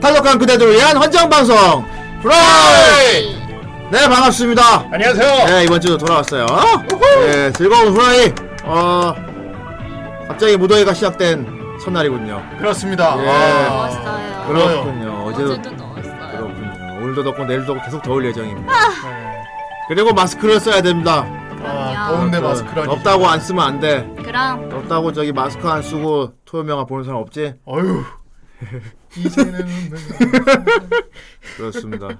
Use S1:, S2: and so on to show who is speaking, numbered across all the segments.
S1: 탈덕한 그대들을 위한 헌정방송 프라이! 네 반갑습니다
S2: 안녕하세요.
S1: 네 이번 주도 돌아왔어요 네 즐거운 후라이 어 갑자기 무더위가 시작된 첫날이군요
S2: 그렇습니다.
S1: 예.
S2: 아,
S3: 넣었어요.
S2: 그럼-
S1: 그렇군요 아! 어제도
S3: 어제도 넣었어요.
S1: 그렇군요 오늘도 덥고 내일도 덥고 계속 더울 예정입니다 네. 그리고 마스크를 써야 됩니다
S2: 아, 더운데
S1: 덥다-
S2: 마스크라니.
S1: 덥다고 안 쓰면 안돼
S3: 그럼
S1: 덥다고 저기 마스크 안 쓰고 토요명화 보는 사람 없지?
S2: 어휴. 이제는
S1: 그렇습니다. 네.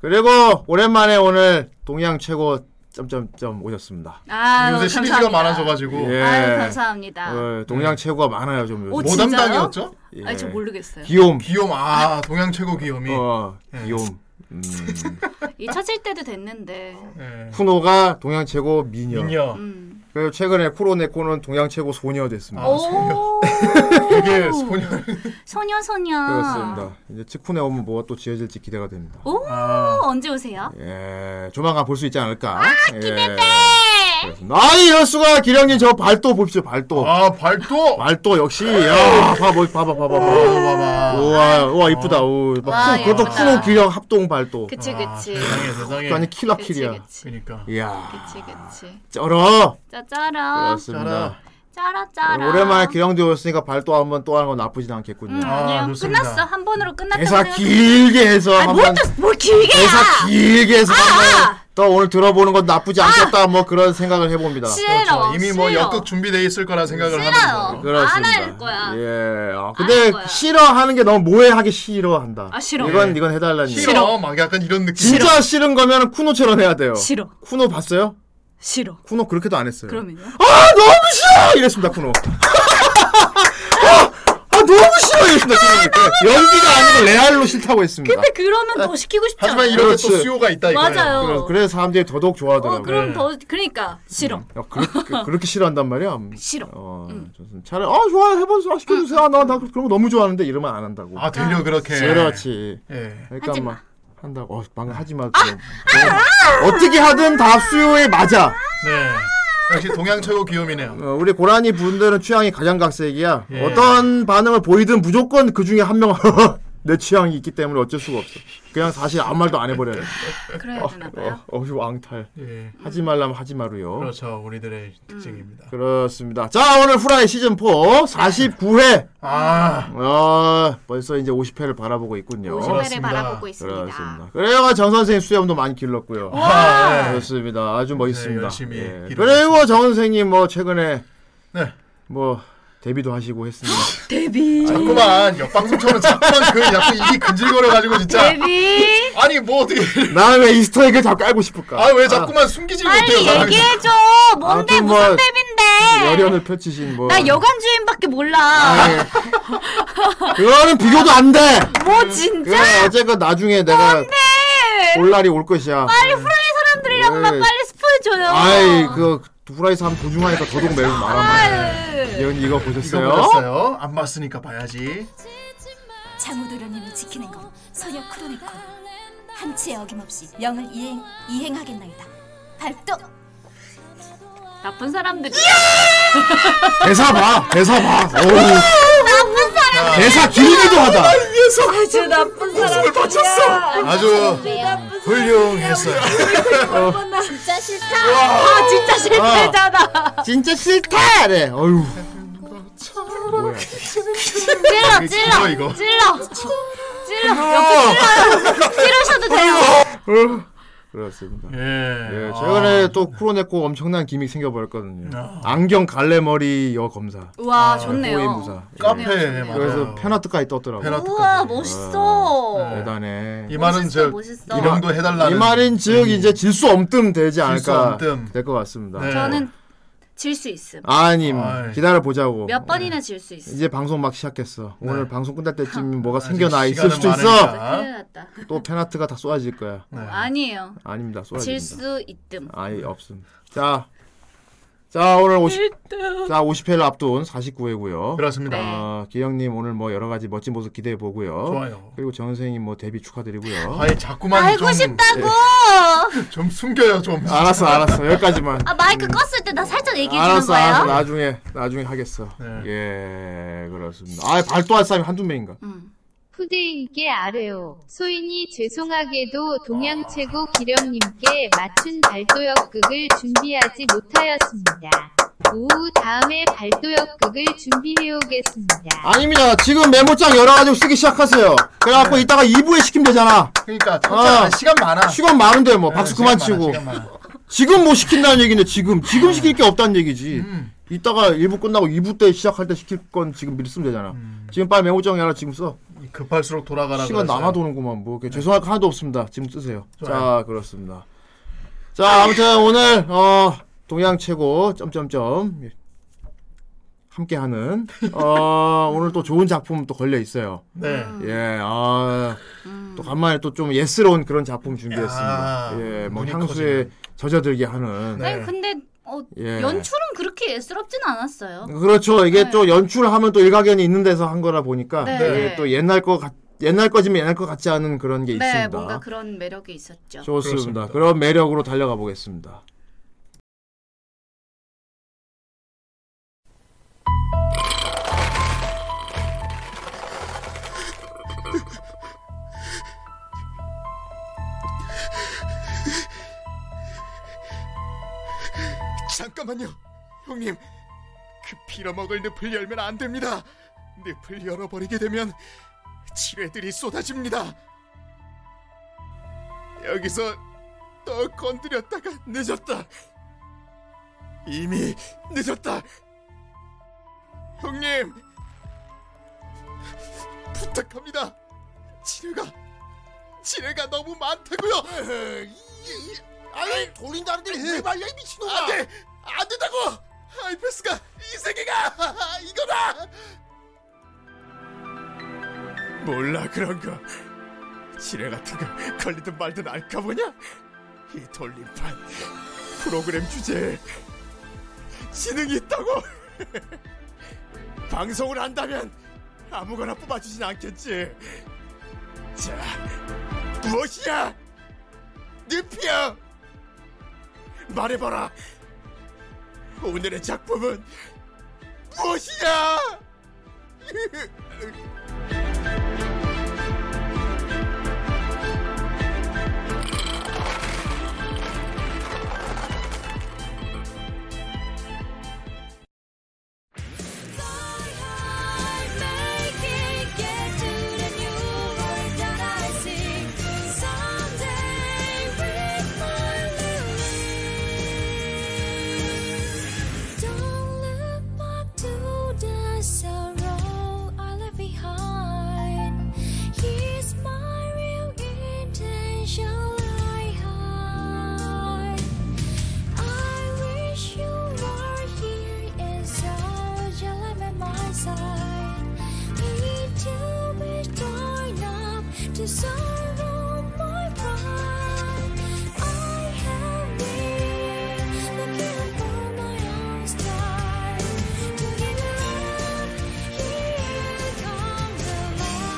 S1: 그리고 오랜만에 오늘 동양 최고 점점점 오셨습니다.
S3: 아
S2: 요새 시리즈가 많아져가지고
S1: 예.
S3: 아유 감사합니다.
S1: 어, 동양 최고가 많아요 좀. 요즘.
S3: 오,
S2: 뭐
S3: 진짜요?
S2: 담당이었죠?
S1: 예.
S3: 아저 모르겠어요.
S1: 귀욤.
S2: 귀염 아 동양 최고 귀염이.
S1: 어,
S2: 예.
S1: 귀욤. 음.
S3: 이 찾을 때도 됐는데.
S2: 예.
S1: 쿠노가 동양 최고 네. 미녀.
S2: 미녀.
S3: 음.
S1: 그리고 최근에 쿠로네코는 동양 최고 소녀 됐습니다.
S2: 아,
S3: 오.
S2: 되게 소녀.
S3: 소녀 소녀.
S1: 그렇습니다. 이제 치쿠네 오면 뭐가 또 지어질지 기대가 됩니다.
S3: 오
S2: 아,
S3: 언제 오세요?
S1: 예, 조만간 볼 수 있지 않을까.
S3: 아,
S1: 예.
S3: 기대돼.
S1: 아니 이럴 수가 기령님 저 발도 봅시다 발도.
S2: 아 발도.
S1: 말도 역시 야 봐봐 봐봐 봐봐 봐봐
S2: 봐봐.
S1: 우와 우와 이쁘다 우
S3: 아. 와,
S1: 그것도
S3: 예쁘다.
S1: 쿠노 기령 합동 발도
S3: 그치 그치.
S2: 세상에 세상에.
S1: 완전
S3: 그치
S1: 킬러킬이야
S3: 그치.
S2: 그러니까.
S1: 이야
S3: 그치 그치.
S1: 쩔어
S3: 짜짜라.
S1: 그렇습니다 네,
S3: 짜라 짜라.
S1: 오랜만에 기령도 오셨으니까 발도 한 번 또 하는 건 나쁘진 않겠군요
S3: 음
S2: 아,
S3: 아니요
S2: 좋습니다.
S3: 끝났어 한 번으로 끝났다고
S1: 대사
S3: 생각-
S1: 길게 해서
S3: 아니
S1: 한번
S3: 뭘또뭘 길게 해.
S1: 대사 길게 해서 한번
S3: 아!
S1: 또 오늘 들어보는 건 나쁘지 않겠다 뭐 그런 생각을 해봅니다
S3: 싫어.
S1: 그렇죠.
S2: 이미
S3: 싫어.
S2: 뭐 역극 준비돼 있을 거라 생각을
S3: 싫어요.
S2: 하는 거.
S1: 그렇습니다.
S3: 안할 거야.
S1: 예. 아, 근데
S3: 할 거야.
S1: 싫어하는 게 너무 모해하기 싫어한다.
S3: 아, 싫어.
S1: 이건 이건 해달라니.
S2: 싫어. 막 약간 이런 느낌.
S1: 진짜 싫은 거면 쿠노처럼 해야 돼요.
S3: 싫어.
S1: 쿠노 봤어요?
S3: 싫어.
S1: 쿠노 그렇게도 안 했어요.
S3: 그러면요?
S1: 아 너무 싫어 이랬습니다 쿠노. 아, 아 너무 싫어 이랬습니다 쿠노. 연기가 아니고 레알로 싫다고 했습니다.
S3: 아, 근데 그러면 더 시키고 싶지
S2: 하지만
S3: 않아요?
S2: 이런 게또
S1: 그렇지.
S2: 수요가 있다 이거예요.
S3: 맞아요.
S1: 어, 그래, 그래서 사람들이 더더욱 좋아하더라고요.
S3: 어 그럼
S2: 네.
S3: 더 그러니까 싫어.
S1: 야, 그렇게, 그렇게 싫어한단 말이야.
S3: 싫어. 음.
S1: 어, 저는 차라리 아 좋아 해보세요 아, 시켜주세요. 아, 나나 그런 거 너무 좋아하는데 이러면 안 한다고.
S2: 아 되려 그렇게.
S1: 그렇지.
S2: 예.
S1: 그러니까
S3: 하지
S1: 막
S3: 마. 아!
S1: 한다고. 어, 방금 하지 마. 그럼. 어떻게 하든 다 수요에 맞아.
S2: 네. 역시 동양 최고 귀염이네요.
S1: 어, 우리 고라니 분들은 취향이 가장 각색이야.
S2: 예.
S1: 어떤 반응을 보이든 무조건 그 중에 한 명은 내 취향이 있기 때문에 어쩔 수가 없어. 그냥 사실 아무 말도 안 해버려야 돼.
S3: 그래야 되나 봐요.
S1: 어, 어휴 앙탈.
S2: 예.
S1: 하지 말라면 하지 마루요.
S2: 그렇죠. 우리들의 특징입니다.
S1: 그렇습니다. 자, 오늘 후라이 시즌 4 49회.
S2: 아,
S1: 어, 벌써 이제 50회를 바라보고 있군요.
S3: 50회를
S2: 그렇습니다.
S3: 바라보고 있습니다.
S1: 그렇습니다. 그래요, 정 선생님 수염도 많이 길렀고요.
S2: 아, 네.
S1: 그렇습니다. 아주 멋있습니다.
S2: 열심히
S1: 예.
S2: 기르고
S1: 그리고 정 선생님 뭐 최근에
S2: 네.
S1: 뭐 데뷔도 하시고 했습니다.
S3: 데뷔.
S2: 자꾸만 옆방송처럼 자꾸만 그 약간 입이 근질거려가지고
S3: 네.
S2: 진짜
S3: 데뷔.
S2: 아니 뭐 어떻게
S1: 나는 왜 이스터에그 자꾸 깔고 싶을까?
S2: 아 왜 자꾸만 숨기질 못해요
S3: 빨리
S2: 사람이
S3: 얘기해 줘. 뭔데
S1: 아무튼 뭐
S3: 무슨 데뷔인데?
S1: 열연을 펼치신 뭐.
S3: 나 여간 주인밖에 몰라.
S1: 아이, 그거는 비교도 안 돼.
S3: 뭐 진짜?
S1: 그래 어제 그 나중에 내가
S3: 네.
S1: 올 날이 그 올 것이야.
S3: 빨리 후라이 사람들이랑만
S1: 네.
S3: 빨리 스포해 줘요.
S1: 아이 그 후라이 삼 도중하니까 더더욱 매우 많아.
S3: 아유.
S1: 이건 이거
S2: 이거
S1: 보셨어요?
S2: 몰랐어요 안 봤으니까 봐야지
S4: 장우도련님이 지키는 것 소녀 크로니코 한치의 어김없이 영을 이행 이행하겠나이다. 발도
S3: 나쁜 사람들이.
S1: 대사 봐, 대사 봐. 어우,
S3: 나쁜 사람.
S1: 대사 길기도 하다.
S3: 아주 나쁜 사람들이야.
S2: 아주 훌륭했어요
S4: 진짜 싫다.
S3: 아 진짜 실패잖아.
S1: 진짜 싫다. 그래. 어휴. 뭐야?
S2: 이거,
S3: 찔러
S2: 이거.
S3: 찔러 찔러 찔러 옆에 찔러요. 찔러셔도 돼요.
S1: 그렇습니다.
S2: 예
S1: 예, 최근에 또 쿠로네코 엄청난 기믹 생겨버렸거든요.
S2: 아.
S1: 안경 갈래머리 여 검사.
S3: 와
S1: 코인
S3: 좋네요.
S1: 무사.
S2: 카페
S3: 좋네요.
S2: 맞아요.
S1: 그래서 페나트까지 아, 네. 떴더라고.
S2: 페나-
S3: 우와 멋있어.
S1: 대단해.
S2: 이 말은
S3: 멋있어,
S2: 저
S3: 멋있어.
S2: 네. 이름도 해달라는
S1: 이 말인 즉 이제 질 수 없음 되지
S2: 음. 수
S1: 않을까
S2: 없음.
S1: 될 것 같습니다.
S2: 네.
S3: 저는 질 수 있음.
S1: 아님
S2: 아이.
S1: 기다려 보자고.
S3: 몇 번이나 질 수 있음.
S1: 이제 방송 막 시작했어. 오늘 방송 끝날 때쯤 뭐가
S2: 네. 아직
S1: 생겨나 있을
S2: 시간은
S1: 수도 있어.
S2: 많으니까.
S3: 큰일 났다.
S1: 또 페나트가 다 쏟아질 거야.
S2: 네.
S3: 아니에요.
S1: 아닙니다. 쏟아집니다.
S3: 질 수 있음.
S1: 아예 없음. 자 자 오늘 50, 자 50회를 앞둔 49회고요.
S5: 그렇습니다.
S3: 네.
S1: 어, 기영님 오늘 뭐 여러 가지 멋진 모습 기대해 보고요.
S5: 좋아요.
S1: 그리고 정 선생님 뭐 데뷔 축하드리고요.
S5: 아예 자꾸만
S3: 알고
S5: 좀,
S3: 싶다고.
S1: 예.
S5: 좀 숨겨요 좀.
S2: 아.
S1: 알았어 알았어 여기까지만.
S3: 아 마이크 껐을 때 나 살짝 얘기해 주는
S1: 음. 알았어 알았어
S3: 거예요?
S1: 나중에 나중에 하겠어.
S5: 네.
S1: 예 그렇습니다. 아 발도할 사람이 한두 명인가?
S6: 후대에게 아래요. 소인이 죄송하게도 동양 최고 기령님께 맞춘 발도역극을 준비하지 못하였습니다. 오후 다음에 발도역극을 준비해오겠습니다.
S1: 아닙니다. 지금 메모장 열어가지고 쓰기 시작하세요. 그래갖고 이따가 2부에 시키면 되잖아.
S5: 네. 그러니까
S1: 아.
S5: 진짜 시간 많아.
S1: 시간 많은데 뭐
S5: 네,
S1: 박수
S5: 시간
S1: 그만
S5: 많아,
S1: 치고.
S5: 시간 많아.
S1: 지금 못 시킨다는 얘기네 지금 지금 시킬 게 없다는 얘기지
S5: 음.
S1: 이따가 1부 끝나고 2부 때 시작할 때 시킬 건 지금 미리 쓰면 되잖아
S5: 음.
S1: 지금 빨리 메모장에 하나 지금 써
S5: 이 급할수록 돌아가라.
S1: 시간
S5: 그랬어요. 네.
S1: 남아도는구만 뭐 이렇게 죄송할 거 하나도 없습니다 지금 쓰세요
S5: 좋아요.
S1: 자 그렇습니다 자 아무튼 오늘 어 동양 최고 점점점 예. 함께하는 어 오늘 또 좋은 작품 또 걸려 있어요 예,
S5: 네.
S2: 음.
S1: 예아또
S5: 음.
S1: 간만에 또 좀 예스러운 그런 작품 준비했습니다
S5: 야,
S1: 예뭐
S5: 아, 눈이
S1: 향수에 젖어들게 하는
S5: 네.
S3: 아니 근데 어,
S1: 예.
S3: 연출은 그렇게 예스럽진 않았어요.
S1: 그렇죠. 이게
S3: 네.
S1: 또 연출하면 또 일가견이 있는 데서 한 거라 보니까
S3: 네.
S1: 예, 또 옛날 거 같, 옛날 거지만 옛날 거 같지 않은 그런 게
S3: 네,
S1: 있습니다.
S3: 뭔가 그런 매력이 있었죠.
S1: 좋습니다.
S5: 그렇습니다.
S1: 그런 매력으로 달려가 보겠습니다.
S2: 잠깐만요, 형님. 그 빌어먹을 늪을 열면 안 됩니다. 늪을 열어버리게 되면 지뢰들이 쏟아집니다. 여기서 또 건드렸다가 늦었다. 이미 늦었다. 형님, 부탁합니다. 지뢰가 지뢰가 너무 많다고요. 아니 돌린다는데 왜 말려 이 미친놈아 안돼 안된다고 아이패스가 이 세계가 이거다 몰라 그런 거 지뢰 같은 거 걸리든 말든 알까 보냐 이 돌림판 프로그램 주제에 지능이 있다고 방송을 한다면 아무거나 뽑아주진 않겠지 자 무엇이야 늪이야 네 말해봐라. 오늘의 작품은 무엇이냐?
S4: I wish you were here and so you live at my side. Me to be joined up to sorrow my pride. I have been looking for my own star. To give you up, here comes the light.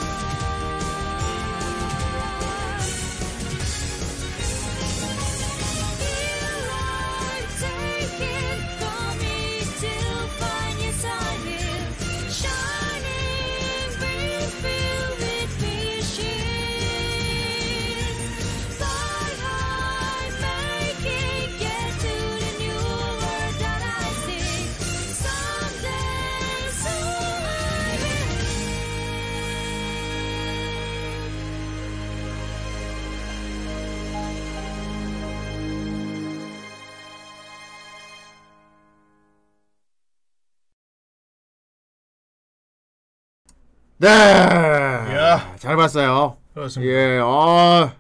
S1: 네.
S5: 이야.
S1: 잘 봤어요.
S5: 그렇습니다.
S1: 예. 어,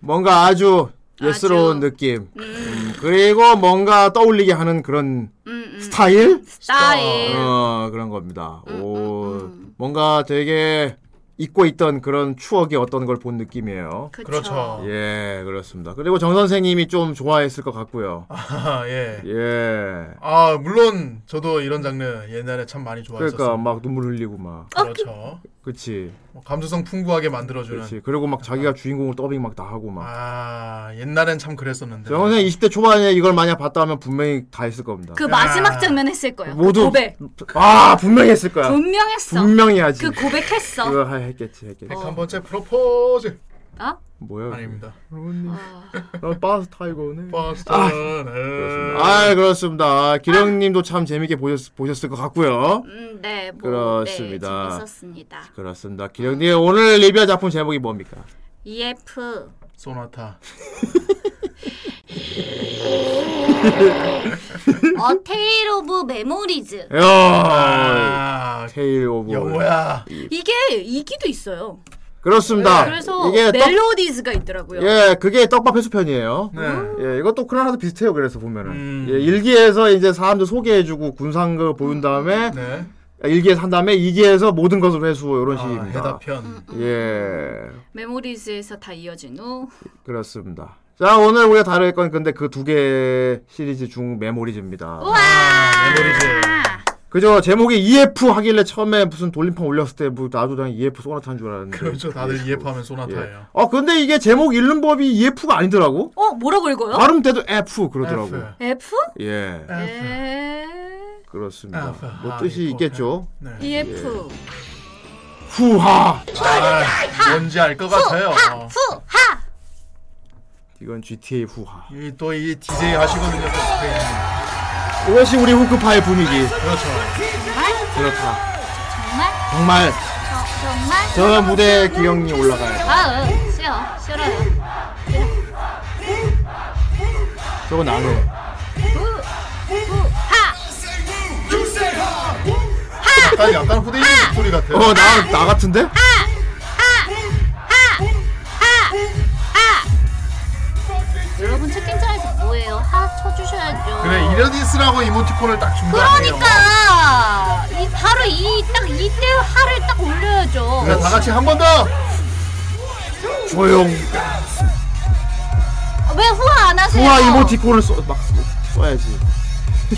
S1: 뭔가 아주 예스러운
S3: 아주.
S1: 느낌. 음, 그리고 뭔가 떠올리게 하는 그런
S3: 음, 음.
S1: 스타일? 음,
S3: 스타일.
S1: 어, 그런 겁니다. 오. 뭔가 되게 잊고 있던 그런 추억이 어떤 걸 본 느낌이에요.
S3: 어,
S2: 그렇죠.
S1: 예, 그렇습니다. 그리고 정 선생님이 좀 좋아했을 것 같고요. 그렇죠.
S2: 아, 예.
S1: 예.
S2: 아, 물론 저도 이런 장르 옛날에 참 많이
S1: 그러니까
S2: 좋아했었어요.
S1: 막 눈물 흘리고 막.
S2: 그렇죠.
S1: 그렇지.
S2: 뭐 감수성 풍부하게 만들어주는.
S1: 그렇지. 그리고 막 자기가 주인공을 더빙 막 다 하고 막.
S2: 아, 네. 옛날엔 참 그랬었는데.
S1: 정 선생 20대 초반에 이걸 만약 봤다면 분명히 다 했을 겁니다.
S3: 그 마지막 장면 했을 거예요. 그
S1: 모두-
S3: 고백.
S1: 아, 분명히 했을 거야.
S3: 분명했어.
S1: 분명히 하지.
S3: 그 고백했어.
S1: 그거 하- 했겠지, 했겠지.
S2: 101번째 프로포즈.
S3: 어?
S1: 뭐야? 그게.
S2: 아닙니다.
S1: 난 바스 타이거네.
S2: 버스터.
S1: 아 그렇습니다. 아, 기령님도 참 재밌게 보셨, 보셨을 것 같고요.
S3: 음, 네, 뭐,
S1: 그렇습니다.
S3: 네, 재밌었습니다.
S1: 그렇습니다. 기령님 오늘 리뷰한 작품 제목이 뭡니까?
S3: E EF
S2: 소나타.
S1: 음.
S3: 어 테일 오브 메모리즈
S1: 야
S2: 아,
S1: 테일 오브
S2: 영호야.
S1: 음.
S3: 이게 이기도 있어요.
S1: 그렇습니다.
S3: 그래서
S1: 이게 떡,
S3: 멜로디즈가 있더라고요.
S1: 예 그게 떡밥 해수편이에요.
S2: 네.
S1: 예 이것도 크라나도 비슷해요. 그래서 보면은
S2: 음.
S1: 예, 일기에서 이제 사람들 소개해주고 군상 그 보인 다음에
S2: 네.
S1: 일기에서 한 다음에 이기에서 모든 것을 회수 이런
S2: 아,
S1: 식입니다.
S3: 음,
S2: 해답편.
S1: 예
S3: 메모리즈에서 다 이어진 후
S1: 그렇습니다. 자 오늘 우리가 다룰 건 근데 그 두 개 시리즈 중 메모리즈입니다.
S2: 아, 메모리즈.
S1: 그죠 제목이 EF 하길래 처음에 무슨 돌림판 올렸을 때 뭐 나도 그냥 EF 소나타인 줄 알았는데
S2: 그렇죠. 다들
S1: 예.
S2: EF 하면
S1: 예.
S2: 소나타예요.
S1: 아 근데 이게 제목 읽는 법이 EF가 아니더라고
S3: 어 뭐라고 읽어요?
S1: 발음 때도 F 그러더라고
S2: F.
S3: F?
S1: 예
S2: F.
S3: 에...
S1: 그렇습니다
S2: F.
S1: 뭐
S2: 아,
S1: 뜻이
S2: 이거
S1: 있겠죠
S2: 네.
S3: EF
S1: 후하
S2: 아, 뭔지 알 것 같아요. 어.
S3: 후하
S1: 이건 GTA 후하
S2: 이 또 이 DJ 하시거든요. 또 DJ.
S1: 이것이 우리 후크파의 분위기
S2: 그렇죠.
S1: 그렇다 정말
S3: 정말
S1: 저 무대에 기억이 올라가요
S3: 아 응, 싫어 싫어요
S1: 저거 나네
S2: 약간 약간 후대인 목소리 같아요.
S1: 어나 나 같은데
S3: 여러분 채팅창에서 뭐예요? 하 쳐주셔야죠
S2: 그래 이러디스라고 이모티콘을 딱 준다.
S3: 그러니까 이 바로 이 딱 이때 하를 딱 올려야죠
S2: 그래, 다 같이 한 번 더.
S1: 조용
S3: 왜 후화 안 하세요?
S1: 후하 이모티콘을 써, 막 써- 써야지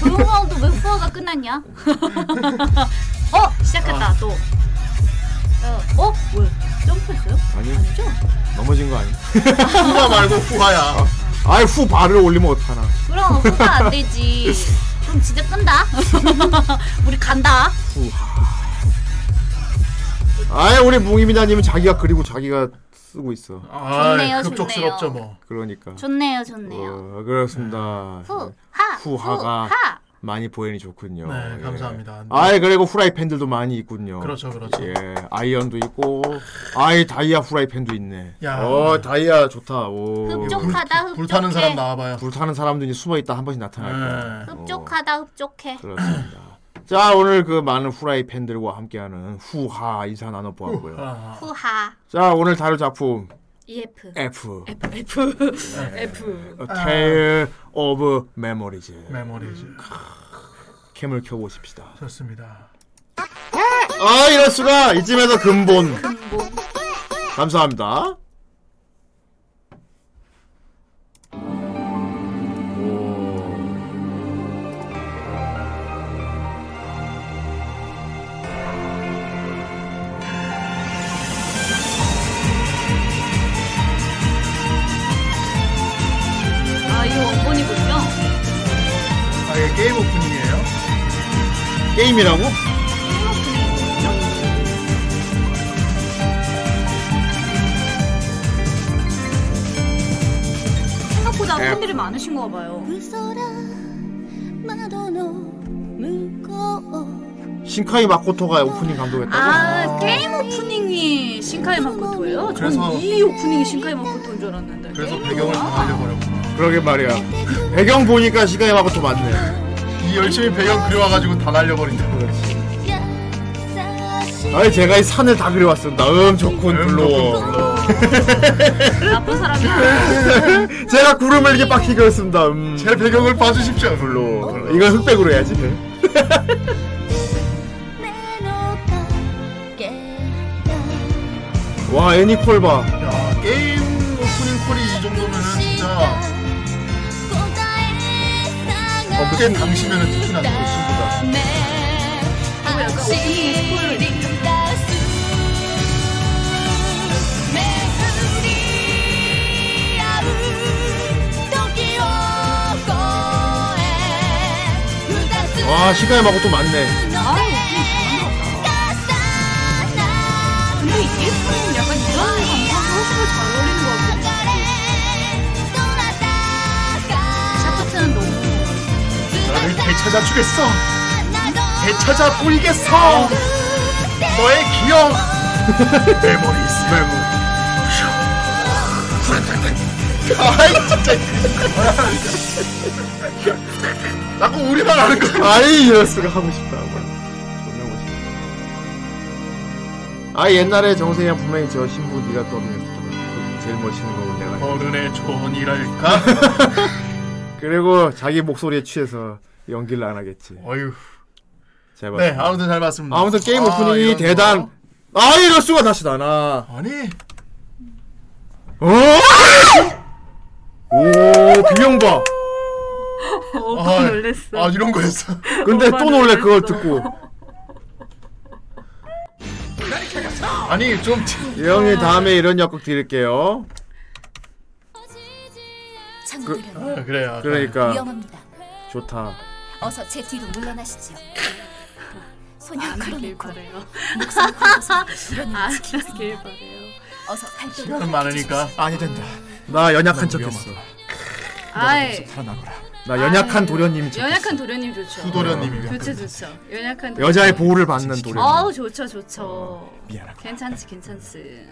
S3: 조용하고도 왜 후화가 끝났냐? 어
S2: 아.
S3: 시작했다 또. 어, 어? 왜? 점프했어요?
S1: 아니
S3: 아니죠?
S1: 넘어진 거 아니야
S2: 후가 말고 후하야.
S1: 아이 후 발을 올리면 어떡하나
S3: 그럼 후화 안 되지. 그럼 진짜 끈다. 우리 간다.
S1: 아예 우리 뭉이미다님은 자기가 그리고 자기가 쓰고 있어.
S2: 아,
S3: 좋네요,
S2: 급족스럽죠 뭐.
S1: 그러니까.
S3: 좋네요, 좋네요.
S1: 어, 그렇습니다.
S2: 어.
S3: 후, 하,
S1: 후하가.
S3: 하.
S1: 많이 보이니 좋군요.
S2: 네, 감사합니다.
S1: 아예 그리고 후라이팬들도 많이 있군요.
S2: 그렇죠, 그렇죠.
S1: 예, 아이언도 있고, 아이 다이아 후라이팬도 있네.
S2: 야.
S1: 어, 다이아 좋다. 오.
S3: 흡족하다,
S2: 불타는 사람
S3: 흡족해.
S2: 나와봐요.
S1: 불타는 사람들이 숨어 있다 한 번씩 나타날 거야.
S2: 네.
S3: 흡족하다, 흡족해.
S1: 그렇습니다. 자, 오늘 그 많은 후라이팬들과 함께하는 후하 인사 나눠 보았고요.
S2: 아,
S3: 후하.
S1: 자, 오늘 다룰 작품
S3: EF.
S1: F.
S3: F.
S2: 네.
S3: F.
S1: A Tale of Memories.
S2: 메모리즈.
S3: 음.
S1: 캠을 켜고 싶시다.
S2: 좋습니다.
S1: 아 이럴 수가 이쯤에서 근본. 감사합니다. 오.
S3: 아, 이거 원본이군요.
S2: 아, 이게 게임 오프닝이에요?
S1: 게임이라고?
S3: 생각보다 팬들이 많으신가 봐요.
S4: 窓の向こう
S1: 신카이 마코토가 오프닝 감독했다고?
S3: 아, 게임 오프닝이 신카이 마코토예요?
S2: 그래서-
S3: 전 이 오프닝이 신카이 마코토인 줄 알았는데.
S2: 그래서 배경을 정하려고
S1: 그러게 말이야. 배경 보니까 신카이 마코토 맞네.
S2: 이 열심히 배경 그려와가지고 다 날려버린다.
S1: 그렇지.
S4: 優しい
S1: 아이 제가 이 산을 다 그려왔습니다. 음 좋군
S2: 음,
S1: 블로워.
S2: 좋군, 블로워.
S3: 나쁜 사람이야.
S1: 제가 구름을 이렇게 빡히 그렸습니다. 음.
S2: 제 배경을 봐주십시오. 블로.
S1: 이건 흑백으로 해야지. 네.
S4: 目の影が
S1: 와 애니콜 봐.
S2: 야 게임 오프닝 콜이 이 정도면은 진짜 어, 그땐 당시면은 특히나 좋을 수보다
S4: 이거 약간 오프닝 스포일러
S2: 아,
S1: 와 시간이 많고 또 많네.
S4: 아우 근데 이 예쁜 약간 이런 감성 훨씬 더잘 어울리는 것 같아 샤프트는 너무
S2: 나를 되찾아 주겠어 되찾아 뿌리겠어 너의 기억 메모리스 메모 아이 진짜 뭐야 자꾸 우리만 아는 거야
S1: 아이 이럴 수가 하고 싶다. 뭐. 존나 하고 싶다. 아 옛날에 정세이랑 분명히 저 신부 네가 떠올렸었잖아. 제일 멋있는 거고 내가.
S2: 어른의 존이랄까
S1: 그리고 자기 목소리에 취해서 연기를 안 하겠지.
S2: 어휴
S1: 제발.
S2: 네 아무튼 잘 봤습니다
S1: 아무튼 게임
S2: 아,
S1: 오프닝이
S2: 이런 거.
S1: 대단. 아 이럴 수가 다시 나나.
S2: 아니
S1: 어? 오 비명 봐.
S4: 어,
S2: 아, 아 이런 거였어
S1: 근데 또 놀래 그걸 듣고.
S2: 아니 좀
S1: 이 형이 다음에 이런 약국 드릴게요.
S2: 아, 그래요
S1: 그러니까
S3: 위험합니다.
S1: 좋다.
S3: 어서 제 뒤로 물러나시지요. 소년
S4: 안하길
S3: 크로니코
S4: 바래요 아,
S3: 목숨을 걸고서 이런 일을
S4: 안하길 바래요
S3: 어서 갈 때로
S2: 시간은 많으니까
S7: 아니 된다.
S1: 나 연약한 척했어.
S4: 아이
S7: 살아나거라.
S1: 나 연약한 도련님이 착했어.
S4: 연약한 도련님 좋죠
S3: 아,
S2: 구도련님이
S4: 좋죠 좋죠 연약한 도련님.
S1: 여자의 보호를 어, 받는 도련.
S4: 아우 좋죠 좋죠
S7: 미안하고
S4: 괜찮지 괜찮지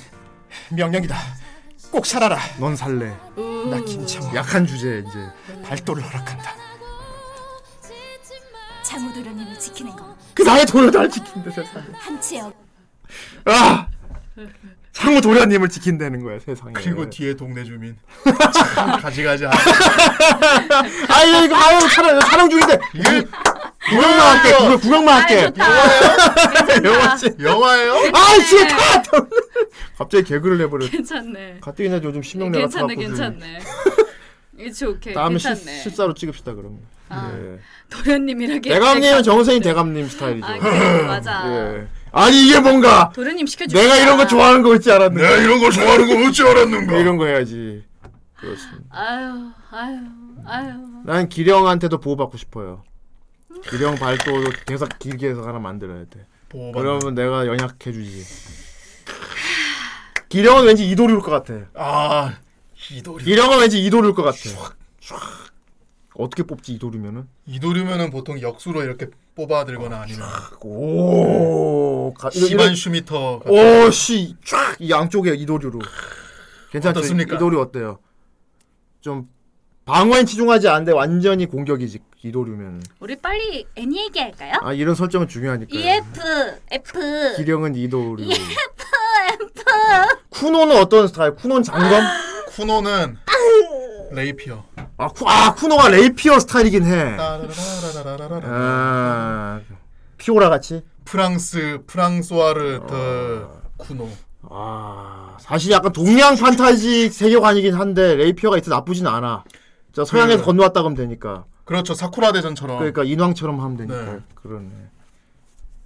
S7: 명령이다. 꼭 살아라.
S1: 넌 살래.
S4: 우.
S7: 나 김창호.
S1: 약한 주제 이제.
S7: 발도를 허락한다.
S3: 장우도련님을 지키는
S1: 그 나의 도련 날 지킨대 세상에.
S3: 건한 치역.
S1: 아 상우 도련님을 지킨다는 거야 세상에.
S2: 그리고 뒤에 동네 주민 참 가지가지 않아
S1: 아 이거 이거 아유 촬영 촬영 중인데
S2: 이게
S1: 구경만 할게 구경, 구경만
S4: 예. 아이
S1: 할게.
S4: 좋다 괜찮다
S1: 영화씨.
S2: 영화예요?
S1: 아 진짜 다. 갑자기 개그를 해버려.
S4: 괜찮네
S1: 가뜩이나 요즘 심형래 같아
S4: 괜찮네
S1: 갖고.
S4: 괜찮네 이츠 오케이
S1: 다음에 실
S4: 괜찮네
S1: 실사로 찍읍시다 그러면.
S4: 아.
S1: 예.
S4: 도련님이라기
S1: 대감님은 정세인 대감님 스타일이죠.
S4: 아 그래 맞아
S1: 예. 아니 이게 뭔가
S4: 도련님 시켜줘
S1: 내가 이런 거 좋아하는 거 있지 않았는데
S2: 내가 이런 거 좋아하는 거 어찌
S4: 네.
S2: 알았는가
S1: 이런 거 해야지. 그렇습니다.
S4: 아유 아유 아유
S1: 난 기령한테도 보호받고 싶어요. 기령 발도도 대사 길게 해서 하나 만들어야 돼.
S2: 보호받는
S1: 그러면 내가 연약해주지. 기령은 왠지 이도류일 것 같아.
S2: 아 이도류
S1: 기령은 왠지 이도류일 것 같아. 촤악. 어떻게 뽑지 이도류면은?
S2: 이도류면은 보통 역수로 이렇게 뽑아들거나 아니면
S1: 그, 오, 가, 이거-
S2: 시반
S7: 어.
S2: 슈미터 같은
S1: 오씨 쫙 양쪽에 이도류로 괜찮죠?
S2: 어떻습니까?
S1: 이도류 어때요? 좀 방어엔 치중하지 않는데 완전히 공격이지 이도류면
S4: 우리 빨리 애니 얘기할까요?
S1: 아 이런 설정은 중요하니까요
S4: EF F
S1: 기령은 이도류 쿠노는 어떤 스타일? 쿠노는 장검?
S2: 쿠노는 레이피어
S7: 네.
S1: 아, 쿠, 아 쿠노가 레이피어 스타일이긴 해
S2: 따라라라라라라라.
S1: 아, 피오라 같이?
S2: 프랑스 프랑소아르
S7: 어.
S2: 더 쿠노
S1: 아 사실 약간 동양 판타지 세계관이긴 한데 레이피어가 있어 나쁘진 않아 저 서양에서
S2: 그-
S1: 건너왔다 그러면 되니까
S2: 그렇죠 사쿠라 대전처럼
S1: 그러니까 인왕처럼 하면 되니까
S2: 네.
S1: 그러네.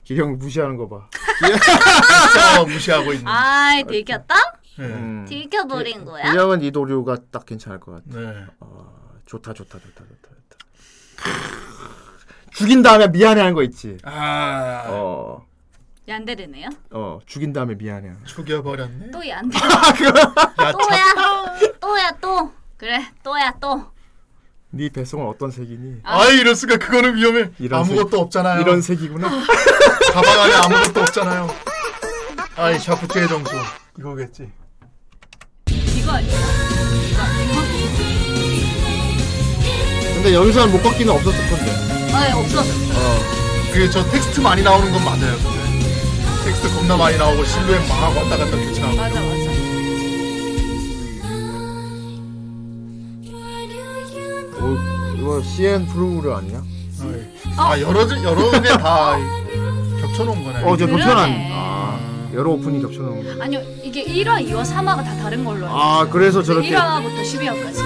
S1: 기령 무시하는 거 봐.
S2: 진짜 어, 무시하고 있는
S4: 아이 들켰다?
S2: 네.
S1: 음.
S4: 들켜버린 거야?
S1: 기령은 이도류가 딱 괜찮을 것 같아.
S2: 네.
S1: 좋다 좋다 좋다 좋다 좋다. 죽인 다음에 미안해하는 거 있지.
S2: 아
S1: 어어 어,
S4: 얀데르네요?
S1: 죽인 다음에 미안해.
S2: 죽여버렸네
S4: 또 얀데르
S1: 아,
S2: 야,
S4: 또야 또야 또 그래 또야 또
S1: 네 배송은 어떤 색이니?
S2: 아 이럴 수가 그거는 위험해.
S1: 이런
S2: 아무것도
S1: 색-
S2: 없잖아요.
S1: 이런 색이구나.
S2: 가방 안에 아무것도 없잖아요. 아이 샤프트의 정수 이거겠지.
S4: 이거 아니야?
S1: 근데 여기서는 못 걷기는 없었을 건데.
S4: 아 없어
S2: 그게 저 텍스트 많이 나오는 건 맞아요. 근데. 텍스트 겁나 많이 나오고 실루엣 막 왔다 갔다 교차하고.
S4: 맞아 맞아
S1: 어, 이거 CN 프로그램 아니야?
S4: 어.
S2: 아이. 아 여러 지- 여러 개 다 겹쳐놓은 거네.
S1: 어저
S4: 그러네.
S1: 도전한. 아. 여러 오픈이 겹쳐나온 거.
S4: 아니요 이게 1화, 2화, 3화가 다 다른 걸로 알고
S1: 아 그래서 저렇게
S4: 1화부터 12화까지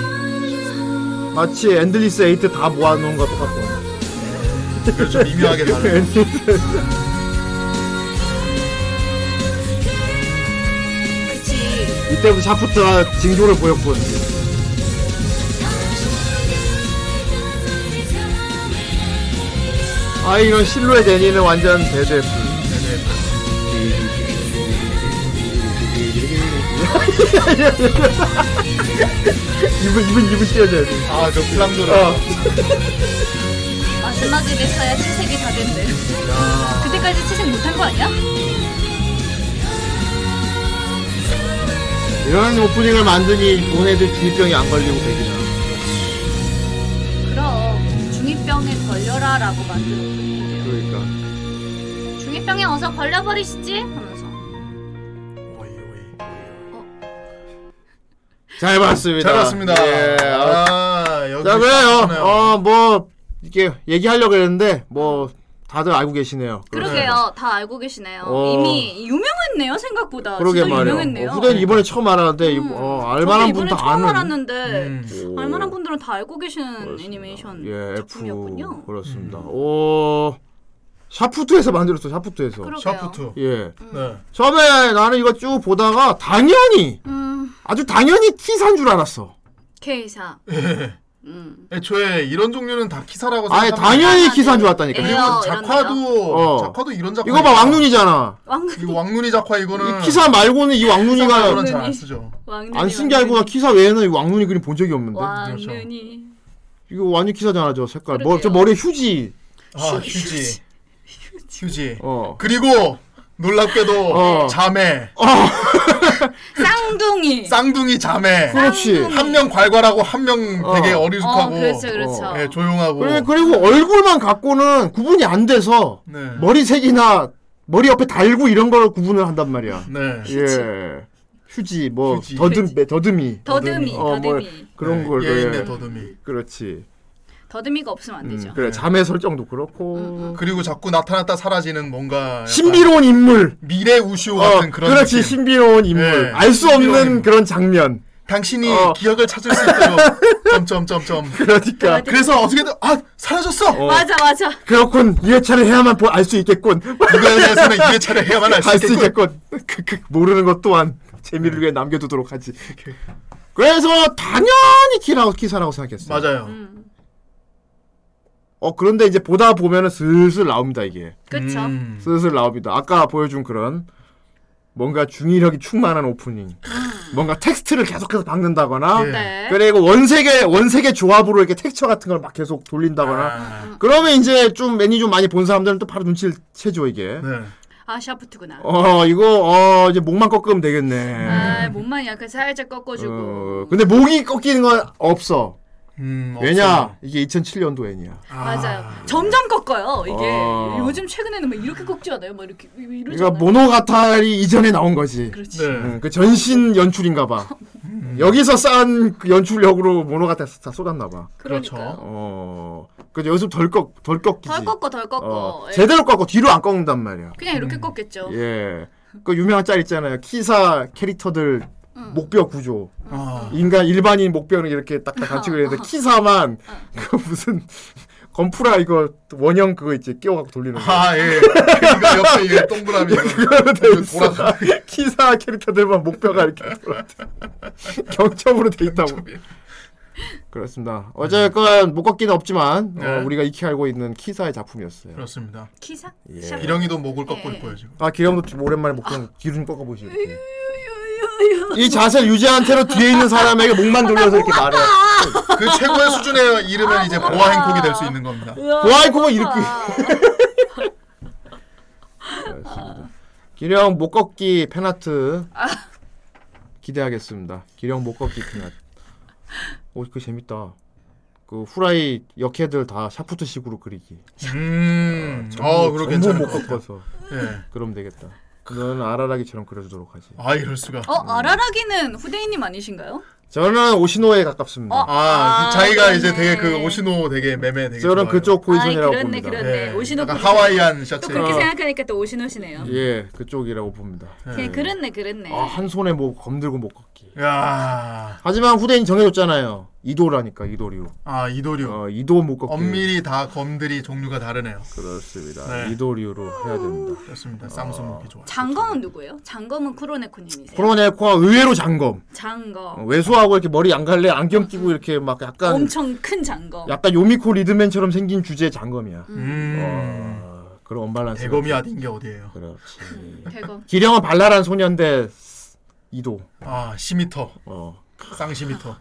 S1: 마치 엔들리스 에이트 다 모아놓은 것 같고.
S2: 그래서
S1: 네.
S2: 좀 미묘하게 다른
S4: 그치
S1: 이때부터 샤프트가 징조를 보였군. 아 이런 실루엣 애니는 완전 대대. 이분 이분 이분 띄워줘야 돼. 어,
S2: 아저 플랑드라
S4: 마지막에 됐어야 채색이 다 된대 그때까지 채색 못한 거 아니야?
S1: 이런 오프닝을 만드니 본애들 중이병이 안 걸리고 되기나.
S4: 그럼 중이병에 걸려라 라고 만들어
S1: 그러니까.
S4: 중이병에 어서 걸려버리시지 하면서
S2: 오이 오이
S1: 어? 잘 봤습니다.
S2: 잘 봤습니다
S1: 예. 아,
S2: 아 여기
S1: 자 그래요.
S2: 좋네요.
S1: 어 뭐 이렇게 얘기하려고 했는데 뭐 다들 알고 계시네요.
S4: 그러게요 다 알고 계시네요
S1: 어.
S4: 이미 유명했네요 생각보다
S1: 그러게
S4: 진짜
S1: 말이요.
S4: 유명했네요
S1: 어, 후대는 이번에 처음 알았는데 이거 어,
S4: 저도
S1: 알만한
S4: 이번에
S1: 분도
S4: 처음
S1: 아는.
S4: 알았는데
S1: 오.
S4: 알만한 분들은 다 알고 계시는 애니메이션
S1: 예,
S4: 작품이었군요.
S1: F 그렇습니다.
S2: 음.
S1: 오 샤프트에서 만들었어 샤프트에서.
S4: 그러게요.
S2: 샤프트
S1: 예.
S2: 네
S1: 처음에 나는 이거 쭉 보다가 당연히
S4: 음,
S1: 아주 당연히 T사인 줄 알았어.
S4: K사. 음.
S2: 애초에 이런 종류는 다 키사라고
S1: 아예
S2: 생각하면
S1: 당연히 T사인 줄 알았다니까.
S4: 에어, 이런
S1: 이거-
S2: 작화도
S1: 어.
S2: 작화도 이런 작화
S1: 이거 봐 왕눈이잖아.
S4: 왕
S2: 이거 왕눈이 작화 이거는
S1: 이 키사 말고는 이 왕눈이가
S2: 그런 잘안 쓰죠
S4: 왕눈이.
S1: 안 쓴 게 알고 나 키사 외에는 이 왕눈이 그림 본 적이 없는데
S2: 그렇죠.
S4: 왕눈이.
S1: 이거 완전 키사잖아 저 색깔 뭐 저
S4: 그러게요.
S1: 머리에 휴지
S2: 아 휴지 휴지
S1: 어
S2: 그리고 놀랍게도
S1: 어.
S2: 자매
S4: 쌍둥이. 어,
S2: 쌍둥이 자매
S1: 그렇지
S4: 쌍둥이.
S2: 한 명 괄괄하고 한 명
S1: 어.
S2: 되게
S4: 어,
S2: 어리숙하고
S4: 그렇죠, 그렇죠.
S2: 예, 조용하고
S1: 그래, 그리고 얼굴만 갖고는 구분이 안 돼서
S2: 네.
S1: 머리색이나 머리 옆에 달고 이런 걸 구분을 한단 말이야
S2: 네.
S1: 예 휴지 뭐
S2: 휴지.
S1: 더듬 더듬이
S4: 더듬이,
S1: 어, 뭐
S4: 더듬이.
S1: 그런
S2: 네,
S1: 걸로
S2: 예,
S1: 예.
S2: 있네 더듬이
S1: 그렇지
S4: 더듬이가 없으면 안
S1: 음,
S4: 되죠.
S1: 그래 자매 설정도 그렇고
S2: 그리고 자꾸 나타났다 사라지는 뭔가 약간
S1: 신비로운 인물
S2: 미래 우시오
S1: 어,
S2: 같은 그런
S1: 그렇지
S2: 느낌.
S1: 신비로운 인물
S2: 예,
S1: 알 수
S2: 신비로운
S1: 없는
S2: 인물.
S1: 그런 장면
S2: 당신이
S1: 어.
S2: 기억을 찾을 수 있도록 점점점점
S1: 그러니까
S2: 그래서 어떻게든 아 사라졌어
S4: 맞아, 맞아.
S1: 그렇군 이 회차를 해야만 알 수 있겠군
S2: 이거에 대해서는 이 회차를 해야만 알 수
S1: 알 수
S2: 있겠군 네.
S1: 있겠군 그, 그, 모르는 것 또한 재미를 위해 남겨두도록 하지 그래서 당연히 키라고 키사라고 생각했어
S2: 맞아요
S4: 음.
S1: 어 그런데 이제 보다 보면은 슬슬 나옵니다 이게
S4: 그쵸.
S2: 음.
S1: 슬슬 나옵니다 아까 보여준 그런 뭔가 중의력이 충만한 오프닝 뭔가 텍스트를 계속해서 박는다거나
S2: 예.
S4: 네.
S1: 그리고 원색의 원색의 조합으로 이렇게 텍스처 같은 걸 막 계속 돌린다거나
S2: 아,
S1: 그러면 이제 좀 매니 좀 많이 본 사람들은 또 바로 눈치를 채죠 이게
S2: 네.
S4: 아, 샤프트구나.
S1: 어 이거 어 이제 목만 꺾으면 되겠네
S4: 아, 몸만 약간 살짝 꺾어주고.
S1: 어, 근데 목이 꺾이는 건 없어.
S2: 음, 없어요.
S1: 왜냐? 이게 2007년도 애니야.
S4: 맞아요. 점점 꺾어요, 이게.
S1: 어.
S3: 요즘 최근에는 막 이렇게 꺾지 않아요? 막 이렇게 이러지
S4: 그렇죠.
S1: 그러니까 모노가타리 이전에 나온 거지. 그
S2: 네.
S1: 그 전신 연출인가 봐.
S2: 음.
S1: 여기서 쌓은 그 연출력으로 모노가타 다 쏟았나 봐.
S2: 그렇죠.
S1: 어. 그 여기서 덜꺾덜 꺾이지.
S4: 덜 꺾어, 덜 꺾어.
S1: 음. 어,
S4: 예.
S1: 제대로 꺾어 뒤로 안 꺾는단 말이야.
S4: 그냥 이렇게 꺾겠죠.
S1: 예. 그 유명한 짤 있잖아요. 키사 캐릭터들 목뼈 구조.
S2: 아,
S1: 인간 일반인 목뼈는 이렇게 딱딱 단축을 했는데 키사만 그 무슨 건프라 이거 원형 그거 있지 끼워갖고 돌리는 거.
S2: 아 예. 그러니까 옆에 이게 동그라미
S1: 그거로 돼 있어.
S2: 돌아가.
S1: 키사 캐릭터들만 목뼈가 이렇게 돌아다. 경첩으로 돼 있다고. 그렇습니다. 어쨌건 못 걷기는 없지만
S2: 네.
S1: 어, 우리가 익히 알고 있는 키사의 작품이었어요.
S2: 그렇습니다.
S4: 키사?
S1: 예.
S4: 샤프-
S2: 기령이도 목을 꺾고
S3: 예.
S2: 있고요 지금.
S1: 아 기름도 좀 오랜만에 목좀 기름 꺾어보시고. 이렇게. 이 자세를 유지한 채로 뒤에 있는 사람에게 목만 돌려서 이렇게 말해.
S2: 그 최고의 수준의 이름은 이제 보아 행콕이 될 수 있는 겁니다.
S1: 보아이코가 이렇게. 알겠습니다. 기령 못 걷기 팬아트 기대하겠습니다. 기령 못 걷기 팬아트. 오, 그 재밌다. 그 후라이 역해들 다 샤프트식으로 그리기.
S2: 음. 어, 그렇
S1: 아, 전부
S2: 괜찮을
S1: 못
S2: 것 같아요.
S1: 걷어서.
S2: 예.
S1: 그럼 되겠다. 너는 아라라기처럼 그려주도록 하지.
S2: 아 이럴 수가.
S4: 어, 아라라기는 후대인님 아니신가요?
S1: 저는 오시노에 가깝습니다.
S3: 어?
S2: 아,
S3: 아,
S2: 자기가
S3: 그러네.
S2: 이제 되게 그 오시노 되게 매매 되게
S1: 저는
S2: 좋아해요.
S1: 그쪽 포지션이라고
S3: 아이, 그렇네,
S1: 봅니다.
S3: 그렇네.
S2: 예,
S3: 오시노
S2: 약간
S3: 포지션.
S2: 하와이안 셔츠.
S3: 또 그렇게
S1: 어.
S3: 생각하니까 또 오신호 씨네요.
S1: 예, 그쪽이라고 봅니다.
S2: 예.
S3: 그냥 그렇네 그렇네.
S1: 아, 한 손에 뭐 검들고 못 걷기.
S2: 야,
S1: 하지만 후대인 정해줬잖아요. 이도라니까 이도류.
S2: 아 이도류.
S1: 어, 이도 못 걷기.
S2: 엄밀히 다 검들이 종류가 다르네요.
S1: 그렇습니다.
S2: 네.
S1: 이도류로 해야 됩니다.
S2: 그렇습니다. 쌍수
S1: 어.
S2: 먹기 좋아.
S3: 장검은 누구예요? 장검은 쿠로네코님이세요.
S1: 코로네코가 의외로 장검.
S3: 장검.
S1: 어, 외수하고 이렇게 머리 양갈래 안경 끼고 이렇게 막 약간
S3: 엄청 큰 장검.
S1: 약간 요미코 리드맨처럼 생긴 주제의 장검이야.
S2: 음,
S1: 어, 그런 언밸런스.
S2: 대검이 아닌 게 어디예요?
S1: 그렇지.
S3: 대검.
S1: 기령은 발랄한 소년데 이도.
S2: 아, 10미터,
S1: 어.
S2: 쌍 10미터.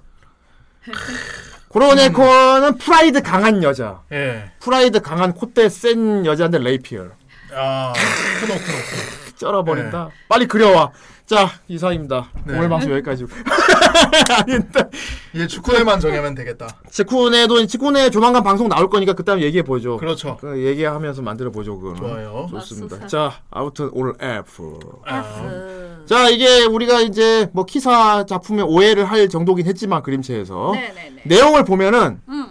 S1: 코로네코는 프라이드 강한 여자.
S2: 예,
S1: 프라이드 강한 콧대 센 여자인데 레이피얼.
S2: 아, 크노 크노.
S1: 쩔어버린다. 빨리 그려와. 자 이상입니다.
S2: 네.
S1: 오늘 방송 여기까지.
S2: 이제 축구에만 정하면 되겠다.
S1: 치쿠네도 치쿠네 조만간 방송 나올 거니까 그다음 얘기해 보죠.
S2: 그렇죠.
S1: 그 얘기하면서 만들어 보죠 그거.
S2: 좋아요.
S3: 어.
S2: 아,
S1: 좋습니다.
S3: 맙소사.
S1: 자 아무튼 오늘 F.
S3: F.
S1: 자 이게 우리가 이제 뭐 키사 작품에 오해를 할 정도긴 했지만 그림체에서
S3: 네네네.
S1: 내용을 보면은
S3: 음.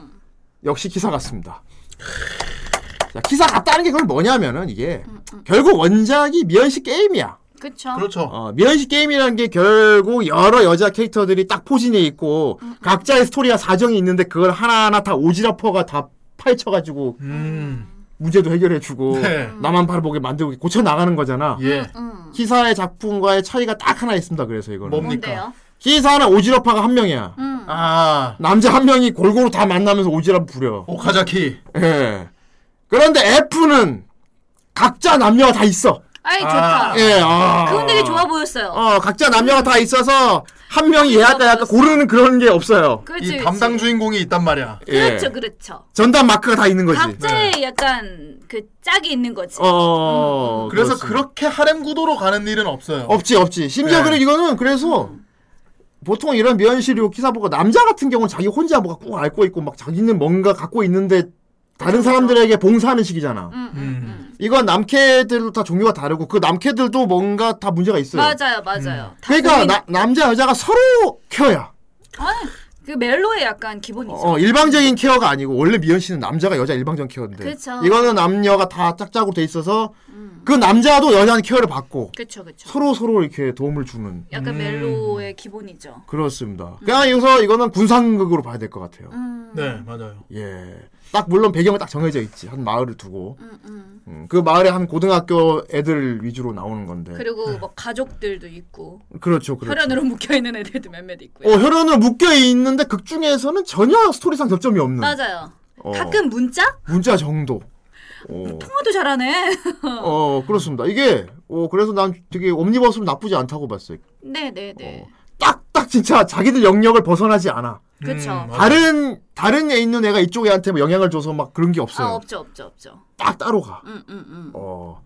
S1: 역시 키사 같습니다. 자, 키사 같다는 게 그걸 뭐냐면은 이게 결국 원작이 미연식 게임이야.
S3: 그쵸.
S2: 그렇죠.
S1: 어, 미연식 게임이라는 게 결국 여러 여자 캐릭터들이 딱 포진해 있고
S3: 음,
S1: 각자의 스토리와 사정이 있는데 그걸 하나하나 다 오지라퍼가 다 파헤쳐가지고
S2: 음,
S1: 문제도 해결해주고
S2: 네.
S1: 나만 바라보게 만들고 고쳐 나가는
S3: 어.
S1: 거잖아.
S2: 예,
S3: 음,
S1: 키사의 작품과의 차이가 딱 하나 있습니다. 그래서 이거는
S2: 뭡니까?
S3: 뭔데요?
S1: 키사는 오지라퍼가 한 명이야.
S3: 음.
S2: 아,
S1: 남자 한 명이 골고루 다 만나면서 오지랖 부려.
S2: 오카자키.
S1: 예. 그런데 F는 각자 남녀가 다 있어.
S3: 아이
S2: 아.
S3: 좋다.
S1: 예. 아.
S3: 그건 되게 좋아 보였어요.
S1: 어, 각자 남녀가 다 있어서 한 명이 얘할까 약간 고르는 그런 게 없어요.
S3: 그렇지.
S2: 이
S3: 그렇지.
S2: 담당 주인공이 있단 말이야.
S1: 예.
S3: 그렇죠 그렇죠.
S1: 전담 마크가 다 있는 거지. 네.
S3: 각자의 약간 그 짝이 있는 거지.
S1: 어.
S2: 그래서
S1: 그렇습니다. 예.
S2: 그렇게 하렘 구도로 가는 일은 없어요.
S1: 없지, 없지. 심지어
S2: 네.
S1: 그래 이거는 그래서
S3: 음.
S1: 보통 이런 미연시류 기사보고 남자 같은 경우는 자기 혼자 뭐가 꼭 앓고 있고 막 자기는 뭔가 갖고 있는데 다른
S3: 그렇죠.
S1: 사람들에게 봉사하는 식이잖아.
S2: 음,
S1: 이건 남캐들도 다 종류가 다르고 그 남캐들도 뭔가 다 문제가 있어요.
S3: 맞아요 맞아요. 다
S1: 그러니까
S3: 고민-
S1: 나- 남자 여자가 서로 케어야.
S3: 아니, 그 멜로의 약간 기본이죠.
S1: 어, 일방적인 케어가 아니고 원래 미연 씨는 남자가 여자 일방적인 케어인데
S3: 그쵸.
S1: 이거는 남녀가 다 짝짝으로 돼 있어서
S3: 음.
S1: 그 남자도 여자는 케어를 받고
S3: 그렇죠 그렇죠.
S1: 서로 서로 이렇게 도움을 주는
S3: 약간 멜로의 기본이죠.
S1: 그렇습니다. 그냥 여기서 이거는 군상극으로 봐야 될 것
S3: 음.
S1: 같아요.
S2: 네, 맞아요.
S1: 예. 딱 물론 배경은 딱 정해져 있지. 한 마을을 두고 음, 그 마을에 한 고등학교 애들 위주로 나오는 건데.
S3: 그리고 뭐 가족들도 있고
S1: 네. 그렇죠, 그렇죠.
S3: 혈연으로 묶여 있는 애들도 몇몇 있고요.
S1: 어, 혈연으로 묶여 있는데 극 중에서는 전혀 스토리상 접점이 없는
S3: 맞아요.
S1: 어.
S3: 가끔 문자
S1: 문자 정도. 어.
S3: 통화도 잘하네.
S1: 어 그렇습니다. 이게 어 그래서 난 되게 옴니버스는 나쁘지 않다고 봤어요.
S3: 네네네. 아,
S1: 딱딱 진짜 자기들 영역을 벗어나지 않아.
S3: 그쵸.
S2: 음, 맞아요.
S1: 다른 다른 애 있는 애가 이쪽 애한테 뭐 영향을 줘서 막 그런 게
S3: 아
S1: 없어요.
S3: 없죠 없죠 음, 없죠.
S1: 딱 따로 가.
S3: 응응응.
S1: 어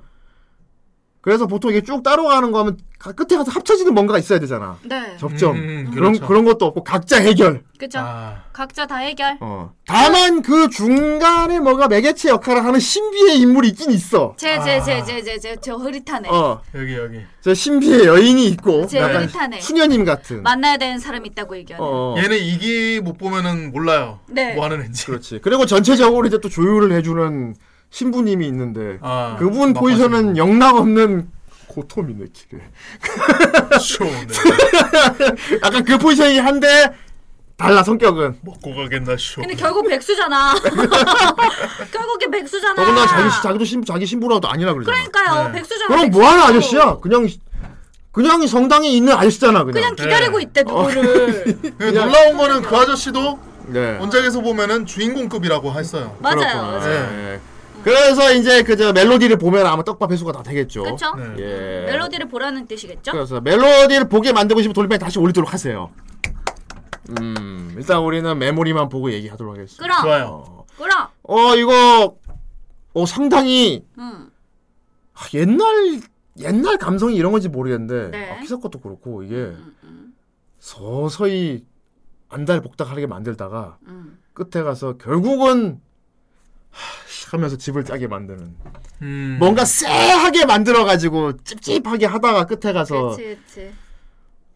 S1: 그래서 보통 이게 쭉 따로 가는 거 하면 가- 끝에 가서 합쳐지는 뭔가가 있어야 되잖아.
S3: 네.
S1: 접점
S2: 음,
S1: 그런
S2: 그렇죠.
S1: 그런 것도 없고 각자 해결.
S3: 그쵸.
S2: 아.
S3: 각자 다 해결.
S1: 어 다만 그 중간에 뭐가 매개체 역할을 하는 신비의 인물이 있긴 있어.
S3: 제 제 제 제 제 제 저 흐릿하네.
S1: 아. 어저
S2: 여기 여기
S1: 신비의 여인이 있고
S3: 제
S1: 약간
S3: 흐릿하네.
S1: 수녀님 같은.
S3: 음. 만나야 되는 사람 있다고 얘기하는.
S1: 어.
S2: 얘는 이기 못 보면은 몰라요
S3: 네.
S2: 뭐 하는 앤지
S1: 그렇지. 그리고 전체적으로 이제 또 조율을 해주는 신부님이 있는데
S2: 아,
S1: 그분 포지션은 영락 없는 고톰이네 길에.
S2: 맞죠 네.
S1: 약간 그 포지션이 한데 달라 성격은.
S2: 먹고 가겠나 쇼
S3: 근데 결국 백수잖아. 결국에 백수잖아.
S1: 더구나 자기 시- 자기도 신 자기 신부라도 아니라 그러잖아.
S3: 그러니까요. 그러니까.
S2: 네.
S3: 백수잖아.
S1: 그럼
S3: 백수.
S1: 뭐하는 아저씨야? 그냥 그냥 성당에 있는 아저씨잖아
S3: 그냥
S1: 그냥. 어.
S3: 기다리고
S2: 네.
S3: 있대 누구를.
S2: 근데 놀라운 거는 그 아저씨도
S1: 네.
S2: 원작에서 보면은 주인공급이라고 했어요
S3: 어, 맞아요.
S1: 그렇구나.
S3: 맞아요.
S1: 예. 그래서 이제 그저 멜로디를 보면 아마 떡밥 회수가 다 되겠죠.
S3: 그쵸?
S2: 네.
S1: 예.
S3: 멜로디를 보라는 뜻이겠죠?
S1: 그래서 멜로디를 보게 만들고 싶으면 돌림판 다시 올리도록 하세요. 음 일단 우리는 메모리만 보고 얘기하도록 하겠습니다.
S3: 그럼
S2: 좋아요
S1: 어,
S3: 그럼.
S1: 어 이거 어 상당히
S3: 음.
S1: 아, 옛날 옛날 감성이 이런 건지 모르겠는데
S3: 네. 음,
S1: 아, 피사 것도 그렇고 이게 서서히 안달복닥하게 만들다가
S3: 음.
S1: 끝에 가서 결국은 하, 씨 하면서 집을 짜게 만드는
S2: 음.
S1: 뭔가 쎄하게 만들어 가지고 찝찝하게 하다가 끝에 가서
S3: 그치 그치.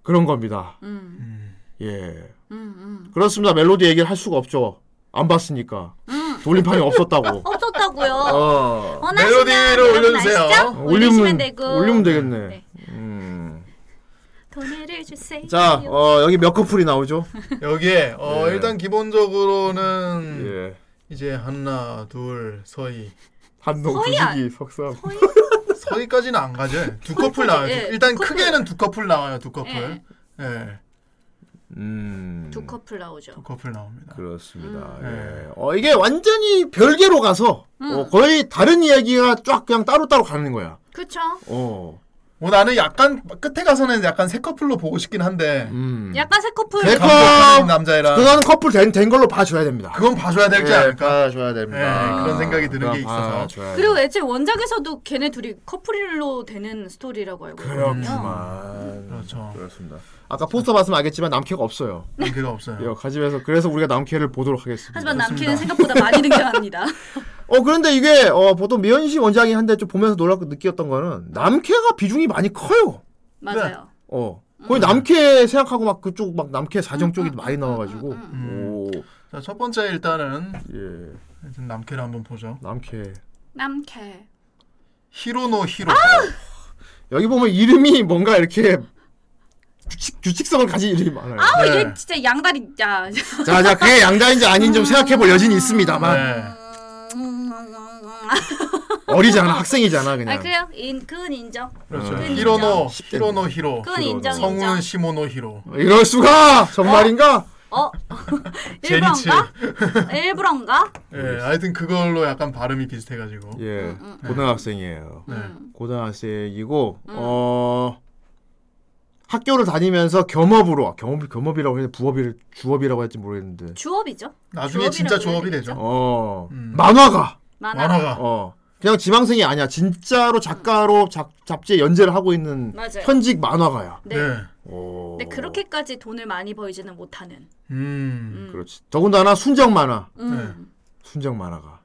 S1: 그런 겁니다.
S3: 음.
S1: 예. 예.
S3: 음, 음.
S1: 그렇습니다. 멜로디 얘기를 할 수가 없죠. 안 봤으니까.
S3: 음.
S1: 돌림판이 없었다고.
S3: 없었다고요.
S1: 어.
S3: 원하시면
S2: 멜로디를
S3: 여러분
S2: 올려주세요.
S3: 아시죠? 올리시면 되고.
S1: 올리면 되겠네.
S3: 네.
S1: 음.
S3: 돈을 주세요.
S1: 자, 어, 여기 몇 커플이 나오죠?
S2: 여기에 어,
S1: 예.
S2: 일단 기본적으로는
S1: 예.
S2: 이제 하나 둘 서희
S1: 한동
S3: 서희야.
S1: 두식이 석삼.
S2: 서희까지는 안 가죠. 두 커플 나와요.
S3: 예,
S2: 일단
S3: 커플.
S2: 크게는 두 커플 나와요. 두 커플.
S3: 예.
S2: 예.
S1: 음.
S3: 두 커플 나오죠.
S2: 두 커플 나옵니다.
S1: 그렇습니다.
S2: 음.
S1: 예. 어, 이게 완전히 별개로 가서 어, 거의 다른 이야기가 쫙 그냥 따로따로 가는 거야.
S3: 그쵸?
S1: 어.
S2: 뭐 나는 약간 끝에 가서는 약간 새 커플로 보고 싶긴 한데
S1: 음.
S3: 약간 새 커플.
S1: 새
S2: 감독하는 남자애랑
S1: 그거는 커플 된, 된 걸로 봐줘야 됩니다.
S2: 그건 봐줘야 될지
S1: 예,
S2: 않을까.
S1: 봐줘야 됩니다.
S2: 예, 그런 생각이 드는 게 있어서.
S1: 봐줘야
S3: 그리고 애초에 원작에서도 걔네 둘이 커플로 되는 스토리라고 알고 있거든요.
S1: 그렇구만.
S2: 그렇죠.
S1: 그렇습니다. 아까 포스터 봤으면 알겠지만 남캐가 없어요.
S2: 그게 없어요.
S1: 예, 가집에서 그래서 우리가 남캐를 보도록 하겠습니다.
S3: 음. 하지만 남캐는 생각보다 많이 등장합니다.
S1: 어 그런데 이게 어, 보통 미연 씨 원장이 한데 좀 보면서 놀랍고 느꼈던 거는 남캐가 비중이 많이 커요.
S3: 맞아요.
S1: 어
S3: 음.
S1: 거의 남캐 생각하고 막 그쪽 막 남캐 사정 쪽이 많이 나와가지고
S3: 음,
S1: 오
S2: 자, 첫 번째 일단은
S1: 예,
S2: 일단 남캐를 한번 보죠.
S1: 남캐.
S3: 남캐.
S2: 히로노 히로.
S3: 아!
S1: 여기 보면 이름이 뭔가 이렇게 규칙, 규칙성을 가진 이름이 많아요.
S3: 아,
S2: 네.
S3: 얘 진짜 양다리 야.
S1: 자, 자, 그게 양자인지 아닌지 좀 생각해볼 여진이 있습니다만
S3: 아!
S2: 네.
S1: 어리잖아, 학생이잖아 그냥.
S3: 아 그래요? 인 그건 인정.
S2: 그렇죠.
S1: 음.
S2: 히로노
S1: 십대.
S2: 히로노 히로.
S3: 그건 인정 인정.
S2: 성우는 시모노 히로.
S1: 이럴 수가 정말인가?
S3: 어?
S2: 제니치.
S3: 일부러인가? 일부러인가?
S2: 예, 하여튼 그걸로 약간 발음이 비슷해가지고.
S1: 예, 고등학생이에요.
S2: 네.
S3: 음.
S1: 고등학생이고 어 학교를 다니면서 겸업으로 겸업 겸업이라고 해야 부업이 주업이라고 할지 모르겠는데
S3: 주업이죠.
S2: 나중에 진짜
S3: 주업이라고
S2: 조업이 되죠.
S1: 어
S2: 음.
S1: 만화가
S3: 만화.
S2: 만화가.
S1: 어 그냥 지망생이 아니야 진짜로 작가로 작, 잡지에 연재를 하고 있는
S3: 맞아요.
S1: 현직 만화가야.
S3: 네.
S2: 네.
S1: 오.
S3: 근데 그렇게까지 돈을 많이 벌지는 못하는.
S2: 음.
S1: 그렇지. 더군다나 순정 만화
S3: 음.
S1: 순정 만화가.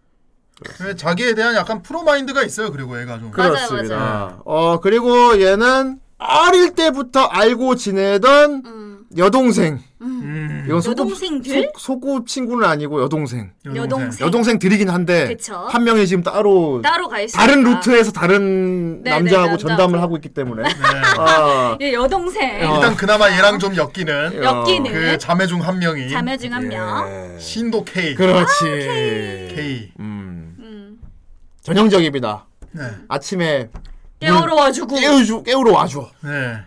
S2: 왜 네, 자기에 대한 약간 프로마인드가 있어요. 그리고 얘가 좀.
S3: 맞아요,
S1: 그렇습니다.
S2: 맞아요.
S1: 어 그리고 얘는 어릴 때부터 알고 지내던
S3: 음.
S1: 여동생.
S2: 음.
S1: 이건 소꿉
S3: 여동생들?
S1: 소- 소꿉 친구는 아니고 여동생.
S3: 여동생.
S1: 여동생들이긴 한데
S3: 그쵸.
S1: 한 명이 지금 따로
S3: 따로 가 있어.
S1: 다른 루트에서 다른
S3: 네,
S1: 남자하고
S3: 네, 남자하고.
S1: 전담을 하고 있기 때문에
S2: 네.
S1: 아,
S3: 예, 여동생.
S1: 어.
S2: 일단 그나마 얘랑 좀 엮이는
S3: 엮이는
S2: 그 자매 중 한 명이
S3: 네. 자매 그 중 한 명.
S1: 예.
S2: 신도 K.
S1: 그렇지.
S2: K.
S1: 음.
S3: 음.
S1: 전형적입니다.
S2: 네.
S1: 아침에
S3: 깨우러 와주고.
S1: 깨우주 깨우러 와줘.
S2: 네.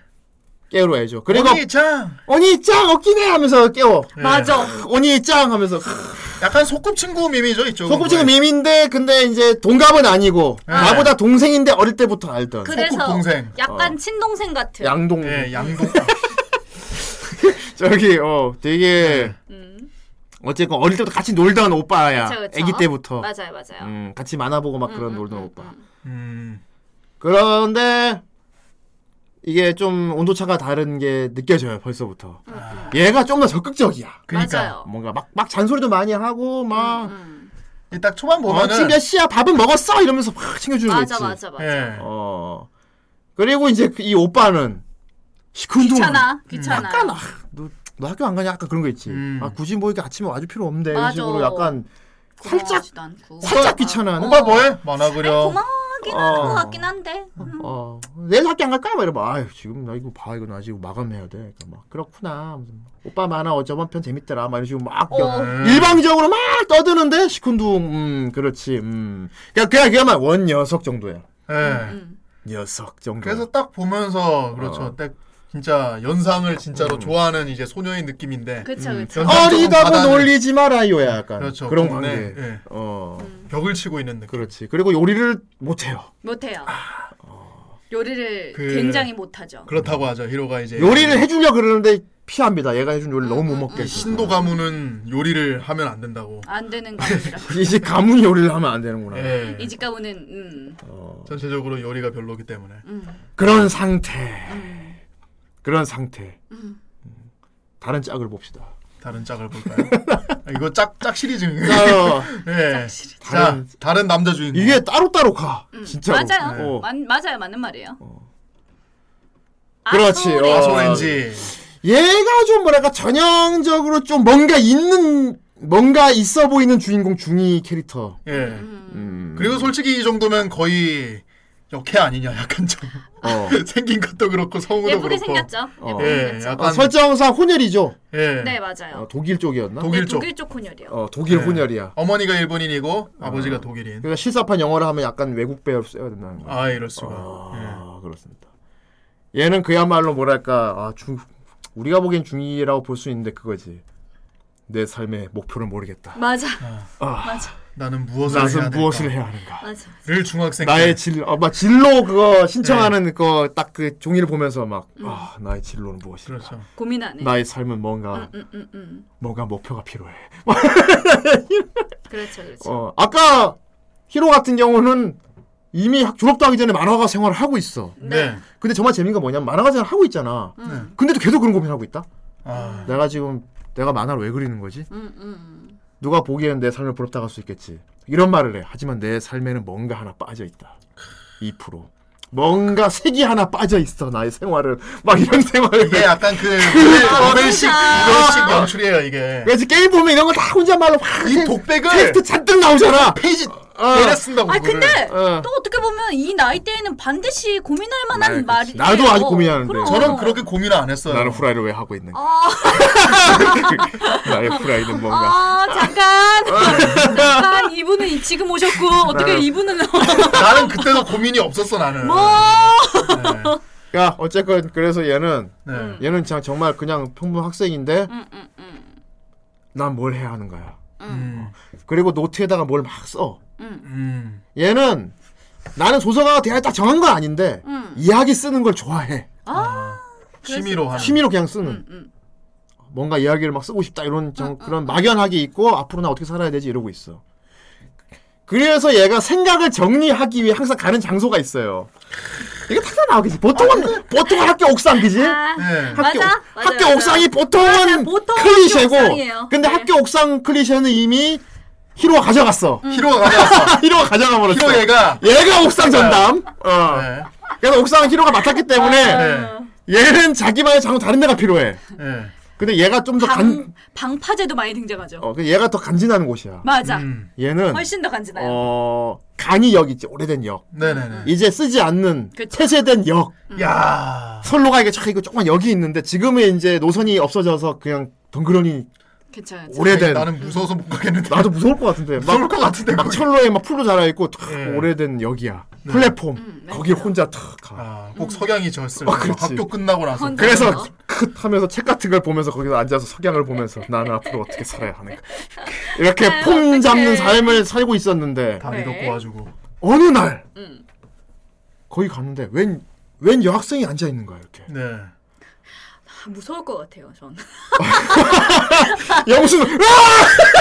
S1: 깨우러 와줘. 그리고
S2: 언니 짱.
S1: 언니 짱 어깨네 하면서 깨워.
S2: 네.
S3: 맞아.
S1: 언니 짱 하면서
S2: 약간 소꿉친구 밈이죠 이쪽.
S1: 소꿉친구 밈인데 근데 이제 동갑은 아니고
S2: 네.
S1: 나보다 동생인데 어릴 때부터 알던
S3: 그래서
S2: 동생.
S3: 약간 친동생 같은.
S1: 어. 양동
S2: 예, 양동.
S1: 저기 어 되게
S3: 음.
S1: 어쨌건 어릴 때부터 같이 놀던 오빠야.
S3: 그쵸, 그쵸.
S1: 아기 때부터.
S3: 맞아요, 맞아요.
S1: 음, 같이 만화 보고 막 그런
S3: 음,
S1: 놀던
S3: 음,
S1: 오빠.
S3: 음.
S2: 음.
S1: 그런데 이게 좀 온도차가 다른 게 느껴져요 벌써부터. 얘가 좀 더 적극적이야.
S2: 그러니까
S3: 맞아요.
S1: 뭔가 막 막 잔소리도 많이 하고 막
S3: 음.
S2: 이딱 초반
S1: 어,
S2: 보면은
S1: 지금 몇 시야 밥은 먹었어 이러면서 막 챙겨주는 거
S3: 맞아,
S1: 있지.
S3: 맞아, 맞아.
S2: 예.
S1: 어 그리고 이제 그이 오빠는 시큰둥.
S3: 귀찮아, 귀찮아.
S1: 약간 아, 너, 너 학교 안 가냐? 아까 그런 거 있지.
S2: 음.
S1: 아 굳이 뭐 이렇게 아침에 와줄 필요 없는데 이런
S3: 맞아.
S1: 식으로 약간 살짝
S3: 고마워하지도 않고.
S1: 살짝 어, 귀찮아하는.
S2: 오빠 뭐해? 만화
S3: 아니,
S2: 그려.
S3: 고마워하긴
S1: 어.
S3: 하는 것 같긴 한데. 음.
S1: 어 내일 학교 안 갈까? 막 이러면 아유 지금 나 이거 봐 이거 나 지금 마감해야 돼. 그러니까 막 그렇구나. 무슨 막, 오빠 만화 어 저번 편 재밌더라. 막 이런 식으로 막
S3: 어.
S1: 음. 일방적으로 막 떠드는데 시큰둥 음 그렇지 음 그냥 그냥 그야말 원 녀석 정도야. 네.
S2: 예.
S3: 음.
S1: 녀석 정도.
S2: 그래서 딱 보면서 그렇죠.
S1: 어. 음.
S2: 딱 진짜 연상을 진짜로 좋아하는 이제 소녀의 느낌인데
S3: 그쵸, 그쵸.
S2: 연상 조금
S1: 어리다고
S2: 받아는-
S1: 놀리지 말아요야 약간
S2: 그렇죠.
S1: 그런
S2: 네,
S1: 관계.
S2: 예.
S1: 어
S2: 벽을 치고 있는 느낌.
S1: 그렇지. 그리고 요리를 못해요.
S3: 못해요.
S1: 아, 어.
S3: 요리를
S2: 그-
S3: 굉장히 못하죠.
S2: 그렇다고 하죠. 히로가 이제
S1: 요리를 해주려 그러는데 피합니다. 얘가 해준 요리 너무 못 먹게.
S2: 신도 가문은 요리를 하면 안 된다고.
S3: 안 되는 가문이라.
S1: 이제 가문 요리를 하면 안 되는구나.
S2: 예.
S3: 아, 이 집 가문은 음.
S2: 전체적으로 요리가 별로기 때문에.
S1: 그런 상태. 그런 상태.
S3: 음.
S1: 다른 짝을 봅시다.
S2: 다른 짝을 볼까요? 아, 이거 짝, 짝 시리즈인가요?
S3: 어.
S1: 자,
S2: 예. 자,
S1: 다른-
S2: 다른 남자 주인공.
S1: 이게 따로따로 가. 진짜로.
S3: 음. 맞아요.
S1: 어.
S3: 만- 맞아요. 맞는 말이에요.
S1: 그렇지.
S3: 아소리.
S1: 어.
S2: 아소렌지.
S1: 얘가 좀 뭐랄까 전형적으로 좀 뭔가 있는 뭔가 있어 보이는 주인공 중이 캐릭터.
S2: 예.
S1: 음.
S3: 음.
S2: 그리고 솔직히 이 정도면 거의 역해 아니냐 약간 좀
S1: 어.
S2: 생긴 것도 그렇고 성우도
S3: 예쁘게
S2: 그렇고
S3: 생겼죠.
S1: 어.
S3: 예쁘게
S2: 예,
S3: 생겼죠.
S2: 약간
S1: 어, 설정상 혼혈이죠.
S2: 예.
S3: 네 맞아요.
S1: 어, 독일 쪽이었나?
S2: 독일
S3: 네,
S2: 쪽
S3: 독일 쪽 혼혈이요.
S1: 어, 독일
S2: 네.
S1: 혼혈이야.
S2: 어머니가 일본인이고 아버지가 독일인.
S1: 그러니까 실사판 영어를 하면 약간 외국 배우로 써야 된다는 거.
S2: 아 이럴 수가. 예.
S1: 아, 그렇습니다. 얘는 그야말로 뭐랄까 아, 중 우리가 보기엔 중이라고 볼 수 있는데 그거지. 내 삶의 목표를 모르겠다.
S3: 맞아
S1: 아,
S2: 예. 나는 무엇을 해야
S1: 나는
S2: 될까?
S1: 무엇을 해야 하는가?
S3: 맞아.
S2: 를 중학생
S1: 나의 진, 어, 막 진로 그거 신청하는 그거 딱 그 종이를 보면서 막, 아, 나의 진로는 무엇일까?
S2: 그렇죠.
S3: 고민하네.
S1: 나의 삶은 뭔가,
S3: 음, 음, 음.
S1: 뭔가 목표가 필요해.
S3: 그렇죠 그렇죠.
S1: 어, 아까 히로 같은 경우는 이미 학- 졸업도 하기 전에 만화가 생활을 하고 있어.
S2: 네.
S1: 근데 정말 재미있는 건 뭐냐면 만화가 생활을 하고 있잖아.
S3: 음.
S1: 근데도 계속 그런 고민하고 있다?
S2: 아,
S1: 내가 지금 내가 만화를 왜 그리는 거지?
S3: 음, 음, 음.
S1: 누가 보기에는 내 삶을 부럽다 할 수 있겠지. 이런 말을 해. 하지만 내 삶에는 뭔가 하나 빠져 있다. 2%. 뭔가 색이 하나 빠져 있어 나의 생활을 막 이런 생활을
S2: 이게 약간 그
S3: 아,
S2: 노벨식
S3: 진짜.
S1: 아.
S2: 노벨식 연출이에요 이게.
S1: 그래서 게임 보면 이런 거 다 혼자말로 확
S2: 이
S1: 이
S2: 독백을
S1: 텍스트 잔뜩 나오잖아.
S2: 페이지
S1: 어.
S2: 내려 쓴다고.
S3: 아
S2: 그거를.
S3: 근데
S1: 어.
S3: 또 어떻게 보면 이 나이 때에는 반드시 고민할 만한
S1: 네, 그치.
S3: 말이
S1: 나도 아직 고민하는데.
S3: 어.
S2: 저는 그렇게 고민을 안 했어요.
S1: 나는 후라이를 왜 하고 있는가?
S3: 아,
S1: 나의 후라이는 뭔가. 어.
S3: 아 잠깐 잠깐 이분은 지금 오셨고 어떻게
S1: 나는-
S3: 이분은
S2: 나는 그때도 고민이 없었어 나는.
S3: 뭐?
S1: 야 어쨌건 그래서 얘는
S2: 네. 네.
S1: 얘는 그냥 정말 그냥 평범 학생인데
S3: 음, 음, 음,
S1: 난 뭘 해야 하는 거야.
S2: 음.
S1: 그리고 노트에다가 뭘 막 써.
S2: 음.
S1: 얘는 나는 소설가가 돼야 딱 정한 건 아닌데
S3: 음.
S1: 이야기 쓰는 걸 좋아해.
S2: 취미로 하는.
S1: 취미로 그냥 쓰는
S3: 음, 음.
S1: 뭔가 이야기를 막 쓰고 싶다 이런 정- 그런 막연하게 있고 앞으로 나 어떻게 살아야 되지 이러고 있어. 그래서 얘가 생각을 정리하기 위해 항상 가는 장소가 있어요. 이게 탁 나오겠지. 보통은 보통은 학교 옥상 그지?
S3: 네. 아,
S2: 네.
S1: 학교
S3: 맞아, 맞아,
S1: 학교
S3: 맞아.
S1: 옥상이
S3: 맞아,
S1: 보통은
S3: 보통
S1: 클리셰고
S3: 학교 옥상이에요.
S1: 근데
S3: 네.
S1: 학교 옥상 클리셰는 이미 히로가 가져갔어.
S3: 음.
S2: 히로가 가져왔어.
S1: 히로가 가져가 버렸어.
S2: 히로 얘가.
S1: 얘가 옥상 전담. 어.
S2: 네.
S1: 그래서 옥상 히로가 맡았기 때문에
S3: 아, 어,
S2: 네.
S1: 얘는 자기만의 장소 다른 데가 필요해.
S2: 네.
S1: 근데 얘가 좀 더 간,
S3: 방 방파제도 많이 등장하죠.
S1: 어, 그 얘가 더 간지나는 곳이야.
S3: 맞아.
S2: 음.
S1: 얘는
S3: 훨씬 더 간지나요.
S1: 어 간이 역 있지 오래된 역.
S2: 네네네.
S1: 이제 쓰지 않는
S3: 그쵸.
S1: 폐쇄된 역.
S2: 음. 야.
S1: 선로가 이게 촥 이거 조그만 역이 있는데 지금은 이제 노선이 없어져서 그냥 덩그러니
S3: 괜찮아요.
S1: 오래된.
S2: 나는 무서워서 못 가겠는데.
S1: 나도 무서울 것 같은데.
S2: 무서울
S1: 막,
S2: 것 같은데.
S1: 막
S2: 거기.
S1: 철로에 막 풀로 자라 있고 탁
S2: 예.
S1: 오래된 역이야.
S2: 네.
S1: 플랫폼.
S3: 음,
S1: 거기
S3: 맞아요.
S1: 혼자 탁 가.
S2: 아, 꼭 석양이 졌을
S1: 어,
S2: 때
S1: 그렇지.
S2: 학교 끝나고 나서.
S3: 혼자.
S1: 그래서
S3: 맞아요.
S1: 크 하면서 책 같은 걸 보면서 거기서 앉아서 석양을 보면서 나는 앞으로 어떻게 살아야 하는가. 이렇게
S3: 아유,
S1: 폼
S3: 네, 어떡해.
S1: 잡는 삶을 살고 있었는데
S2: 다리도
S3: 네.
S2: 꼬아주고.
S1: 어느 날
S3: 음.
S1: 거기 갔는데 웬, 웬 여학생이 앉아 있는 거야 이렇게
S2: 네.
S3: 아, 무서울 것 같아요. 전.
S1: 영수는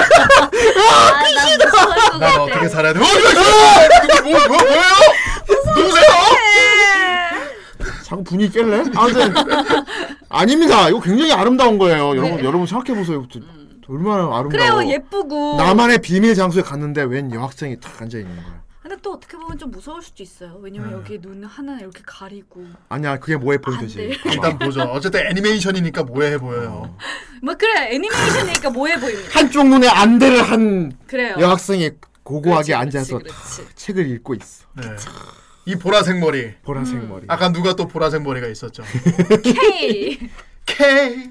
S3: 아, 난 무서울 것
S2: 난
S3: 같아.
S2: 어떻게 살아야 돼? 어, 이거 이거 뭐, 뭐, 뭐예요? 누구세요?
S1: 자꾸 분위기 깰래? 아무튼 네. 아닙니다. 이거 굉장히 아름다운 거예요. 여러분 여러분 생각해 보세요. 얼마나 아름다워.
S3: 네. 음. 그래요 예쁘고.
S1: 나만의 비밀 장소에 갔는데 웬 여학생이 탁 앉아 있는 거야.
S3: 근데 또 어떻게 보면 좀 무서울 수도 있어요. 왜냐면 여기 눈 하나 이렇게 가리고
S1: 아니야 그게 뭐해
S3: 안
S1: 포인트지.
S3: 돼.
S1: 봐봐.
S2: 일단 보죠. 어쨌든 애니메이션이니까 뭐해 보여요.
S3: 뭐 그래 애니메이션이니까 뭐해 보입니다.
S1: 한쪽 눈에 안대를 한
S3: 그래요.
S1: 여학생이 고고하게
S3: 어. 그렇지,
S1: 앉아서
S3: 그렇지, 그렇지.
S1: 탁 책을 읽고 있어.
S2: 네. 이 보라색 머리.
S1: 보라색
S3: 음.
S1: 머리.
S2: 아까 누가 또 보라색 머리가 있었죠.
S3: K
S2: K.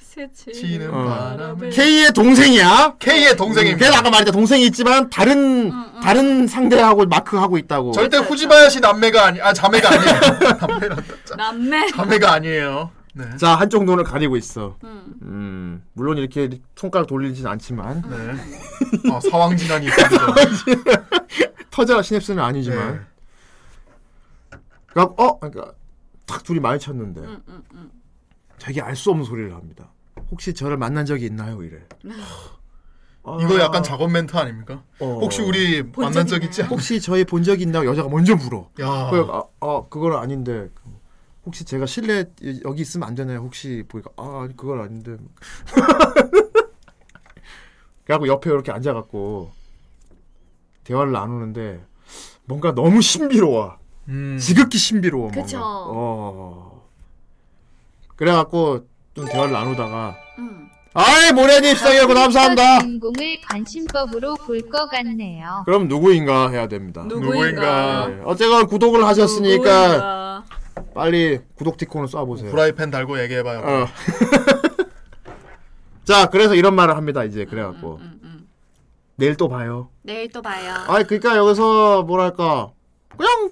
S3: 새치
S2: 지는
S1: 어.
S2: 바람에.
S1: K의 동생이야.
S2: K의
S1: 걔는
S2: 동생입니다.
S1: 아까 말했다 동생이 있지만 다른
S3: 음,
S1: 다른 상대하고 마크하고 있다고.
S2: 절대 후지바야시 남매가 아니, 아 자매가 아니에요. 남매란다.
S3: 남매
S2: 자매가 아니에요. 네.
S1: 자 한쪽 눈을 가리고 있어.
S3: 음.
S1: 음, 물론 이렇게 손가락 돌리진 않지만
S2: 네. 어, 사황 진환이 있습니다.
S1: 터자 시냅스는 아니지만.
S2: 네.
S1: 그러니까 어, 그러니까 탁 둘이 마주쳤는데
S3: 음, 음, 음.
S1: 되게 알 수 없는 소리를 합니다. 혹시 저를 만난 적이 있나요? 이래.
S3: 음.
S1: 아,
S2: 이거 약간 작업 멘트 아닙니까?
S1: 어.
S2: 혹시 우리 만난 적 있지? 않-
S1: 혹시 저희 본 적이 있나요? 여자가 먼저 물어.
S2: 야.
S1: 그래, 아, 아, 그건 아닌데 혹시 제가 실내 여기 있으면 안 되나요? 혹시 보니까 아 아니, 그건 아닌데. 그래갖고 옆에 이렇게 앉아갖고 대화를 나누는데 뭔가 너무 신비로워.
S2: 음.
S1: 지극히 신비로워. 뭔가.
S3: 그쵸.
S1: 어. 그래갖고 좀 대화를 나누다가
S3: 음.
S1: 아이 모래님 시작이고 감사합니다.
S6: 주인공을 관심법으로 볼 것 같네요.
S1: 그럼 누구인가 해야 됩니다.
S3: 누구인가.
S1: 네, 어쨌건 구독을 하셨으니까
S3: 누구인가.
S1: 빨리 구독 티콘을 쏴보세요.
S2: 프라이팬 달고 얘기해봐요.
S1: 어. 자 그래서 이런 말을 합니다. 이제 그래갖고
S3: 음, 음.
S1: 내일 또 봐요.
S3: 내일 또 봐요.
S1: 아니 그러니까 여기서 뭐랄까 그냥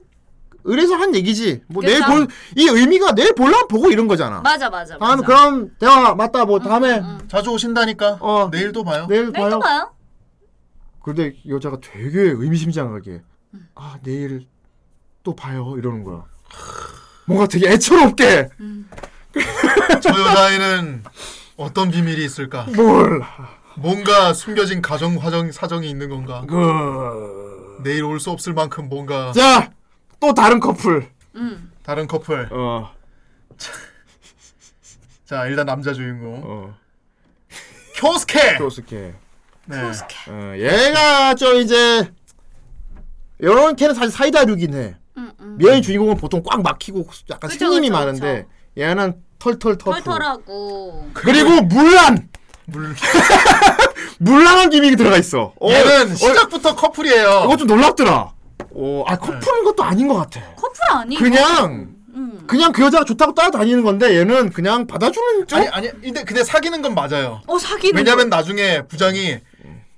S1: 의뢰서 한 얘기지. 뭐 내일
S3: 그쵸.
S1: 볼 이 의미가 내일 볼랑 보고 이런 거잖아.
S3: 맞아 맞아.
S1: 다음
S3: 맞아.
S1: 그럼 대화 맞다 뭐 다음에
S2: 자주 오신다니까.
S1: 어.
S2: 내일 또 봐요.
S1: 내일
S3: 내일
S1: 봐요.
S3: 또 봐요.
S1: 근데 여자가 되게 의미심장하게 아 내일 또 봐요 이러는 거야. 뭔가 되게 애처롭게
S2: 저 여자애는 어떤 비밀이 있을까?
S1: 음. 뭘
S2: 뭔가 숨겨진 가정 화정 사정이 있는 건가?
S1: 그...
S2: 내일 올 수 없을 만큼 뭔가
S1: 자또 다른 커플
S3: 음.
S2: 다른 커플.
S1: 어
S2: 자 일단 남자 주인공
S1: 어.
S2: 쿄스케.
S1: 조스케
S2: 네.
S1: 어, 얘가 좀 이제 이런 캐는 사실 사이다류긴 해.
S3: 음, 음.
S1: 미연이 주인공은 보통 꽉 막히고 약간
S3: 그쵸,
S1: 생김이
S3: 그쵸,
S1: 많은데 얘는 털털 터프.
S3: 털털하고.
S1: 그리고 물란
S2: 물.
S1: 물란한 기믹이 들어가 있어. 어,
S2: 얘는
S1: 어,
S2: 시작부터 커플이에요.
S1: 이거 좀 놀랍더라. 어, 아 커플인 것도 아닌 것 같아.
S3: 커플 아니고.
S1: 그냥
S3: 음.
S1: 그냥 그 여자가 좋다고 따라다니는 건데 얘는 그냥 받아주는 쪽.
S2: 아니 아니 근데 근데 사귀는 건 맞아요.
S3: 어 사귀는.
S2: 왜냐면 나중에 부장이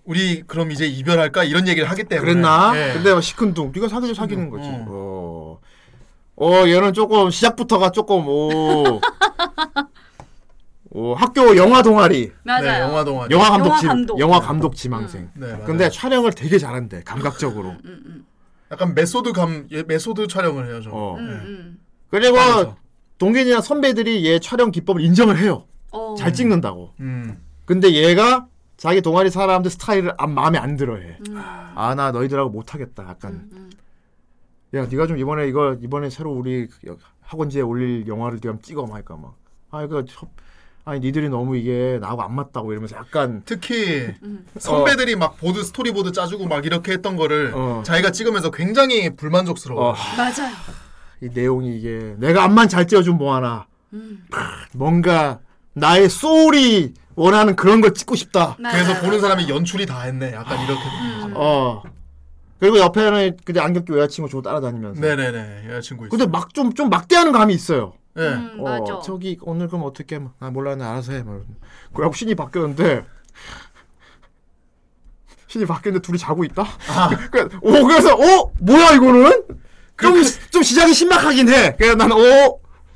S2: 우리 그럼 이제 이별할까 이런 얘기를 하기 때문에.
S1: 그랬나?
S2: 예.
S1: 근데 막 시큰둥. 네가 사귀자 사귀는 거지.
S2: 음.
S1: 어. 어, 얘는 조금 시작부터가 조금 오. 오, 학교 영화 동아리.
S3: 맞아요.
S2: 네, 영화 동아리.
S1: 영화 감독 지
S3: 영화 감독.
S1: 영화 감독 지망생.
S2: 네, 맞아요.
S1: 근데 촬영을 되게 잘한대. 감각적으로.
S3: 음, 음.
S2: 약간 메소드 감 예, 메소드 촬영을 해요, 저.
S1: 어.
S3: 음, 음.
S1: 그리고
S2: 맞아.
S1: 동기이나 선배들이 얘 촬영 기법을 인정을 해요.
S3: 어.
S1: 잘 찍는다고.
S2: 음.
S1: 근데 얘가 자기 동아리 사람들 스타일을 안 마음에 안 들어해. 아 나 너희들하고 못하겠다. 약간
S3: 음.
S1: 야, 네가 좀 이번에 이거 이번에 새로 우리 여- 학원지에 올릴 영화를 네가 한번 찍어 막 하니까 막. 아, 이거 저- 아니 니들이 너무 이게 나하고 안 맞다고 이러면서 약간
S2: 특히
S3: 음.
S2: 선배들이 막 보드 스토리보드 짜주고 막 이렇게 했던 거를
S1: 어.
S2: 자기가 찍으면서 굉장히 불만족스러워.
S1: 어,
S3: 맞아요.
S1: 이 내용이 이게 내가 앞만 잘 찌워준 뭐하나
S3: 음.
S1: 뭔가 나의 소울이 원하는 그런 걸 찍고 싶다.
S3: 맞아요. 음.
S2: 그래서 보는 사람이 연출이 다 했네.
S1: 아.
S2: 약간 이렇게.
S1: 어. 그리고 옆에는 그 안경끼 여자친구 주고 따라다니면서.
S2: 네네네 여자친구 있어.
S1: 근데 막 좀 좀 막대하는 감이 있어요.
S2: 예.
S3: 음,
S1: 어,
S3: 맞아.
S1: 저기 오늘 그럼 어떻게 해? 아 몰라 나 알아서 해. 막 이러고. 그래갖고 신이 바뀌었는데 신이 바뀌었는데 둘이 자고 있다. 그래, 오 그래서 어 뭐야 이거는 좀 좀 시작이 신박하긴 해. 그래서 난어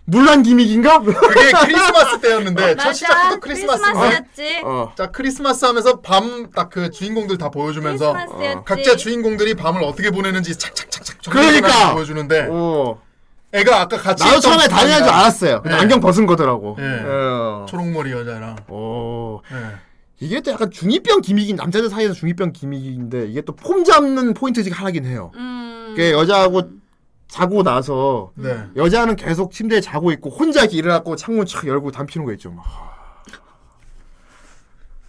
S1: 물란 기믹인가?
S2: 그게 크리스마스 때였는데 첫
S3: 맞아.
S2: 시작부터 크리스마스인데
S3: 크리스마스였지.
S1: 어.
S2: 자 크리스마스 하면서 밤 딱 그 주인공들 다 보여주면서 어,
S3: 크리스마스였지.
S2: 각자 주인공들이 밤을 어떻게 보내는지 착착착착
S1: 그러니까!
S2: 정리해가지고 보여주는데
S1: 어.
S2: 애가 아까 같이
S1: 나도
S2: 있던
S1: 처음에 다니는 줄
S2: 분이랑
S1: 알았어요. 근데
S2: 예.
S1: 안경 벗은 거더라고.
S2: 예.
S1: 예.
S2: 초록머리 여자랑
S1: 오.
S2: 예.
S1: 이게 또 약간 중2병 기믹인 남자들 사이에서 중2병 기믹인데 이게 또 폼 잡는 포인트 중 하나긴 해요.
S3: 음.
S1: 그게 여자하고 자고 나서
S2: 네.
S1: 여자는 계속 침대에 자고 있고 혼자 이렇게 일어났고 창문 촥 열고 담 피는 거 있죠. 뭐. 막.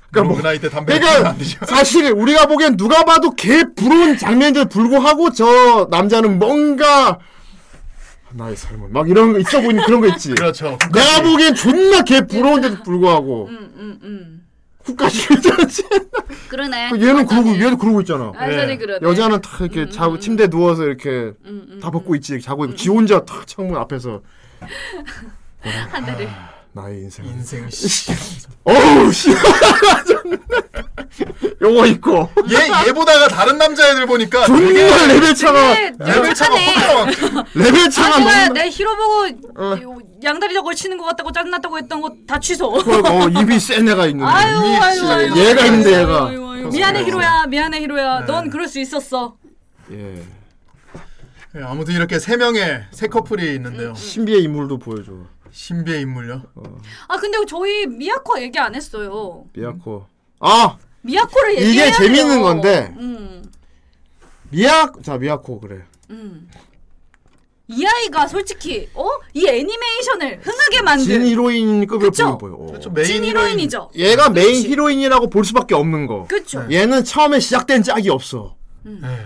S1: 그러니까 뭐-
S2: 그러니까 나이 때 담배 피면
S1: 그러니까
S2: 안 되죠.
S1: 사실 우리가 보기엔 누가 봐도 개 부러운 장면인데도 불구하고 저 남자는 뭔가 나의 삶은 막 이런 거 있어 보이는 그런 거 있지. 네.
S2: 그렇죠.
S1: 내가 보기엔 존나 개 부러운데도 불구하고
S3: 음, 음, 음.
S1: 국가지 있잖아.
S3: 그러네.
S1: 얘는 그러고 얘는 그러고 있잖아.
S3: 완전히
S2: 예.
S3: 그러네.
S1: 여자는 다 이렇게 자고 침대에 누워서 이렇게
S3: 음, 음.
S1: 다 벗고 있지 자고 있고 지 혼자 탁 창문 앞에서
S3: 하늘을.
S1: 나의 인생 은
S2: 인생 씨.
S1: 어우 씨 요거 있고
S2: 얘 얘보다가 다른 남자애들 보니까
S1: 존나
S2: 되게
S1: 레벨 차가
S3: 네,
S2: 레벨
S3: 아,
S2: 차가 확 나와.
S1: 레벨 차가 어.
S3: 내가
S1: 너무
S3: 내 히로 보고 요- 양다리 저걸 치는 것 같다고 짜증났다고 했던 거 다 취소.
S1: 어, 입이 센 애가 있는데
S3: 아유,
S1: 이-
S3: 아유, 아유.
S1: 얘가 있는데 얘가 네.
S3: 아유, 아유. 미안해 히로야, 미안해 히로야. 넌 그럴 수 있었어.
S1: 예
S2: 예, 아무튼 이렇게 세 명의 세 커플이 있는데요.
S1: 신비의 인물도 보여줘
S2: 신비의 인물요.
S3: 아 근데 저희 미야코 얘기 안 했어요.
S1: 미야코 아
S3: 예, 미야코를
S1: 이게
S3: 얘기해야
S1: 재밌는
S3: 돼요.
S1: 건데.
S3: 음,
S1: 미야 자 미야코 그래
S3: 음. 이 아이가 솔직히 어 이 애니메이션을 흥하게
S1: 진
S3: 만든
S1: 히로인급을
S3: 그쵸?
S1: 보여 보여 어.
S2: 그렇죠. 메인
S3: 진 히로인이죠.
S1: 얘가 메인 네.
S3: 그치.
S1: 히로인이라고 볼 수밖에 없는 거
S3: 그렇죠.
S1: 얘는 처음에 시작된 짝이 없어
S3: 음.
S2: 예.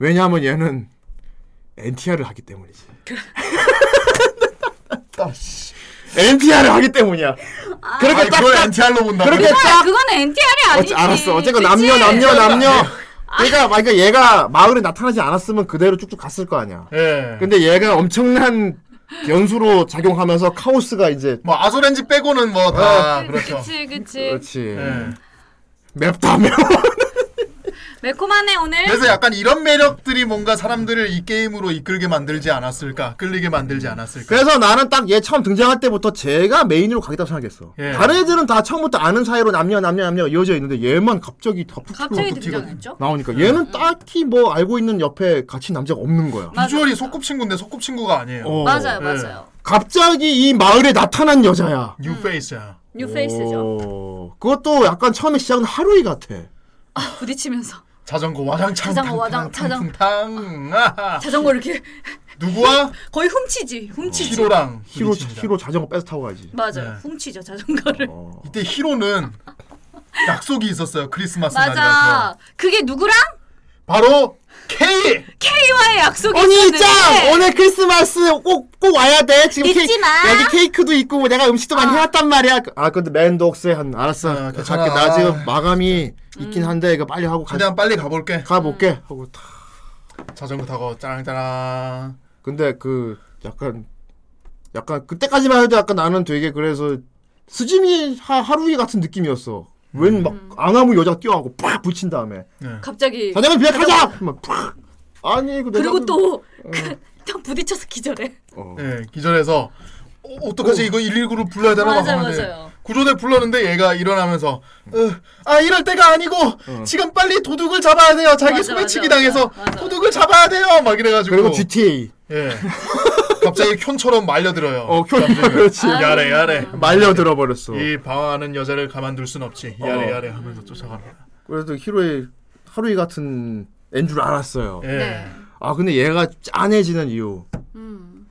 S1: 왜냐하면 얘는 NTR을 하기 때문이지
S2: 따, 아, 씨.
S1: NTR을 하기 때문이야. 그렇게
S2: 아니,
S1: 딱
S2: 그걸
S1: 딱-
S2: NTR로 본다.
S1: 그렇게
S2: 그래?
S1: 딱
S3: 그건 NTR이 아니지.
S1: 어째, 알았어. 어쨌건
S3: 그치?
S1: 남녀 남녀 남녀.
S2: 아.
S1: 그러니까 막 그러니까 얘가 마을에 나타나지 않았으면 그대로 쭉쭉 갔을 거 아니야.
S2: 예.
S1: 근데 얘가 엄청난 변수로 작용하면서 카오스가 이제
S2: 뭐 아소렌지 빼고는 뭐 다
S1: 아,
S2: 그렇죠.
S3: 그치 그치.
S1: 그렇지.
S2: 예.
S1: 맵다 매워.
S3: 매콤하네 오늘.
S2: 그래서 약간 이런 매력들이 뭔가 사람들을 이 게임으로 이끌게 만들지 않았을까, 끌리게 만들지 않았을까.
S1: 그래서 나는 딱 얘 처음 등장할 때부터 제가 메인으로 가겠다고 생각했어.
S2: 예.
S1: 다른 애들은 다 처음부터 아는 사이로 남녀 남녀 남녀 이어져 있는데 얘만 갑자기 다
S3: 갑자기 음.
S1: 푸푸로
S3: 등장했죠?
S1: 나오니까 얘는 딱히 뭐 알고 있는 옆에 같이 남자가 없는 거야.
S2: 비주얼이 소꿉친구인데 소꿉친구가 아니에요.
S1: 어.
S3: 맞아요
S2: 예.
S3: 맞아요.
S1: 갑자기 이 마을에 나타난 여자야.
S3: 음.
S2: 뉴페이스야.
S3: 뉴페이스죠.
S1: 오, 그것도 약간 처음에 시작은 하루이 같아.
S3: 부딪히면서
S2: 자전거 와장창
S3: 자전거 와장- 자전-
S2: 탕탕탕 아하.
S3: 자전거 이렇게
S2: 누구와
S3: 거의 훔치지 훔치지.
S2: 히로랑
S1: 히로
S2: 부딪힙니다.
S1: 히로 자전거 뺏어 타고 가지.
S3: 맞아요
S2: 네.
S3: 훔치죠 자전거를.
S1: 어.
S2: 이때 히로는 약속이 있었어요 크리스마스 날이라서
S3: 맞아. 그게 누구랑?
S2: 바로 케이
S3: K와의 약속이
S1: 언니
S3: 있었는데.
S1: 짱 오늘 크리스마스 꼭 꼭 와야 돼. 지금
S4: 믿지 마.
S1: 여기 케이크도 있고 뭐 내가 음식도 많이 해왔단 말이야. 아 근데 맨독스에 한 알았어.
S2: 아, 괜찮아.
S1: 갈게 나 지금 마감이
S3: 음.
S1: 있긴 한데 이거 빨리 하고 가
S2: 최대한 빨리 가볼게
S1: 가볼게 하고 탁.
S2: 자전거 타고 짜랑짜랑
S1: 근데 그 약간 약간 그때까지만 해도 약간 나는 되게 그래서 스즈미 하, 하루이 같은 느낌이었어. 웬
S3: 음.
S1: 막 앙아무 여자 뛰어가고 팍 붙인 다음에
S3: 네. 갑자기
S1: 자네가 비약하자. 막팍 아니 그 내가
S3: 그리고 또 딱 부딪혀서 기절해.
S1: 어.
S2: 예, 기절해서 어, 어떡하지 이거 119를 불러야 되나 막
S3: 맞아,
S2: 하는데
S3: 맞아요.
S2: 구조대 불렀는데 얘가 일어나면서 으, 아 이럴 때가 아니고
S1: 어.
S2: 지금 빨리 도둑을 잡아야 돼요 자기
S3: 맞아,
S2: 소매치기
S3: 맞아,
S2: 당해서
S3: 맞아, 맞아.
S2: 도둑을 잡아야 돼요 막 이래가지고
S1: 그리고 GTA
S2: 예 갑자기 켠처럼 말려들어요 아,
S1: 어 효율 그렇지
S2: 야래 예. 야래
S3: 음.
S1: 말려 들어버렸어.
S2: 이 방황하는 여자를 가만둘 순 없지 야래
S1: 어.
S2: 야래 하면서 쫓아갑니다
S1: 그래도 히로의 하루이 같은 엔 줄 알았어요.
S2: 예.
S3: 네.
S1: 아 근데 얘가 짠해지는 이유
S3: 음.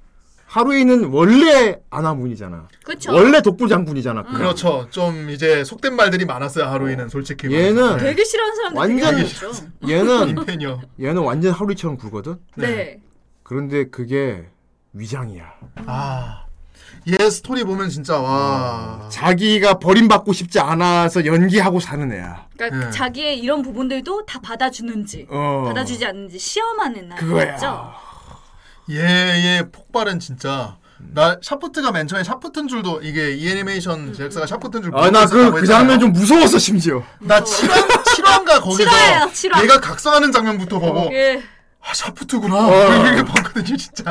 S1: 하루이는 원래 아나문이잖아.
S3: 그렇죠.
S1: 원래 독불 장군이잖아.
S3: 음.
S1: 그냥.
S2: 그렇죠. 좀 이제 속된 말들이 많았어요 하루이는 솔직히.
S1: 얘는
S2: 말해서. 예.
S3: 되게 싫어하는 사람들
S1: 완전
S3: 되게 많았죠.
S1: 얘는
S2: 인펜이요.
S1: 얘는 완전 하루이처럼 굴거든.
S3: 네.
S1: 그런데 그게 위장이야.
S2: 아. 얘 스토리 보면 진짜 와.
S1: 자기가 버림받고 싶지 않아서 연기하고 사는 애야.
S3: 그러니까
S2: 네.
S3: 자기의 이런 부분들도 다 받아주는지
S1: 예. 어.
S3: 받아주지 않는지 시험하는
S1: 그거야.
S3: 날이죠.
S2: 얘의 폭발은 진짜 나 샤프트가 맨 처음에 샤프트인 줄도 이게 이
S3: 음,
S2: 애니메이션 제작사가 샤프트인 줄 모르고
S1: 아 나 그
S2: 있었다고
S1: 그
S2: 했잖아요.
S1: 장면 좀 무서웠어 심지어.
S2: 나 7화 7화인가 거기서
S3: 칠화예요, 칠화.
S2: 얘가 각성하는 장면부터 보고
S3: 예.
S2: 아 샤프트구나.
S1: 어.
S2: 이렇게 봤거든요 진짜.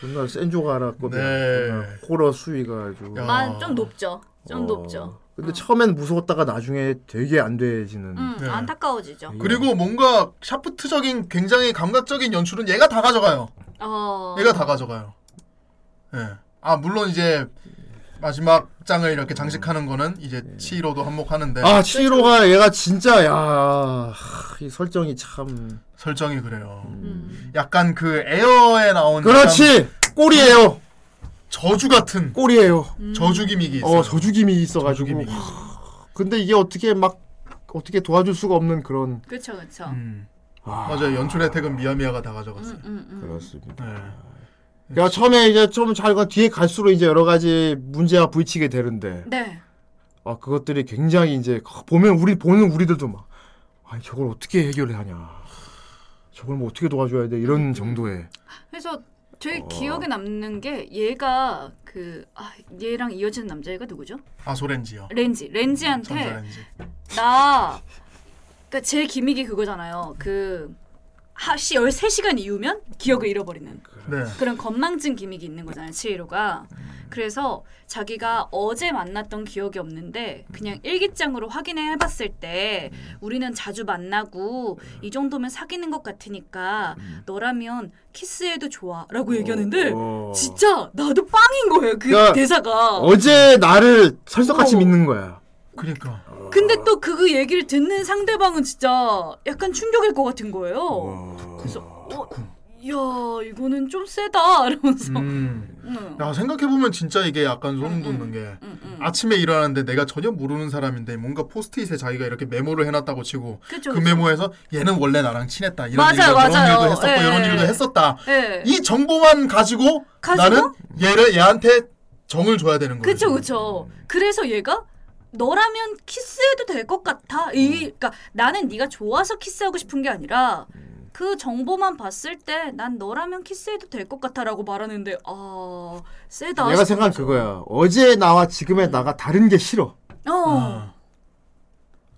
S1: 존나 센조가 알았거든.
S2: 네.
S1: 존나 호러 수위가 아주.
S2: 야.
S3: 만- 좀 높죠. 좀
S1: 어.
S3: 높죠.
S1: 근데 처음엔 무서웠다가 나중에 되게 안 돼지는. 예.
S3: 음,
S2: 네.
S3: 안타까워지죠.
S2: 그리고
S1: 음.
S2: 뭔가 샤프트적인 굉장히 감각적인 연출은 얘가 다 가져가요.
S3: 어.
S1: 그러니까
S2: 얘가 다 가져가요. 예. 아 물론 이제 마지막 장을 이렇게 장식하는 거는 이제 치히로도 한몫하는데
S1: 예. 아 치히로가 얘가 진짜 야. 하, 이 설정이 참.
S2: 설정이 그래요.
S3: 음.
S2: 약간 그 에어에 나온 약간
S1: 그렇지. 꼴이에요.
S2: 저주 같은
S1: 꼴이에요.
S3: 음.
S2: 저주 기믹이 있어요.
S1: 어 저주김이 있어가지고.
S2: 저주 기믹이
S1: 하, 근데 이게 어떻게 막 어떻게 도와줄 수가 없는 그런.
S3: 그렇죠, 그렇죠.
S2: 음.
S1: 아.
S2: 맞아요. 연출 혜택은 미야미야가 다 가져갔어요.
S3: 음,
S1: 그렇습니다.
S2: 예.
S1: 그러니까 처음에 이제 처음 잘가 뒤에 갈수록 이제 여러 가지 문제와 부딪히게 되는데
S3: 네.
S1: 아 그것들이 굉장히 이제 아, 보면 우리 보는 우리들도 막 아니 저걸 어떻게 해결해야 하냐 저걸 뭐 어떻게 도와줘야 돼 이런 정도의
S3: 그래서 되게
S1: 어.
S3: 기억에 남는 게 얘가 그 아, 얘랑 이어지는 남자애가 누구죠?
S2: 아소렌지요.
S1: 음,
S3: 렌지.
S2: 전자
S3: 렌지한테
S2: 렌지.
S3: 나 그러니까 제 기믹이 그거잖아요. 그 하시 13시간 이후면 기억을 잃어버리는
S2: 네.
S3: 그런 건망증 기믹이 있는 거잖아요, 치히로가. 그래서 자기가 어제 만났던 기억이 없는데 그냥 일기장으로 확인해 봤을 때 우리는 자주 만나고 이 정도면 사귀는 것 같으니까 너라면 키스해도 좋아라고 얘기하는데
S1: 어.
S3: 진짜 나도 빵인 거예요, 그
S1: 그러니까
S3: 대사가.
S1: 어제 나를
S3: 어.
S1: 설석같이 믿는 거야
S2: 그러니까
S3: 근데 또 그 얘기를 듣는 상대방은 진짜 약간 충격일 것 같은 거예요. 그래서 어, 야 이거는 좀 세다 이러면서.
S2: 음.
S3: 응.
S2: 야 생각해 보면 진짜 이게
S3: 음,
S2: 약간 소름 돋는 게
S3: 응, 응.
S2: 아침에 일어나는데 내가 전혀 모르는 사람인데 뭔가 포스트잇에 자기가 이렇게 메모를 해놨다고 치고
S3: 그쵸,
S2: 그
S3: 그쵸.
S2: 메모에서 얘는 원래 나랑 친했다 이런
S3: 맞아요,
S2: 일도 저런
S3: 맞아요.
S2: 일도 했었고
S3: 예.
S2: 이런 일도 했었다
S3: 예.
S2: 이 정보만 가지고,
S3: 가지고
S2: 나는 얘를 얘한테 정을 줘야 되는 거예요.
S3: 그쵸 그쵸. 그래서 얘가 너라면 키스해도 될 것 같아. 이, 그러니까 나는 네가 좋아서 키스하고 싶은 게 아니라 그 정보만 봤을 때 난 너라면 키스해도 될 것 같아라고 말하는데 아 세다.
S1: 내가 생각한 그거야. 어제 나와 지금의 나가 다른 게 싫어.
S3: 어.
S2: 아,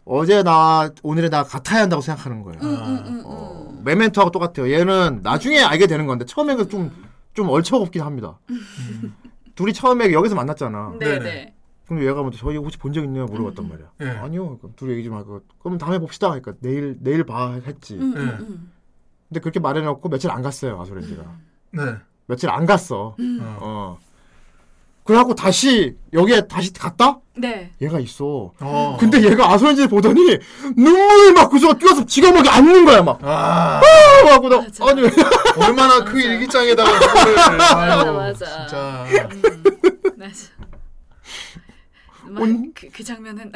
S1: 어제 나 오늘의 나 같아야 한다고 생각하는 거예요.
S3: 음, 음, 음, 음.
S1: 어, 메멘토하고 똑같아요. 얘는 나중에 알게 되는 건데 처음에는 그 좀 좀 얼척없긴 합니다.
S3: 음.
S1: 둘이 처음에 여기서 만났잖아.
S3: 네네.
S2: 네네.
S1: 그럼 얘가 먼저 저희 혹시 본 적 있냐
S3: 음.
S1: 물어봤단 말이야.
S2: 예.
S1: 아니요. 그럼 둘이 얘기 좀 하고 그럼 다음에 봅시다. 그러니까 내일 내일 봐 했지.
S3: 음, 음,
S2: 네.
S3: 음.
S1: 근데 그렇게 말해놓고 며칠 안 갔어요 아소렌지가.
S2: 네.
S1: 며칠 안 갔어.
S3: 음.
S2: 어.
S1: 어. 그래갖고 다시 여기에 다시 갔다?
S3: 네.
S1: 얘가 있어.
S2: 어.
S1: 근데 얘가 아소렌지 보더니 눈물이 막 그저 뛰어서 지가 막 앉는 거야 막.
S2: 아
S1: 아, 하고 나
S3: 맞아.
S1: 아니
S2: 얼마나 그 일기장에다가 그거를 아유,
S3: 맞아. 음.
S2: 진짜
S3: 맞아. 막 네. 그, 그 장면은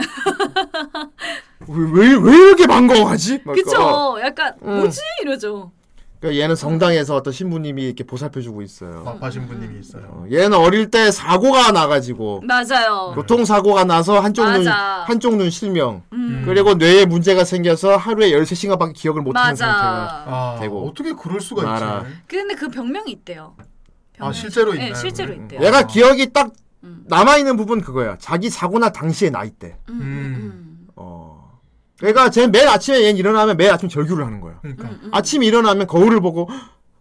S1: 왜왜 왜 이렇게 반가워하지? 막 어.
S3: 그쵸. 약간 뭐지 이러죠.
S1: 그러니까 얘는 성당에서 어떤 신부님이 이렇게 보살펴주고 있어요.
S2: 바빠신 분님이 있어요.
S1: 어, 얘는 어릴 때 사고가 나가지고
S3: 맞아요.
S1: 교통 사고가 나서 한쪽 눈
S3: 맞아.
S1: 한쪽 눈 실명.
S3: 음.
S1: 그리고 뇌에 문제가 생겨서 하루에 13시간밖에 기억을 못 하는 상태가
S3: 맞아.
S2: 아
S1: 되고.
S2: 어떻게 그럴 수가
S1: 나라.
S2: 있지?
S3: 근데 그 병명이 있대요.
S2: 아 실제로 있나요? 어.
S3: 네, 실제로
S2: 그게?
S3: 있대요.
S1: 얘가 기억이 딱
S3: 음.
S1: 남아 있는 부분 그거야. 자기 사고나 당시의 나이 때.
S3: 음,
S2: 음.
S1: 어. 그러니까 쟤 매일 아침에 얘는 일어나면 매일 아침 절규를 하는 거야.
S2: 그러니까
S1: 아침에 일어나면 거울을 보고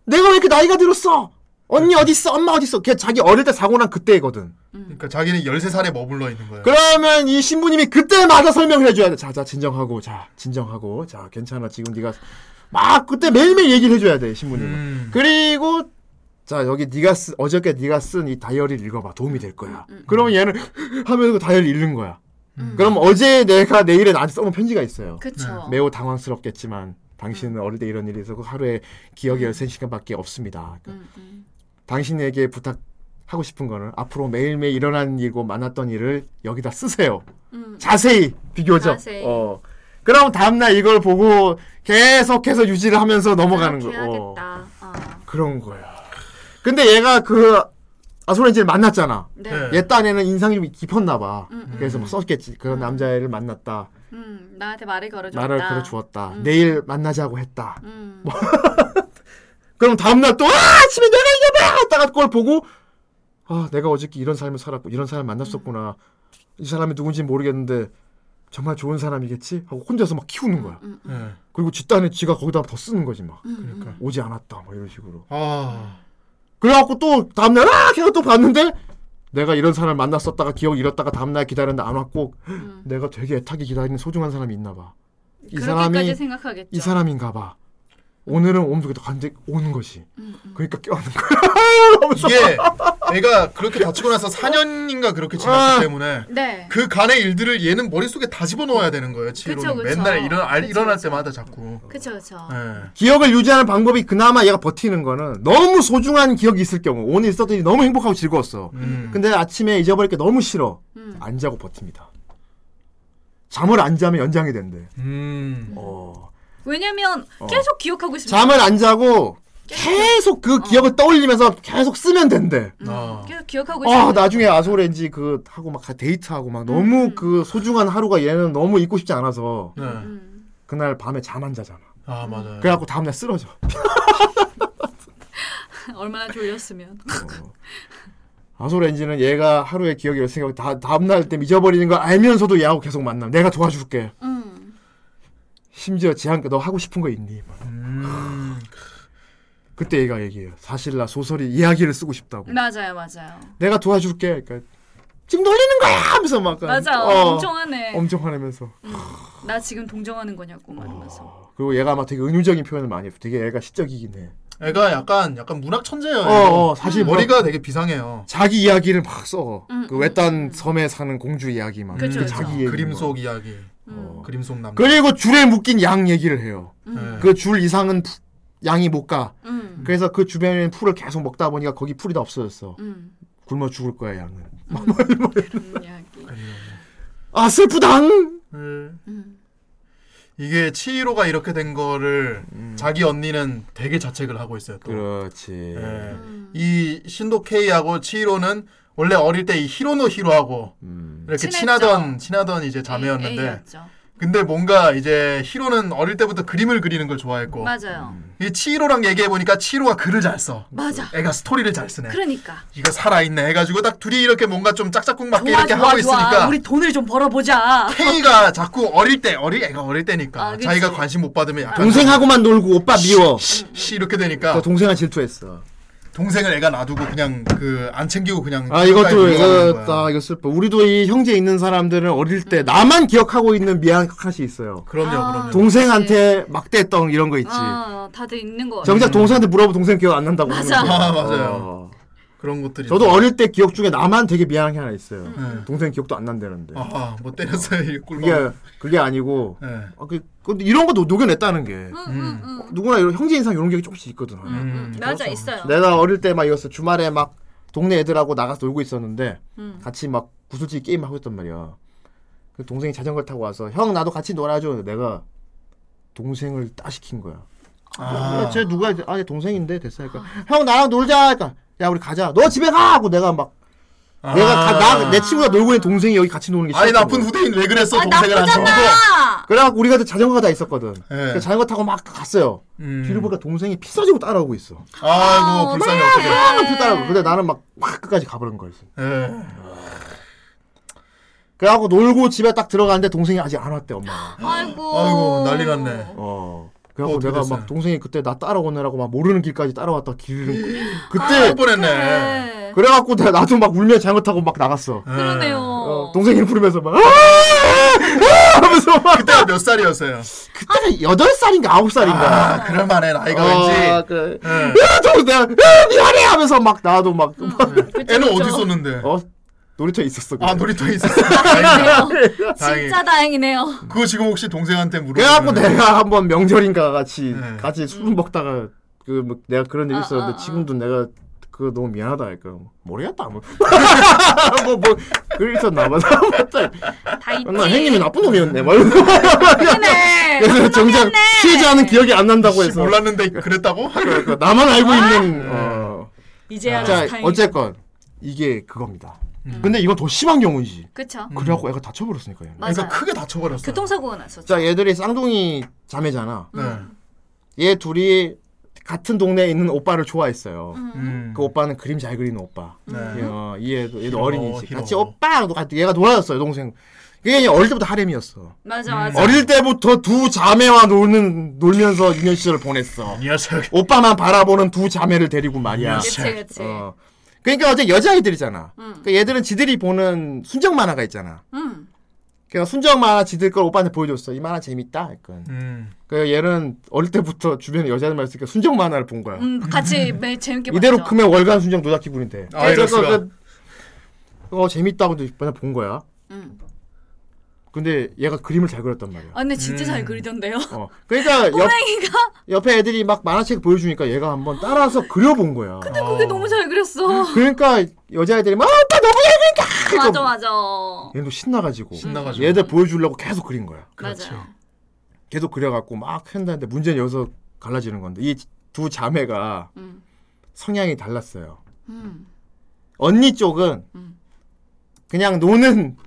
S1: 내가 왜 이렇게 나이가 들었어? 언니
S2: 네.
S1: 어디 있어? 엄마 어디 있어? 걔 자기 어릴 때 사고 난 그때거든.
S2: 그러니까 자기는 13살에 머물러 있는 거예요.
S1: 그러면 이 신부님이 그때마다 설명을 해줘야 돼. 자자 진정하고 자 진정하고 자 괜찮아 지금 네가 막 그때 매일매일 얘기를 해줘야 돼 신부님은.
S2: 음.
S1: 그리고 자 여기 네가 쓴 어저께 네가 쓴 이 다이어리를 읽어봐 도움이 될 거야. 그러면 얘는 하면서 그 다이어리 읽는 거야. 그럼 어제 내가 내일에 나한테 써놓은 편지가 있어요.
S3: 그쵸. 음,
S1: 매우 당황스럽겠지만 당신은 어릴 때 이런 일이 있어서 그 하루에 기억이 13시간밖에 없습니다. 그러니까
S3: 음, 음.
S1: 당신에게 부탁하고 싶은 거는 앞으로 매일매일 일어난 일고 만났던 일을 여기다 쓰세요.
S3: 음.
S1: 자세히 비교적.
S3: 자세히.
S1: 어. 그럼 다음날 이걸 보고 계속해서 유지를 하면서 넘어가는 거.
S3: 그렇게
S1: 어.
S3: 하겠다. 어.
S1: 그런 거야. 근데 얘가 그 아소렌지를 만났잖아.
S3: 네.
S2: 네.
S1: 얘 딴에는 인상이 좀 깊었나 봐.
S3: 음, 음.
S1: 그래서 뭐 썼겠지. 그런 남자애를 만났다.
S3: 음, 나한테 말을 걸어줬다.
S1: 나를 걸어 주었다. 뭐,
S3: 음.
S1: 내일 만나자고 했다.
S3: 음.
S1: 그럼 다음날 또 아, 아침에 내가 이겨봐 했다가 그걸 보고 아 내가 어저께 이런 삶을 살았고 이런 사람 만났었구나 이 사람이 누군지 모르겠는데 정말 좋은 사람이겠지 하고 혼자서 막 키우는 거야
S3: 음, 음.
S2: 네.
S1: 그리고 집단에 지가 거기다 더 쓰는 거지 막
S2: 그러니까.
S1: 오지 않았다 뭐 이런 식으로
S2: 아.
S1: 그래갖고 또 다음날 아 걔가 또 봤는데 내가 이런 사람을 만났었다가 기억 잃었다가 다음날 기다렸는데 안 왔고 내가 되게 애타게 기다리는 소중한 사람이 있나 봐이
S3: 음. 그렇게까지
S1: 사람이
S3: 생각하겠죠. 음.
S1: 이 사람인가 봐 오늘은 옴속에 또 간데 오는 것이 그러니까 껴안는 거야
S2: 이게 내가 그렇게 다치고 나서 4년인가 그렇게
S1: 아.
S2: 지났기 때문에
S3: 네.
S2: 그 간의 일들을 얘는 머릿속에 다 집어넣어야 되는 거예요. 치료는
S3: 그쵸, 그쵸.
S2: 맨날 일어 알,
S3: 그쵸,
S2: 일어날
S3: 그쵸.
S2: 때마다 자꾸.
S3: 그쵸 그쵸.
S1: 음.
S2: 네.
S1: 기억을 유지하는 방법이 그나마 얘가 버티는 거는 너무 소중한 기억이 있을 경우 오늘 있었던 일이 너무 행복하고 즐거웠어.
S2: 음.
S1: 근데 아침에 잊어버릴 게 너무 싫어.
S3: 음.
S1: 안 자고 버팁니다. 잠을 안 자면 연장이 된대.
S2: 음.
S1: 어.
S3: 왜냐면 계속 기억하고 싶어.
S1: 잠을 안 자고 계속 그 기억을 떠올리면서 계속 쓰면 된대.
S3: 음.
S2: 아.
S3: 계속 기억하고 싶어.
S1: 아 나중에 아소렌지 그 하고 막 데이트하고 막 너무 그 소중한 하루가 얘는 너무 잊고 싶지 않아서
S2: 네.
S3: 음.
S1: 그날 밤에 잠 안 자잖아.
S2: 아 맞아요.
S1: 그래갖고 다음날 쓰러져.
S3: 얼마나 졸렸으면.
S1: 아소렌지는 얘가 하루에 기억이 열생각다 다음날 때 잊어버리는 걸 알면서도 얘하고 계속 만나. 내가 도와줄게.
S3: 음.
S1: 심지어 지한가 너 하고 싶은 거 있니? 막.
S2: 음.
S1: 그때 얘가 얘기해요. 사실 나 소설이 이야기를 쓰고 싶다고.
S3: 맞아요 맞아요.
S1: 내가 도와줄게. 그러니까 지금 놀리는 거야 하면서 막
S3: 맞아.
S1: 어,
S3: 엄청 하네.
S1: 엄청 화내면서.
S3: 나 지금 동정하는 거냐고 말하면서.
S1: 그리고 얘가 막 되게 은유적인 표현을 많이 해. 되게 얘가 시적이긴 해.
S2: 애가 약간 약간 문학 천재예요. 음.
S1: 어, 어, 사실 뭐-
S2: 머리가 되게 비상해요.
S1: 자기 이야기를 막 써.
S3: 음,
S1: 그 외딴 섬에 사는 공주 이야기 막.
S3: 그쵸,
S1: 그
S3: 그쵸.
S1: 자기 얘기
S2: 그림
S1: 막.
S2: 속 이야기.
S3: 음.
S1: 어.
S2: 그림 속 남자.
S1: 그리고 줄에 묶인 양 얘기를 해요.
S2: 네.
S1: 그 줄 이상은 푸- 양이 못 가.
S3: 음.
S1: 그래서 그 주변에 풀을 계속 먹다 보니까 거기 풀이 다 없어졌어.
S3: 음.
S1: 굶어 죽을 거야 양은.
S3: 그런 이야기.
S1: 아 슬프당.
S3: 음,
S2: 네. 음. 이게 치히로가 이렇게 된 거를 자기 언니는 되게 자책을 하고 있어요. 또.
S1: 음. 그렇지.
S2: 예.
S3: 음.
S2: 이 신도 케이하고 치히로는 원래 어릴 때 이 히로노 히로하고
S1: 음.
S2: 이렇게
S3: 친했죠. 예,
S2: 친하던 친하던 이제 자매였는데
S3: A였죠.
S2: 근데 뭔가 이제 히로는 어릴 때부터 그림을 그리는 걸
S1: 뭐,
S2: 좋아했고
S3: 맞아요.
S1: 음,
S2: 이 치히로랑 얘기해 보니까 치히로가 글을 잘 써.
S3: 맞아.
S2: 애가 스토리를 잘 쓰네.
S3: 음. 그러니까
S2: 이거 살아있네 해가지고 딱 둘이 이렇게 뭔가 좀 짝짝꿍 맞게
S3: 좋아
S2: 이렇게
S3: 좋아
S2: 하고
S3: 좋아.
S2: 있으니까
S3: 우리 돈을 좀 벌어보자.
S2: K가 자꾸 어릴 때 어릴 애가 어릴 때니까
S3: 아, 그치.
S2: 자기가 관심 못 받으면 약간
S1: 동생하고만 놀고 오빠 미워.
S2: 씨,
S3: 음,
S2: 씨 이렇게 되니까
S1: 저 동생한 질투했어.
S2: 동생을 애가 놔두고 그냥 그 안 챙기고 그냥
S1: 아
S2: 가까이
S1: 이것도
S2: 놀아가는
S1: 이거
S2: 거야.
S1: 아 이거 슬퍼. 우리도 이 형제 있는 사람들은 어릴 때 나만 기억하고 있는 미안 컷이 있어요.
S2: 그럼요
S3: 아.
S2: 그럼요
S3: 네.
S1: 동생한테 막대떡 이런 거 있지.
S3: 어, 다들 있는 거 같아.
S1: 정작 동생한테 물어보면 동생 기억 안 난다고
S3: 맞아.
S1: 하는 거야.
S2: 아, 맞아요.
S1: 어.
S2: 그런 것들이
S1: 저도 어릴 때 기억 중에 나만 되게 미안한 게 하나 있어요.
S2: 음.
S1: 동생 기억도 안 난다는데.
S2: 아하 뭐 때렸어요 이 꿀밤
S1: 그게 그게 아니고
S2: 예.
S1: 아, 그, 근데 이런 것도 녹여냈다는 게
S2: 음.
S1: 누구나 이런 형제 인상 이런 게 조금씩 있거든.
S2: 음.
S3: 맞아 있어요.
S1: 내가 어릴 때 막 이었어 주말에 막 동네 애들하고 나가서 놀고 있었는데
S2: 음.
S1: 같이 막 구슬치기 게임 하고 있단 말이야. 그 동생이 자전거 타고 와서 형 나도 같이 놀아줘. 근데 내가 동생을 따 시킨 거야.
S3: 어,
S1: 아. 쟤 누가 이제 아얘 동생인데 됐어. 그러니까 형 나랑 놀자. 그러니까 야 우리 가자. 너 집에 가. 하고 내가 막
S2: 아.
S1: 내가 나내 친구가 놀고 있는 동생이 여기 같이 노는 게
S2: 아니
S1: 싫었던
S2: 나쁜
S1: 거야.
S2: 후대인 왜 그랬어
S3: 아
S2: 동생을 안 챙기고
S3: 나쁘잖아.
S1: 그래갖고 우리가 또 자전거가 다 있었거든.
S2: 예.
S1: 그 자전거 타고 막 갔어요.
S2: 음.
S1: 뒤를 보니까 동생이 피 써지고 따라오고 있어.
S2: 아이고 불쌍해 어떻게
S1: 막 따라오고. 근데 나는 막, 막 끝까지 가버린 거였어.
S2: 예.
S1: 그래갖고 놀고 집에 딱 들어가는데 동생이 아직 안 왔대 엄마.
S3: 아이고.
S2: 아이고 난리 났네
S1: 어. 그래갖고
S2: 어떻게
S1: 내가
S2: 됐어요?
S1: 막 동생이 그때 나 따라오느라고 막 모르는 길까지 따라왔다 길을
S3: 아,
S1: 그때
S2: 할 아, 뻔했네
S3: 네.
S1: 그래갖고 나, 나도 막 울며 장어 타고 막 나갔어.
S2: 예.
S3: 그러네요.
S1: 어, 동생이 부르면서 막 아아아아아 하면서 막
S2: 그때가 몇 살이었어요?
S1: 그때 여덟 살인가 아홉 살인가.
S2: 아, 그럴만해 나이가
S1: 아,
S2: 왠지.
S1: 그래.
S2: 예.
S1: 야, 동 내가 야, 미안해 하면서 막 나도 막, 막
S2: 애는 어디 있었는데?
S1: 어? 놀이터에 있었어.
S2: 아
S1: 그냥.
S2: 놀이터에 있었어. 다행이다. 다행이다.
S3: 진짜 다행이네요.
S2: 그거 지금 혹시 동생한테
S1: 그래갖고
S2: 물어보면
S1: 내가 한번 명절인가 같이
S2: 네.
S1: 같이 술 먹다가 그뭐 내가 그런 일이
S3: 음. 아,
S1: 있었는데
S3: 아, 아.
S1: 지금도 내가 그거 너무 미안하다 할까 뭐, 모르겠다 뭐뭐뭐 그일 있었나 봐.
S3: 다 있지.
S1: 나 형님이 나쁜 놈이었네. 막 이러고
S3: 네.
S1: 그래서 정작 피해자는 기억이 안 난다고
S2: 씨,
S1: 해서
S2: 몰랐는데 그랬다고?
S1: 그러니까 나만 알고 있는 어.
S3: 이제야
S1: 자
S3: 음. 아, 다행.
S1: 어쨌건 이게 그겁니다. 근데 이건 더 심한 경우지.
S3: 그쵸.
S1: 그래갖고 애가 다쳐버렸으니까 얘는.
S3: 맞아요.
S2: 음, 그러니까 크게 다쳐버렸어.
S3: 교통사고가 났었죠.
S1: 자 얘들이 쌍둥이 자매잖아.
S2: 네.
S3: 음.
S1: 얘 둘이 같은 동네에 있는 오빠를 좋아했어요.
S2: 음.
S1: 그 오빠는 그림 잘 그리는 오빠.
S2: 네.
S1: 어, 이 얘도, 얘도
S2: 히로,
S1: 어린이지.
S2: 히로.
S1: 같이 오빠! 하고 같이 얘가 놀아줬어요, 동생. 그게 그냥 어릴 때부터 하렘이었어.
S2: 음,
S3: 맞아 맞아.
S1: 어릴 때부터 두 자매와 노는, 놀면서 유년 시절을 보냈어.
S2: 녀석.
S1: 오빠만 바라보는 두 자매를 데리고 말이야.
S3: 음. 그치 그치.
S1: 어. 그러니까 어제 여자아이들이잖아. 그러니까 얘들은 지들이 보는 순정 만화가 있잖아.
S3: 음.
S1: 그러니까 순정 만화 지들 걸 오빠한테 보여줬어. 이 만화 재밌다. 그러니까.
S2: 음.
S1: 그러니까 얘는 어릴 때부터 주변에 여자들만 있으니까 순정 만화를 본 거야.
S3: 음 같이 매 재밌게
S1: 이대로
S3: 봤죠.
S1: 크면 월간 순정 노자 기분이 돼.
S2: 아, 이럴 수가.
S1: 어 재밌다고 이제 맨날 본 거야.
S3: 음.
S1: 근데 얘가 그림을 잘 그렸단 말이야.
S3: 아 근데
S2: 음.
S3: 진짜 잘 그리던데요.
S1: 어. 그러니까 옆,
S3: 호랭이가
S1: 옆에 애들이 막 만화책 보여주니까 얘가 한번 따라서 그려본 거야. 어.
S3: 근데
S2: 어.
S3: 그게 너무 잘 그렸어.
S1: 그러니까 여자애들이 막 아, 오빠 너무 잘
S2: 그러니까
S1: 그린다.
S3: 맞아 맞아.
S1: 얘도 신나가지고.
S2: 신나가지고.
S1: 얘들 보여주려고 계속 그린 거야.
S2: 그렇죠.
S3: 맞아.
S1: 계속 그려갖고 막 했는데 문제는 여기서 갈라지는 건데 이 두 자매가
S3: 음.
S1: 성향이 달랐어요.
S3: 음.
S1: 언니 쪽은
S3: 음.
S1: 그냥 노는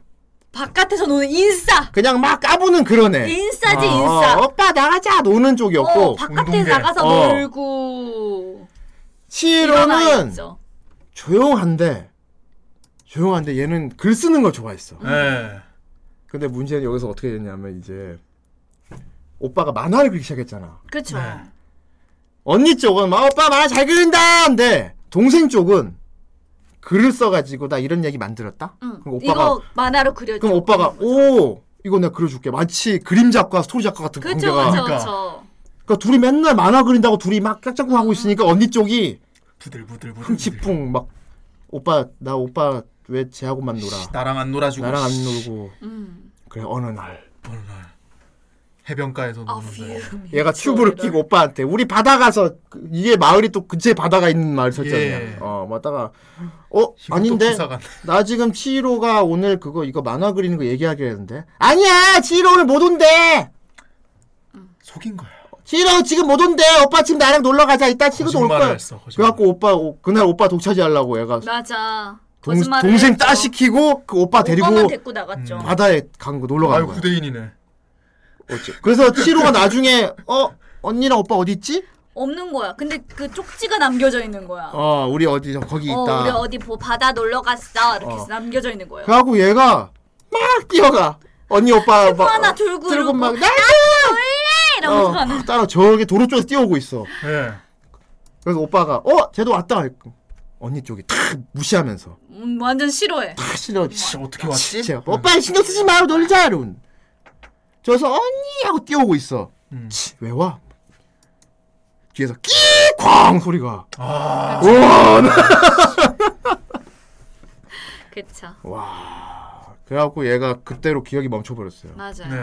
S3: 바깥에서 노는 인싸.
S1: 그냥 막 까부는 그러네.
S3: 인싸지
S1: 어,
S3: 인싸.
S1: 어, 오빠 나가자 노는 쪽이었고
S3: 어, 바깥에
S2: 운동계.
S3: 나가서
S1: 어.
S3: 놀고 이런 아이
S1: 시로는
S3: 있죠.
S1: 조용한데 조용한데 얘는 글 쓰는 걸 좋아했어.
S3: 음.
S2: 예.
S1: 근데 문제는 여기서 어떻게 됐냐면 이제 오빠가 만화를 그리기 시작했잖아.
S3: 그쵸.
S2: 네.
S1: 언니 쪽은 막 오빠 만화 잘 그린다 근데 동생 쪽은 글을 써가지고 나 이런 얘기 만들었다.
S3: 응.
S1: 그럼 오빠가
S3: 이거 만화로 그려줘.
S1: 그럼 오빠가 오 이거 내가 그려줄게. 마치 그림 작가 스토리 작가 같은
S3: 그쵸
S1: 관계가.
S3: 그쵸
S2: 그러니까.
S3: 그쵸.
S1: 그러니까 둘이 맨날 만화 그린다고 둘이 막 짝짝꿍 하고 있으니까 언니 쪽이
S2: 부들부들 부들.
S1: 흥치풍 막 오빠 나 오빠 왜 쟤하고만 놀아
S2: 나랑 안 놀아주고.
S1: 나랑 안
S2: 씨,
S1: 놀고
S3: 음.
S1: 그래 어느 날
S2: 어느 날 해변가에서
S3: 아
S2: 노는데.
S3: 휴.
S1: 얘가 튜브를 끼고 오빠한테 우리 바다 가서 그- 이게 마을이 또 근처에 바다가 있는 마을 설정이야
S2: 예.
S1: 어 맞다가 어
S2: 이것도
S1: 아닌데
S2: 기사가 나-
S1: 나 지금 치히로가 오늘 그거 이거 만화 그리는 거 얘기하기로 했는데 아니야 치히로 오늘 못 온대
S2: 속인 거야.
S1: 지로 지금 못 온대. 오빠 지금 나랑 놀러 가자. 이따 치고도 올
S2: 거짓말을
S1: 거야.
S2: 했어. 거짓말.
S1: 그래갖고 오빠 오- 그날 오빠 독차지 하려고 얘가
S3: 맞아.
S1: 동,
S3: 거짓말을
S1: 동생
S3: 했어.
S1: 따 시키고 그 오빠 데리고 음,
S3: 오빠만 데리고 나갔죠.
S1: 바다에 간거 놀러 간
S2: 아유
S1: 거야.
S2: 구대인이네.
S1: 어째. 그래서 치로가 나중에 어 언니랑 오빠 어디 있지?
S3: 없는 거야. 근데 그 쪽지가 남겨져 있는 거야. 어,
S1: 어 우리 어디 거기 있다.
S3: 우리 어디 보 바다 놀러 갔어. 이렇게
S1: 어.
S3: 해서 남겨져 있는 거예요.
S1: 그래갖고 얘가 막 뛰어가. 언니 오빠
S3: 뭐
S1: 막
S3: 하나 들고
S1: 어, 들고
S3: 이러고,
S1: 막
S3: 나
S1: 나.
S3: 놀래 이러면서 가는.
S1: 어, 따라 저기 도로 쪽에서 뛰어오고 있어.
S2: 예.
S1: 그래서 오빠가 어 쟤도 왔다. 했고 언니 쪽이 탁 무시하면서
S3: 음, 완전 싫어해.
S1: 탁 실어.
S2: 씨, 아, 어떻게 왔지?
S1: 아,
S2: 네.
S1: 진짜 오빠 신경 쓰지 마 놀자 이런. 저서 언니 하고 뛰어오고 있어.
S2: 음.
S1: 치, 왜 와? 뒤에서 끼쾅 소리가.
S2: 아
S1: 우와. 나-
S3: 그쵸.
S1: 와. 그래갖고 얘가 그때로 기억이 멈춰버렸어요.
S3: 맞아요.
S2: 네.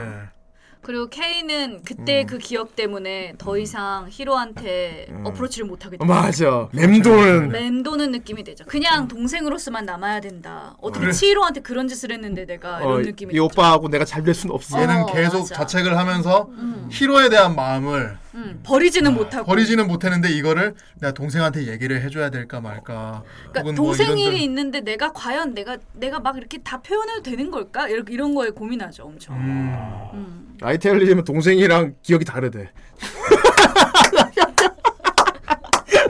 S3: 그리고 케이는 그때 그 기억 때문에 더 이상 히로한테 어프로치를 못하게
S1: 어,
S3: 돼요.
S1: 맞아.
S2: 네.
S1: 맴도는.
S3: 맴도는 느낌이 되죠. 그냥 동생으로서만 남아야 된다. 어떻게
S2: 그래.
S3: 치히로한테 그런 짓을 했는데 내가 이런
S1: 어,
S3: 느낌이
S1: 이
S3: 들죠.
S1: 오빠하고 내가 잘 될 순 없어.
S2: 얘는
S3: 어,
S2: 계속
S3: 맞아.
S2: 자책을 하면서 히로에 대한 마음을
S3: 음, 버리지는 못하고
S2: 버리지는 못했는데 이거를 내가 동생한테 얘기를 해줘야 될까 말까.
S3: 그러니까
S2: 혹은 뭐
S3: 동생 일이
S2: 이런저런-
S3: 있는데 내가 과연 내가 내가 막 이렇게 다 표현해도 되는 걸까? 이렇게- 이런 거에 고민하죠 엄청.
S2: 음.
S1: 라이테일리즘은 동생이랑 기억이 다르대.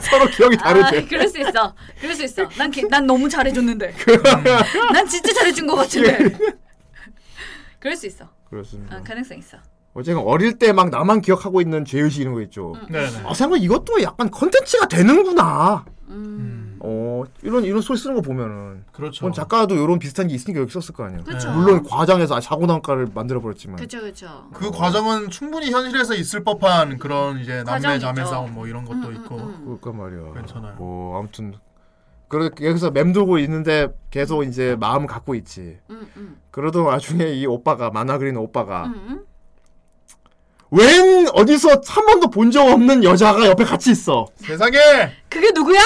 S1: 서로 기억이
S3: 아,
S1: 다르대.
S3: 그럴 수 있어. 그럴 수 있어. 난, 개- 난 너무 잘해줬는데. 음. 난 진짜 잘해준 것 같은데. 그럴 수 있어.
S1: 그렇습니다.
S3: 어, 가능성 있어.
S1: 어쨌든 어릴 때 막 나만 기억하고 있는 죄의식 이런 거 있죠.
S2: 네네.
S1: 아 생각 이것도 약간 컨텐츠가 되는구나.
S2: 음.
S1: 어 이런 이런 소리 쓰는 거 보면은
S2: 그렇죠.
S1: 그럼 작가도 이런 비슷한 게 있으니까 여기 썼을 거 아니에요.
S2: 네,
S3: 그쵸.
S1: 물론 과장해서 아, 자고 난가를 만들어 버렸지만.
S3: 그렇죠, 그렇죠.
S2: 그 과정은 충분히 현실에서 있을 법한 그런 이제 남매
S3: 과정이죠. 음,
S2: 자매 싸움 뭐 이런 것도 있고
S1: 그러니까 말이야.
S2: 괜찮아요.
S1: 뭐 아무튼 그래 여기서 맴돌고 있는데 계속 이제 마음 갖고 있지.
S3: 음, 음,
S1: 그러던 와중에 이 오빠가 만화 그리는
S2: 아.
S1: 오빠가
S3: 음.
S1: 웬 어디서 한 번도 본 적 없는 여자가 옆에 같이 있어.
S2: 세상에
S3: 그게 누구야?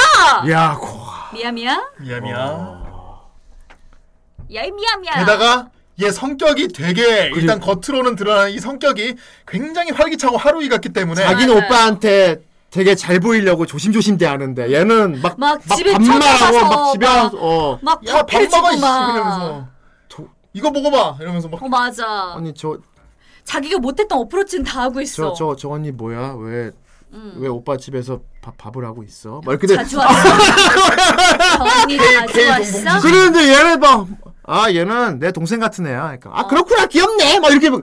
S1: 야, 고아.
S3: 미야 미야.
S2: 미야미야.
S1: 어.
S3: 야이 미야 미야.
S2: 게다가 얘 성격이 되게 일단 겉으로는 드러나는 이 성격이 굉장히 활기차고 하루이 같기 때문에
S1: 자기는
S3: 맞아요.
S1: 오빠한테 되게 잘 보이려고 조심조심 대하는데 얘는 막,
S3: 막 집에
S1: 반말하고 막
S3: 쳐다가서
S1: 집에
S3: 막-
S1: 와서 어.
S3: 막
S2: 야 밥
S3: 밥해주고
S2: 먹어 이씨
S3: 막.
S2: 이러면서
S1: 저-
S2: 이거 먹어봐 이러면서 막
S3: 어 맞아.
S1: 아니 저 저 저
S3: 자기가 못했던 어프로치는 다 하고 있어.
S1: 언니 뭐야? 왜 왜
S3: 음.
S1: 오빠 집에서 밥, 밥을 하고 있어? 막 이렇게
S3: 자주 왔어.
S2: 아,
S3: 저 언니 자주 왔어.
S1: 그러는데 얘는 막 아 얘는 내 동생 같은 애야. 그러니까
S3: 어.
S1: 아 그렇구나 귀엽네. 막 이렇게 막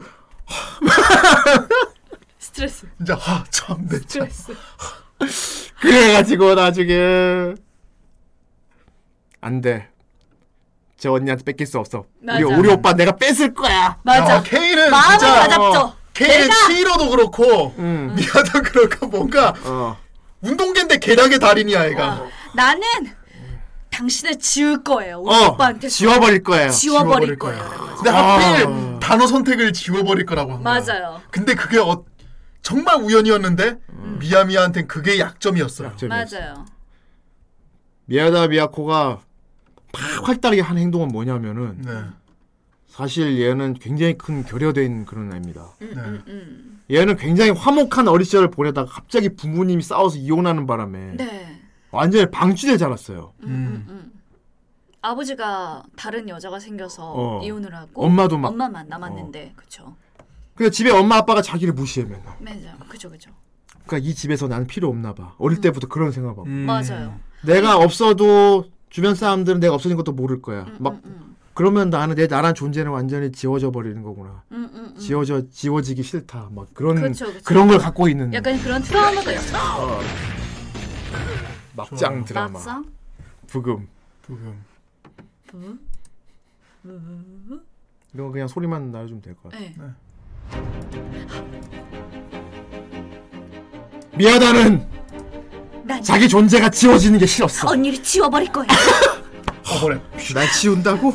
S3: 스트레스.
S2: 진짜 아, 하참내 참.
S3: 스트레스.
S1: 그래가지고 나중에 안돼 저 언니한테 뺏길 수 없어 우리,
S3: 맞아.
S1: 우리 오빠 내가 뺏을 거야
S3: 맞아.
S2: 야, 케이는
S3: 마음을
S2: 진짜 어.
S3: 다잡죠.
S2: 케이는 치히로도 그렇고
S1: 음.
S2: 미아도 그렇고 뭔가
S1: 어
S2: 운동계인데 계략의 달인이야 얘가
S3: 아, 나는 당신을 지울 거예요. 우리
S1: 어,
S3: 오빠한테
S1: 지워버릴 거예요
S2: 지워버릴
S3: 지워버릴 거예요.
S2: 근데 하필 단어 선택을 지워버릴 거라고 한 거야
S3: 맞아요.
S2: 근데 그게 어, 정말 우연이었는데
S3: 음.
S2: 미아미아한텐 그게 약점이었어요
S1: 약점이었어.
S3: 맞아요.
S1: 미야다 미야코가 팍 활달하게 한 행동은 뭐냐면은
S2: 네.
S1: 사실 얘는 굉장히 큰 결여된 그런 애입니다
S3: 음, 음, 음.
S1: 얘는 굉장히 화목한 어린 시절을 보내다가 갑자기 부모님이 싸워서 이혼하는 바람에
S3: 네.
S1: 완전히 방치돼 자랐어요
S3: 음, 음, 음. 아버지가 다른 여자가 생겨서
S1: 어.
S3: 이혼을 하고
S1: 엄마도 막 어.
S3: 엄마만 남았는데 그쵸.
S1: 그래서 집에 엄마 아빠가 자기를 무시해 맨날
S3: 맞아. 그쵸 그쵸.
S1: 그러니까 이 집에서 나는 필요 없나 봐 어릴 때부터 그런 생각하고
S2: 음.
S3: 맞아요.
S1: 내가 없어도 주변 사람들은 내가 없어진 것도 모를 거야. 막
S3: 음,
S1: 그러면 나는 내 나란 존재는 완전히 지워져 버리는 거구나.
S3: 음, 음, 그렇죠. 음.
S1: 지워져 지워지기 싫다. 막 그런
S3: 그쵸, 그쵸.
S1: 그런 걸 갖고 있는
S3: 약간 그런 트라우마가 있어.
S1: 막장 드라마
S3: 막상
S1: 부금
S2: 부금.
S1: 이런 거 그냥 소리만 나려주면 될 것 같아.
S3: 네.
S1: 미아다는
S3: 난
S1: 자기 존재가 지워지는 게 싫었어.
S3: 언니를 지워버릴 거야.
S2: 어버랩
S1: 날 지운다고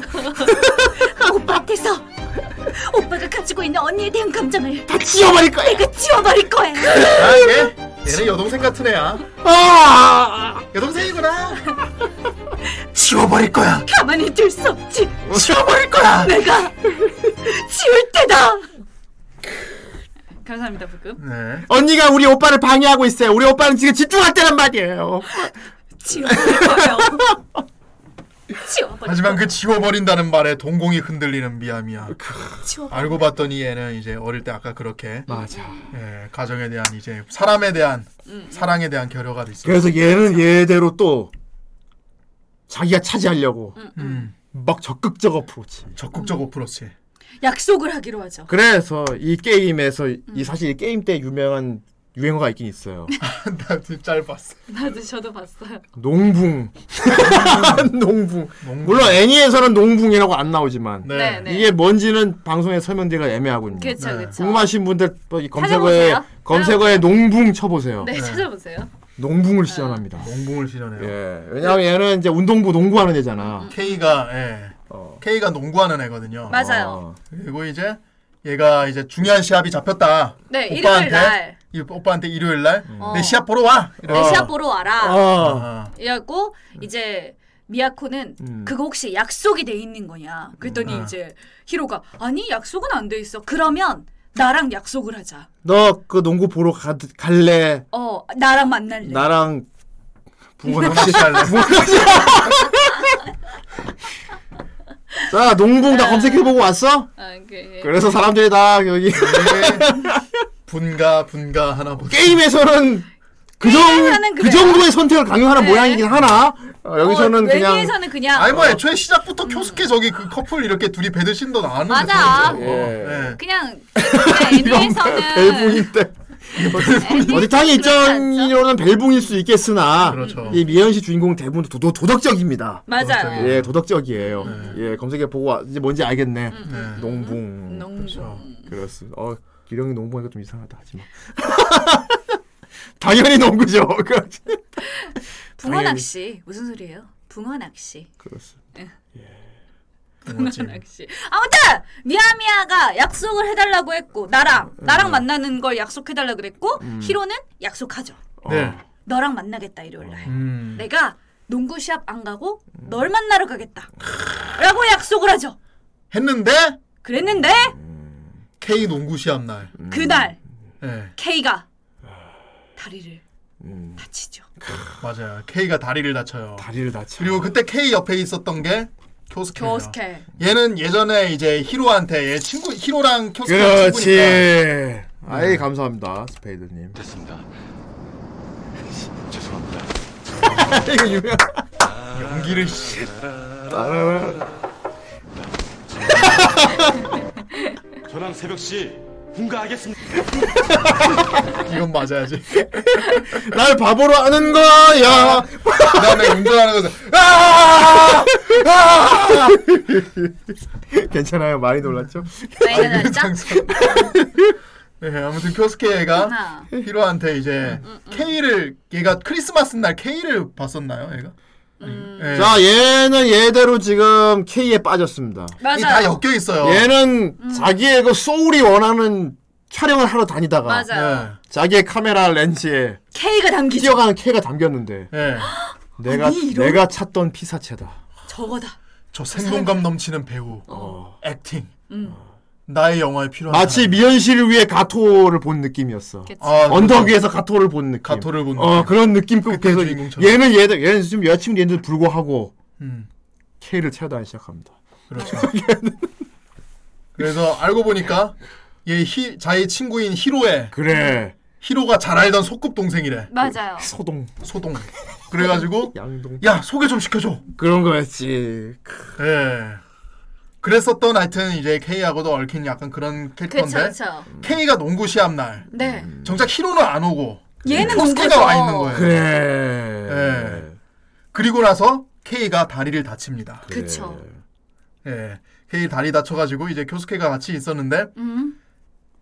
S3: 오빠한테서 오빠가 가지고 있는 언니에 대한 감정을
S1: 다 지워버릴 거야.
S3: 내가 지워버릴 거야.
S2: 아, 얘? 얘는 여동생 같은 애야
S1: 아!
S2: 여동생이구나 지워버릴 거야
S3: 가만히 둘 수 없지.
S1: 아.
S2: 지워버릴 거야
S3: 내가 지울 때다. 감사합니다 부금.
S2: 네.
S1: 언니가 우리 오빠를 방해하고 있어요. 우리 오빠는 지금 집중할 때란 말이에요.
S3: 지워버릴 거예요. 지워버릴
S2: 하지만
S3: 거예요.
S2: 그 지워버린다는 말에 동공이 흔들리는 미아미아.
S3: 지워버릴
S2: 알고 봤더니 얘는 이제 어릴 때 아까 그렇게
S1: 맞아.
S2: 예, 가정에 대한 이제 사람에 대한
S3: 음,
S2: 사랑에 대한 결여가 있어.
S1: 그래서 얘는 얘대로 또 자기가 차지하려고
S2: 음,
S1: 막 적극적 어프로치.
S3: 음.
S2: 적극적 오프로치.
S3: 약속을 하기로 하죠.
S1: 그래서 이 게임에서
S3: 음.
S1: 이 사실 이 게임 때 유명한 유행어가 있긴 있어요.
S2: 나 지금 짧았어.
S3: 나도 저도 봤어요.
S1: 농붕. 농붕.
S2: 농-
S1: 물론 애니에서는 농붕이라고 안 나오지만
S2: 네.
S3: 네.
S1: 이게 뭔지는 방송에 설명되기가 애매하군요.
S3: 그렇죠 그렇죠.
S1: 궁금하신 분들 또이 검색어에
S3: 찾아보세요.
S1: 검색어에 농붕 쳐보세요.
S3: 네 찾아보세요.
S1: 농붕을 시전합니다.
S2: 농공을 실현해요.
S1: 예, 왜냐하면 얘는 이제 운동부 농구하는
S3: 음,
S1: 애잖아.
S2: K가 예.
S1: 어.
S2: K가 농구하는 애거든요.
S3: 맞아요.
S2: 그리고 이제 얘가 이제 중요한 시합이 잡혔다.
S3: 네 일요일
S2: 오빠한테
S3: 날.
S2: 이 오빠한테 일요일 날 내
S3: 어.
S2: 시합 보러 와.
S3: 내 시합 보러 와라.
S1: 음. 어.
S2: 아.
S3: 이라고 이제 미야코는
S1: 음.
S3: 그거 혹시 약속이 돼 있는 거냐 그랬더니
S2: 음.
S3: 이제 히로가 아니 약속은 안 돼 있어 그러면 나랑 약속을 하자
S1: 너 그 농구 보러 가, 갈래?
S3: 어 나랑 만날래
S1: 나랑 붕어 낚시
S2: 낚시할래.
S1: 붕어 낚시. 자 농붕 다 검색해보고 왔어?
S3: 아, 그,
S1: 그래서 사람들이 다 여기
S2: 이게 분가 분가 하나 보자.
S1: 게임에서는 그, 정,
S3: 게임에서는
S1: 그
S3: 그래요.
S1: 정도의 선택을 강요하는
S3: 네.
S1: 모양이긴 하나 어, 여기서는 그냥
S3: 뭐 외계에서는 그냥 어,
S2: 아니 뭐 애초에 시작부터 켜숙해 저기 그 커플 이렇게 둘이 배드신도 나왔는데
S3: 음.
S2: 네.
S3: 맞아.
S2: 사실.
S3: 네.
S1: 예.
S3: 그냥 애니에서는 네.
S1: 벨붕인데 어디 탕이 입장이로는 벨붕일 수 있겠으나
S2: 그렇죠.
S1: 이 미연 씨 주인공 대부분 도, 도, 도덕적입니다.
S3: 네. 맞아요
S1: 예, 도덕적이에요. 예, 검색해 보고 와- 이제 뭔지 알겠네.
S2: 네.
S1: 농붕.
S3: 음,
S1: 그렇죠.
S3: 농구
S1: 그렇습니다. 어, 기령이 농구하니까 좀 이상하다. 하지 마. 당연히 농구죠.
S3: 붕어 낚시 무슨 소리예요 붕어 낚시
S1: 그렇습니다.
S2: 뭐지?
S3: 낚시 아무튼 미야미야가 약속을 해달라고 했고 나랑
S2: 음.
S3: 나랑 만나는 걸 약속해달라 그랬고 히로는 약속하죠
S2: 네.
S3: 너랑 만나겠다 일요일 날
S2: 음.
S3: 내가 농구 시합 안 가고 널 만나러 가겠다. 라고 약속을 하죠.
S2: 했는데
S3: 그랬는데
S2: K 농구 시합 날.
S3: 음. 그날
S2: 예.
S3: K가
S2: 아.
S3: 다리를
S2: 음.
S3: 다치죠.
S2: 맞아요. K가 다리를 다쳐요.
S1: 다리를 다치.
S2: 그리고 그때 K 옆에 있었던 게 교스케.
S3: 교스케.
S2: 얘는 예전에 이제 히로한테 얘 친구 히로랑 교스케 친구니까.
S1: 그렇지. 아이 감사합니다, 스페이드님.
S8: 됐습니다. 죄송합니다.
S1: 이거 유명.
S2: 연기를 씨.
S8: 저랑 새벽 시 분가하겠습니다.
S2: 이건 맞아야지.
S1: 날 바보로 아는 거야.
S2: 그다음에 운전하는 것은
S1: 아! 괜찮아요. 많이 놀랐죠?
S3: 왜냐면 딱
S2: 예, 그 아무튼 교스케가
S3: 하나.
S2: 음. 히로한테
S3: 음,
S2: 이제 K를 얘가 크리스마스 날 K를 봤었나요, 얘가?
S3: 음.
S2: 예.
S1: 자, 얘는 얘대로 지금 K에 빠졌습니다.
S2: 이게 다
S3: 맞아요.
S2: 엮여 있어요.
S1: 예. 얘는
S3: 음.
S1: 자기의 그 소울이 원하는 촬영을 하러 다니다가
S3: 맞아요.
S2: 예.
S1: 자기의 카메라 렌즈에
S3: K가 담기죠.
S1: 뛰어가는 K가 담겼는데
S2: 예.
S1: 내가
S3: 아니, 이런-
S1: 내가 찾던 피사체다.
S3: 저거다.
S2: 저 생동감 넘치는 배우,
S1: 어.
S2: 액팅,
S3: 음.
S2: 나의 영화에 필요한
S1: 마치
S2: 사람.
S1: 미연 씨를 위해 가토를 본 느낌이었어.
S2: 아,
S1: 언덕
S2: 그렇죠.
S1: 위에서 가토를 본 느낌.
S2: 가토를 본
S1: 어
S2: 느낌.
S1: 그런 느낌급
S2: 그때
S1: 계속
S2: 주인공처럼.
S1: 얘는 얘 얘는 지금 여자친구 얘도 불구하고
S2: 음,
S1: K를 채우다 시작합니다.
S2: 그렇죠. 그래서 알고 보니까 얘 히, 자의 친구인 히로의
S1: 그래
S2: 히로가 잘 알던 소꿉 동생이래
S3: 맞아요.
S1: 소동
S2: 소동. 그래가지고
S1: 양동
S2: 야 소개 좀 시켜줘.
S1: 그런 거였지.
S2: 예. 그랬었던 하여튼 이제 K하고도 얽힌 약간 그런
S3: 그쵸,
S2: 캐릭터인데
S3: 그쵸.
S2: K가 농구 시합 날
S3: 네.
S2: 정작 히로는 안 오고
S3: 얘는
S2: 코스케가 와 있는
S3: 농구죠.
S2: 거예요.
S1: 그래.
S2: 예.
S3: 네.
S2: 그리고 나서 K가 다리를 다칩니다.
S3: 그쵸.
S2: 예. K 다리 다쳐가지고 이제 교수케가 같이 있었는데
S3: 음.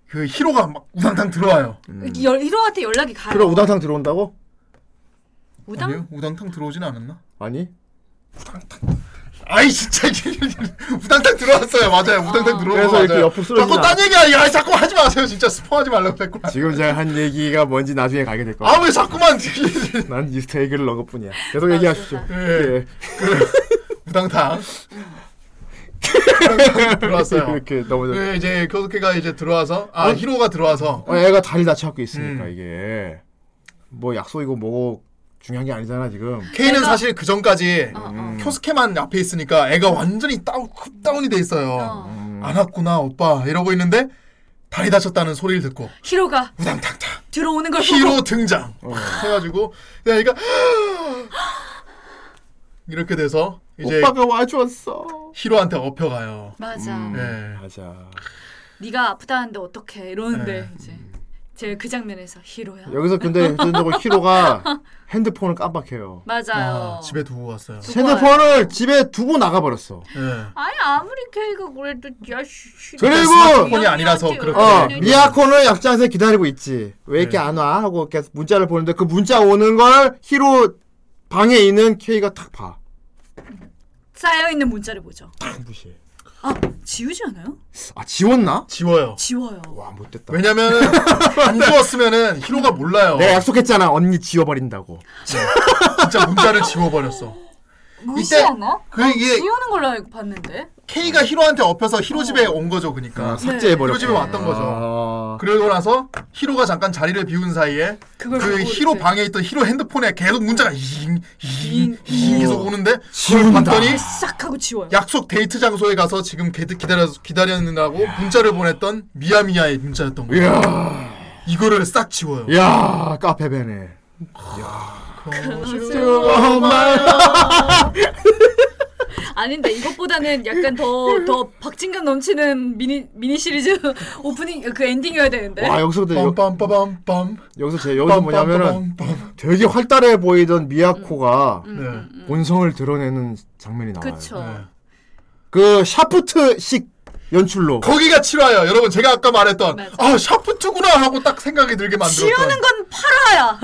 S2: 그 히로가 막 우당탕 들어와요.
S3: 열- 히로한테 연락이
S1: 음.
S3: 가요.
S1: 그럼 우당탕 들어온다고?
S3: 우당?
S2: 아니요? 우당탕 들어오진 않았나?
S1: 아니.
S2: 아이 진짜 이게 우당탕 들어왔어요. 맞아요. 우당탕 들어오고
S1: 그래서 이렇게
S2: 맞아요.
S1: 옆으로 쓰러지지
S2: 자꾸 딴 얘기 아니 자꾸 하지 마세요. 진짜 스포하지 말라고 자꾸.
S1: 지금 제가 한 얘기가 뭔지 나중에 가게 될 거야.
S2: 아왜 자꾸만
S1: 난 이스터 에그를 예.
S2: 네.
S1: 넣은 것뿐이야. 계속 얘기하십시오.
S2: 예.
S1: 예.
S2: 우당탕 들어왔어요.
S1: 이렇게 넘어져.
S2: 그 이제 교도케가 이제 들어와서 아 히로가 들어와서
S1: 어, 애가 다리 다쳐갖고 있으니까
S2: 음.
S1: 이게 뭐 약속이고 뭐고 중요한 게 아니잖아 지금.
S2: 케이는
S3: 애가-
S2: 사실 그 전까지
S3: 어, 어.
S1: 음.
S2: 쿄스케만 앞에 있으니까 애가 완전히 다운 급 다운이 돼 있어요.
S3: 어.
S2: 안 왔구나 오빠 이러고 있는데 다리 다쳤다는 소리를 듣고
S3: 히로가
S2: 우당탕탕
S3: 들어오는 걸 보고
S2: 히로 등장
S1: 어.
S2: 해가지고 그냥 애가 이렇게 돼서 이제
S1: 오빠가 와주었어.
S2: 히로한테 업혀가요.
S3: 맞아.
S1: 음.
S2: 예.
S1: 맞아.
S3: 네가 아프다는데 어떡해 이러는데
S2: 네.
S3: 이제 제가 그 장면에서 히로야.
S1: 여기서 근데 전적으로 히로가 핸드폰을 깜빡해요.
S2: 아,
S3: 맞아요.
S2: 집에 두고 왔어요.
S1: 핸드폰을 집에 두고 나가버렸어.
S2: 예.
S3: 아니 아무리 케이가 그래도 야씨.
S1: 그리고-
S2: 스마트폰이 아니라서 그렇게.
S1: 어,
S2: 네.
S1: 미야코는 약장에서 기다리고 있지. 왜 이렇게
S2: 네.
S1: 안 와? 하고 계속 문자를 보는데 그 문자 오는 걸 히로 방에 있는 케이가 탁 봐.
S3: 쌓여 있는 문자를 보죠.
S1: 탁 무시해.
S3: 아 지우지 않아요?
S1: 아, 지웠나?
S2: 지워요.
S3: 지워요.
S1: 와, 못됐다.
S2: 왜냐면 안 지웠으면은 히로가 몰라요.
S1: 내가 약속했잖아. 언니 지워버린다고.
S2: 진짜 문자를 지워버렸어.
S3: 무시하나? 어,
S2: 그 이게
S3: 지우는 걸로 알고 봤는데.
S2: K가 히로한테 업혀서 히로
S3: 어.
S2: 집에 온 거죠,
S1: 아,
S2: 그러니까.
S1: 삭제해버렸어.
S2: 히로 집에 왔던 거죠.
S1: 아,
S2: 그러고 나서 히로가 잠깐 자리를 비운 사이에
S3: 그걸
S2: 그
S3: 보고
S2: 히로
S3: 이제-
S2: 방에 있던 히로 핸드폰에 계속 문자가 잉잉잉
S3: 잉,
S2: 잉 계속 오는데 그걸
S1: 지운다.
S2: 봤더니
S3: 싹 하고 지워요.
S2: 약속 데이트 장소에 가서 지금 걔들 기다려 기다렸느라고 문자를 보냈던 미야미야의 문자였던 거예요.
S1: 이야,
S2: 이거를 싹 지워요.
S1: 예. 이야, 카페베네. 어,
S3: 아닌데 이것보다는 약간 더 더 박진감 넘치는 미니 미니 시리즈 오프닝 그 엔딩이어야 되는데.
S1: 와, 여기서부터 여,
S2: 빰빰빰빰빰
S1: 여기서 제 여기서 뭐냐면은
S3: 음,
S1: 되게 활달해 보이던 미야코가
S2: 네.
S1: 본성을 드러내는 장면이 나와요.
S3: 그쵸.
S2: 네.
S1: 그 샤프트식 연출로.
S2: 거기가 7화예요. 여러분 제가 아까 말했던
S3: 맞아.
S2: 아 샤프트구나 하고 딱 생각이 들게
S3: 지우는
S2: 만들었던
S3: 건 파라야.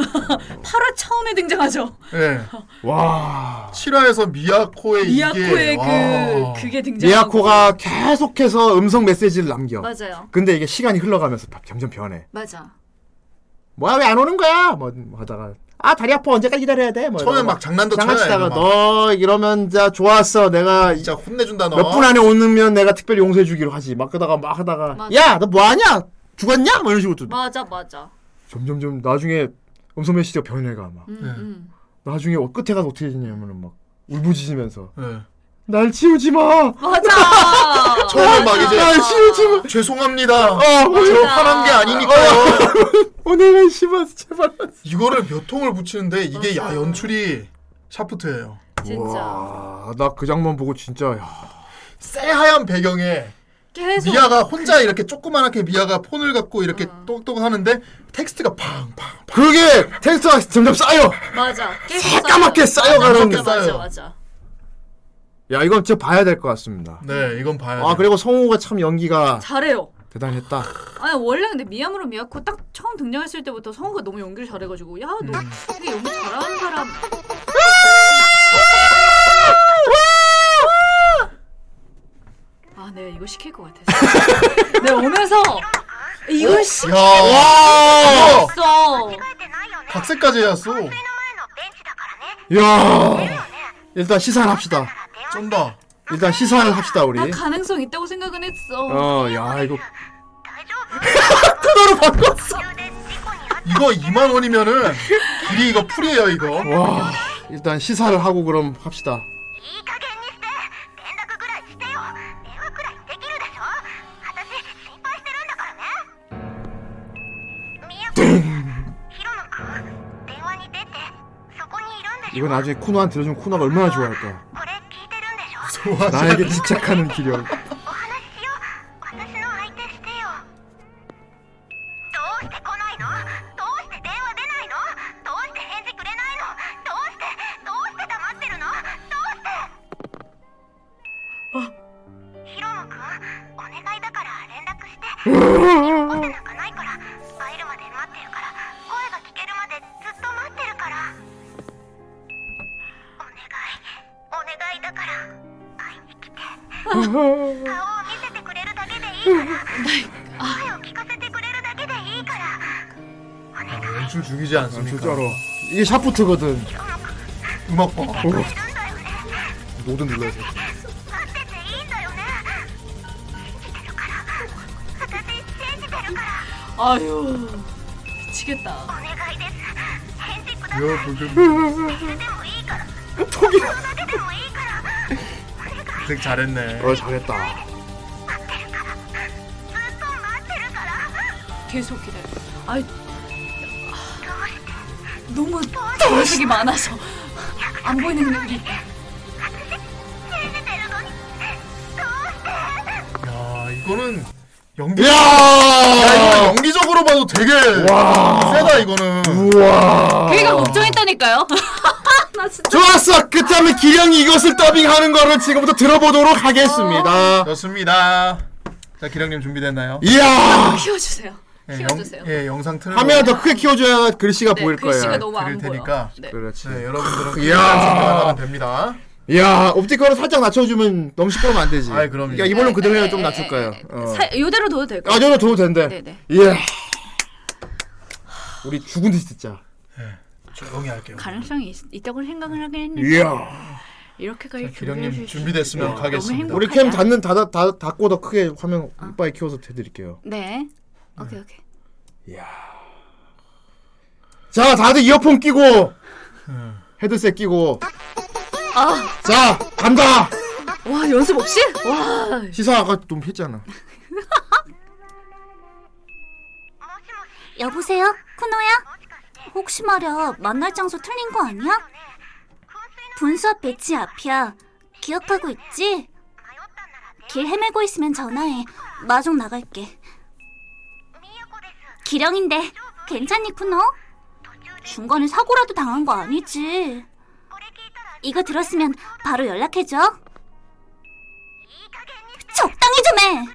S3: 파라 처음에 등장하죠.
S2: 예.
S1: 와.
S2: 7화에서 미야코의
S3: 미야코의
S2: 이게 와.
S3: 그 그게 등장.
S1: 미야코가 계속해서 음성 메시지를 남겨.
S3: 맞아요.
S1: 근데 이게 시간이 흘러가면서 바- 점점 변해.
S3: 맞아.
S1: 뭐야 왜 안 오는 거야? 뭐 하다가 아 다리 아파 언제까지 기다려야 돼? 뭐
S2: 처음엔
S1: 이러고
S2: 막 장난도 쳐요.
S1: 장난치다가
S2: 애가 막.
S1: 너 이러면 자 좋았어 내가
S2: 진짜 혼내준다 너.
S1: 몇 분 안에 오면 내가 특별히 용서해 주기로 하지. 막 그러다가 막 하다가
S3: 맞아.
S1: 야 너 뭐하냐? 죽었냐? 뭐 이런 식으로 또
S3: 맞아 맞아.
S1: 점점점 나중에 음성 메시지가 변해가 막
S3: 음,
S2: 네.
S3: 음.
S1: 나중에 어- 끝에 가서 어떻게 되냐면은 막 울부짖으면서
S2: 예.
S1: 날 치우지 마.
S3: 맞아.
S2: 처음에 막 이제
S1: 날 치우지 마.
S2: 죄송합니다.
S1: 어, 오늘-
S2: 저 화난 게 아니니까요.
S1: 오늘은 씨발 제발.
S2: 이거를 몇 통을 붙이는데 이게 야 연출이 샤프트예요.
S3: 진짜.
S1: 나 그 장면 보고 진짜 야.
S2: 새하얀 배경에
S3: 계속 어.
S2: 미아가 혼자 이렇게 조그만하게 미아가 폰을 갖고 이렇게 똑똑 하는데 텍스트가 팡팡
S1: 그게 텍스트가 점점 쌓여.
S3: 맞아. 계속
S1: 새까맣게 쌓여가는
S2: 게
S3: 맞아, 맞아
S2: 쌓여요.
S3: 맞아.
S1: 야 이건 진짜 봐야 될 것 같습니다.
S2: 네 이건 봐야 돼.
S1: 아 그리고 성우가 참 연기가
S3: 잘해요.
S1: 대단했다.
S3: 아니 원래 근데 미야무로 미야코 딱 처음 등장했을 때부터 성우가 너무 연기를 잘해가지고 야 너 되게 연기 잘하는 사람 아 내가 이거 시킬 것 같았어 내가 오면서 이걸
S2: 야,
S3: 시켰어
S2: 와! 각색까지 해왔어.
S1: 야 일단 시사합시다.
S2: 쩐다.
S1: 일단 시사를 합시다 우리.
S3: 나 가능성 있다고 생각은 네. 했어
S1: 어야 이거
S2: 이거 2만 원이면은 우리 이거 풀이에요 이거.
S1: 와 일단 시사를 하고 그럼 합시다.
S9: いい加減にして連絡ぐらいしてよ電話くらいできるでしょ私心配してるんだからね宮古ヒロノ君電話に出てそこにいるんでしょ
S1: 이거 나중에 쿠노한테 들려주면 쿠노가 얼마나 좋아할까.
S9: これ聞いてるんでしょ
S1: 나에게 집착하는 기력.
S9: お話ししよう私の相手してよどうして来ないのどうして電話出ないのどうして返事くれないのどうしてどうして黙ってるのどうしてヒロム君お願いだから連絡して怒ってなんかないから会えるまで待ってるから声が聞けるまでずっと待ってるからお願いお願いだから会いに来て顔を見せてくれるだけでいいから声を聞かせてくれるだけでいいからお願い
S2: 아, 연출 죽이지 않습니까?
S1: 진짜로 이게 샤프트거든.
S2: 음악 봐.
S1: 어? 노드 눌러서.
S9: 待ってていいんだよね
S3: 아유 미치겠다.
S2: 야, 보좀
S1: 톡이
S2: 되게 잘했네.
S1: 어 잘했다
S3: 계속 기다려. 아이 아, 너무 자극이 많아서 안 보이는 눈이.
S2: 야, 이거는 연기. 야, 이거
S1: 야
S2: 연기적으로 봐도 되게
S1: 와.
S2: 세다 이거는.
S1: 우와
S3: 걔가 걱정했다니까요. 나 진짜.
S1: 좋았어 그렇다면 기령이 이것을 더빙하는 거를 지금부터 들어보도록 하겠습니다
S2: 좋습니다. 자, 기령님 준비됐나요?
S1: 이야
S3: 키워주세요.
S2: 예,
S3: 키워주세요.
S2: 영, 예, 영상 틀어.
S1: 화면을 더 크게 키워줘야 글씨가
S3: 네,
S1: 보일
S3: 글씨가
S1: 거예요
S3: 너무 안
S2: 그릴
S3: 보여.
S2: 테니까.
S3: 네.
S1: 그렇지
S2: 네, 여러분들은
S1: 이야.
S2: 그냥 됩니다.
S1: 이야 옵티컬을 살짝 낮춰주면 너무 시끄러우면 안 되지
S2: 아이, 그럼요.
S1: 그러니까 이걸로 그대로 좀
S3: 에,
S1: 낮출
S3: 에,
S1: 거예요
S3: 에,
S1: 어.
S3: 사, 이대로 둬도 될
S1: 아
S3: 거예요.
S1: 저도 도움 된대
S3: 네, 네네.
S1: 이야 예. 우리 죽은 듯 진짜
S2: 조용히 할게요.
S3: 네. 가능성이 있, 있다고 생각을 하긴 했는데
S1: 이야
S3: 이렇게까지
S2: 기령님
S3: 준비해
S1: 예.
S2: 준비됐으면
S3: 너무
S2: 가겠습니다.
S3: 행복해.
S1: 우리 캠 닫는 닫아 닫- 닫고 더 크게 화면 이빨 키워서 해드릴게요
S3: 네. 오케이 오케이.
S1: 자 다들 이어폰 끼고
S2: 음.
S1: 헤드셋 끼고 자 간다
S3: 와 연습 없이? 와.
S1: 시사 아까 좀 했잖아
S4: 여보세요? 쿠노야? 혹시 말야 만날 장소 틀린 거 아니야? 분수앞 배치 앞이야. 기억하고 있지? 길 헤매고 있으면 전화해. 마중 나갈게. 기령인데 괜찮니 쿠노? 중간에 사고라도 당한 거 아니지? 이거 들었으면 바로 연락해줘. 적당히 좀 해.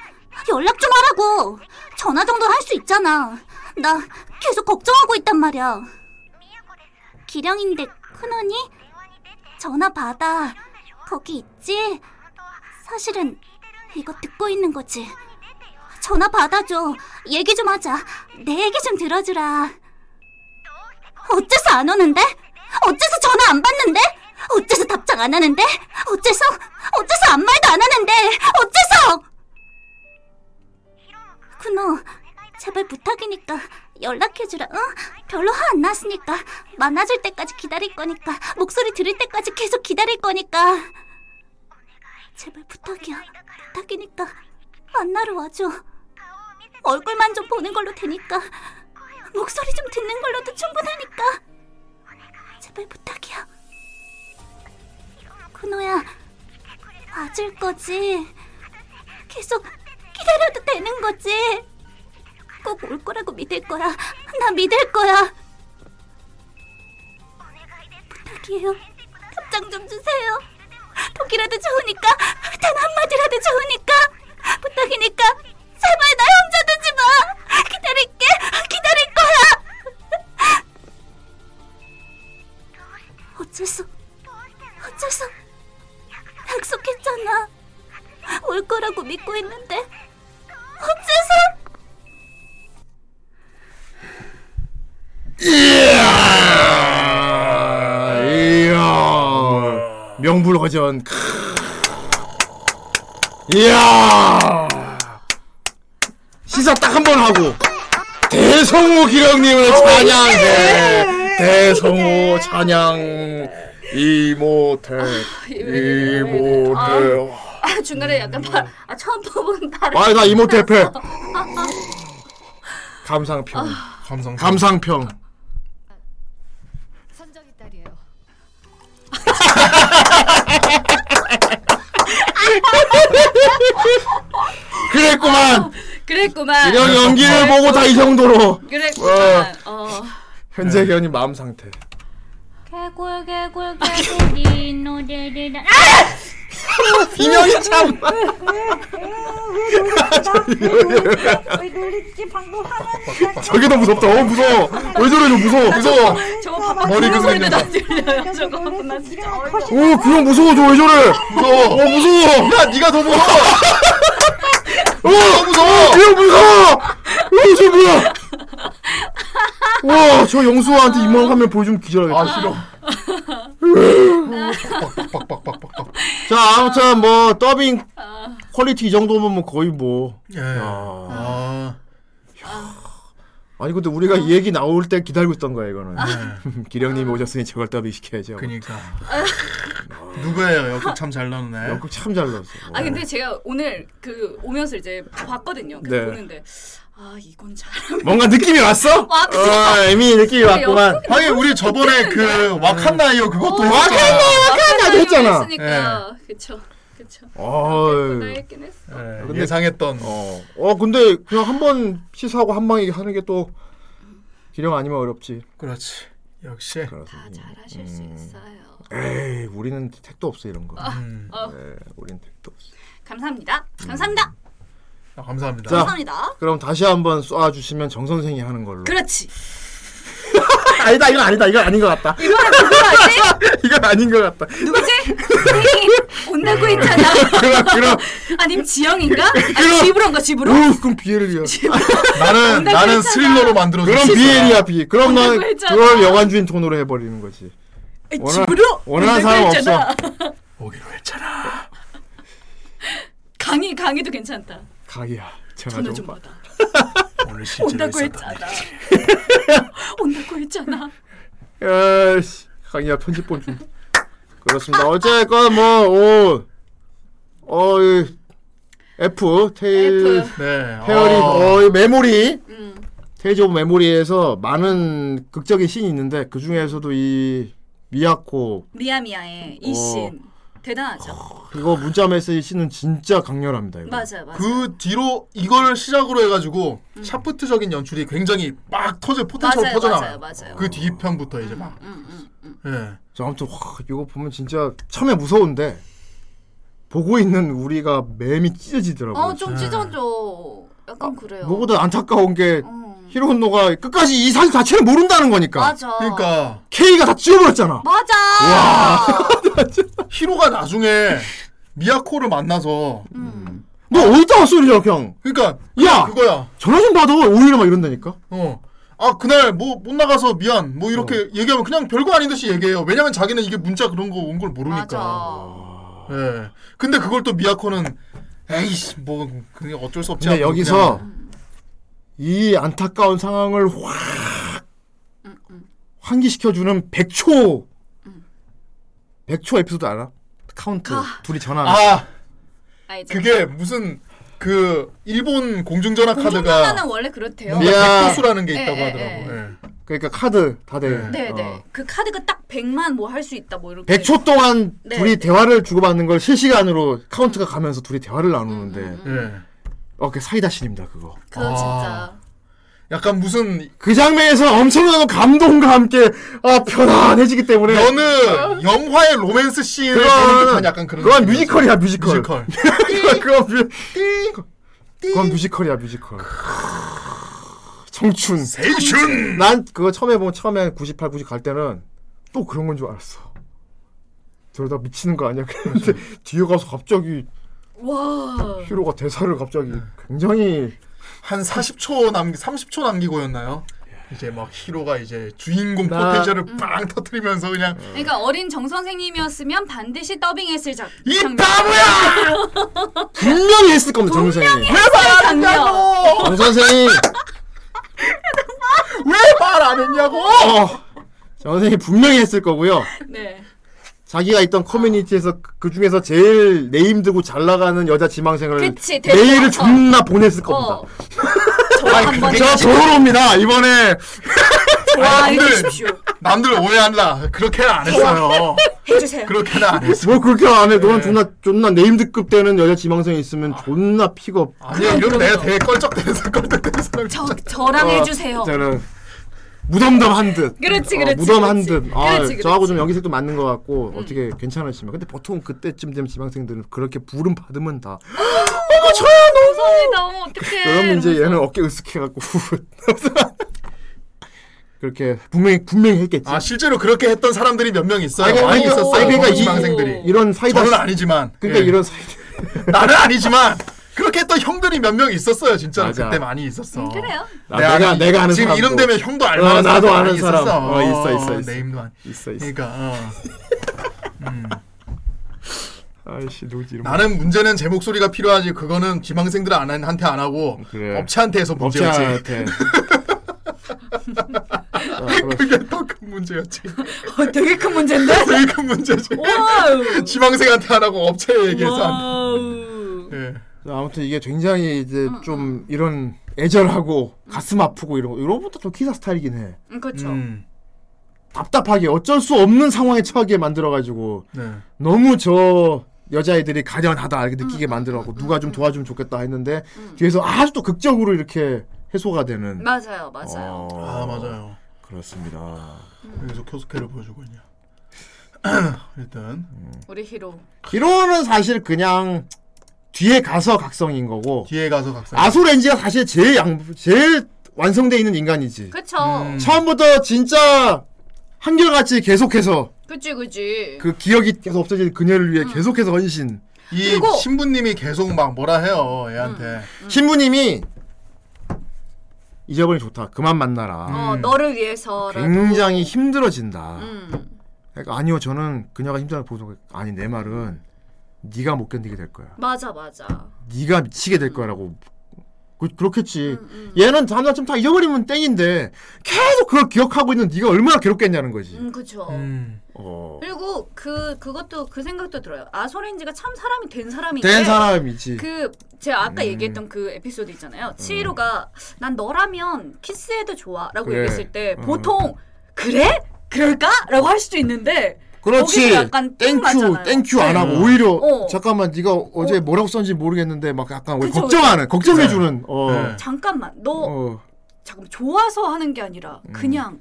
S4: 연락 좀 하라고. 전화 정도 할 수 있잖아. 나 계속 걱정하고 있단 말이야. 기령인데 큰언니? 전화 받아. 거기 있지? 사실은 이거 듣고 있는 거지. 전화 받아줘. 얘기 좀 하자. 내 얘기 좀 들어주라. 어째서 안 오는데? 어째서 전화 안 받는데? 어째서 답장 안 하는데? 어째서? 어째서 아무 말도 안 하는데? 어째서? 쿠노, 제발 부탁이니까 연락해주라, 응? 별로 화 안 났으니까 만나줄 때까지 기다릴 거니까 목소리 들을 때까지 계속 기다릴 거니까 제발 부탁이야, 부탁이니까 만나러 와줘. 얼굴만 좀 보는 걸로 되니까 목소리 좀 듣는 걸로도 충분하니까 제발 부탁이야. 쿠노야, 와줄 거지? 계속 기다려도 되는 거지? 꼭 올 거라고 믿을 거야. 나 믿을 거야. 부탁이에요. 답장 좀 주세요. 독이라도 좋으니까, 단 한마디라도 좋으니까, 부탁이니까, 제발 나 혼자 두지 마! 기다릴게! 기다릴 거야! 어쩔 수, 어쩔 수, 약속했잖아. 올 거라고 믿고 있는데, 어째서!
S1: 아, 이야 명불허전 크. 이야 시사 딱 한 번 하고 대성호 기령님을 찬양해 대성호 찬양 이모태 예, 뭐. 이모태
S3: 아 중간에 약간 발, 아 처음 뽑은 발을.
S1: 아나 이모태패 감상평
S2: 감성.
S1: 감상평
S6: 선정이 딸이에요.
S1: 그랬구만
S3: 그랬구만.
S1: 기령 연기를 보고 다 이 정도로
S3: 그랬구만. 어.
S1: 현재
S2: 네.
S1: 기현이 마음 상태
S4: 개굴 개굴 개굴 이 노래를 아!
S1: 이명이 참 저게 더 무섭다. 어 무서워. 왜 저래 저 무서워. 무서워.
S3: 저거 바빠
S2: 머리
S3: 그런
S2: 긁는
S3: 소리도 안 들려요. 저거 나 진짜 어이가 없어.
S1: 오 그냥 무서워 저 왜 저래.
S2: 무서워.
S1: 어 무서워.
S2: 야, 네가 더 무서워.
S1: 어 무서워. 이거 무서워. 어저 뭐야. 와저 영수한테 이만 화면 보여주면 기절하겠다.
S2: 아, 싫어. 빡빡빡빡빡빡.
S1: 자 아무튼 뭐 더빙 퀄리티 이 정도면 뭐 거의 뭐.
S2: 예. 아.
S1: 아니 근데 우리가 이 얘기 나올 때 기다리고 있던 거야 이거는. 음, 기령님이 오셨으니 저걸 더비 시켜야죠.
S2: 그니까 누구예요? 역극 참 잘 나오네.
S1: 연극 참 잘 넣었어.
S3: 아 근데 제가 오늘 그 오면서 이제 봤거든요. 그래서
S1: 네.
S3: 보는데 아 이건 잘하면
S1: 어. 뭔가 느낌이 왔어?
S3: 왔어.
S1: 어, 이미 느낌이 왔구만.
S2: 아니 우리
S3: 네,
S2: 저번에 그 와칸나이요 그것도 했잖아.
S1: 나도 했잖아.
S3: 했으니까 그쵸 네. 그쵸.
S1: 어.
S3: 나 했긴 했어.
S2: 예,
S1: 근데-
S2: 예상했던
S1: 어. 어 근데 그냥 한 번 시사하고 한 방에 하는 게 또 기령 아니면 어렵지.
S2: 그렇지 역시
S1: 그래서
S3: 다 잘하실 수
S1: 음.
S3: 있어요.
S1: 에이 우리는 택도 없어 이런 거.
S2: 음,
S1: 네, 우리는 택도 없어.
S3: 감사합니다. 감사합니다.
S2: 아, 감사합니다.
S1: 자.
S3: 감사합니다.
S1: 그럼 다시 한번 쏴 주시면 정 선생이 하는 걸로.
S3: 그렇지.
S1: 아니다 이건 아니다 이건 아닌 것 같다.
S3: 이거는 누구지?
S1: 이건 아닌 것 같다.
S3: 누구지? 선생님 혼나고 있잖아.
S1: 그럼 그럼 음.
S3: 아님 지영인가? 아니 지브론가 지브론?
S1: 오 그럼 비엘이야.
S2: 나는 나는 스릴러로 만들어
S1: 그럼 비엘이야 비. 그럼 난
S3: 혼나고 했잖아.
S1: 그걸 영환주인 톤으로 해버리는 거지. 원하-
S3: 지브로?
S1: 원하는 사람
S2: 오기로 했잖아.
S3: 강의 강의도 괜찮다.
S1: 아, 가기야 전화
S3: 전화
S1: 좀.
S3: 좀
S1: 받-
S3: 받아.
S2: 오늘 실제로
S3: 온다고
S2: 있었던
S3: 했잖아. 온다고
S1: 어.
S3: 했잖아.
S1: 야씨 강이야 편집본 좀. 그렇습니다. 어쨌건 뭐오 어. 이 F 테일
S3: F.
S2: 네.
S1: 페어링
S2: 어,
S3: 뭐.
S1: 어, 이 메모리
S3: 음.
S1: 테이즈 오브 메모리에서 많은 극적인 씬이 있는데 그 중에서도 이 미야코
S3: 미야미야의 이신
S1: 어.
S3: 대단하죠.
S1: 이거 문자 메시지 씬은 진짜 강렬합니다. 이거.
S3: 맞아 맞아.
S2: 그 뒤로 이걸 시작으로 해가지고 샤프트적인 연출이 굉장히 막 터져 포텐처럼
S3: 음. 맞아요
S2: 터져나와요.
S3: 맞아요 맞아요.
S2: 그 뒤편부터 이제 막.
S3: 음, 음,
S2: 예.
S1: 저 아무튼 와, 이거 보면 진짜 처음에 무서운데 보고 있는 우리가 맴이
S3: 음.
S1: 찢어지더라고요.
S3: 어좀 찢어져. 약간 그래요.
S1: 네. 뭐보다 안타까운 게
S3: 음.
S1: 히로노가 끝까지 이 사실 자체를 모른다는 거니까
S3: 맞아. 뭐?
S2: 그러니까
S1: K가 다 찢어버렸잖아.
S3: 맞아.
S2: 히로가 나중에 미야코를 만나서
S3: 음.
S1: 너 어디다 왔어, 이리 형?
S2: 그러니까
S1: 야!
S2: 그거야.
S1: 전화 좀 받아. 오히려 막 이런다니까.
S2: 어. 아 그날 뭐 못 나가서 미안 뭐 이렇게
S1: 어.
S2: 얘기하면 그냥 별거 아닌 듯이 얘기해요. 왜냐면 자기는 이게 문자 그런 거 온 걸 모르니까.
S3: 맞아.
S2: 예. 근데 그걸 또 미야코는 에이씨 뭐 그게 어쩔 수 없지.
S1: 근데
S2: 하고
S1: 여기서 이 안타까운 상황을 확
S3: 음, 음.
S1: 환기시켜주는 100초 100초 에피소드 알아? 카운트 둘이
S2: 그냥-
S1: 전화
S2: 아
S3: 아 이제
S2: 그게 무슨 그 일본 공중전화
S3: 공중전화는
S2: 카드가
S3: 원래 그렇대요.
S1: 네.
S2: 뭔가 백도수라는 게
S3: 예,
S2: 있다고
S3: 예,
S2: 하더라고.
S3: 예.
S2: 예.
S1: 그러니까 카드 다들
S3: 네, 네. 그 카드가 딱 100만 뭐 할 수 있다 뭐 이렇게.
S1: 100초 동안
S3: 네,
S1: 둘이
S3: 네.
S1: 대화를 주고받는 걸 실시간으로 카운트가 가면서 둘이 대화를 나누는데
S2: 예.
S1: 어, 그 사이다 신입니다 그거
S3: 그거
S2: 아.
S3: 진짜.
S2: 약간 무슨
S1: 그 장면에서 엄청난 감동과 함께 아 편안해지기 때문에
S2: 어느 영화의 로맨스 씬을 보는 듯한 약간 그런
S1: 그건
S2: 느낌이었어.
S1: 뮤지컬이야 뮤지컬,
S2: 뮤지컬.
S1: 그건, 뮤, 그건 뮤지컬이야 뮤지컬 청춘
S2: 에이슌
S1: 난 그거 처음에 보면 처음에 98, 90 갈 때는 또 그런 건 줄 알았어. 저러다 미치는 거 아니야? 그런데 뒤에 가서 갑자기
S3: 와.
S1: 히로가 대사를 갑자기 굉장히
S2: 한 40초 남기 30초 남기고였나요? 이제 막 히로가 이제 주인공
S1: 나- 음.
S2: 포텐셜을 빵 터트리면서 그냥
S1: 네.
S3: 그러니까 어린 정 선생님이었으면 반드시 더빙했을 작.
S2: 이
S1: 아,
S2: 바보야!
S1: 분명히 했을 겁니다, 정 선생이.
S3: 장면.
S1: 정 선생이
S2: 왜 말 안 했냐고!
S1: 어, 정 선생이 분명히 했을 거고요.
S3: 네.
S1: 자기가 있던 커뮤니티에서 그- 그 중에서 제일 네임 드고 잘 나가는 여자 지망생을
S3: 그치, 데리고
S1: 메일을
S3: 와서.
S1: 존나 보냈을 겁니다.
S3: 어.
S1: 아,
S3: 저한번
S1: 제가 도로입니다 이번에
S2: 아니,
S3: 좋아해
S2: 근데-
S3: 주십시오.
S2: 남들 오해한다. 그렇게는 안 했어요.
S3: 해주세요.
S2: 그렇게는 안 했어.
S1: 뭐 그렇게 안 해. 너는 존나 존나 네임드급 되는 여자 지망생이 있으면 존나 픽업.
S2: 아니야, 이러면 내가 되게 껄쩍대면서 껄쩍대는 사람
S3: 저 저랑 해주세요.
S1: 어. 저는 무덤덤한 듯. 어,
S3: 그렇지, 그렇지,
S1: 무덤한
S3: 그렇지.
S1: 듯. 아,
S3: 그렇지, 음.
S1: 저하고 좀 연기색도 맞는 것 같고 어떻게 괜찮으시면. 근데 보통 그때쯤 되면 지망생들은 그렇게 부름 받으면 다. 어머 저야 너.
S3: 죄송합니다. 어머 어떡해.
S1: 그러면 이제 얘는 어깨 으쓱해갖고 그렇게 분명히 분명히 했겠지.
S2: 아, 실제로 그렇게 했던 사람들이 몇 명 있어요.
S1: 아니,
S2: 많이
S1: 아니,
S2: 있었어요.
S1: 아니, 그러니까 이-
S2: 지망생들이.
S1: 이런 사이다.
S2: 저는 아니지만.
S1: 그러니까
S2: 예.
S1: 이런 사이다.
S2: 나는 아니지만 그렇게 했던 형들이 몇 명 있었어요. 진짜 로
S1: 맞아.
S2: 그때 많이 있었어.
S3: 음, 그래요.
S1: 나- 내가
S2: 아는-
S1: 내가 아는
S2: 지금
S1: 사람도.
S2: 이름 되면 형도
S1: 어,
S2: 알만한
S1: 나도
S2: 사람도
S1: 아는
S2: 많이
S1: 사람.
S2: 있었어.
S1: 어, 있어, 있어, 있어.
S2: 네임도 안.
S1: 있어 있어.
S2: 그러니까 어.
S1: 아이씨 누구지 이름.
S2: 나는 문제는 제 목소리가 필요하지. 어, 그거는 지망생들 안 한테 안 하고
S1: 그래.
S2: 업체한테 해서 문제였지.
S1: 업체한테 아, 그렇-
S2: 그게 더 큰 문제였지.
S3: 어, 되게 큰 문제인데?
S2: 제일 큰 문제지.
S3: 와우.
S2: 지망생한테 하라고 업체에 얘기해서 안
S3: 와우. 음,
S2: 돼. 예.
S1: 아무튼 이게 굉장히 이제 좀 이런 애절하고 가슴 아프고 이런 거 이런 것도 좀 기사 스타일이긴 해.
S3: 음, 그렇죠.
S2: 음.
S1: 답답하게 어쩔 수 없는 상황에 처하게 만들어가지고
S2: 네.
S1: 너무 저 여자애들이 가련하다 이렇게 느끼게 만들어갖고 누가 좀 도와주면 좋겠다 했는데 뒤에서 아주 또 극적으로 이렇게 해소가 되는
S3: 맞아요, 맞아요.
S1: 어,
S2: 아 맞아요.
S1: 그렇습니다
S2: 여기서 쿄스케를 보여주고 있냐. 일단
S3: 우리 히로.
S1: 히로는 사실 그냥 뒤에 가서 각성인 거고
S2: 뒤에 가서 각성.
S1: 아소렌지가 사실 제일 양 제일 완성돼 있는 인간이지
S3: 그쵸.
S2: 음.
S1: 처음부터 진짜 한결같이 계속해서
S3: 그치, 그치.
S1: 그 기억이 계속 없어질 그녀를
S3: 음.
S1: 위해 계속해서 헌신
S2: 이
S3: 그리고-
S2: 신부님이 계속 막 뭐라 해요 얘한테.
S3: 음.
S1: 신부님이 잊어버리 좋다 그만 만나라
S3: 어, 너를 위해서라도.
S1: 음. 굉장히 힘들어진다.
S3: 음,
S1: 그러니까 아니요, 저는 그녀가 힘들어 보고 아니 내 말은 네가 못 견디게 될 거야.
S3: 맞아, 맞아.
S1: 네가 미치게 될 거라고. 그, 그렇겠지.
S3: 음,
S1: 얘는 다음날쯤 다 잊어버리면 땡인데 계속 그걸 기억하고 있는 네가 얼마나 괴롭겠냐는 거지.
S3: 음, 그쵸.
S2: 음.
S1: 어.
S3: 그리고 그, 그것도, 그 생각도 들어요. 아소렌지가 참 사람이 된 사람인데.
S1: 된 사람이지. 음.
S3: 그 제가 아까 얘기했던 그 에피소드 있잖아요. 치히로가 난 너라면 키스해도 좋아라고
S1: 그래.
S3: 얘기했을 때
S1: 어.
S3: 보통 그래? 그럴까?라고 할 수도 있는데
S1: 그렇지.
S3: 거기서 약간
S1: 땡큐,
S3: 띵 맞잖아요.
S1: 땡큐 안
S3: 네.
S1: 하고 오히려
S3: 어.
S1: 잠깐만 네가 어제 뭐라고 썼는지 모르겠는데 막 약간
S3: 그쵸,
S1: 걱정하는, 걱정해주는. 어.
S2: 네.
S3: 잠깐만 너
S1: 어.
S3: 잠깐 좋아서 하는 게 아니라
S1: 음.
S3: 그냥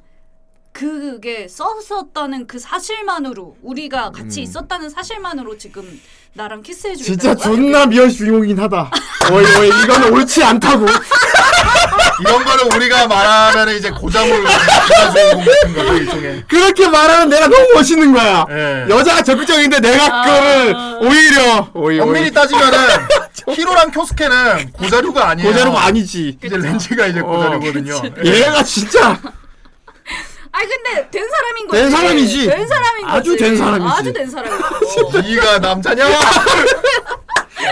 S3: 그게 썼었다는 그 사실만으로 우리가 같이 있었다는 사실만으로 지금 나랑 키스해 주겠다.
S1: 음. 진짜 존나 미연 주인공이긴 하다. 어이 어이 이거는 옳지 않다고.
S2: 이런 거를 우리가 말하면 이제 고자물 기사 주인공 같은 거죠 일종의.
S1: 그렇게 말하는 내가 너무 멋있는 거야.
S2: 예.
S1: 여자가 적극적인데 내가 그거를
S3: 아.
S1: 오히려 오이
S2: 어, 엄밀히 따지면은 히로랑 쿄스케는 고자류가 아니에요.
S1: 고자로가 아니지. 어,
S2: 이제 렌즈가 이제 고자류거든요. 예.
S1: 얘가 진짜
S3: 아 근데 된 사람인 거지.
S1: 된 사람이지.
S3: 된 사람인 거지.
S1: 아주 된 사람이지. 어.
S3: 아주 된 사람이고.
S2: 이가 남자냐?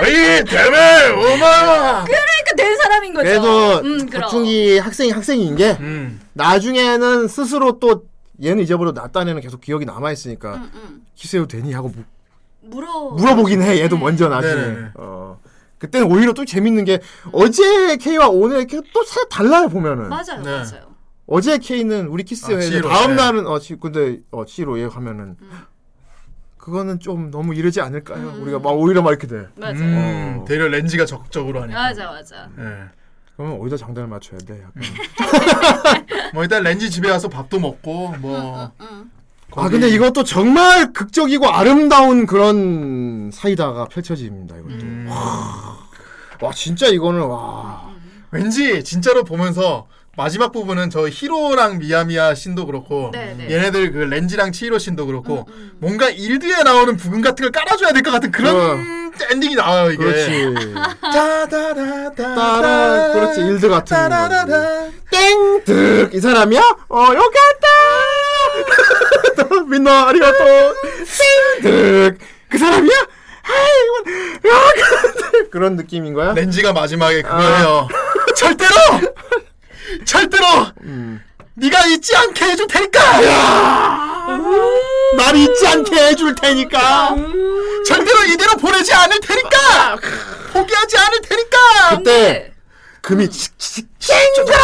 S2: 어이 대매 오마.
S3: 그러니까 된 사람인 거죠.
S1: 그래도
S3: 음, 그럼.
S1: 보통이 학생이 학생인 게
S2: 음.
S1: 나중에는 스스로 또 얘는 잊어버려 놨다는 애는 계속 기억이 남아 있으니까
S3: 음.
S1: 키스해도 되니 하고 무-
S3: 물어
S1: 물어보긴 해.
S3: 음.
S1: 얘도 먼저 나중에.
S2: 네네네.
S1: 어. 그때는 오히려 또 재밌는 게 어제 K와 오늘 K또 달라요 보면은.
S3: 맞아요,
S2: 네.
S3: 맞아요.
S1: 어제 K는 우리 키스해.
S2: 아, C로,
S1: 다음
S2: 네.
S1: 날은 어 치, 근데 어 C로 얘 하면은
S3: 음.
S1: 그거는 좀 너무 이르지 않을까요? 우리가 막 오히려 막 이렇게 돼.
S3: 맞아요.
S2: 음. 대려 렌즈가 적극적으로 하니까.
S3: 맞아, 맞아.
S2: 예.
S1: 그러면 어디다 장단을 맞춰야 돼? 약간.
S2: 뭐 일단 렌즈 집에 와서 밥도 먹고 뭐.
S1: 아 근데 이것도 정말 극적이고 아름다운 그런 사이다가 펼쳐집니다. 이것도.
S2: 음.
S1: 와 진짜 이거는 와.
S2: 왠지 진짜로 보면서 마지막 부분은 저 히로랑 미야미야 신도 그렇고
S3: 네, 음, 네.
S2: 얘네들 그 렌지랑 치히로 신도 그렇고 뭔가 일드에 나오는 부금 같은 걸 깔아줘야 될 것 같은 그런 엔딩이 나와요 이게.
S1: 어. 그렇지.
S2: 예. 따라라따라
S1: 따라 그렇지 일드 같은 땡득 이 사람이야? 어 요가다 민나 아리가또 땡득 그 사람이야? 아이고 요가다 그런 느낌인 거야?
S2: 렌지가 마지막에
S1: 아.
S2: 그거예요. 절대로 절대로 네가 잊지 않게 해줄 테니까
S1: 날 잊지 않게 해줄 테니까
S2: 절대로 이대로 보내지 않을 테니까 포기하지 않을 테니까
S1: 그때 금이 칙칙 쨍그랑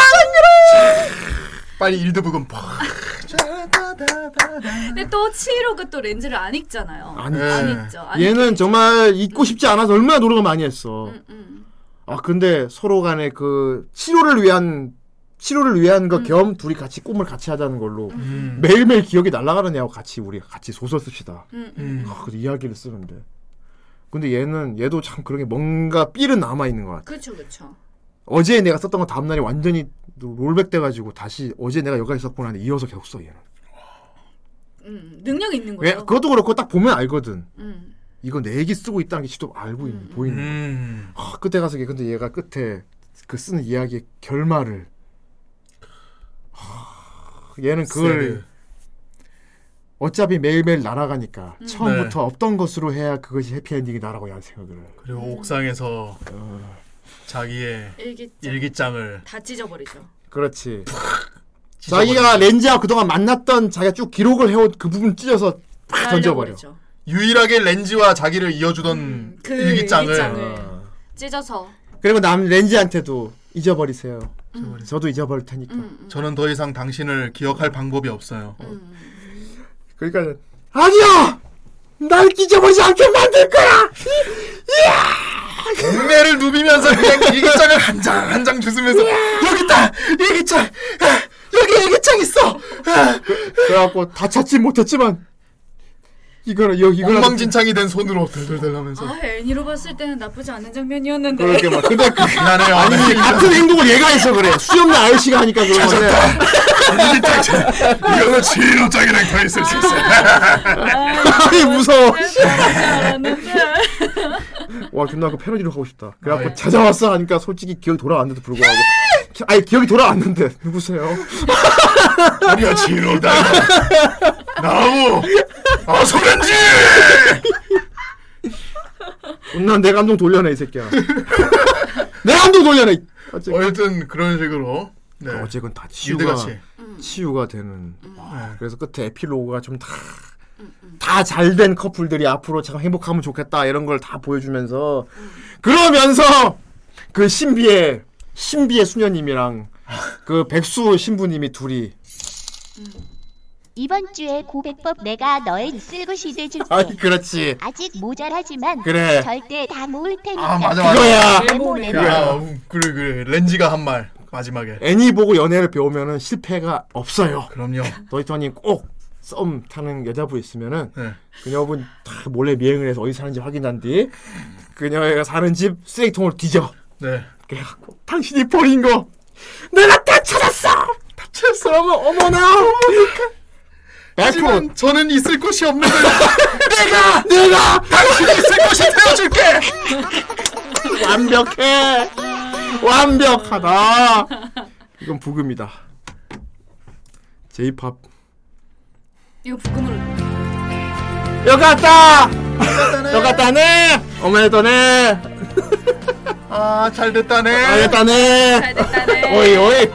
S2: 빨리 일드 부금 팍.
S3: 근데 또 치히로가 또 렌즈를 안 읽잖아요.
S1: 아니
S2: 예.
S3: 안 읽죠. 안
S1: 네. 얘는 정말 잊고 싶지 않아서 얼마나 노력을 많이 했어
S3: 읽- 음.
S1: 아 근데 서로 간에 그 치료를 위한 치료를 위한 거 겸 둘이 같이 꿈을 같이 하자는 걸로
S2: 음.
S1: 매일매일 기억이 날아가는 애하고 같이 우리 같이 소설 씁시다.
S3: 음, 음.
S2: 음.
S1: 아, 그 이야기를 쓰는데. 근데 얘는 얘도 참 그런 게 뭔가 삘은 남아 있는 것 같아.
S3: 그쵸, 그쵸.
S1: 어제 내가 썼던 거 다음 날이 완전히 롤백 돼가지고 다시 어제 내가 여기까지 썼구나 하는데 이어서 계속 써 얘는.
S3: 음, 능력 있는
S1: 왜
S3: 거죠.
S1: 그것도 그렇고 딱 보면 알거든.
S3: 음.
S1: 이거 내 얘기 쓰고 있다는 게 직접 알고 있, 보이는. 거야.
S2: 음.
S1: 아, 끝에 가서 이게 근데 얘가 끝에 그 쓰는 이야기의 결말을. 하, 얘는 그걸
S2: 세드.
S1: 어차피 매일매일 날아가니까 처음부터
S2: 네.
S1: 없던 것으로 해야 그것이 해피엔딩이다라고 하는 생각을
S2: 그리고 옥상에서 자기의
S3: 일기장.
S2: 일기장을
S3: 다 찢어버리죠.
S1: 그렇지 자기가 렌즈와 그동안 만났던 자기가 쭉 기록을 해온 그 부분 찢어서
S3: 아, 네,
S1: 팍 던져버려.
S3: 날려버리죠.
S2: 유일하게 렌즈와 자기를 이어주던
S3: 그
S2: 일기장을,
S3: 일기장을.
S1: 어.
S3: 찢어서
S1: 그리고 남 렌즈한테도 잊어버리세요. 저도 잊어버릴 테니까.
S2: 저는 더 이상 당신을 기억할 방법이 없어요.
S3: 음.
S1: 그러니까 아니야, 날 잊어버리지 않게 만들 거야.
S2: 동네를 누비면서 그냥 일기장을 한 장 한 장 주스면서 여기 있다 일기장 아, 여기 일기장 있어 아,
S1: 그, 그래갖고 다 찾지 못했지만 이거는 여기 이거는
S2: 엉망진창이 된 손으로 들들들하면서
S3: 아 애니로 봤을 때는 나쁘지 않은 장면이었는데
S1: 그렇게 막 근데 그
S2: 나는 아니
S1: 아니 같은 행동을 얘가 해서 그래. 수염나 아저씨가 하니까 그런 건데.
S2: 이거는 진호장이랑 더 있을 수 있어.
S1: 아니 무서워.
S3: 알았는데
S1: 와 존나 그 패러디로 가고 싶다. 그래갖고
S2: 아, 예.
S1: 찾아왔어 하니까 솔직히 기억이 돌아왔는데도 불구하고 기- 아니 기억이 돌아왔는데 누구세요?
S2: 아니야 진호다. 나우 아소렌지.
S1: 존나 내 감동 돌려내 이 새끼야. 내 감동 돌려내. 이- 어쨌건,
S2: 어쨌든 그런 식으로 네.
S1: 어쨌건 다 치유가
S2: 일대같이
S1: 치유가 되는.
S2: 네.
S1: 그래서 끝에 에필로그가 좀 다. 다 잘 된 커플들이 앞으로 참 행복하면 좋겠다 이런 걸 다 보여주면서 그러면서 그 신비의 신비의 수녀님이랑 그 백수 신부님이 둘이
S10: 이번 주에 고백법 내가 너의 쓸고 시대줄게.
S1: 아니 그렇지
S10: 아직 모자라지만
S1: 그래
S10: 절대 다 모을 테니까.
S2: 아 맞아 맞아.
S1: 그거야
S10: 네모 네모.
S2: 야, 음, 그래 그래 렌지가 한 말 마지막에.
S1: 애니 보고 연애를 배우면은 실패가 없어요.
S2: 그럼요.
S1: 너희터님 꼭 썸 타는 여자분 있으면은
S2: 네.
S1: 그녀분 다 몰래 미행을 해서 어디 사는지 확인한 뒤 그녀가 사는 집 쓰레기통을 뒤져.
S2: 네.
S1: 그래갖고 당신이 버린 거 내가 다 찾았어. 다 찾았어. 어머 어머나. 백호
S2: 하지만 저는 있을 곳이 없는데
S1: 내가 내가
S2: 당신이 있을 곳이 되어줄게.
S1: 완벽해. 완벽하다. 이건 부금이다. J-pop
S3: 이거 부금으로
S1: 여갔다. 여갔다네. 어머니도네.
S2: 아 잘됐다네.
S1: 여갔다네.
S3: 잘 됐다네
S1: 오이 오이.
S3: 오이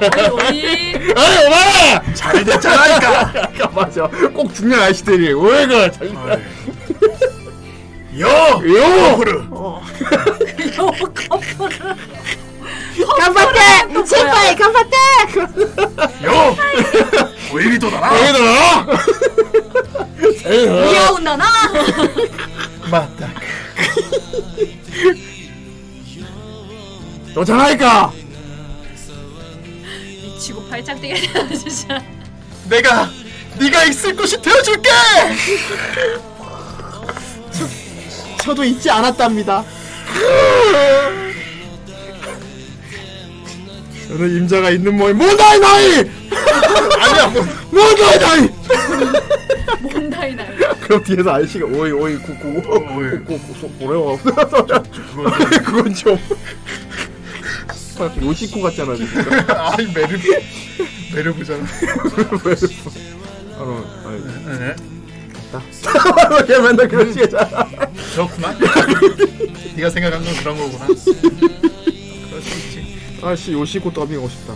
S1: 어이 오마!
S2: 잘 됐잖아니까.
S1: 맞아. 꼭 중년 아이씨들이 오이 그.
S2: 네. 요.
S1: 요.
S2: 호르.
S3: 이거 커플을
S1: 깜빡대. 제발 깜빡대.
S2: 요. 오일이도다.
S1: 얘들아.
S3: 이어온다 나
S2: 맞다.
S1: 너잖아니까.
S3: 미치고 팔짱 뛰게 되나 진짜
S2: 내가 네가 있을 곳이 되어줄게.
S1: 저도 잊지 않았답니다. 저는 임자가 있는 모임 모다이 나이. 아니야 뭐. 모다이 나이.
S3: 몬다이 날
S1: 그럼 뒤에서 아저씨가 오이 오이 구구
S2: 오이.
S1: 구구 뭐래요? 그건 좀 요시코 같잖아 진짜.
S2: 아이 메르 메르부잖아.
S1: 바로 아니,
S2: 네.
S1: 걔 맨날 그런 식이잖아
S2: 그렇구나. 네가 생각한 건 그런 거구나. 그럴 수 있지.
S1: 아씨 요시코 더빙하고 싶다.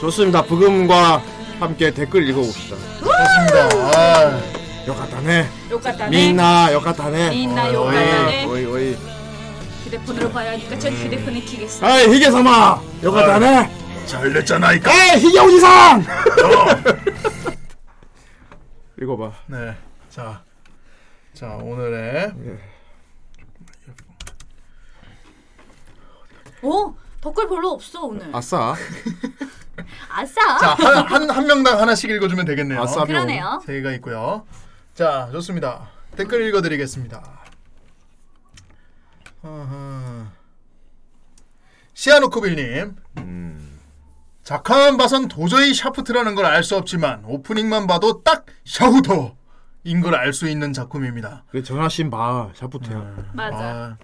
S1: 좋습니다. 부금과 함께 댓글 읽어봅시다.
S2: 좋습니다. 아,
S1: 역같다네.
S3: 욕같다네
S1: 민나 역같다네.
S3: 민나 욕같다네
S1: 오이 오이.
S3: 휴대폰으로 봐야 하니까 전 휴대폰을 키겠어
S1: 아이 희계사마 역같다네.
S2: 잘됐잖아 이까.
S1: 에이 예, 희계 오지상. 어. 읽어봐.
S2: 네. 자, 자 오늘의
S3: 오 댓글 어? 별로 없어 오늘
S1: 아싸.
S3: 아싸
S2: 자한한 한, 한 명당 하나씩 읽어주면 되겠네요.
S1: 아싸.
S3: 그러네요
S2: 세 개가 있고요. 자, 좋습니다. 댓글 읽어드리겠습니다. 어허. 시아노코빌님. 작화만 봐선 도저히 샤프트라는 걸 알 수 없지만 오프닝만 봐도 딱 샤우더인 걸 알 수 있는 작품입니다.
S1: 그래 전화신 봐. 샤프트야.
S3: 맞아
S2: 아.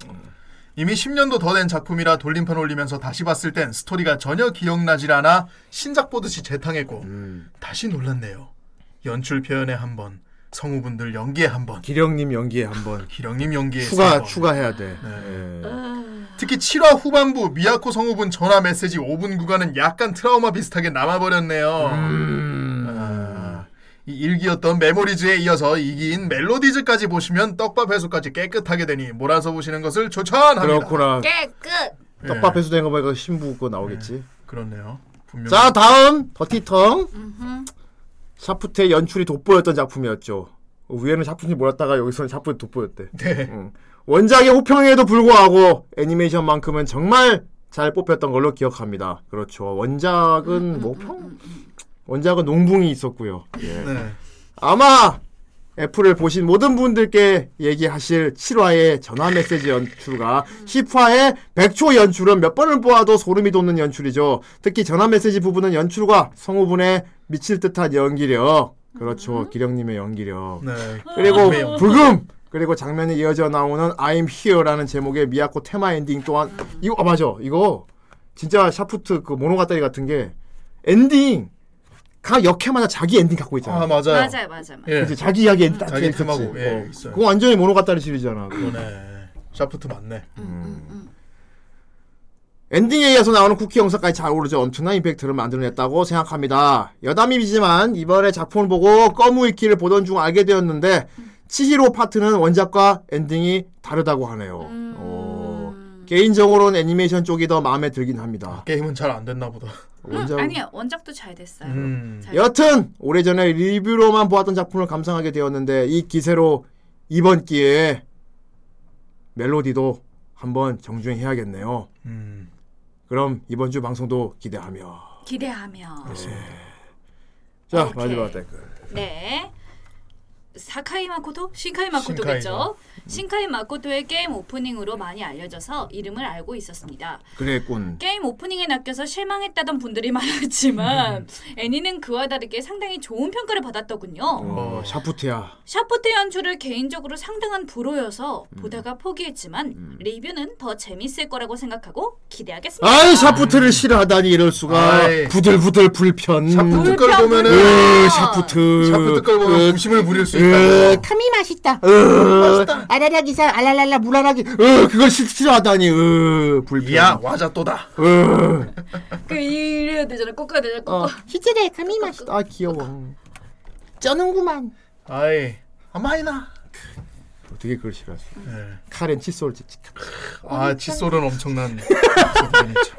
S2: 이미 10년도 더 된 작품이라 돌림판 올리면서 다시 봤을 땐 스토리가 전혀 기억나질
S1: 음.
S2: 않아 신작 보듯이 재탕했고 다시 놀랐네요. 연출 표현에 한번 성우분들 연기에 한번
S1: 기령님 연기에 한번
S2: 기령님 연기에 세
S1: 추가
S2: 번.
S1: 추가해야 돼. 예.
S2: 특히 7화 후반부 미야코 성우분 전화 메시지 5분 구간은 약간 트라우마 비슷하게 남아버렸네요.
S1: 음.
S2: 아, 이 1기였던 메모리즈에 이어서 2기인 멜로디즈까지 보시면 떡밥 회수까지 깨끗하게 되니 몰아서 보시는 것을 추천합니다.
S1: 그렇구나.
S3: 깨끗.
S1: 떡밥 회수된 거 보니까 신부 거 나오겠지.
S2: 그렇네요. 분명히.
S1: 자 다음 더티텅 샤프트의 연출이 돋보였던 작품이었죠. 어, 위에는 샤프트이 몰랐다가 여기서는 샤프트 돋보였대.
S2: 네.
S1: 응. 원작의 호평에도 불구하고 애니메이션만큼은 정말 잘 뽑혔던 걸로 기억합니다. 그렇죠. 원작은 뭐 호평? 원작은 농붕이 있었고요. 예.
S2: 네.
S1: 아마 애플을 보신 모든 분들께 얘기하실 7화의 전화 메시지 연출과 10화의 100초 연출은 몇 번을 보아도 소름이 돋는 연출이죠. 특히 전화 메시지 부분은 연출과 성우분의 미칠 듯한 연기력. 그렇죠. 기령님의 연기력.
S2: 네.
S1: 음. 그리고
S2: 매우.
S1: 불금! 그리고 장면에 이어져 나오는 I'm Here라는 제목의 미야코 테마 엔딩 또한 이거 아 맞아 이거 진짜 샤프트 그 모노가다리 같은 게 엔딩 각 역회마다 자기 엔딩 갖고 있잖아.
S2: 아 맞아요.
S3: 맞아요, 맞아요.
S2: 예.
S1: 이제 자기 이야기 엔딩 딱
S2: 자기
S1: 있었지.
S2: 틈하고, 예, 있어요. 음.
S1: 그거 완전히 모노가다리 시리즈잖아. 그거.
S2: 그러네. 샤프트 맞네.
S1: 엔딩에 이어서 나오는 쿠키 영상까지 잘 오르죠. 엄청난 임팩트를 만들어냈다고 생각합니다. 여담이지만 이번에 작품을 보고 꺼무위키를 보던 중 알게 되었는데 치히로 파트는 원작과 엔딩이 다르다고 하네요.
S3: 음.
S1: 어, 개인적으로는 애니메이션 쪽이 더 마음에 들긴 합니다.
S2: 게임은 잘 안 됐나 보다.
S1: 원작
S3: 아니야, 원작도 잘 됐어요.
S2: 음.
S3: 잘
S1: 여튼 오래전에 리뷰로만 보았던 작품을 감상하게 되었는데 이 기세로 이번 기회에 멜로디도 한번 정주행해야겠네요.
S2: 음.
S1: 그럼 이번 주 방송도 기대하며.
S3: 기대하며.
S1: 자
S3: 오케이.
S1: 마지막 댓글.
S3: 네. 사카이 마코토? 신카이 마코토겠죠?
S1: 신카이죠.
S3: 신카이 마코토의 게임 오프닝으로 많이 알려져서 이름을 알고 있었습니다.
S1: 그랬군.
S3: 게임 오프닝에 낚여서 실망했다던 분들이
S1: 음.
S3: 많았지만 애니는 그와 다르게 상당히 좋은 평가를 받았더군요.
S2: 음.
S1: 어, 샤프트야.
S3: 샤프트 연출을 개인적으로 상당한 불호여서
S1: 음.
S3: 보다가 포기했지만 리뷰는 더 재밌을 거라고 생각하고 기대하겠습니다.
S1: 아이 샤프트를 싫어하다니 이럴 수가.
S2: 아이.
S1: 부들부들 불편.
S2: 샤프트 걸 보면은
S1: 음. 으, 샤프트.
S2: 샤프트 걸 보면 부심을 부릴 수
S1: 으,
S2: 있다고.
S11: 탐이 맛있다.
S1: 맛있다.
S11: 아라라 기사 알랄랄라 무라라기.
S1: 으, 그걸 싫- 싫어하다니. 으, 불편.
S2: 야 와자또다.
S1: 으.
S3: 그 이래야 되잖아. 꺾어야 되잖아. 꺾어.
S1: 어.
S11: 히트데 탐이 맛있다.
S1: 아
S3: 어,
S1: 귀여워.
S11: 쩌는구만.
S2: 아이 아마이나.
S1: 어떻게 그걸 싫어하지?
S2: 네.
S1: 카렌 칫솔 치- 치-
S2: 아 칫솔은 엄청난.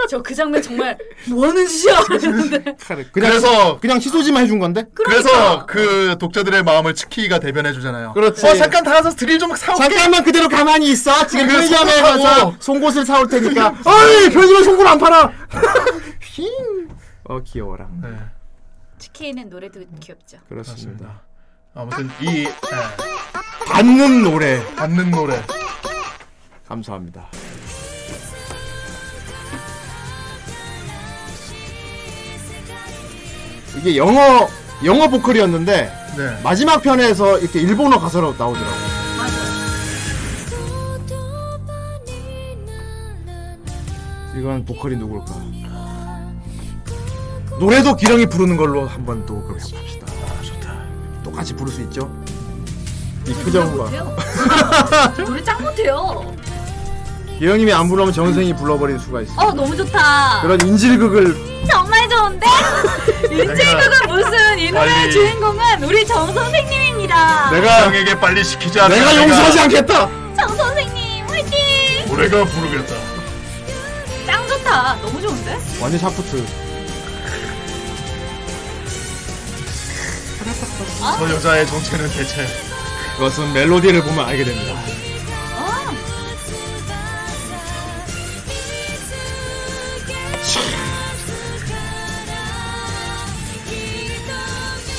S3: 저 그 장면 정말 뭐 하는 짓이야? 이랬는데.
S1: 카렌. 그냥
S2: 그래서
S1: 그냥 시소지만 해준 건데?
S2: 그래서 그 독자들의 마음을 치키가 대변해 주잖아요.
S1: 그렇지.
S2: 어 잠깐 다가서 드릴 좀 사올게.
S1: 잠깐만 그대로 가만히 있어. 지금
S2: 그래,
S1: 편의점에
S2: 송곳 사고.
S1: 가서 송곳을 사올 테니까. 어이 편의점에 송곳 안 팔아. 어 귀여워라.
S2: 네,
S3: 치킨은 노래도 귀엽죠.
S1: 그렇습니다.
S2: 아무튼 이 네,
S1: 받는 노래
S2: 받는 노래.
S1: 감사합니다. 이게 영어 영어 보컬이었는데
S2: 네.
S1: 마지막 편에서 이렇게 일본어 가사로 나오더라고. 이건 보컬이 누굴까? 노래도 기령이 부르는 걸로 한번 또 그렇게 합시다. 아, 좋다. 똑같이 부를 수 있죠? 이 표정과
S3: 못해요. 노래 짱 못해요.
S1: 기령님이 안 부르면 정생이 불러버릴 수가 있어.
S3: 어 너무 좋다.
S1: 그런 인질극을
S3: 정말 좋은데? 인질극은 무슨 이 노래의
S2: 빨리. 네.
S3: 주인공은 우리 정 선생님입니다.
S1: 내가
S2: 형에게 빨리 시키자.
S1: 내가 용서하지 않겠다.
S3: 정 선생님 화이팅!
S2: 노래가 부르겠다.
S3: 짱 좋다. 너무 좋은데?
S1: 완전 샤프트.
S2: 저 여자의 정체는 대체.
S1: 그것은 멜로디를 보면 알게 됩니다.
S3: 어.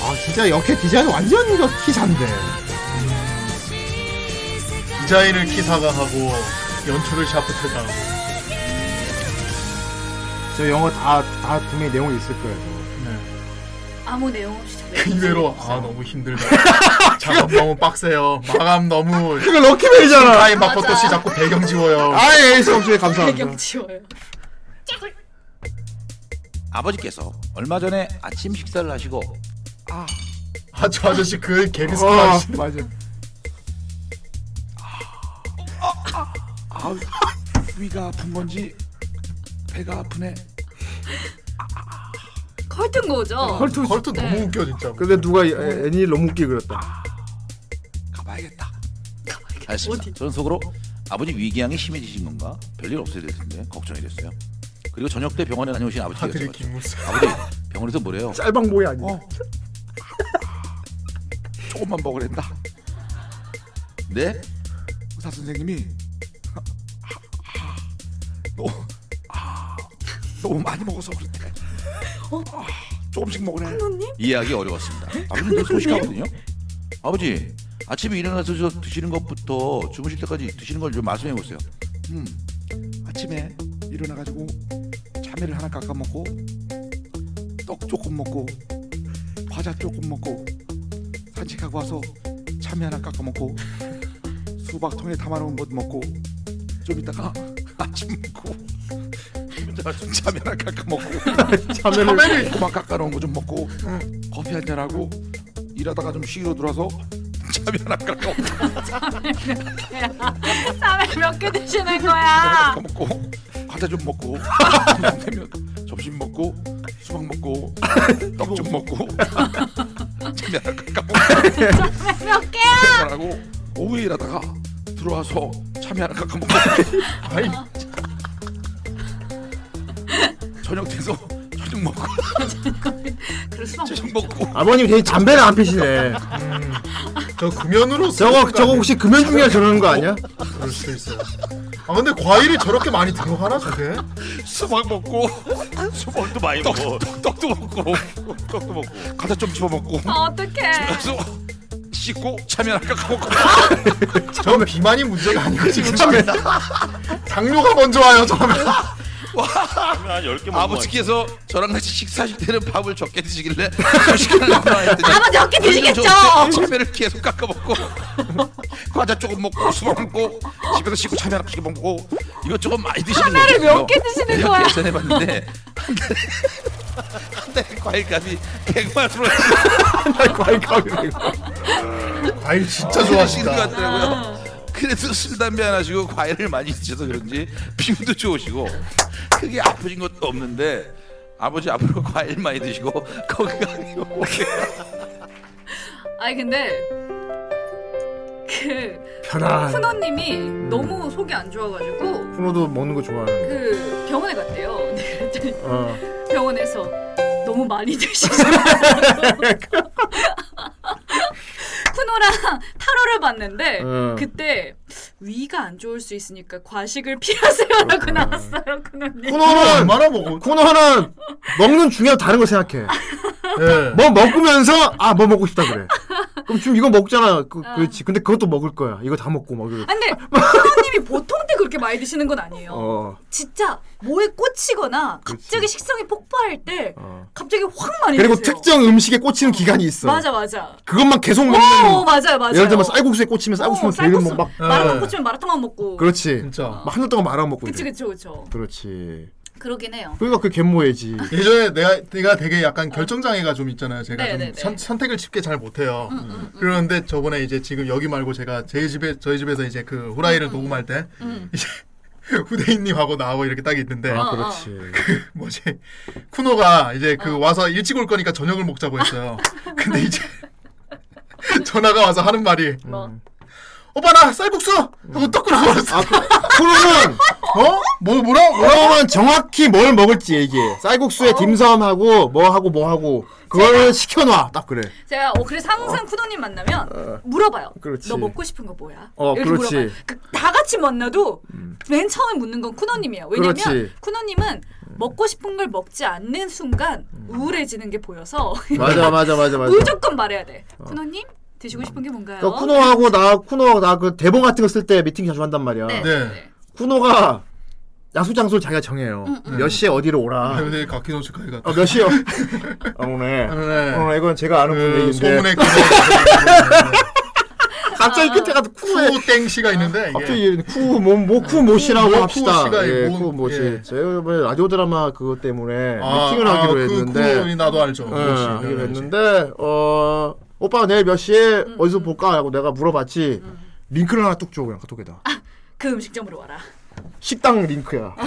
S1: 아 진짜 역해 디자인 완전 이거 키잔데.
S2: 디자인을 키사가 하고 연출을 샤프트가 하고.
S1: 저 영어 다다 분명히 내용이 있을 거예요.
S2: 네.
S3: 아무 내용 없이 저
S2: 그 이외로 아 너무 힘들다. 작업 너무 빡세요. 마감 너무.
S1: 그거 럭키베리잖아.
S2: 라인 바꿔도 씨 자꾸 배경 지워요.
S1: 아이 에이스 없이 감사합니다.
S3: 배경 지워요.
S12: 아버지께서 얼마 전에 아침 식사를 하시고 아,
S2: 아, 저 아저씨 그 개비스키
S1: 어,
S2: 아저씨.
S1: 맞아.
S12: 아, 위가 아픈 건지 배가 아프네.
S3: 컬트인 거죠.
S1: 컬투
S3: 네.
S2: 웃겨 진짜.
S1: 근데 누가 애- 애니 너무 웃기 그렸다.
S13: 알겠습니다. 저는 속으로 아버지 위궤양이 심해지신 건가? 별일 없어야 될 텐데 걱정이 됐어요. 그리고 저녁 때 병원에 다녀오신 아버지가
S1: 하늘이
S12: 그러니까.
S13: 여쭤봤죠. 아버지 병원에서 뭐래요?
S1: 짤방보이 아니야.
S13: 조금만 먹으랬다. 네? 의사 선생님이
S12: 아, 너무 아, 너무 많이 먹어서 그렇대. 아, 조금씩 먹으네.
S13: 이해하기 어려웠습니다. 아버지 늘 소식하거든요. 아버지 아침에 일어나서 저 드시는 것부터 주무실 때까지 드시는 걸 좀 말씀해 보세요.
S12: 음, 아침에 일어나가지고 자매를 하나 깎아 먹고 떡 조금 먹고 과자 조금 먹고 산책하고 와서 참외 하나 깎아 먹고 수박 통에 담아놓은 것 먹고 좀 이따가 아침 먹고 참외 하나 깎아 먹고
S1: 참외를-
S12: 고막 깎아 놓은 거 좀 먹고 커피 한잔 하고 일하다가 좀 쉬러 들어와서 참외 하나 깎아 먹고
S3: 쌈을 몇개 드시는 거야?
S12: 먹고 과자 좀 먹고 되면 점심 먹고 수박 먹고 떡 좀 먹고 참외랑 깎아먹고
S3: 몇 개야?
S12: 하고 오후에 일하다가 들어와서 참외랑 깎아먹고 아이 저녁 돼서 저녁 먹고
S3: 그럴 수만 없죠.
S1: 아버님 되게 담배를 안 피시네.
S2: 저 금연으로
S1: 저거 저거 혹시 금연 중이라 저러는 거 아니야?
S2: 그럴 수도 있어요. 아 근데 과일이 저렇게 많이 들어가나 저게?
S12: 수박 먹고
S13: 수박도 많이 먹어.
S12: 떡도 먹고 떡도 먹고 과자 좀 집어 먹고
S3: 아, 어떡해.
S12: 집에서 씻고 참외랑 깎아먹고
S2: 전 비만이 문제가 아니고 지금
S12: 참외.
S2: 당뇨가 먼저 와요 처음에.
S13: 뭐 아버지께서 저랑 같이 식사하실 때는 밥을 적게 드시길래 소식을 나눠 했더니
S3: 아버지 적게 드시겠죠?
S13: 참외를 계속 깎아 먹고 과자 조금 먹고 수박 먹고 집에서 씻고 참외 한씩 먹고 이것저것 많이 드시는 거죠.
S3: 참외를 몇개 드시는
S13: 내가
S3: 거야?
S13: 계산해봤는데 한 달에 한 달에 과일값이 100만 원으로
S1: 과일값이
S2: 과일 진짜
S13: 것
S2: 좋아하신다.
S13: 같더라고요. 그래서 술 담배 안 하시고 과일을 많이 드셔서 그런지 피부도 좋으시고 크게 아프신 것도 없는데 아버지 앞으로 과일 많이 드시고 건강히 오세요.
S3: 아니 근데 그
S1: 편안.
S3: 훈호님이 너무 속이 안 좋아가지고
S1: 훈호도 먹는 거 좋아하는데.
S3: 그 병원에 갔대요. 근데 그랬더니
S1: 어.
S3: 병원에서 너무 많이 드시죠. 쿠노랑 타로를 봤는데
S9: 어.
S3: 그때 위가 안 좋을 수 있으니까 과식을 피하세요라고 나왔어요 쿠노님.
S1: 코너는
S3: 그-
S1: 코너는 먹는 중요하고 다른 거 생각해. 뭐 먹으면서 아 뭐 먹고 싶다 그래. 그럼 지금 이거 먹잖아. 그,
S3: 아.
S1: 그렇지. 근데 그것도 먹을 거야. 이거 다 먹고 막 이러고.
S3: 아, 근데 쿠노님이 보통 때 그렇게 많이 드시는 건 아니에요.
S1: 어.
S3: 진짜 뭐에 꽂히거나 갑자기 식성이 폭발할 때
S1: 어.
S3: 갑자기 확 많이
S1: 그리고
S3: 드세요.
S1: 특정 음식에 꽂히는 기간이 있어.
S3: 맞아 맞아.
S1: 그것만 계속 먹는.
S3: 오, 맞아요, 맞아요.
S1: 예를 들면 쌀국수에 꽂히면 쌀국수만
S3: 어,
S1: 되게 뭐
S3: 쌀국수
S1: 막
S3: 마라탕 꽂히면 마라탕만 먹고.
S1: 그렇지. 막한달 동안 말아 먹고.
S3: 그치
S1: 이래.
S3: 그치 그쵸.
S1: 그렇지.
S3: 그러긴 해요.
S1: 그러니까 그 갯모해지.
S3: 아,
S2: 예전에 내가 내가 되게 약간 결정 장애가 좀 있잖아요. 제가 좀
S3: 네네네.
S2: 선, 선택을 쉽게 잘 못해요. 그런데 저번에 이제 지금 여기 말고 제가 제 집에 저희 집에서 이제 그 후라이를 녹음할 때 후대인님하고 나하고 이렇게 딱 있는데
S1: 아, 그렇지.
S2: 그 뭐지 쿠노가 이제
S3: 어.
S2: 그 와서 일찍 올 거니까 저녁을 먹자고 했어요. 근데 이제 전화가 와서 하는 말이
S1: 음.
S2: 오빠 나 쌀국수 하고 떡 끓여 먹었어.
S1: 아, 그 쿠노는
S2: 어? 뭐 뭐라
S1: 그러면 정확히 뭘 먹을지 얘기해. 쌀국수에
S3: 어.
S1: 딤섬하고 뭐하고 뭐하고 그걸 시켜놔. 딱 그래.
S3: 제가 어 그래서 항상 쿠노님 만나면 물어봐요.
S1: 그렇지.
S3: 너 먹고 싶은 거 뭐야?
S1: 어,
S3: 이렇게
S1: 그렇지.
S3: 물어봐요. 그, 다 같이 만나도 맨 처음에 묻는 건 쿠노님이에요. 왜냐면
S1: 그렇지.
S3: 쿠노님은 먹고 싶은 걸 먹지 않는 순간 우울해지는 게 보여서
S1: 맞아, 맞아, 음. 맞아, 맞아.
S3: 무조건 말해야 돼. 쿠노님 드시고 싶은 게 뭔가요?
S1: 그러니까 쿠노하고 나 쿠노 나그 대본 같은 거 쓸 때 미팅 자주 한단 말이야.
S3: 네.
S1: 쿠노가 약속 장소를 자기가 정해요. 몇 시에 어디로 오라.
S2: 근데 가키노츠카이 같다.
S1: 어, 몇 시요? 어머네.
S2: 어머네.
S1: 어, 이건 제가 아는 분 얘기인데.
S2: 소문의 그
S1: 갑자기 끝에 가서
S2: 쿠땡시가 있는데 이게.
S1: 갑자기 쿠뭐뭐쿠모시라고
S2: 뭐,
S1: 합시다.
S2: 예. 쿠모씨가
S1: 예,
S2: 뭐,
S1: 쿠모시.
S2: 예.
S1: 제가 이번에 라디오 드라마 그것 때문에
S2: 아,
S1: 미팅을
S2: 아,
S1: 하기로
S2: 그 네,
S1: 했는데.
S2: 쿠모이 나도 알죠.
S1: 예,
S2: 그렇지,
S1: 하기로
S2: 알지.
S1: 했는데 어 오빠 내일 몇 시에 어디서 볼까라고 내가 물어봤지. 링크를 하나 뚝 줘 그냥 카톡에다.
S3: 그 음식점으로 와라.
S1: 식당 링크야. 뭐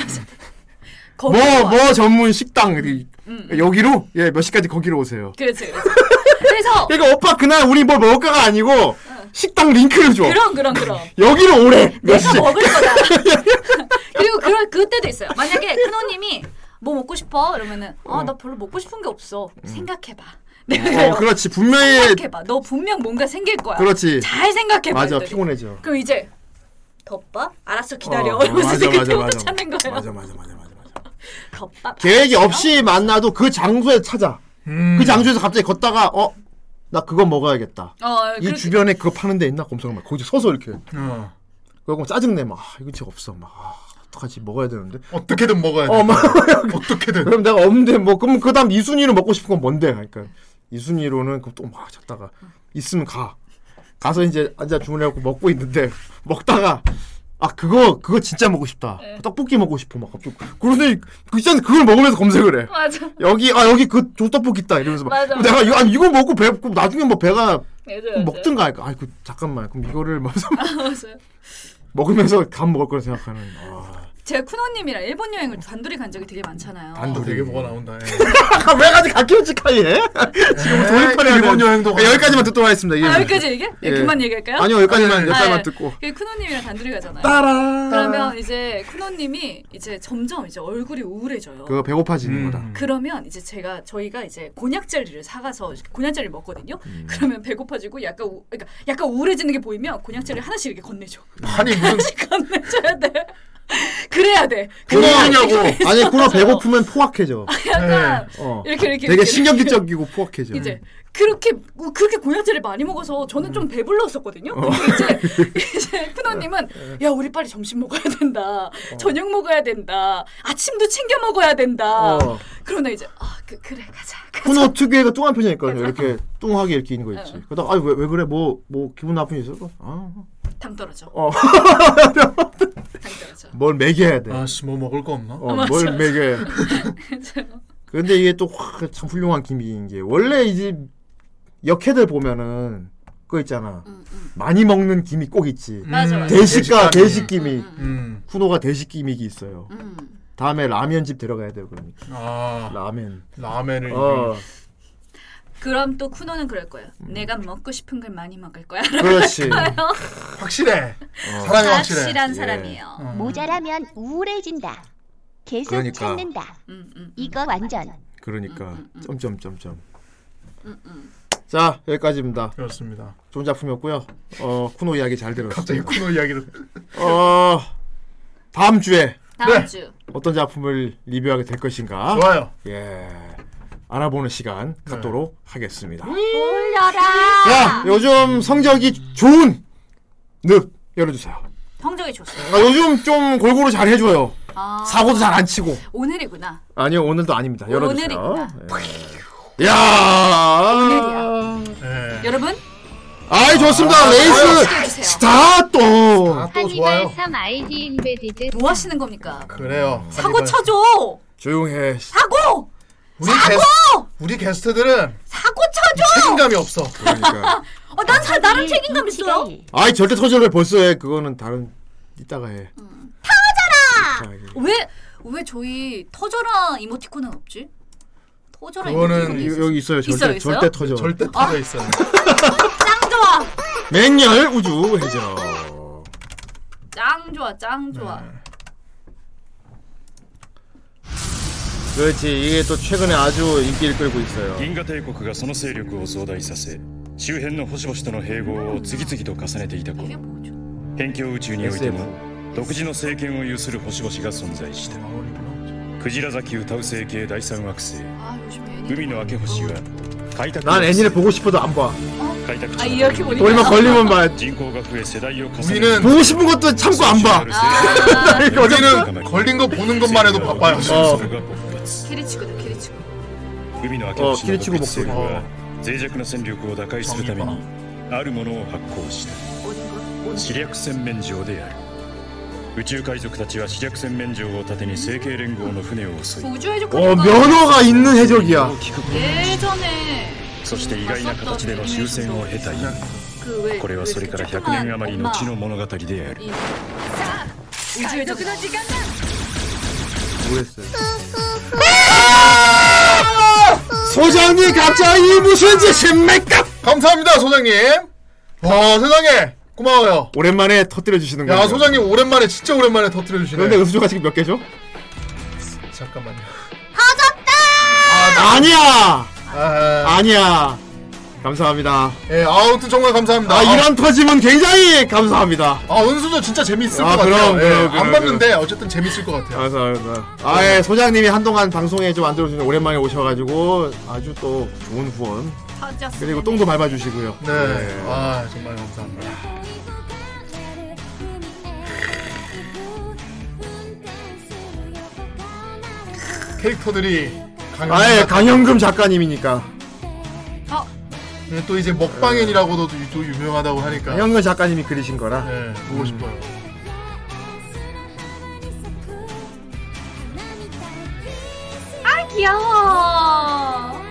S3: 거기로
S1: 뭐
S3: 와.
S1: 전문 식당 이-
S3: 음.
S1: 여기로 예 몇 시까지 거기로 오세요.
S3: 그렇지. 그렇지. 그래서
S1: 그러니까 오빠 그날 우리 뭘 먹을까가 아니고 식당 링크를 줘.
S3: 그럼 그럼 그럼.
S1: 여기로 오래 몇 시.
S3: 먹을 거다. 그리고 그럴 그때도 있어요. 만약에 큰호님이 뭐 먹고 싶어? 이러면은 아 나 별로 먹고 싶은 게 없어. 생각해봐. 내가
S1: 음. 어
S3: 그래요.
S1: 그렇지 분명히
S3: 생각해봐. 너 분명 뭔가 생길 거야.
S1: 그렇지.
S3: 잘 생각해봐.
S1: 맞아
S3: 이랬더니.
S1: 피곤해져.
S3: 그럼 이제 덮밥? 알았어 기다려.
S1: 어, 어,
S3: 이러면서
S1: 맞아,
S3: 이제
S1: 맞아,
S3: 그때부터
S1: 맞아.
S3: 찾는 거예요.
S1: 맞아,
S3: 어? 맞아 맞아. 덮밥.
S1: 계획이 없이 만나도 그 장소에 찾아.
S2: 음.
S1: 그 장소에서 갑자기 걷다가 어 나 그거 먹어야겠다.
S3: 어,
S1: 이
S3: 그렇지.
S1: 주변에 그거 파는 데 있나 검색을 막 거기 서서 이렇게.
S2: 어.
S1: 그러고 짜증내 막 아, 이거 진짜 없어 막 아, 어떡하지 먹어야 되는데
S2: 어떻게든 먹어야
S1: 돼. 어떻게든. 그럼 내가 없는데 뭐 그럼 그다음 이순이로 먹고 싶은 건 뭔데? 그러니까 이순이로는 그럼 또막 찾다가 있으면 가. 가서 이제 앉아 주문해갖고 먹고 있는데 먹다가 아 그거 그거 진짜 먹고 싶다.
S3: 네.
S1: 떡볶이 먹고 싶어 막 갑자기. 그러더니 그 진짜 그걸 먹으면서 검색을 해.
S3: 맞아.
S1: 여기 아 여기 그 조떡볶이 있다 이러면서 막
S3: 맞아,
S1: 내가
S3: 맞아. 네,
S1: 이거 아니, 이거 먹고 배 그럼 나중에 뭐 배가
S3: 맞아,
S1: 그럼
S3: 맞아.
S1: 먹든가 할까? 아이 그 잠깐만 그럼 이거를 막
S3: 맞아요.
S1: 먹으면서 밥 먹을 거라 생각하는 아,
S3: 제가 쿠노님이랑 일본 여행을 단둘이 간 적이 되게 많잖아요.
S1: 단둘이
S2: 되게 뭐가 나온다. 예.
S1: 왜 가지 가키오치카이 해? 지금 돌입하려
S2: 네, 일본 여행도 가요.
S1: 여기까지만 듣도록 하겠습니다. 이게.
S3: 아, 여기까지 얘기? 예.
S1: 예.
S3: 그만 얘기할까요?
S1: 아니요, 여기까지만, 여기까지만
S3: 예.
S1: 듣고.
S3: 그 쿠노님이랑 단둘이 가잖아요.
S1: 따라.
S3: 그러면 이제 쿠노님이 이제 점점 이제 얼굴이 우울해져요.
S1: 그거 배고파지는 거다.
S3: 그러면 이제 제가 저희가 이제 곤약젤리를 사가서 곤약젤리 먹거든요. 그러면 배고파지고 약간 우, 그러니까 약간 우울해지는 게 보이면 곤약젤리 하나씩 이렇게 건네줘.
S2: 아니
S1: 음.
S2: 무슨
S3: 건네줘야 돼. 그래야 돼.
S1: 군어
S3: 그래야
S1: 하냐고. 아니 군어 배고프면 포악해져.
S3: 약간
S1: 어.
S3: 이렇게 이렇게
S1: 되게
S3: 이렇게.
S1: 신경질적이고 포악해져.
S3: 이제 그렇게 뭐 그렇게 곤약젤리 많이 먹어서 저는 좀 배불렀었거든요. 근데 이제 이제 큰언니는 야 우리 빨리 점심 먹어야 된다. 저녁 먹어야 된다. 아침도 챙겨 먹어야 된다.
S1: 어.
S3: 그러나 이제 아 그, 그래 가자.
S1: 군어 특유의 그 뚱한 편이 있거든요. 이렇게 뚱하게 이렇게 있는 거
S3: 어.
S1: 있지. 그러다 아왜 왜 그래 뭐 뭐 기분 나쁜 일 있어? 아.
S3: 당그 떨어져.
S1: 어. 뭘 먹여야 돼.
S2: 아씨 뭐 먹을 거 없나?
S1: 어, 뭘 먹여. 근데 이게 또 참 훌륭한 기믹인 게 원래 이제 역해들 보면은 그거 있잖아.
S3: 음,
S1: 많이 먹는 기믹 꼭 있지.
S2: 맞아, 맞아.
S1: 음. 대식가
S2: 대식가미.
S1: 대식 기믹.
S2: 음.
S1: 쿠노가 대식 기믹이 있어요. 다음에 라면집 데려가야 돼요, 그러니까.
S2: 아
S1: 라면.
S3: 음,
S2: 라면을
S1: 어.
S3: 그럼 또 쿠노는 그럴 거예요. 내가 먹고 싶은 걸 많이 먹을 거야.
S1: 그렇지.
S2: 확실해.
S1: 사람이
S10: 확실해.
S3: 확실한
S10: 예.
S3: 사람이에요.
S10: 모자라면 우울해진다. 계속
S1: 그러니까. 음.
S10: 찾는다.
S3: 음,
S10: 이거 완전
S1: 그러니까 점점점점.
S3: 음,
S1: 자, 여기까지입니다.
S2: 그렇습니다.
S1: 좋은 작품이었고요. 어, 쿠노 이야기 잘 들었어요.
S2: 갑자기 쿠노
S1: 음.
S2: 이야기를.
S1: 어, 다음 주에
S3: 다음 네. 주.
S1: 어떤 작품을 리뷰하게 될 것인가?
S2: 좋아요.
S1: 예. 알아보는 시간 갖도록
S3: 음.
S1: 하겠습니다.
S3: 올려라.
S1: 자, 요즘 성적이 좋은 늪 열어주세요.
S3: 성적이 좋습니다.
S1: 아, 요즘 좀 골고루 잘 해줘요.
S3: 아.
S1: 사고도 잘 안 치고.
S3: 오늘이구나.
S1: 아니요, 오늘도 아닙니다. 열어주세요.
S3: 오늘이구나.
S1: 예. 야,
S2: 예.
S3: 여러분
S1: 아이 좋습니다.
S3: 아,
S1: 레이스
S3: 좋아요.
S1: 스타트.
S2: 아,
S6: 한이말 삼 아이디 인베디드.
S3: 뭐 하시는 겁니까?
S2: 그래요.
S3: 사고 쳐줘.
S1: 조용해.
S3: 사고.
S2: 우리
S3: 사고!
S2: 게스, 우리 게스트들은
S3: 사고 쳐줘.
S2: 책임감이 없어.
S1: 그러니까.
S3: 어, 난 사, 나름 책임감 있어요.
S1: 아이 절대 터질래 벌써 해. 그거는 다른 이따가 해.
S3: 왜, 왜 저희 터져라 이모티콘은 없지? 터져라 아, 이모티콘이
S1: 이- 여기 있어요. 절대
S3: 있어요, 있어요?
S1: 절대 터져.
S2: 절대 터져 있어요.
S3: 짱 좋아.
S1: 맹렬 우주 해적.
S3: 짱 좋아. 짱 좋아.
S1: 네. 그렇지 이게 또 최근에 아주 인기를 끌고 있어요.
S8: 銀河帝国がその勢力を増大させ周辺の星々との併合を次々と重ねていた頃辺境宇宙においても独自の政権を有する星々が存在したクジラ崎歌う星系第三惑星
S3: 아,
S8: 海の明け星は開拓
S1: 난 애니를 보고 싶어도 안 봐.
S8: 開拓
S3: 어. 아 이렇게 보니까.
S1: 얼마 걸리면 봐.
S8: 人口が増え世代を重ね
S1: 우리는 보고 싶은 것도 참고 안 봐.
S3: 아.
S1: 이거
S2: 우리는 걸린 거 보는 것만 해도 바빠요.
S1: 어.
S3: 키리치고다 키리치고.
S8: 海の明け
S1: あ
S8: 星
S1: キリ
S8: の
S1: チ
S8: 独
S1: ゴ
S8: 立
S1: も
S8: 勢力は脆
S1: これ
S8: 弱な戦力を打開するためにあるものを発行した知略洗面城である宇宙海賊たちは知略洗面城を盾に政経連合の船を襲い
S3: 우주해적
S1: 어 면허가 있는 해적이야.
S3: 예전에
S8: そして意外な形での終戦を経た意味
S3: 그
S8: これはそれから100
S3: 조그만
S8: 年余り
S3: 엄마.
S8: 後の物語である
S3: 우주의 아, 적이다.
S1: 모르겠어요. 아! 소장님 갑자기 무슨 짓입니까?
S2: 감사합니다 소장님.
S1: 어.
S2: 와 세상에 고마워요.
S1: 오랜만에 터뜨려 주시는 거예요.
S2: 야 소장님 오랜만에 진짜 오랜만에 터뜨려 주시네.
S1: 그런데 그 은수조가 지금 몇 개죠?
S2: 잠깐만요.
S1: 아, 니야 아니야. 감사합니다.
S2: 아, 예, 아무튼 정말 감사합니다.
S1: 아, 이런 터짐은 굉장히 감사합니다.
S2: 아 은수도 진짜 재밌을
S1: 아,
S2: 것
S1: 그럼,
S2: 같아요. 예,
S1: 그럼, 그럼,
S2: 안 봤는데 어쨌든 재밌을 것 같아요.
S1: 감사합니다. 아예 소장님이 한동안 방송에 좀 안 들어주시는 오랜만에 오셔가지고 아주 또 좋은 후원 그리고 똥도 밟아주시고요. 예.
S2: 네. 아 정말 감사합니다. 캐릭터들이 강연.
S1: 아예 강현금 작가님이니까
S2: 예, 또 이제 먹방인이라고도 또, 또 유명하다고 하니까.
S1: 강현금 작가님이 그리신 거라
S2: 네, 보고 싶어요.
S3: 아 귀여워.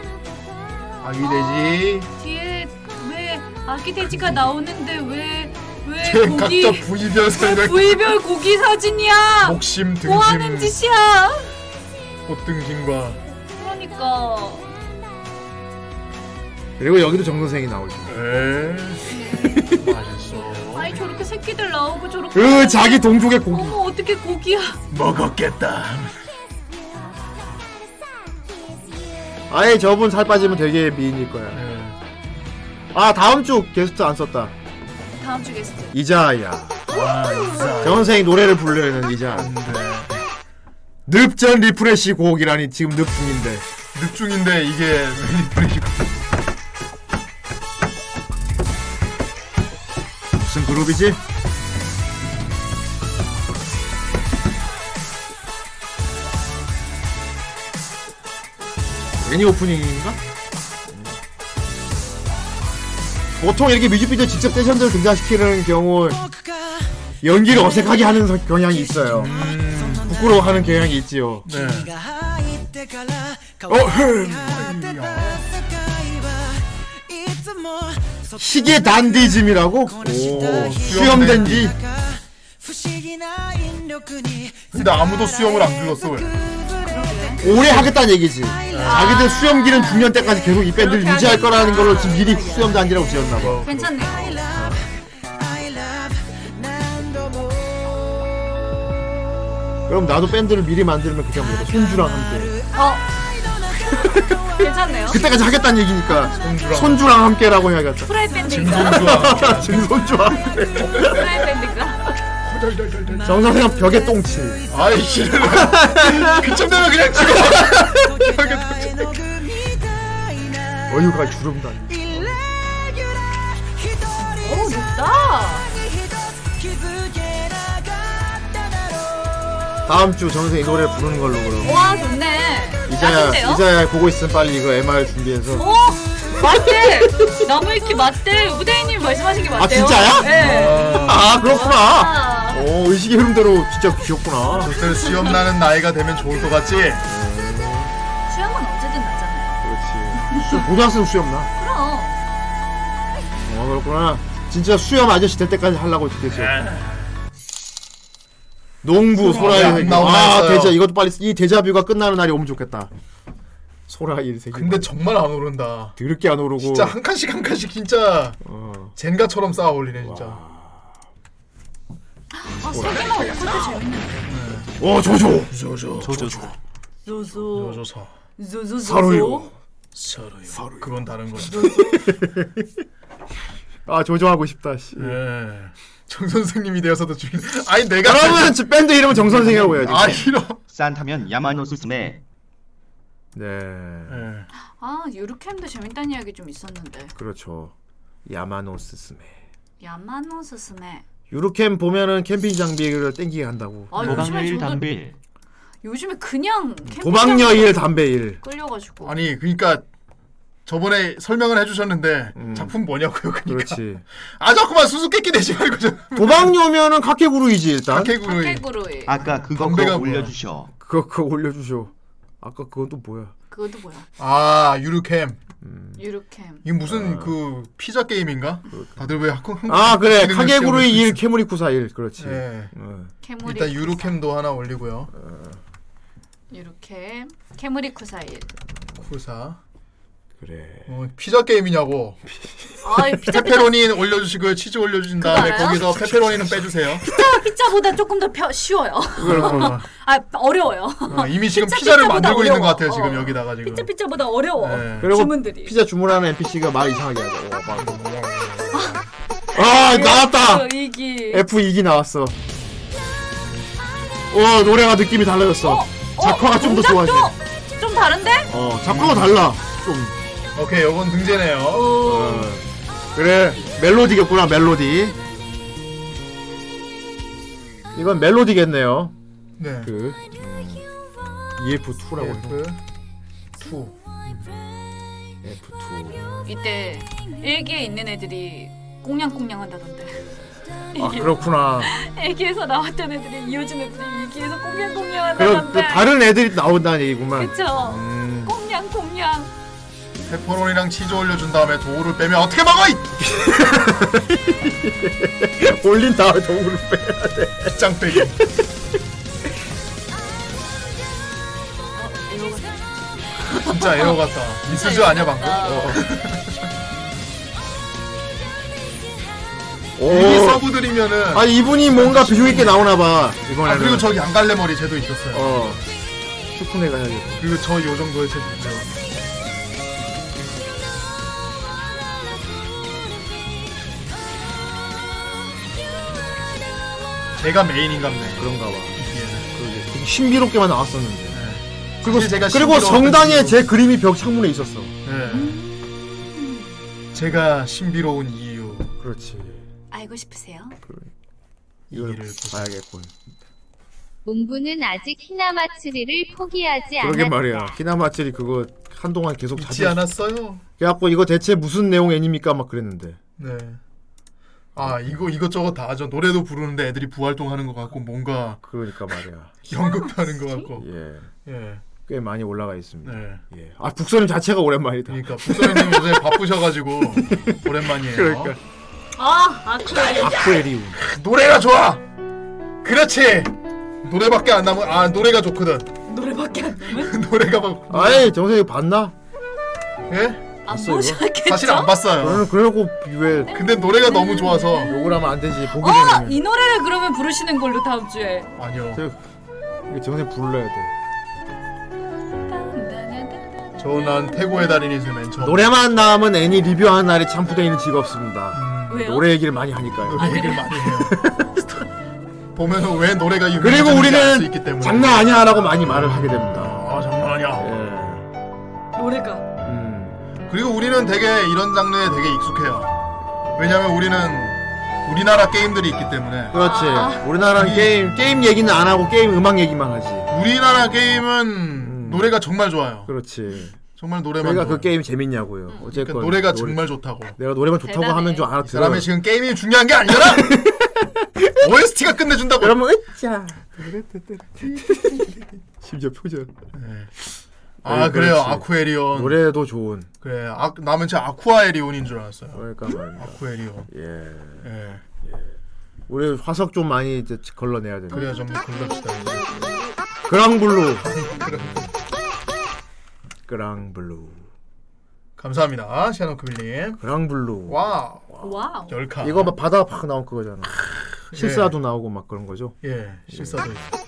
S2: 아기 돼지.
S3: 아, 뒤에 왜 아기 돼지가 나오는데 왜 왜
S2: 제
S3: 고기
S2: 그러니까 각자 부위별 설명.
S3: 부위별 고기 사진이야?
S2: 목심, 등심,
S3: 뭐 하는 짓이야?
S2: 꽃등심과
S3: 그러니까
S1: 그리고 여기도 정 선생이 나오죠.
S2: 네.
S3: 아니 저렇게 새끼들 나오고 저렇게
S1: 으그 자기 동족의 고기
S3: 어머 어떻게 고기야?
S2: 먹었겠다.
S1: 아예 저분 살 빠지면 되게 미인일 거야.
S2: 네.
S1: 아 다음 주 게스트 안 썼다.
S3: 다음 주 게스트.
S1: 이자야. 정 선생이 노래를 불러내는 이자.
S2: 네.
S1: 늪전 리프레시 곡이라니 지금 늪 중인데.
S2: 늪 중인데 이게 리프레시고.
S1: 무슨 그룹이지? 애니 오프닝인가? 보통 이렇게 뮤직비디오 직접 세션들 등장시키는 경우 연기를 어색하게 하는 서- 경향이 있어요. 부끄러워하는 경향이 있지요.
S2: 네.
S1: 어, 흠. 시계 단디즘이라고? 오, 수염된디.
S2: 근데 아무도 수영을 안 불렀어 왜?
S1: 오래 하겠다는 얘기지. 자기들 수염기는 중년 때까지 계속 이 밴드를 유지할 거라는 걸로 지금 미리 수염 단지라고 지었나 봐.
S3: 괜찮네.
S1: 그럼 나도 밴드를 미리 만들면 그냥 뭐 손주랑 함께.
S3: 어. 괜찮네요.
S1: 그때까지 하겠다는 얘기니까 손주랑, 함께라고 해야겠다.
S3: 프라이 밴드인가?
S1: 증손주와 함께.
S3: 프라이 밴드인가?
S1: 정선생 벽에 똥치.
S2: 아이씨. 그쯤 되면 그냥 죽어.
S1: 어휴가 주름 단.
S3: 오 좋다.
S1: 다음 주 정선생 이 노래 부르는 걸로 그럼.
S3: 와 좋네.
S1: 이자야
S3: 이제
S1: 이자야 보고 있으면 빨리 이거 MR 준비해서.
S3: 오 어? 맞대. 나무위키 맞대. 우대인님 말씀하신 게 맞대요.
S1: 아, 진짜야?
S3: 네.
S1: 아 그렇구나.
S3: 와.
S1: 오 의식의 흐름대로 진짜 귀엽구나.
S2: 절대 수염 나는 나이가 되면 좋을 것 같지?
S3: 수영은 언제든 나잖아요.
S1: 그렇지. 수- 고등학생 수염 나.
S3: 그럼.
S1: 어 그렇구나. 진짜 수염 아저씨 될 때까지 하려고 했겠죠.
S3: 네.
S1: 농부 소라이
S2: 안
S1: 세계.
S2: 나오나
S1: 아
S2: 했어요.
S1: 대자 이것도 빨리 쓰- 이 데자뷰가 끝나는 날이 오면 좋겠다. 소라이 세계.
S2: 근데 정말 안 오른다.
S1: 드럽게 안 오르고.
S2: 진짜 한 칸씩 한 칸씩 진짜
S1: 어.
S2: 젠가처럼 쌓아 올리네 진짜.
S3: 아 세계만 오픈도 재밌네.
S1: 오 조조.
S2: 조조. 조조.
S1: 네,
S3: 조조.
S2: 조조사.
S3: 조조.
S1: 사로이고.
S2: 서로요. 서로요. 그건 다른 거야.
S1: 아 조조하고 싶다. 씨.
S2: 예. 정 선생님이 되어서도 죽인. 아니 내가
S1: 여러분 저 밴드 이름은 정 선생이라고 해야지.
S2: 아 싫어.
S14: 산타면 야마노스스메
S1: 네.
S3: 아 유르캠도 재밌다는 이야기 좀 있었는데.
S1: 그렇죠. 야마노스스메.
S3: 야마노 스스메.
S1: 유로캠 보면은 캠핑 장비를 땡기게 한다고.
S3: 아, 요즘에 저도- 요즘에 그냥 캠핑장
S1: 도박녀일 담배일.
S3: 끌려가지고.
S2: 아니 그러니까 저번에 설명을 해주셨는데 작품 뭐냐고요 그러니까.
S1: 음. 그렇지.
S2: 아 자꾸만 수수께끼 내지 말고 좀.
S1: 도박녀면은 카케구루이지 일단.
S2: 카케구루이.
S3: 그거로이.
S14: 아까 그거
S2: 담배가
S14: 그거 올려주셔
S1: 그거 그거 올려주쇼. 아까 그건 또 뭐야?
S3: 그것도 뭐야?
S2: 아 유루캠.
S3: 유료캠.
S2: 이게 무슨 그 피자 게임인가? 다들 왜 한국 한국
S1: 아 그래
S2: 기능을
S1: 카게구루의
S2: 시험을
S1: 일 케무리쿠사 일 그렇지.
S2: 예.
S1: 어.
S2: 일단 유로캠도 하나 올리고요.
S3: 유료캠. 캐무리쿠사일.
S2: 쿠사.
S1: 그래.
S2: 어, 피자 게임이냐고.
S3: 아, 이 피자 피자
S2: 페페로니 올려주시고요. 치즈 올려주신
S3: 그거
S2: 다음에
S3: 알아요?
S2: 거기서 페페로니는 빼주세요. 어,
S3: 피자 피자보다 조금 더 펴, 쉬워요.
S2: 그걸 그걸.
S3: 아 어려워요.
S1: 네.
S2: 어, 이미 지금
S3: 피자,
S2: 피자를
S3: 피자보다
S2: 만들고 있는 것
S3: 어려워.
S2: 같아요. 지금 여기다가 지금. 네.
S3: 피자 피자보다 어려워.
S1: 그리고
S3: 주문들이.
S1: 피자 주문하는 NPC가 말 이상하게 하죠. 어, 막. 아 나왔다.
S3: F 그, 이기.
S1: F 2기 나왔어. 와 노래가 느낌이 달라졌어. 작화가 좀 더 좋아지.
S3: 좀 다른데?
S1: 어 작화가 달라. 좀.
S2: 오케이 요건 등재네요.
S1: 어, 그래 멜로디겠구나 멜로디. 이건 멜로디겠네요.
S2: 네. E
S1: 그 음, EF2라고
S2: EF2.
S1: E F2.
S3: 이때 일기에 있는 애들이 꽁냥꽁냥 한다던데.
S1: 아 그렇구나.
S3: 애기에서 나왔던 애들이 이어진 애들이 일기에서 꽁냥꽁냥
S1: 그럼 그
S3: 한다던데.
S1: 다른 애들이 나온다는 얘기구만.
S3: 그쵸.
S1: 음.
S3: 꽁냥꽁냥.
S2: 페퍼로니랑 치즈 올려준 다음에 도우를 빼면 어떻게 먹어? 이!
S1: 올린 다음에 도우를 빼야 돼.
S2: 짱 빼기. 진짜 에어 같다. 미스즈 아니야 방금? 어.
S1: 오.
S2: 이게 서브들이면은
S1: 아 이분이 뭔가 비중 있게 나오나 봐. 이번에는.
S2: 아, 그리고 저 양갈래 머리 쟤도 있었어요.
S1: 어. 슈쿠네 가야겠다.
S2: 그리고 저 요 정도의 쟤도 있죠. 제가 메인인가 보네. 예.
S1: 그런가 봐. 되게 신비롭게만 나왔었는데. 그리고
S2: 사실 제가
S1: 그리고
S2: 신비로웠던
S1: 성당에
S2: 이유는-
S1: 제 그림이 벽 창문에 있었어.
S2: 네. 제가 신비로운 이유.
S1: 그렇지.
S3: 알고 싶으세요?
S1: 이걸 봐야겠군.
S6: 문부는 아직 히나마츠리를 포기하지
S1: 그러게
S6: 않았다.
S1: 말이야. 히나마츠리 그거 한동안 계속
S2: 믿지 않았어요.
S1: 그래갖고 이거 대체 무슨 내용 애니입니까 막 그랬는데.
S2: 네. 아 이거 이것저것 다 하죠. 노래도 부르는데 애들이 부활동하는 것 같고 뭔가
S1: 그러니까 말이야.
S2: 연극하는 것 같고.
S1: 예.
S2: 예.
S1: 꽤 많이 올라가 있습니다.
S2: 네.
S1: 예. 아 북선님 자체가 오랜만이다.
S2: 그러니까 북선님 요새 바쁘셔가지고 오랜만이에요.
S1: 그러니까
S3: 아, 아쿠아리움.
S1: 아쿠에리움.
S2: 그 노래가 좋아. 그렇지. 노래밖에 안 남은 아 노래가 좋거든. 그
S3: 노래밖에 안 남은?
S2: 노래가 막
S1: 아이 정선이 봤나?
S2: 예?
S3: 안
S1: 봤어요, 이거?
S3: 보셨겠죠?
S2: 사실 안 봤어요.
S1: 저는 그래갖고 왜?
S2: 근데 노래가 너무 좋아서
S1: 욕을 하면 안 되지. 보기
S3: 어,
S1: 전에.
S3: 이 노래를 그러면 부르시는 걸로 다음 주에.
S2: 아니요.
S1: 정선이 불러야 돼.
S2: 저난 태고의 달인이지 맨 처음.
S1: 노래만 남은 애니 리뷰하는 날이 참 부대인은 즐겁습니다.
S3: 왜요?
S1: 노래 얘기를 많이 하니까요.
S2: 노래 얘기를 많이 해요. 아, 보면 왜 노래가 유명한지
S1: 그리고
S2: 알수
S1: 우리는
S2: 있기 때문에.
S1: 장난 아니야라고 많이 말을 하게 됩니다. 예.
S2: 아 장난 아니야.
S3: 노래가.
S1: 음.
S2: 그리고 우리는 되게 이런 장르에 되게 익숙해요. 왜냐면 우리는 우리나라 게임들이 있기 때문에
S1: 그렇지.
S3: 아,
S1: 우리나라는
S3: 음.
S1: 게임 게임 얘기는 안 하고 게임 음악 얘기만 하지.
S2: 우리나라 게임은 노래가 정말 좋아요.
S1: 음. 그렇지.
S2: 정말 노래만
S1: 저희가 그
S2: 좋아요.
S1: 게임 재밌냐고요. 어쨌건
S2: 그러니까 노래가
S1: 노래-
S2: 정말 좋다고.
S1: 내가 노래만 좋다고
S3: 음. 대단해.
S1: 하면 좀 알아들어.
S2: 이 사람의 지금 게임이 중요한 게 아니잖아. OST가 끝내준다고.
S1: 여러분 으쌰. 심지어 표정.
S2: 아
S1: 네,
S2: 그래요
S1: 그렇지.
S2: 아쿠에리온.
S1: 노래도 좋은.
S2: 그래 아, 남은 제 아쿠아에리온인 줄 알았어요.
S1: 그러니까 말이야.
S2: 아쿠에리온.
S1: 예.
S2: 예.
S1: 우리 화석 좀 많이 이제 걸러내야 돼.
S2: 그래야 좀 걸럽시다.
S1: 그랑블루. 그랑블루.
S2: 감사합니다 시아노크빌님.
S1: 그랑블루.
S2: 와우
S3: 와우.
S2: 열카.
S1: 이거 막 바다 팍 나온 그거잖아. 실사도 나오고 막 그런 거죠.
S2: 예 실사도 있고.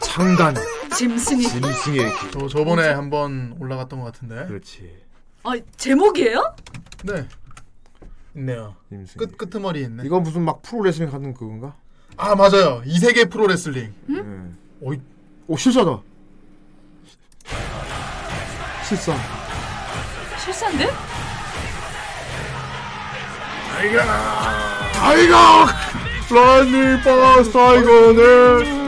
S1: 창간.
S3: 짐승이.
S1: 짐승의 길.
S2: 저 저번에 한번 올라갔던 것 같은데.
S1: 그렇죠. 그렇지.
S3: 아, 제목이에요?
S2: 네. 있네요.
S1: 짐승.
S2: 끝 끝머리 있네.
S1: 이거 무슨 막 프로레슬링 하는 그건가?
S2: 아 맞아요. 이 세계 프로레슬링. 오이
S1: 오 실사다. 실사.
S3: 실사인데?
S1: 타이거. 런닝 버스 타이거네.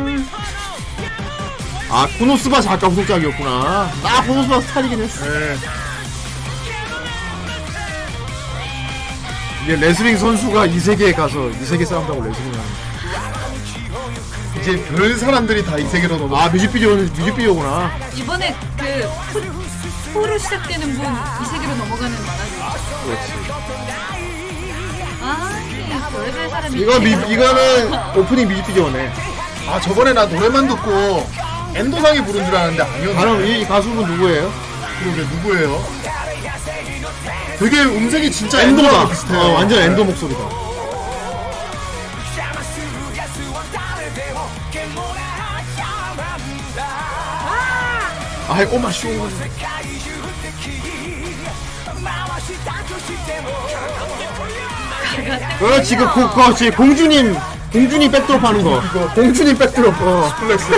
S1: 아 코노스바 작가 후속작이었구나. 아 코노스바 스타일이긴 했어.
S2: 네.
S1: 이게 레슬링 선수가 이 세계에 가서 이 세계 싸움하고 레슬링 하는.
S2: 이제 별 사람들이 다 이 세계로 넘어.
S1: 아 뮤직비디오는 뮤직비디오구나.
S3: 이번에 그 풋- 후로 시작되는 분, 이 세계로 넘어가는 만화죠. 아, 별별 사람이.
S1: 이거 미, 이거는 오프닝 뮤직비디오네.
S2: 아 저번에 나 노래만 듣고 엔도상이 부른 줄 알았는데 아니었네.
S1: 그럼 이 가수분 누구예요?
S2: 그러게 누구예요? 되게 음색이 진짜 엔도랑
S1: 엔도다.
S2: 비슷해요.
S1: 어, 완전 엔도 목소리다. 아이 오마 쇼. 그렇지 그 고, 그렇지 공주님 공주님 백드롭 하는 거. 공주님 백드롭. 어.
S2: 플렉스.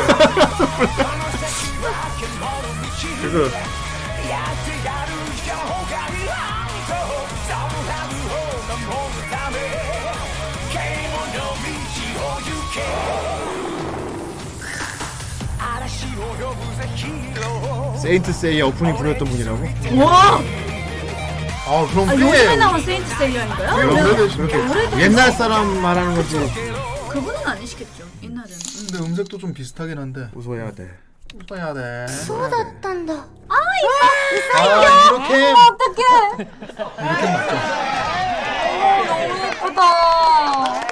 S1: 그거. 세인트 세이 오프닝 부르셨던 분이라고?
S3: 우와!
S1: 아 그럼
S3: 아, 요즘에 나온 세인트 세이어인가요?
S1: 그렇게 옛날 사람 말하는 거지.
S3: 그분은 아니시겠죠. 옛날에는.
S2: 근데 음색도 좀 비슷하긴 한데.
S1: 웃어야 돼.
S2: 웃어야 돼.
S4: 쏟았단다. 아,
S2: 아,
S4: 이거
S2: 이렇게
S4: 어떡해.
S2: 이렇게 맞죠.
S3: 너무 예쁘다.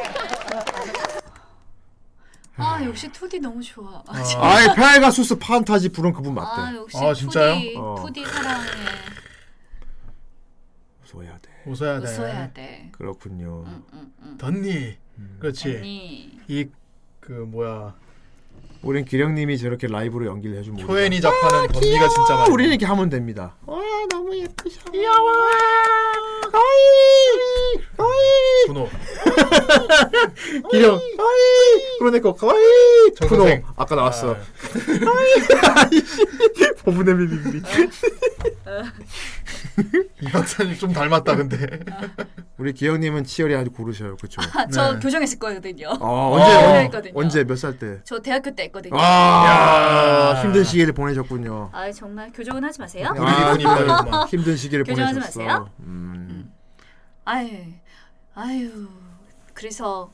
S3: 아, 역시 2D 너무 좋아. 아, 진짜.
S1: 아예 페가수스 판타지 부른 그분 맞대.
S3: 아, 역시
S2: 아, 진짜요?
S3: 2D,
S1: 어.
S3: 2D 사랑해.
S1: 웃어야 돼.
S2: 웃어야 돼.
S3: 웃어야 돼.
S1: 그렇군요.
S2: 덧니.
S1: 음.
S2: 그렇지.
S3: 덧니.
S2: 이 그 뭐야.
S1: 우린 기령님이 저렇게 라이브로 연기를 해주면 우리가-
S2: 효연이 작화는 아, 덧니가 귀여워. 진짜 많아.
S1: 우리는 이렇게 하면 됩니다. 아,
S11: 와 너무 예쁘셔. 귀여워. 거의 거의.
S2: 분호.
S1: 기령 거의 그러네 거 거의
S2: 정
S1: 푸노
S2: 선생.
S1: 아까 나왔어. 거의 버분의 비밀이.
S2: 이 박사님 좀 닮았다 근데.
S1: 우리 기령님은 치열이 아주 고르셔요, 그렇죠?
S3: 아, 저 교정했을 거거든요.
S1: 아,
S3: 교정을
S1: 언제
S3: 했거든요.
S1: 언제 몇 살 때?
S3: 저 대학교 때 했거든요.
S1: 아 힘든 시기를 보내셨군요.
S3: 아 정말 교정은 하지 마세요.
S1: 아, 힘든 시기를
S3: 교정하지
S1: 보내셨어.
S3: 마세요.
S1: 음.
S3: 아유, 아유. 그래서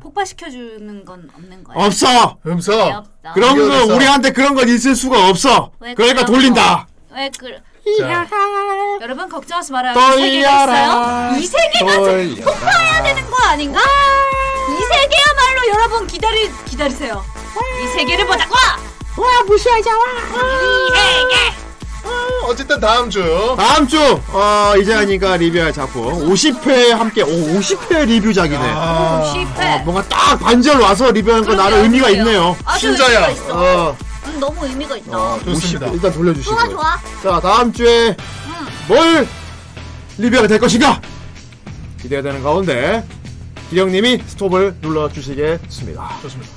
S3: 폭발시켜 주는 건 없는 거예요.
S1: 없어.
S3: 네,
S2: 없어.
S3: 없어.
S1: 그런 거 우리한테 그런 건 있을 수가 없어.
S3: 왜
S1: 그러니까
S3: 그런
S1: 돌린다.
S3: 거- 왜 그래?
S1: 자.
S3: 여러분 걱정하지 말아요. 이 세계가
S1: 떨려라.
S3: 있어요. 이 세계가 지금
S1: 떨려라.
S3: 폭파해야 되는 거 아닌가? 이 세계야말로 여러분 기다리 기다리세요. 이 세계를 보자고.
S11: 와 무시하자 와.
S2: 어, 어쨌든 다음 주.
S1: 다음 주 어, 이재현이가 리뷰할 작품 50회 함께 오 50회 리뷰작이네.
S3: 네.
S1: 어, 뭔가 딱 반절 와서 리뷰하는 건 어, 나름 의미가 있네요.
S3: 아주 의미가 있어.
S1: 어,
S3: 음, 너무 의미가 있다.
S1: 어,
S2: 좋습니다.
S1: 50회 일단 돌려주시고.
S3: 좋아, 좋아.
S1: 자 다음 주에 뭘 리뷰하게 될 것인가 기대가 되는 가운데 기령님이 스톱을 눌러 주시겠습니다.
S2: 좋습니다.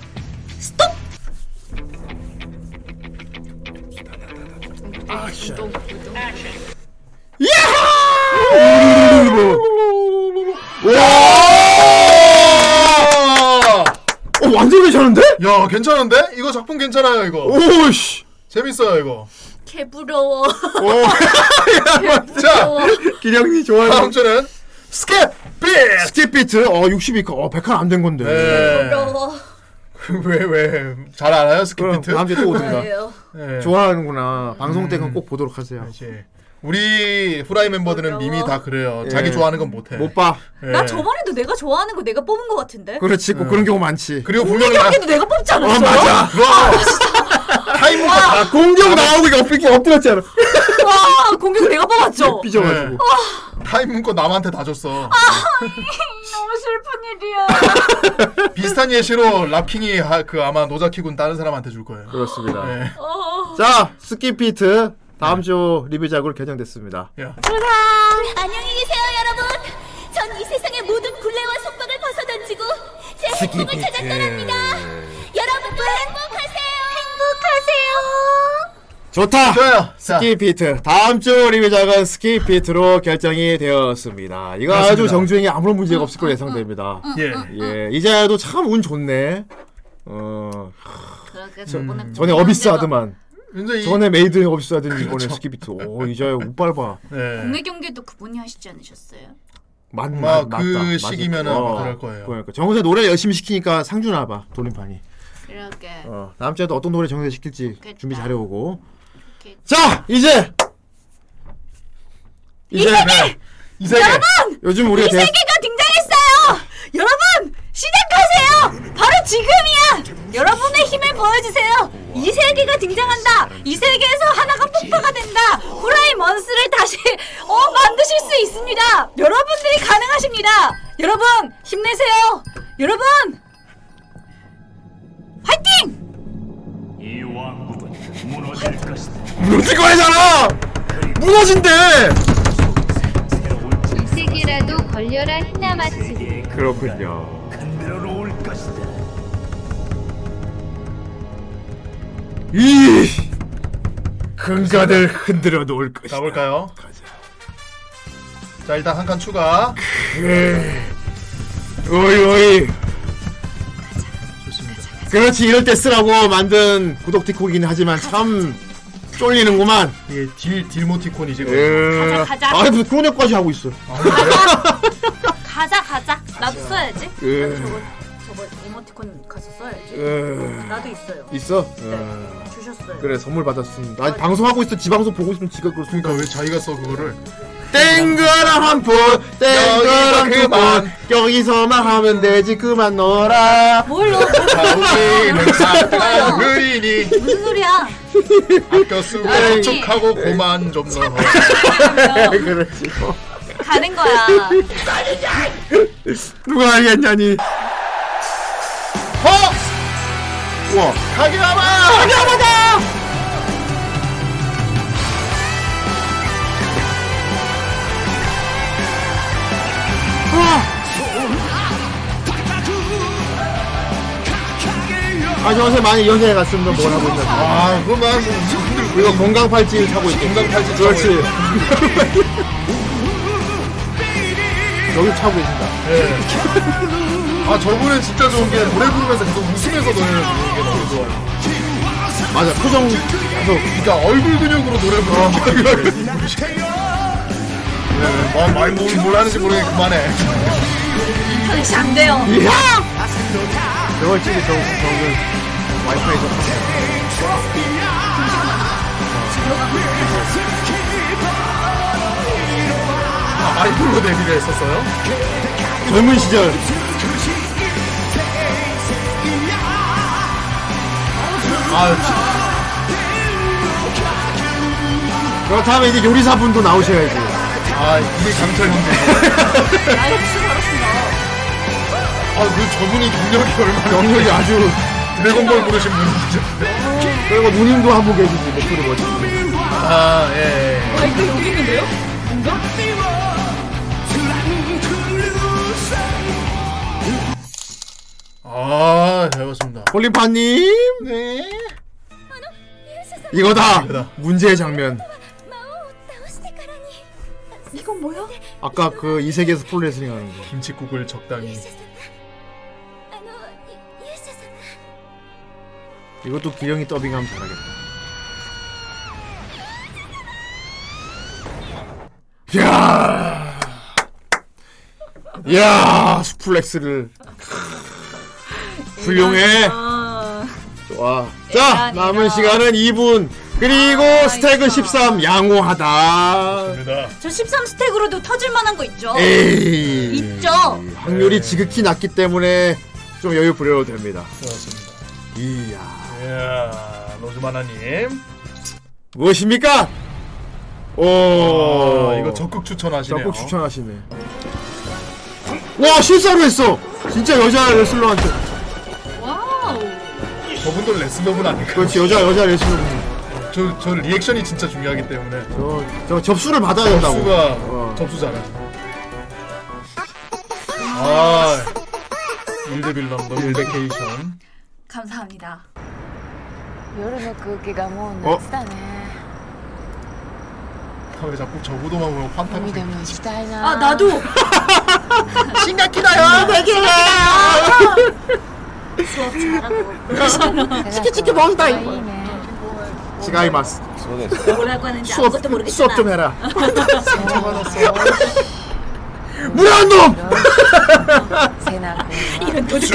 S2: 아,
S1: 어, 완전 괜찮은데?
S2: 야 괜찮은데? 이거 작품 괜찮아요 이거.
S1: 오씨.
S2: 재밌어요 이거.
S3: 개부러워.
S2: 자
S1: 기령님 좋아요.
S2: 다음 주는 스킵 비트.
S1: 스킵 비트 어 62컷 어 100칸 안 된 건데.
S2: 네.
S3: 부러워.
S2: 왜왜잘 알아요 스킵
S1: 그럼
S2: 비트?
S1: 다음 주에
S3: 네.
S1: 또 오든가.
S3: 그래요.
S2: 예.
S1: 좋아하는구나. 방송 때는 꼭 보도록 하세요.
S2: 아, 우리 후라이 멤버들은 밈이 다 그래요. 자기
S1: 예.
S2: 좋아하는 건 못해.
S1: 못 봐.
S2: 예.
S3: 나 저번에도 내가 좋아하는 거 내가 뽑은 거 같은데.
S1: 그렇지. 꼭 그런 경우 많지.
S2: 그리고 분명히 나-
S3: 여기도 내가 뽑지 않았어.
S1: 어, 맞아.
S2: 타이머가
S1: 아, 공격 나오니까 엎드기 엎드렸잖아.
S3: 와 공격 내가 뽑았죠.
S1: 삐져가지고.
S2: 타임 문거 남한테 다 줬어.
S3: 아,
S2: 예.
S3: 너무 슬픈 일이야.
S2: 비슷한 예시로 랍킹이 하- 그 아마 노자키군 다른 사람한테 줄 거예요.
S1: 그렇습니다.
S2: 예.
S1: 네. 자 스킵 비트 다음 주 리뷰작으로 개정됐습니다.
S2: 야.
S4: 안녕히 계세요, 여러분. 전 이 세상의 모든 굴레와 속박을 벗어던지고 제 행복을 찾아 떠납니다. 여러분도 행복하세요. 행복하세요.
S1: 좋다.
S2: 좋아요. 자.
S1: 스킵 비트 다음 주 리뷰작은 스킵 비트로 결정이 되었습니다. 이거 아주
S2: 그렇습니다.
S1: 정주행이 아무런 문제가 없을 걸로 예상됩니다.
S2: 예.
S1: 예 이제도 참 운 좋네. 어
S3: 그러니까
S1: 음. 전에 어비스 하더만.
S2: 이제 이-
S1: 전에 메이드 어비스 하더니 이번에
S2: 그렇죠.
S1: 스킵 비트. 오 이제 옷 밟아.
S2: 예.
S3: 국내 경기도 그분이 하시지 않으셨어요?
S1: 맞,
S2: 아마
S1: 맞,
S2: 그
S1: 맞다. 맞을
S2: 시기면은
S1: 거야.
S2: 그럴 거예요.
S1: 그러니까 정우세 노래 열심히 시키니까 상주나 봐 돌림판이.
S3: 그러게.
S1: 어, 다음 주에도 어떤 노래 정우세 시킬지
S3: 좋겠다.
S1: 준비 잘해오고.
S3: 좋겠다.
S1: 자 이제 이제 네.
S2: 이세계
S1: 요즘 우리가 대,
S3: 이세계가 등장했어요. 여러분 시작하세요. 바로 지금이야. 여러분의 힘을 보여주세요. 이세계가 등장한다. 이세계에서 하나가 폭파가 된다. 후라이 먼스를 다시 어 만드실 수 있습니다. 여러분들이 가능하십니다. 여러분 힘내세요. 여러분 화이팅!
S1: 무너질 거래잖아! 무너진대!
S6: 이세계라도 걸려라 히나마츠리.
S1: 그렇군요. 이 근가들 흔들어 놓을 것이다.
S2: 가볼까요? 자 일단 한 칸 추가.
S1: 오이 오이. 그렇지 이럴 때 쓰라고 만든 구독 티코이긴 하지만 참 쫄리는구만.
S2: 이게 딜 딜모티콘이 지금.
S1: 예.
S3: 가자, 가자.
S1: 아 근데 꾸역까지 하고 있어.
S2: 아,
S3: 가자 가자. 나도 써야지.
S1: 예.
S3: 나도 저거 저거 이모티콘 가서 써야지.
S1: 예.
S3: 나도 있어요.
S1: 있어? 아.
S3: 네. 주셨어요.
S1: 그래 선물 받았습니다. 아니, 방송하고 있어 지방송 보고 있으면 지가 그렇 그러니까
S2: 왜 자기가 써 그거를?
S1: 땡그랑 한푼 땡그랑
S2: 여기서 그만.
S1: 두푼 여기서만 하면 되지 그만 넣어라.
S3: 뭘로?
S2: 아, 우리는 사탕
S1: 네.
S2: 흐리니
S3: 무슨 소리야?
S2: 아껴 쓰고
S3: 아니.
S2: 저축하고
S1: 네.
S2: 고만 좀 넣어.
S1: 그렇지.
S3: 가는 거야.
S1: 누가 알겠냐니.
S2: 어?
S1: 우와.
S2: 가게하마.
S1: 가게하마다. 아, 저 요새 많이 연세에 갔습니다. 뭘 하고 있나.
S2: 아, 그만.
S1: 이거 건강 팔찌 사고 있대.
S2: 건강 팔찌 사고
S1: 그렇지.
S2: 있대.
S1: 여기 차고 계신다.
S2: 예. 아 저분은 진짜 좋은 게 노래 부르면서 계속 웃으면서 노래를 부르는 게 너무 좋아요.
S1: 맞아, 표정 계속.
S2: 그러니까 얼굴 근육으로 노래 부르는 게. 예, 뭐 많이 뭘, 뭘 하는지 모르게 그만해.
S3: 그렇지 안 돼요.
S1: 이야! 저걸 찍이 저, 저걸 와이파이에서.
S2: 아, 마이클로 데뷔를 했었어요?
S1: 젊은 시절.
S2: 아,
S1: 그렇다면 이제 요리사분도 나오셔야지.
S2: 지- 아 이게 강철 형제. 아, 그 저분이 경력이 얼마나
S1: 영역이 아주.
S2: 드래곤볼 부르신 분이죠.
S1: 그리고 누님도 한 분 계시지, 목소리 멋지
S2: 아, 예. 예.
S3: 아 이거 여기 있는데요?
S2: 아, 잘 봤습니다.
S1: 홀리파님?
S2: 네.
S1: 이거다! 문제의 장면.
S3: 이건 뭐야?
S4: 네.
S1: 아까 그 이세계에서 프로레슬링 하는 거.
S2: 김치국을 적당히.
S1: 이것도 기령이 더빙하면 잘하겠다. 이야! 이야! 수플렉스를. 훌륭해!
S3: 아,
S1: 좋아. 자, 남은 시간은 2분. 그리고
S3: 아,
S1: 스택은 13. 양호하다.
S3: 저 13 스택으로도 터질 만한 거 있죠?
S1: 예. 에이.
S3: 있죠.
S1: 확률이 지극히 낮기 때문에 좀 여유 부려도 됩니다.
S2: 그렇습니다.
S1: 이야.
S2: 이야, 로즈마나님.
S1: 무엇입니까? 오.
S2: 아, 이거 적극 추천하시네요.
S1: 적극 추천하시네. 와, 실사로 했어! 진짜 여자 레슬러한테.
S3: 와우.
S2: 저분도 레슬러분 아닐까?
S1: 그렇지, 여자, 여자 레슬러.
S2: 저, 저 리액션이 진짜 중요하기 때문에.
S1: 저, 저 접수를 받아야 된다고.
S2: 접수가 접수잖아. 아, 일드빌런도 일베케이션.
S3: 감사합니다.
S1: 어?
S2: 아, 왜 자꾸 저구도만 보면 환타가 생겨.
S3: 아 나도. 아,
S1: 심각히다요, 대결아!
S3: 수업 잘하고
S1: 치키치키 먹다, 이거. 지가이마스.
S3: 뭐라고 하는지
S1: 수업,
S3: 아무것도 모르겠잖아.
S1: 수업 좀 해라. 무례한 놈!
S3: 이런 도둑이.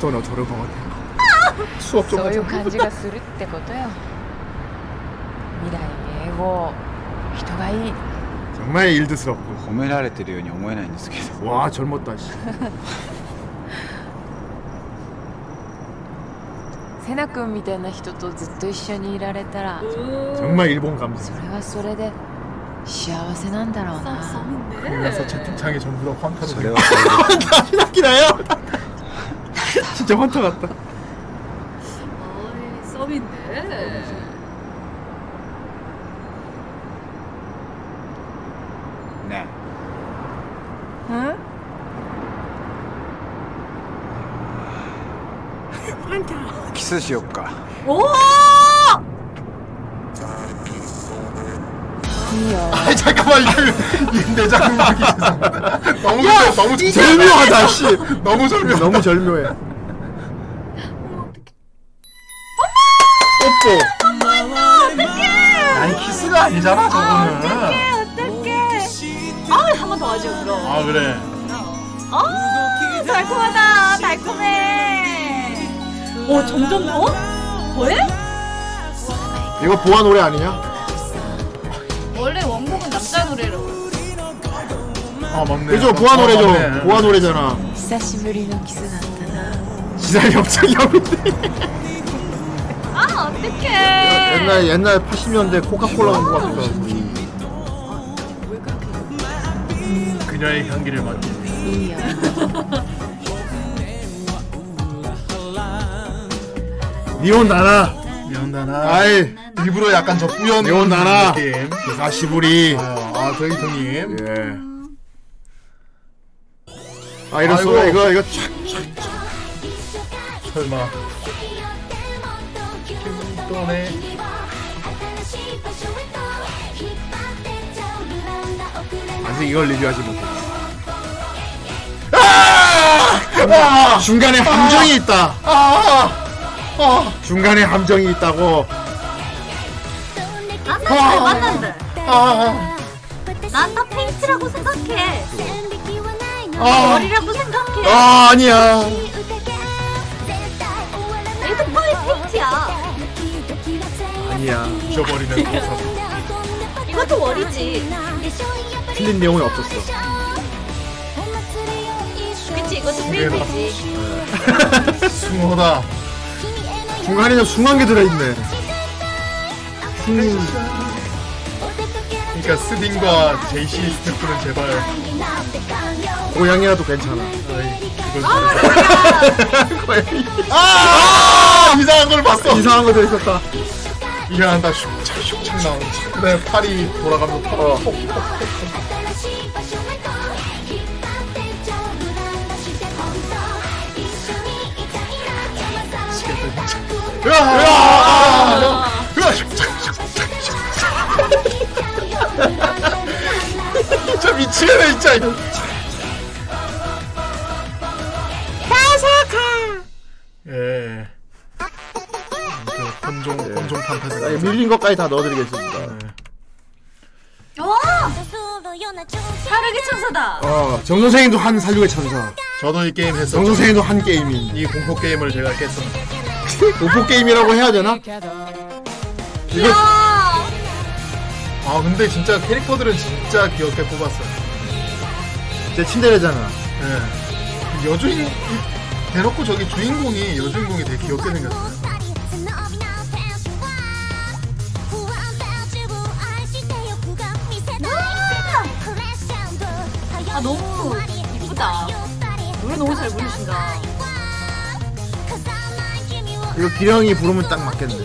S1: 너너 저를 먹었 수업 좀 하자.
S15: 感じがするってことよ未来をもう人がいい
S1: 정말 일드스럽고
S16: 褒められてるように思えないんですけど
S1: 와 젊었다 씨.
S15: セナ君みたいな人とずっと一緒にいられたら
S1: 정말 일본 감성
S15: それはそれで幸せなんだろう
S1: 음,
S15: な
S3: 음.
S2: 그래서 채팅창에 전부 다 황타로
S16: 저래요.
S1: 기나요? 진짜 환타 같다.
S3: 어이, 썸인데.
S16: 네.
S15: 응?
S11: 환타.
S16: キスしよっか
S11: 오!
S2: 아니 잠깐만 이게 이 내장음악이 세상에. 너무 좋다, 너무 좋다.
S1: 절묘하다 씨.
S2: 너무 절묘.
S1: 너무 절묘해. 뽀뽀.
S2: 아니 키스가 아니잖아 저거는.
S3: 어떡해. 아, 한 번 더 하죠, 그럼.
S2: 아 그래.
S3: 아, 달콤하다. 달콤해. 어, 점점 더? 왜?
S1: 이거 보아 노래 아니냐?
S3: 원래 원곡은 남자 노래로.
S2: 아 맞네.
S1: 그죠 보아 노래죠. 보아 노래잖아.
S15: 久しぶりのキスだったな
S1: 지상이 갑자기 없는데.
S3: 아, 어떡해.
S1: 옛날 옛날 80년대 코카콜라 광고 같은 거.
S2: 그녀의 향기를 맡는.
S1: 니온 나나.
S2: 니온 나나.
S1: 아이.
S2: 일부러 약간 저 뿌연
S1: 니온 나나.
S2: 느낌.
S1: 가시부리.
S2: 아 저희 형님.
S1: 예. 아 이런
S2: 아이고.
S1: 소리 이거 이거 촥촥
S2: 설마. 또네.
S1: 아직 이걸 리뷰하지 못해.
S2: 아!
S1: 중간에 함정이 있다.
S2: 아! 아!
S1: 중간에 함정이 있다고.
S4: 만났데
S1: 아.
S4: 만난데.
S2: 아.
S4: 난다 페인트라고 생각해.
S1: 아.
S4: 머리라고 생각해.
S10: 어?
S1: 아 아니야.
S4: 얘도 거의 페인트야.
S1: 아니야.
S2: 잊어버리는
S4: 이것도 월이지.
S1: 틀린 내용이 없었어.
S4: 그치 이것도 페인트지.
S2: 숭어다.
S1: 중간에 좀 숭한 게 들어있네. 음.
S2: 그러니까 스딘과 제이시 스태프는 제발.
S1: 고양이라도 괜찮아. 고양이.
S2: 아! 이상한 걸 봤어.
S1: 이상한 거도 있었다.
S2: 이상한 다 슉착 슉착 나오는. 내 팔이 돌아가면 팔아. 으아! 으아! 진짜 미치겠네 진짜 이거.
S11: 바사카.
S2: 예. 혼종 혼종 판타지.
S1: 아, 이 밀린 것까지 다 넣어드리겠습니다.
S3: 어! 사르기 천사다.
S2: 아,
S1: 어, 정 선생님도 한 살육의 천사.
S2: 저도 이 게임 했어.
S1: 정 선생님도 한 게임인.
S2: 이 공포 게임을 제가 깼습니다.
S1: 공포 게임이라고 해야 되나? 이거
S2: 아 근데 진짜 캐릭터들은 진짜 귀엽게 뽑았어요.
S1: 제 친데레잖아.
S2: 예. 여주인 이- 대놓고 저기 주인공이 여주인공이 되게 귀엽게 생겼어요.
S3: 아, 너무 이쁘다. 노래 너무 잘 부르신다.
S1: 이거 기령이 부르면 딱 맞겠네.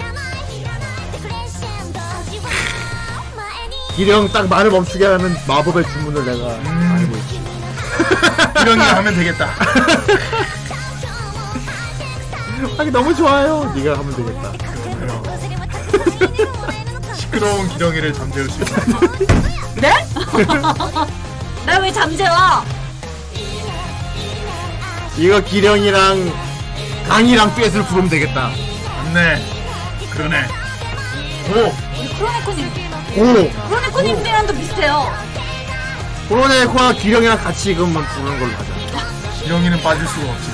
S1: 기령 딱 말을 멈추게 하는 마법의 주문을 내가 알고 있어.
S2: 기령이 하면 되겠다.
S1: 아니 너무 좋아요. 네가 하면 되겠다.
S2: 시끄러운 기령이를 잠재울 수 있는.
S3: 네? 나 왜 잠재워?
S1: 이거 기령이랑 강이랑 듀엣을 부르면 되겠다.
S2: 맞네. 그러네. 오.
S3: 우리 크로네코님.
S1: 오.
S3: 크로네코님들랑도 비슷해요.
S1: 코로네코와 기령이랑 같이 이것만 부르는 걸로 하자.
S2: 기령이는 빠질 수가 없지.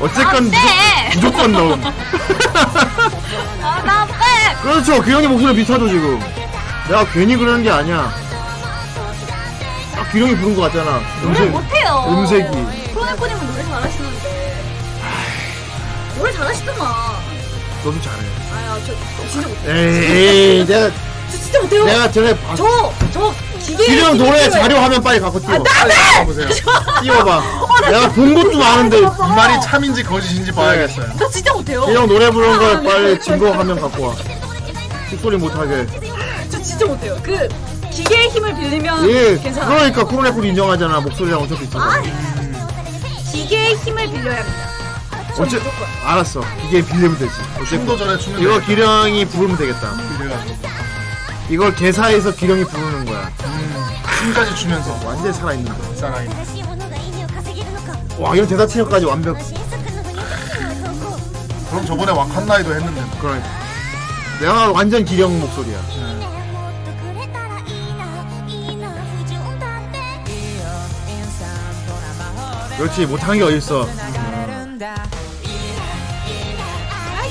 S1: 어쨌건
S3: 네.
S1: 무조, 건 넣음.
S3: 아, 나 빼!
S1: 그 그렇죠. 기령이 목소리 비슷하죠 지금. 내가 괜히 그러는 게 아니야. 딱 규령이 부른 것 같잖아.
S3: 노래 못해요.
S1: 음색이.
S3: 프로네코님은 노래 잘하시는데. 노래 잘하시더만. 뭐?
S1: 너도 잘해.
S3: 아야, 저 진짜 못해요.
S1: 에이, 내가
S3: 저 진짜 못해요.
S1: 내가 전에 봤-
S3: 저, 저 네. 기계.
S1: 규령 노래 자료화면 빨리 갖고
S3: 아,
S1: 띄워. 빨리 보세요.
S3: 어,
S1: 띄워봐. 내가 본 것도 많은데 이 말이 참인지 거짓인지 봐야겠어요.
S3: 나 진짜 못해요.
S1: 규령 노래 부른
S3: 아,
S1: 걸
S3: 네.
S1: 빨리 증거 화면 갖고 와. 뒷소리 못하게.
S3: 저 진짜 못해요. 그 기계의 힘을 빌리면
S1: 예,
S3: 괜찮아.
S1: 그러니까 코로네코도 인정하잖아. 목소리랑 어차피 있어.
S3: 아, 기계의 힘을 빌려야 합니다.
S1: 어째 알았어. 이게 빌리면 되지.
S2: 춤도 전에 추면
S1: 이거
S2: 되겠다.
S1: 기령이 부르면 되겠다. 이걸 개사해서 기령이 부르는 거야.
S2: 음. 춤까지 추면서
S1: 완전 살아있는 거.
S2: 살아있는.
S4: 新しいものが意味を稼げるのか
S1: 와 이런 대사 체력까지 완벽.
S4: 新作の不入閣の投稿
S1: 그럼 저번에 와칸나이도 했는데. 그래. 그러니까. 내가 완전 기령 목소리야.
S4: いいねもっとくれたらいいないいな不純だっていいよ
S1: 그렇지 못하는 게 어딨어.
S3: 아,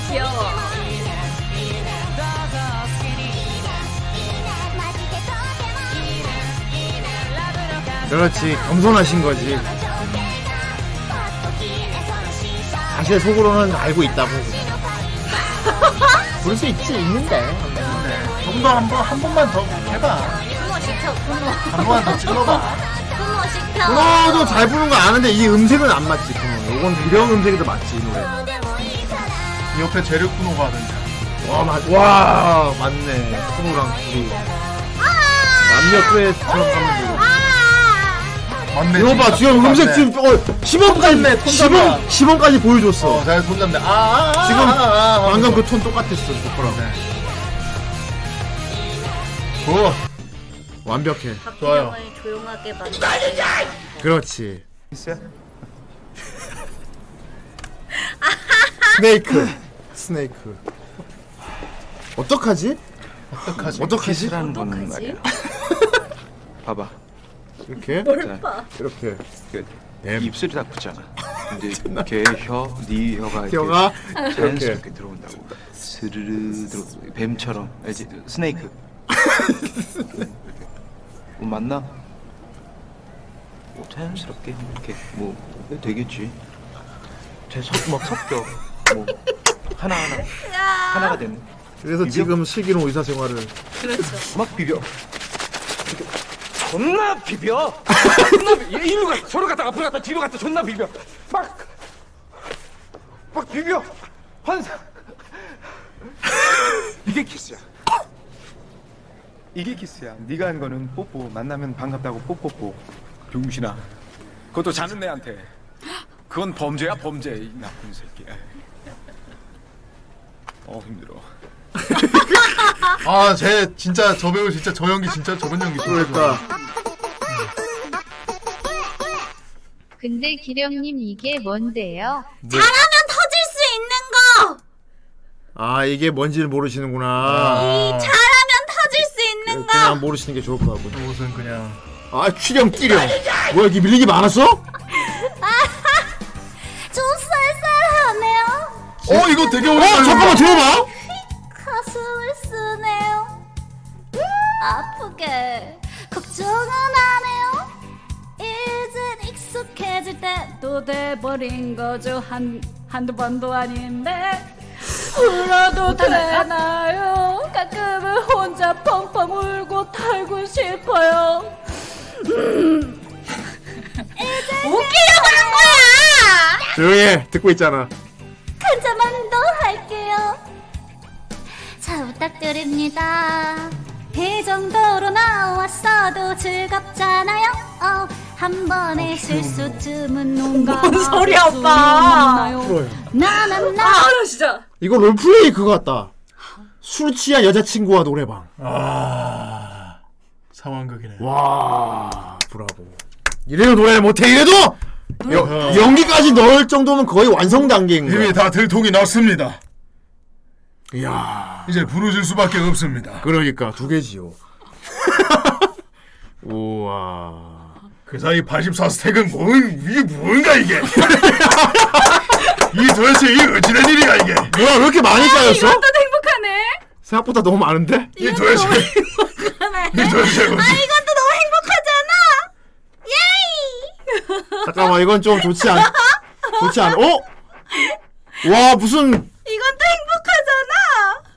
S3: 귀여워.
S1: 그렇지 겸손하신 거지. 사실 속으로는 알고 있다고. 부를 수 있지 있는데.
S2: 좀더 한번 한 번만 더 해봐.
S3: 분노 시켜, 분노.
S2: 한 번만 더 찔러봐.
S3: 분노 시켜.
S1: 그거도 잘 부르는 거 아는데 이 음색은 안 맞지. 그거는. 이건 기령 음색이 더 맞지 이 노래.
S2: 이 옆에 재료 분호가 하던데.
S1: 와, 맞, 와, 맞네. 프로랑 둘이. 남녀 프에 들어가면
S3: 아,
S1: 되고. 맞네. 이거 봐,
S2: 진짜
S1: 지금
S2: 맞네.
S1: 음색 지금, 어, 10원까지, 10원, 10원까지 보여줬어.
S2: 어, 잘 손잡네. 아, 아, 아,
S1: 지금,
S2: 아, 아, 네. 아,
S1: 방금 그 톤 똑같았어, 그거랑. 오! 완벽해.
S2: 좋아요.
S17: 을 조용하게 만
S1: 그렇지. 스네이크. 스네이크. 어떡하지?
S2: 어떡하지?
S1: 어떡하지?
S13: 키스라는 거는 말이야. 봐봐.
S1: 이렇게?
S13: 자,
S1: 이렇게.
S13: 그 입술이 딱 붙잖아. 이제 걔 혀, 네 혀가 이렇게
S1: 혀가
S13: 자연스럽게 들어온다고. 스르르 들어. 뱀처럼. 알지? 스네이크. 뭐 맞나? 뭐 자연스럽게 이렇게 뭐 되겠지. 제석막 섞여. 뭐 하나 하나 하나가 되는.
S1: 그래서 지금 슬기로운 의사 생활을.
S13: 그렇죠. 막 비벼. 겁나 비벼.
S18: 일로 가, 저로 갔다, 앞으로 갔다, 뒤로 갔다, 존나 비벼. 막, 막 비벼. 환상.
S13: 이게 키스야. 이게 키스야. 네가 한 거는 뽀뽀. 만나면 반갑다고 뽀뽀뽀. 병신아.
S18: 그것도 자는 애한테. 그건 범죄야, 범죄. 이 나쁜 새끼. 어, 힘들어.
S2: 아, 쟤 진짜 저 배우 진짜 저 연기 진짜 저런 연기 그러니까.
S6: 근데 기령님 이게 뭔데요?
S19: 잘하면 터질 수 있는 거.
S1: 아, 이게 뭔지를
S4: 아.
S1: 모르시는구나.
S19: 잘하면 터질 수 있는 거.
S1: 그냥 모르시는 게 좋을 것 같고.
S2: 옷은 그냥.
S1: 아, 취령, 끼령. 뭐야, 여기 밀리기 많았어?
S4: 좀 쌀쌀하네요
S2: 어, 이거 되게 오랜만에.
S1: 어, 잠깐만, 들어봐!
S4: 가슴을 쓰네요 아프게 걱정은 안 해요
S3: 이젠 익숙해질 때도 돼버린 거죠 한 한두 번도 아닌데 울어도 되나요? 가끔은 혼자 펑펑 울고 탈고 싶어요. 음.
S4: 웃기려고 한 거야
S1: 조용히 해. 듣고 있잖아.
S4: 한자만 더 할게요 잘 부탁드립니다 이 정도로 나왔어도 즐겁잖아요 어, 한 번의 실수쯤은 농가
S3: 뭐. 뭔 소리야, 오빠.
S4: 나는 나
S3: 아, 나 진짜.
S1: 이거 롤플레이 그거 같다. 술 취한 여자친구와 노래방.
S2: 아. 상황극이네.
S1: 와, 브라보. 이래도 노래를 못해, 이래도! 여, 연기까지 넣을 정도면 거의 완성 단계인 거야.
S2: 이미 다 들통이 났습니다.
S1: 이야.
S2: 이제 부르질 수밖에 없습니다.
S1: 그러니까, 두 개지요. 우와.
S2: 그 사이 84 스택은 뭔, 이게 뭔가 이게. 이 도대체 이 어찌된 일이야 이게.
S1: 뭐야, 왜 이렇게 많이
S17: 아,
S1: 쌓였어?
S17: 이것도 행복하네.
S1: 생각보다 너무 많은데?
S2: 이 도대체 뭐 미소재고.
S4: 뭐 아 이건 또 너무 행복하잖아. 예이.
S1: 잠깐만 이건 좀 좋지 않 좋지 않. 어? 와 무슨
S4: 이건 또
S1: 무슨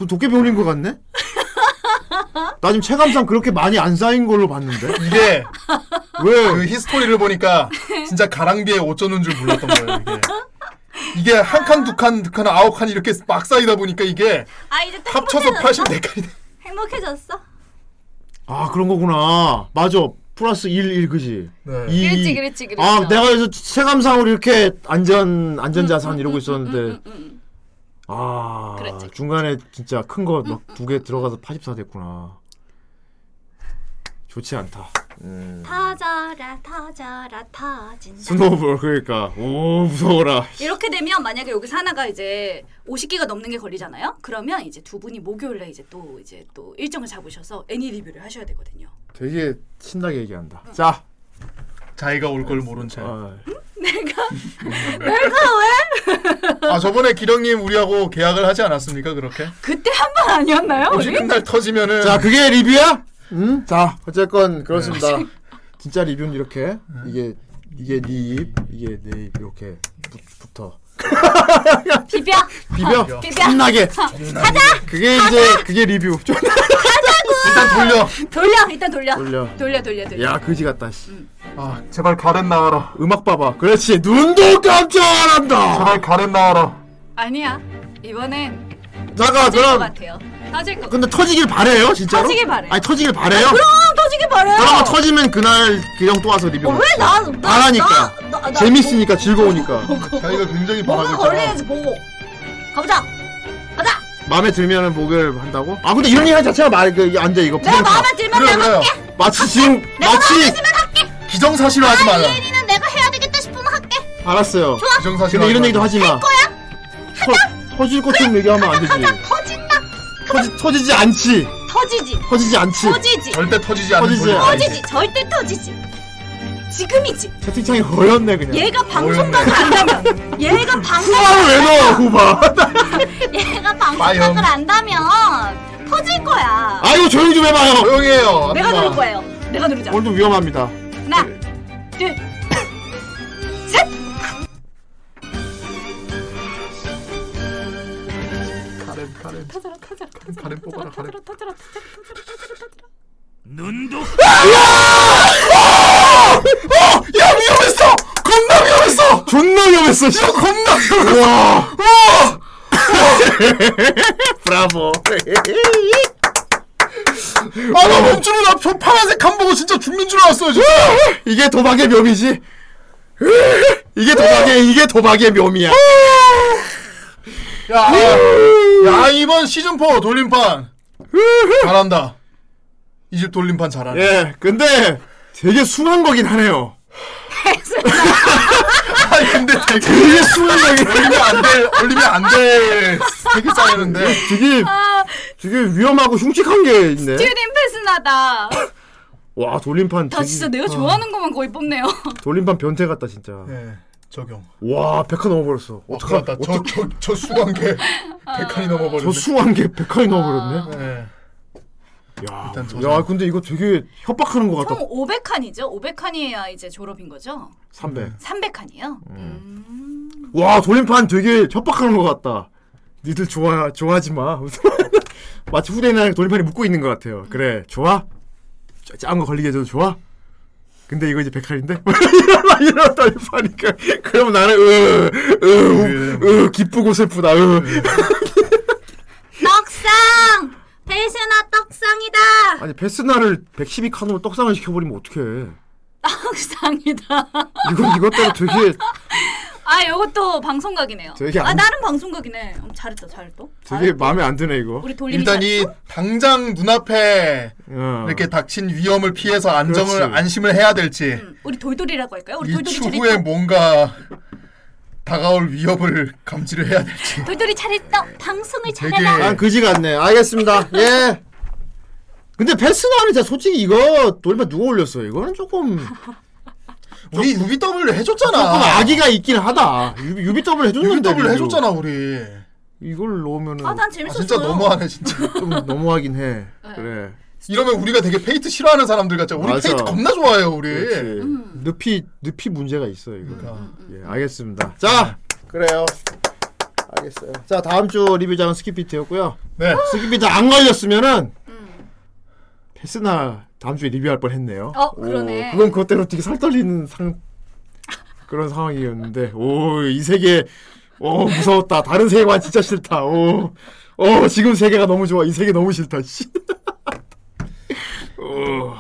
S1: 도깨비 올린 것 같네? 나 지금 체감상 그렇게 많이 안 쌓인 걸로 봤는데
S2: 이게
S1: 왜?
S2: 그 히스토리를 보니까 진짜 가랑비에 어쩌는 줄 몰랐던 거예요. 이게 이게 한 칸 두 칸 두 칸 아홉 칸 이렇게 막 쌓이다 보니까 이게
S4: 아 이제 또
S2: 합쳐서
S4: 행복해졌어?
S2: 84칸이
S4: 행복해졌어.
S1: 아 그런 거구나 맞아 플러스 1 1 그지 이,
S3: 그렇지,
S1: 이.
S3: 그렇지, 그렇지. 네.
S1: 아 내가 그래서 체감상으로 이렇게 안전 안전자산
S3: 음,
S1: 이러고 있었는데 아 중간에 진짜 큰 거
S3: 음,
S1: 막 두 개 들어가서 84 됐구나 좋지 않다 음.
S4: 터져라 터져라 터진다.
S1: 스노우볼 그러니까 오 무서워라
S3: 이렇게 되면 만약에 여기서 하나가 이제 50기가 넘는 게 걸리잖아요. 그러면 이제 두 분이 목요일에 이제 또 이제 또 일정을 잡으셔서 애니 리뷰를 하셔야 되거든요.
S1: 되게 신나게 얘기한다 자 아, 예.
S2: 자기가 올 걸 모른 채.
S3: 내가 내가 왜?
S2: 아 저번에 기령님 우리하고 계약을 하지 않았습니까 그렇게?
S3: 그때 한 번 아니었나요?
S2: 혹시
S3: 우리?
S4: 그러니까.
S2: 끝날 터지면은
S1: 자 그게 리뷰야? 응? 자 어쨌건 그렇습니다. 진짜 리뷰는
S2: 네.
S1: 이렇게 이게 이게 네입 이게 내 입 이렇게 부- 붙어
S4: 비벼.
S1: 비벼
S4: 비벼.
S1: 신나게
S4: 가자.
S1: 그게 이제 그게 리뷰 좀 일단 돌려
S3: 돌려 일단 돌려.
S1: 돌려.
S3: 돌려 돌려 돌려.
S1: 야 그지 같다 씨.
S2: 아 제발 가렌 나와라.
S1: 음악 봐봐. 그렇지 눈도 깜짝 안 한다.
S2: 제발 가렌 나와라.
S3: 아니야. 이번엔
S1: 잠깐
S3: 터질 것
S1: 그럼
S3: 같아요. 터질 것.
S1: 근데 터지길 바래요 진짜로?
S3: 터지길 바래.
S1: 아니 터지길 바래요?
S3: 아, 그럼 터지길 바래요.
S1: 그럼 터지면 그날 기령 또 와서 리뷰.
S3: 어, 왜 나- 나-
S1: 바라니까
S3: 나- 나- 나-
S1: 재밌으니까 즐거우니까
S2: 자기가 굉장히
S3: 뭐가 걸리는지 보고 가보자. 가자.
S1: 마음에 들면은 목을 한다고? 아 근데 이런 얘기 자체가 말그 앉아 이거.
S4: 내가
S1: 부정사.
S4: 마음에 들면 그래, 내가 그래.
S1: 마치 지금 마치 기정사실로 하지 말라.
S4: 얘는 내가 해야 되겠다 싶으면 할게.
S1: 알았어요.
S4: 좋아.
S1: 기정사실 근데 이런 얘기도 하지 마.
S4: 할 거야.
S1: 터- 터질 것 좀 얘기하면 안 되지.
S4: 터진다.
S1: 터지 터지지 않지.
S4: 터지지.
S1: 터지지 않지.
S4: 터지지.
S2: 절대 터지지
S1: 않는
S4: 터지지.
S1: 소리가 아니지.
S4: 터지지. 절대 터지지. 지금이지.
S1: 채팅창이 허였네 그냥.
S4: 얘가 방송각을 안다면. 얘가
S1: 후바를 왜
S4: 방송각을.
S1: 넣어 후바?
S4: 얘가
S1: 마영.
S4: 방송각을 안다면 터질 거야.
S1: 아이고 아. 조용히 좀 해봐요. 조용히 해요.
S3: 내가 누를 거예요. 내가 누르자.
S1: 오늘도 위험합니다. 네.
S3: 하나, 둘, 셋.
S2: 가렌 가렌.
S3: 터져라 터져라 터져라.
S2: 가렌 뽑아라 가렌.
S3: 터져라 터져라 터져라 터져라 터져라.
S2: 눈도.
S1: 아, 야 위험했어. 겁나 위험했어. 존나 위험했어. 씨. 겁나 위험했어. 와. 브라보.
S2: 아나
S1: 어.
S2: 멈추면 나저 파란색 간 보고 진짜 죽는 줄 알았어요. 진짜.
S1: 이게 도박의 묘미지. 이게 도박의 이게 도박의 묘미야.
S2: 어. 야, 야 이번 시즌 4 돌림판 잘한다. 이 집 돌림판 잘하네.
S1: 예. 근데 되게 순한 거긴 하네요.
S2: 아니 근데 되게
S1: 되게 순한 거긴
S2: 올리면 안 돼. 올리면 안 돼. 되게 싸이는데.
S1: 되게
S3: 아,
S1: 되게 위험하고 흉측한 게 있네.
S3: 튜린 패스나다.
S1: 와 돌림판.
S3: 다
S1: 되게-
S3: 진짜 내가
S1: 아,
S3: 좋아하는 것만 거의 뽑네요.
S1: 돌림판 변태 같다 진짜.
S2: 예. 적용.
S1: 와 백화 넘어버렸어. 어떡하-
S2: 큰일 났다.
S1: 어떡
S2: 저, 저, 저 수한 게
S3: 아.
S2: 100칸이 넘어버렸네.
S1: 저 숭한 게 백화이 넘어버렸네.
S2: 네.
S1: 야, 야 근데 이거 되게 협박하는 것
S3: 총
S1: 같다.
S3: 500칸이죠. 500칸이어야 이제 졸업인 거죠. 네.
S1: 300.
S3: 300칸이에요.
S1: 와 돌림판 되게 협박하는 것 같다. 니들 좋아 좋아하지 마. 마치 후대인이랑 돌림판이 묶고 있는 것 같아요. 그래 좋아. 짜- 작은 거 걸리게 해줘도 좋아. 근데 이거 이제 백할인데 이런 이런 돌림판이니까 그럼 나는 으으으 기쁘고 슬프다. 으.
S4: 떡상. 배신아 떡상이다.
S1: 아니 베스나를 112 칸으로 떡상을 시켜버리면 어떡해
S3: 떡상이다.
S1: 이거 이것대로 되게
S3: 아, 이것도 방송각이네요.
S1: 되게
S3: 아,
S1: 안-
S3: 나름 방송각이네. 음, 잘했다, 잘했다.
S1: 되게 마음에 안 드네 이거.
S3: 우리 돌림이
S2: 일단 이 당장 눈앞에 이렇게 닥친 위험을 피해서 안정을
S1: 어. 그렇지.
S2: 안심을 해야 될지
S3: 우리 돌돌이라고 할까요? 음. 우리
S2: 이
S3: 돌돌이
S2: 추후에
S3: 잘했어.
S2: 뭔가 다가올 위협을 감지를 해야 될지
S4: 돌돌이 잘했어. 방송을
S1: 되게
S4: 잘해라.
S1: 난 그지 같네. 알겠습니다. 예. 근데 베스나는 진짜 솔직히 이거 돌림판 누가 올렸어? 이거는 조금
S2: 우리 UBW 해줬잖아.
S1: 조금 아기가 있긴 하다. 유비 유비 더블 해줬는데
S2: UBW
S1: 리뷰.
S2: 해줬잖아 우리.
S1: 이걸 놓으면은
S3: 아, 난 재밌었어요.
S2: 진짜 너무하네 진짜.
S1: 좀 너무하긴 해. 그래.
S2: 이러면 우리가 되게 페이트 싫어하는 사람들 같잖아. 우리
S1: 맞아.
S2: 페이트 겁나 좋아해요, 우리.
S1: 그렇지.
S2: 음.
S1: 늪이 늪이 문제가 있어 이거. 예, 알겠습니다. 자, 그래요. 알겠어요. 자 다음 주 리뷰작은 스킵비트였고요.
S2: 네.
S1: 스킵비트 안 걸렸으면은 페스나 다음 주에 리뷰할 뻔했네요.
S3: 음. 어, 그러네.
S1: 그건 그것대로 되게 살떨리는 상 그런 상황이었는데 오 이 세계 오 무서웠다. 다른 세계관 진짜 싫다. 오. 오 지금 세계가 너무 좋아. 이 세계 너무 싫다. 씨. 오.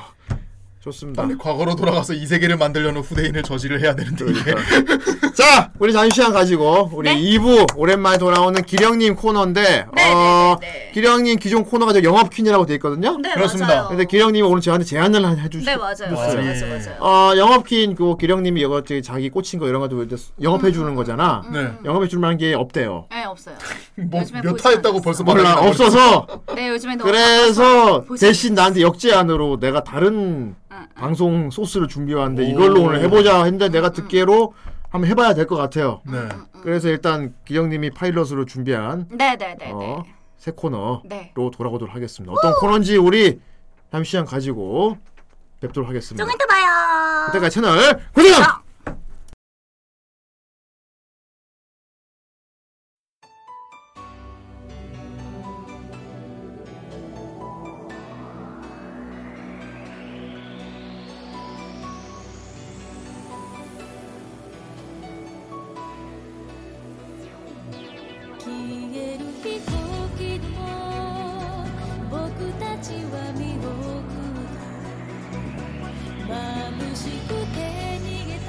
S1: 좋습니다.
S3: 음.
S2: 빨리 과거로 돌아가서 이 세계를 만들려는 후대인을 저지를 해야 되는데 이게.
S1: 자, 우리 잠시 시간 가지고 우리
S3: 네.
S1: 2부 오랜만에 돌아오는 기령님 코너인데 어, 기령님 기존 코너가 저 영업 퀸이라고 돼 있거든요.
S3: 네, 그렇습니다. 맞아요.
S1: 근데 기령님이 오늘 저한테 제안을 하- 해주셨어요.
S3: 네 맞아요. 맞아요. 맞아요. 맞아요.
S1: 어, 영업 퀸 그 기령님이 이거 저기 자기 꽂힌 거 이런 것도 이제 영업해
S3: 음,
S1: 주는 거잖아.
S2: 네.
S1: 영업해 줄 만한 게 없대요.
S3: 네 없어요. 요즘에 보이지
S2: 뭐몇타 했다고 벌써
S1: 몰라
S2: 말하기가
S1: 없어서
S3: 않아요. 네 요즘에 너무
S1: 그래서
S3: 바빠서 아,
S1: 대신 나한테 역제안으로 내가 다른 방송 소스를 준비해왔는데 이걸로 오늘 해보자 했는데
S3: 음,
S1: 내가 듣기로 한번 해봐야 될 것 같아요.
S2: 네.
S1: 그래서 일단 기영님이 파일럿으로 준비한
S3: 네네네.
S1: 어, 새 코너로
S3: 네.
S1: 돌아오도록 하겠습니다. 어떤 코너인지 우리 잠시 시간 가지고 뵙도록 하겠습니다.
S4: 조금 더 봐요.
S1: 그때까지 채널 고정!
S9: 「消える飛行機でも僕たちは見送った」「眩しくて逃げた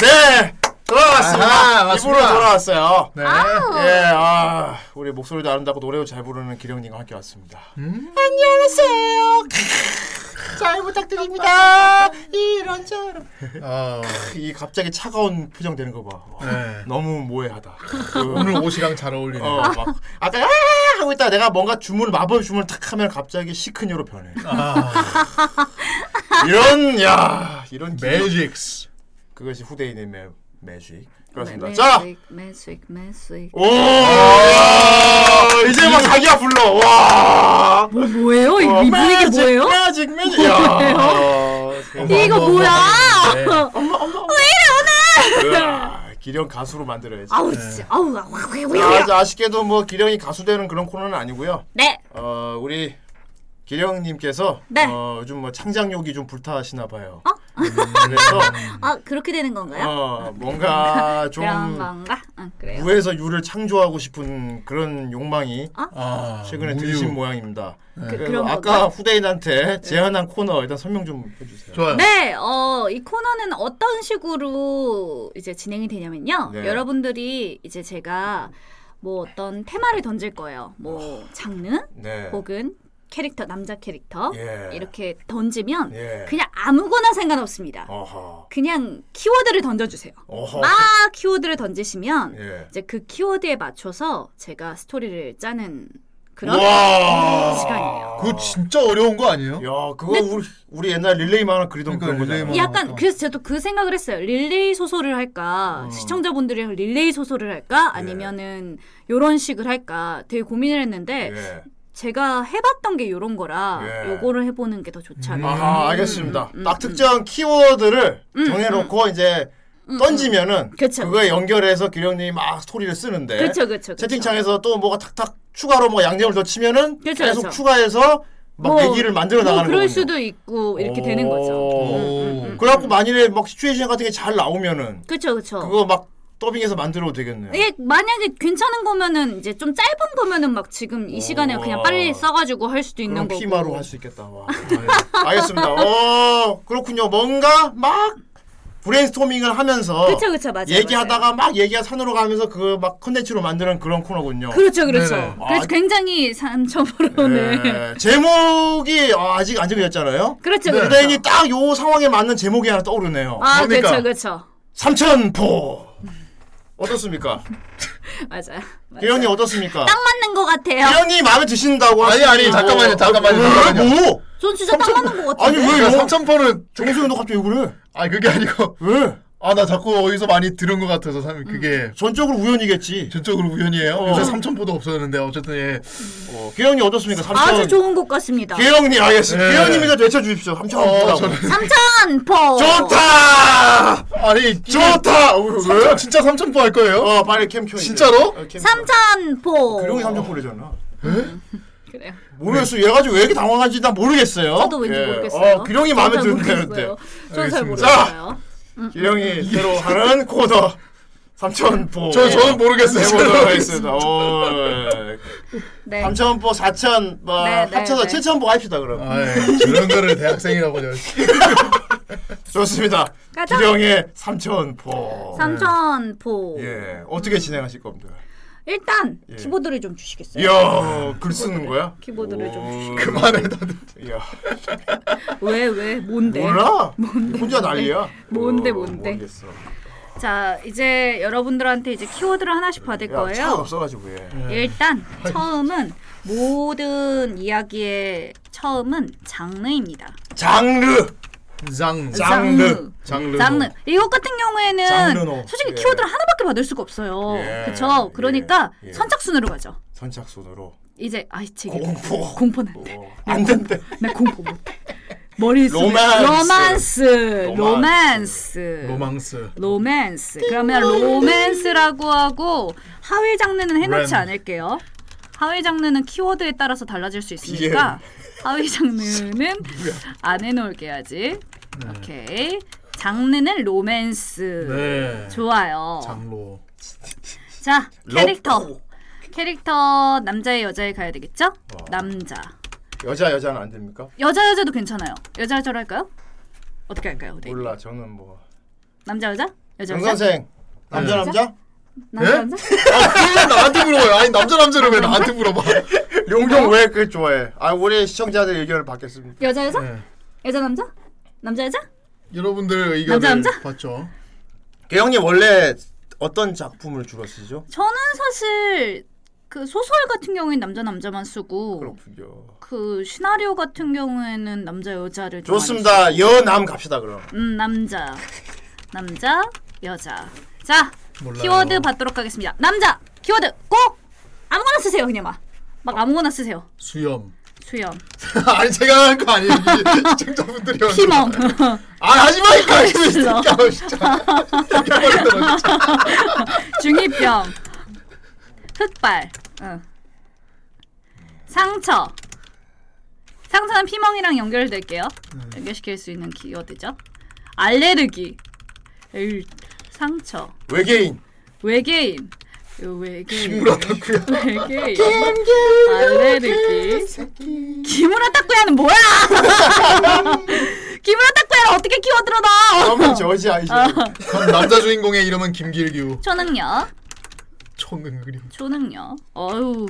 S1: 네 돌아왔습니다.
S2: 아하, 맞습니다.
S1: 입으로 돌아왔어요.
S2: 네.
S11: 아우.
S1: 예, 아, 우리 목소리도 아름답고 노래도 잘 부르는 기령님과 함께 왔습니다.
S2: 음?
S11: 안녕하세요. 잘 부탁드립니다. 이런저런.
S2: 어.
S1: 크, 이 갑자기 차가운 표정 되는 거 봐. 와, 너무 모해하다.
S2: 네. 그 오늘 옷이랑 잘 어울리네.
S1: 어, 막 아까 아 하고 있다 가 내가 뭔가 주문 마법 주문 탁 하면 갑자기 시크니로 변해.
S2: 아.
S1: 이런 야 이런 매직스 그것이 후대인의 매, 매직 그렇습니다.
S3: 네,
S1: 자
S3: 매직 매직.
S1: 오! 이제 막 자기야 불러. 와. 뭐
S3: 어, 뭐예요? 이 분위기 뭐예요?
S1: 매직 어, 매직. 어,
S3: 뭐예요?
S11: 이거 뭐야?
S2: 네.
S1: 엄마 엄마 왜 이래 오늘? 아, 기령 가수로 만들어야지.
S11: 아우,
S1: 네.
S11: 진짜. 아우, 아우, 아우, 아우,
S1: 자,
S11: 아우.
S1: 아주 아쉽게도 뭐 기령이 가수 되는 그런 코너는 아니고요.
S11: 네.
S1: 어 우리 기령님께서
S4: 네.
S1: 어, 요즘 뭐 창작욕이 좀 불타시나
S3: 어?
S1: 봐요. 음, 그래서
S4: 아 그렇게 되는 건가요?
S1: 어, 뭔가 좀
S4: 그런 건가? 아, 그래요.
S1: 무에서 유를 창조하고 싶은 그런 욕망이
S3: 어?
S2: 아,
S1: 최근에
S2: 우유.
S1: 들신 모양입니다.
S2: 네.
S1: 그래서
S2: 그- 그런
S1: 아까
S2: 건가?
S1: 후대인한테 제안한 코너 일단 설명 좀 해주세요.
S3: 네, 어, 이 코너는 어떤 식으로 이제 진행이 되냐면요.
S1: 네.
S3: 여러분들이 이제 제가 뭐 어떤 테마를 던질 거예요.
S1: 어.
S3: 뭐 장르
S11: 네.
S3: 혹은 캐릭터 남자 캐릭터
S11: 예.
S3: 뭐, 이렇게 던지면
S11: 예.
S3: 그냥 아무거나 상관없습니다.
S1: 어허.
S3: 그냥 키워드를 던져주세요.
S1: 그
S11: 어허.
S3: 막 키워드를 던지시면
S11: 예.
S3: 이제 그 키워드에 맞춰서 제가 스토리를 짜는 그런
S1: 우와.
S3: 시간이에요.
S1: 그거 진짜 어려운 거 아니에요? 그러니까 야 그거 우리, 우리 옛날 릴레이 만화 그리던 어, 그런 거잖아.
S3: 약간 그래서 제가 또 그 생각을 했어요. 릴레이 소설을
S1: 어.
S3: 할까, 시청자분들이 릴레이 소설을 할까, 아니면은
S1: 예.
S3: 요런 식을 할까 되게 고민을 했는데 제가 해봤던 게 요런 거라
S1: 예. 음.
S3: 요거를 해보는 게 더 좋지 않나.
S1: 아하 알겠습니다.
S3: 음,
S1: 딱 특정 키워드를 정해놓고 이제
S3: 음,
S1: 던지면은 그거에 연결해서 기령님이 막 스토리를 쓰는데
S3: 그렇죠, 그쵸, 그렇죠, 그쵸, 그쵸.
S1: 예. 채팅창에서 또 뭐가 탁탁 추가로 뭐 양념을 더 치면은
S3: 그렇죠, 그쵸,
S1: 계속
S3: 그쵸.
S1: 추가해서 막 얘기를 만들어
S3: 뭐
S1: 나가는
S3: 그럴
S1: 거거든요.
S3: 수도 있고 이렇게 되는
S1: 오.
S3: 거죠. 음,
S1: 그래갖고 만일에 막 시츄에이션 같은 게 잘 나오면은
S3: 그렇죠, 그렇죠.
S1: 그거 막 더빙해서 만들어도 되겠네요.
S3: 이게 예, 만약에 괜찮은 거면은 이제 좀 짧은 거면은 막 지금 이 시간에 그냥 빨리 써가지고 할 수도 있는
S1: 그럼
S3: 거고.
S1: 피마로 할 수 있겠다. 와. 아, 예. 알겠습니다. 어 그렇군요. 뭔가 막 브레인스토밍을 하면서
S3: 그쵸, 그쵸, 맞아요,
S1: 얘기하다가 막 얘기가 산으로 가면서 그 막 컨텐츠로 만드는 그런 코너군요.
S3: 그렇죠, 그렇죠.
S1: 네네. 아,
S3: 그래서 굉장히 삼첩으로
S1: 네. 제목이 아, 아직 안 정해졌잖아요. 네.
S3: 그렇죠, 그렇죠.
S1: 후대인이 딱 요 상황에 맞는 제목이 하나 떠오르네요.
S3: 아, 그렇죠, 그렇죠.
S1: 삼천포 어떻습니까?
S3: 맞아요. 맞아요.
S1: 기영님 어떻습니까?
S3: 딱 맞는 것 같아요.
S1: 기영님 마음에 드신다고
S2: 아니, 아니, 잠깐만요, 잠깐만요, 잠깐만요.
S1: 왜 뭐?
S3: 전 진짜 딱 맞는 것
S1: 아니 왜
S3: 같은데.
S2: 야,
S1: 이거?
S2: 삼천포는
S1: 정수영 너 갑자기 왜 그래?
S2: 아 그게 아니고
S1: 왜?
S2: 아 나 자꾸 어디서 많이 들은 것 같아서 삼 그게
S1: 전적으로 우연이겠지.
S2: 전적으로 우연이에요. 요새
S1: 어.
S2: 삼천포도 없었는데 어쨌든 예.
S1: 어, 기영님 어떻습니까?
S3: 아주 좋은 것 같습니다.
S1: 기영님 아, 예, 알겠습니다.
S2: 네.
S1: 기영님이가 되쳐주십시오.
S2: 어,
S1: 삼천포라고.
S3: 어. 삼천포.
S1: 좋다.
S2: 아니
S1: 좋다.
S2: 삼천, 진짜 삼천포 할 거예요?
S1: 어 빨리 캠 켜. 이제.
S2: 진짜로?
S1: 어, 캠 켜.
S3: 삼천포.
S1: 기영이 삼천포래잖아.
S3: 그래요.
S1: 모르겠어. 얘가 지금 왜 이렇게 당황한지 난 모르겠어요.
S3: 저도 왠지 모르겠어요.
S1: 어, 기령이 마음에
S3: 저는 잘
S1: 드는데.
S3: 모르겠어요. 저는 잘
S1: 자,
S3: 모르겠어요. 음,
S1: 기령이
S3: 음.
S1: 새로 하는 코너 삼천포.
S2: 저- 저는 모르겠어요.
S1: 해보도록
S2: 저는
S1: 하겠습니다. 오, 예.
S3: 네.
S1: 삼천포, 사천, 뭐
S3: 네, 네,
S1: 합쳐서
S3: 네.
S1: 칠천포 합시다 그럼.
S2: 그런 거를 대학생이라고 저.
S1: 좋습니다.
S3: 가자.
S1: 기령의 삼천포.
S3: 삼천포.
S1: 예, 어떻게 진행하실 겁니다.
S3: 일단
S1: 예.
S3: 키보드를 좀 주시겠어요?
S1: 이야, 글 쓰는 거야?
S3: 키보드를 좀
S1: 주시고. 그만해, 다들. 이야,
S3: 왜 왜 네. 뭔데?
S1: 몰라? 혼자 난리야? 어,
S3: 뭔데 뭔데? 자 이제 여러분들한테 이제 키워드를 하나씩 받을
S1: 야, 차가
S3: 거예요.
S1: 없어가지고 예.
S3: 일단 처음은 모든 이야기의 처음은 장르입니다.
S1: 장르.
S2: 장르.
S3: 장르.
S2: 장르.
S3: 장르. 이것 같은 경우에는
S1: 장르노.
S3: 솔직히
S1: 예.
S3: 키워드를 하나밖에 받을 수가 없어요.
S1: 예.
S3: 그렇죠. 그러니까
S1: 예. 예.
S3: 선착순으로 가죠.
S1: 선착순으로.
S3: 이제 아이 제
S1: 공포.
S3: 공포는 안 돼.
S1: 안 된대.
S3: 나 공포 못. 머리
S2: 로맨스.
S3: 로맨스. 로맨스.
S2: 로망스.
S3: 로맨스. 그러면 로맨스라고 하고 하위 장르는 해놓지
S2: 램.
S3: 않을게요. 하위 장르는 키워드에 따라서 달라질 수 있으니까 하위 장르는 안 해놓을게요 아직.
S1: 네.
S3: 오케이. 장르는 로맨스.
S2: 네.
S3: 좋아요.
S2: 장로.
S3: 자
S2: 럽.
S3: 캐릭터. 캐릭터 남자의 여자에 가야 되겠죠?
S1: 어.
S3: 남자.
S1: 여자 여자는 안 됩니까?
S3: 여자 여자도 괜찮아요. 여자 여자로 할까요? 어떻게 할까요?
S1: 몰라 저는 뭐 네.
S3: 남자 여자? 여자
S1: 강 선생 남자
S3: 남자?
S1: 남자?
S3: 남자, 남자?
S1: 아, 나한테 물어봐요. 아니 남자 남자를 왜 나한테 물어봐? 용종 왜 그 좋아해? 아 우리 시청자들 의견을 받겠습니다.
S3: 여자 여자?
S1: 네.
S3: 여자 남자? 남자 여자?
S1: 여러분들 의견을
S3: 남자, 남자?
S1: 봤죠. 개영님 원래 어떤 작품을 주로 쓰죠?
S3: 저는 사실 그 소설 같은 경우엔 남자 남자만 쓰고 그 시나리오 같은 경우에는 남자 여자를 좀 많이
S1: 좋습니다.
S3: 쓰고.
S1: 여남 갑시다 그럼.
S3: 음 남자 남자 여자 자
S1: 몰라요.
S3: 키워드 받도록 하겠습니다 남자 키워드 꼭 아무거나 쓰세요 그냥 막 막 아무거나 쓰세요
S2: 수염.
S3: 수염
S2: 아니 제가 할 거 아니에요. 이게 시청자분들이
S3: 피멍
S2: 아 하지마 이거 하지마
S3: 슬러.
S2: 진짜. 아우, 진짜.
S3: 중이병 흑발 응. 상처 상처는 피멍이랑 연결될게요
S1: 음.
S3: 연결시킬 수 있는 키워드죠 알레르기 에이, 상처
S1: 외계인.
S3: 외계인 요 외계인
S1: 김우라 탁구야.
S3: 외계인
S11: 김기훈
S3: 알레르기 김우라 탁구야는 뭐야 김우라 탁구야를 어떻게 키워드로 넣어
S2: 그러면 저지 아이죠.
S3: 아.
S2: 그럼 남자 주인공의 이름은 김길규.
S3: 초능력
S2: 초능그림.
S3: 초능력 어휴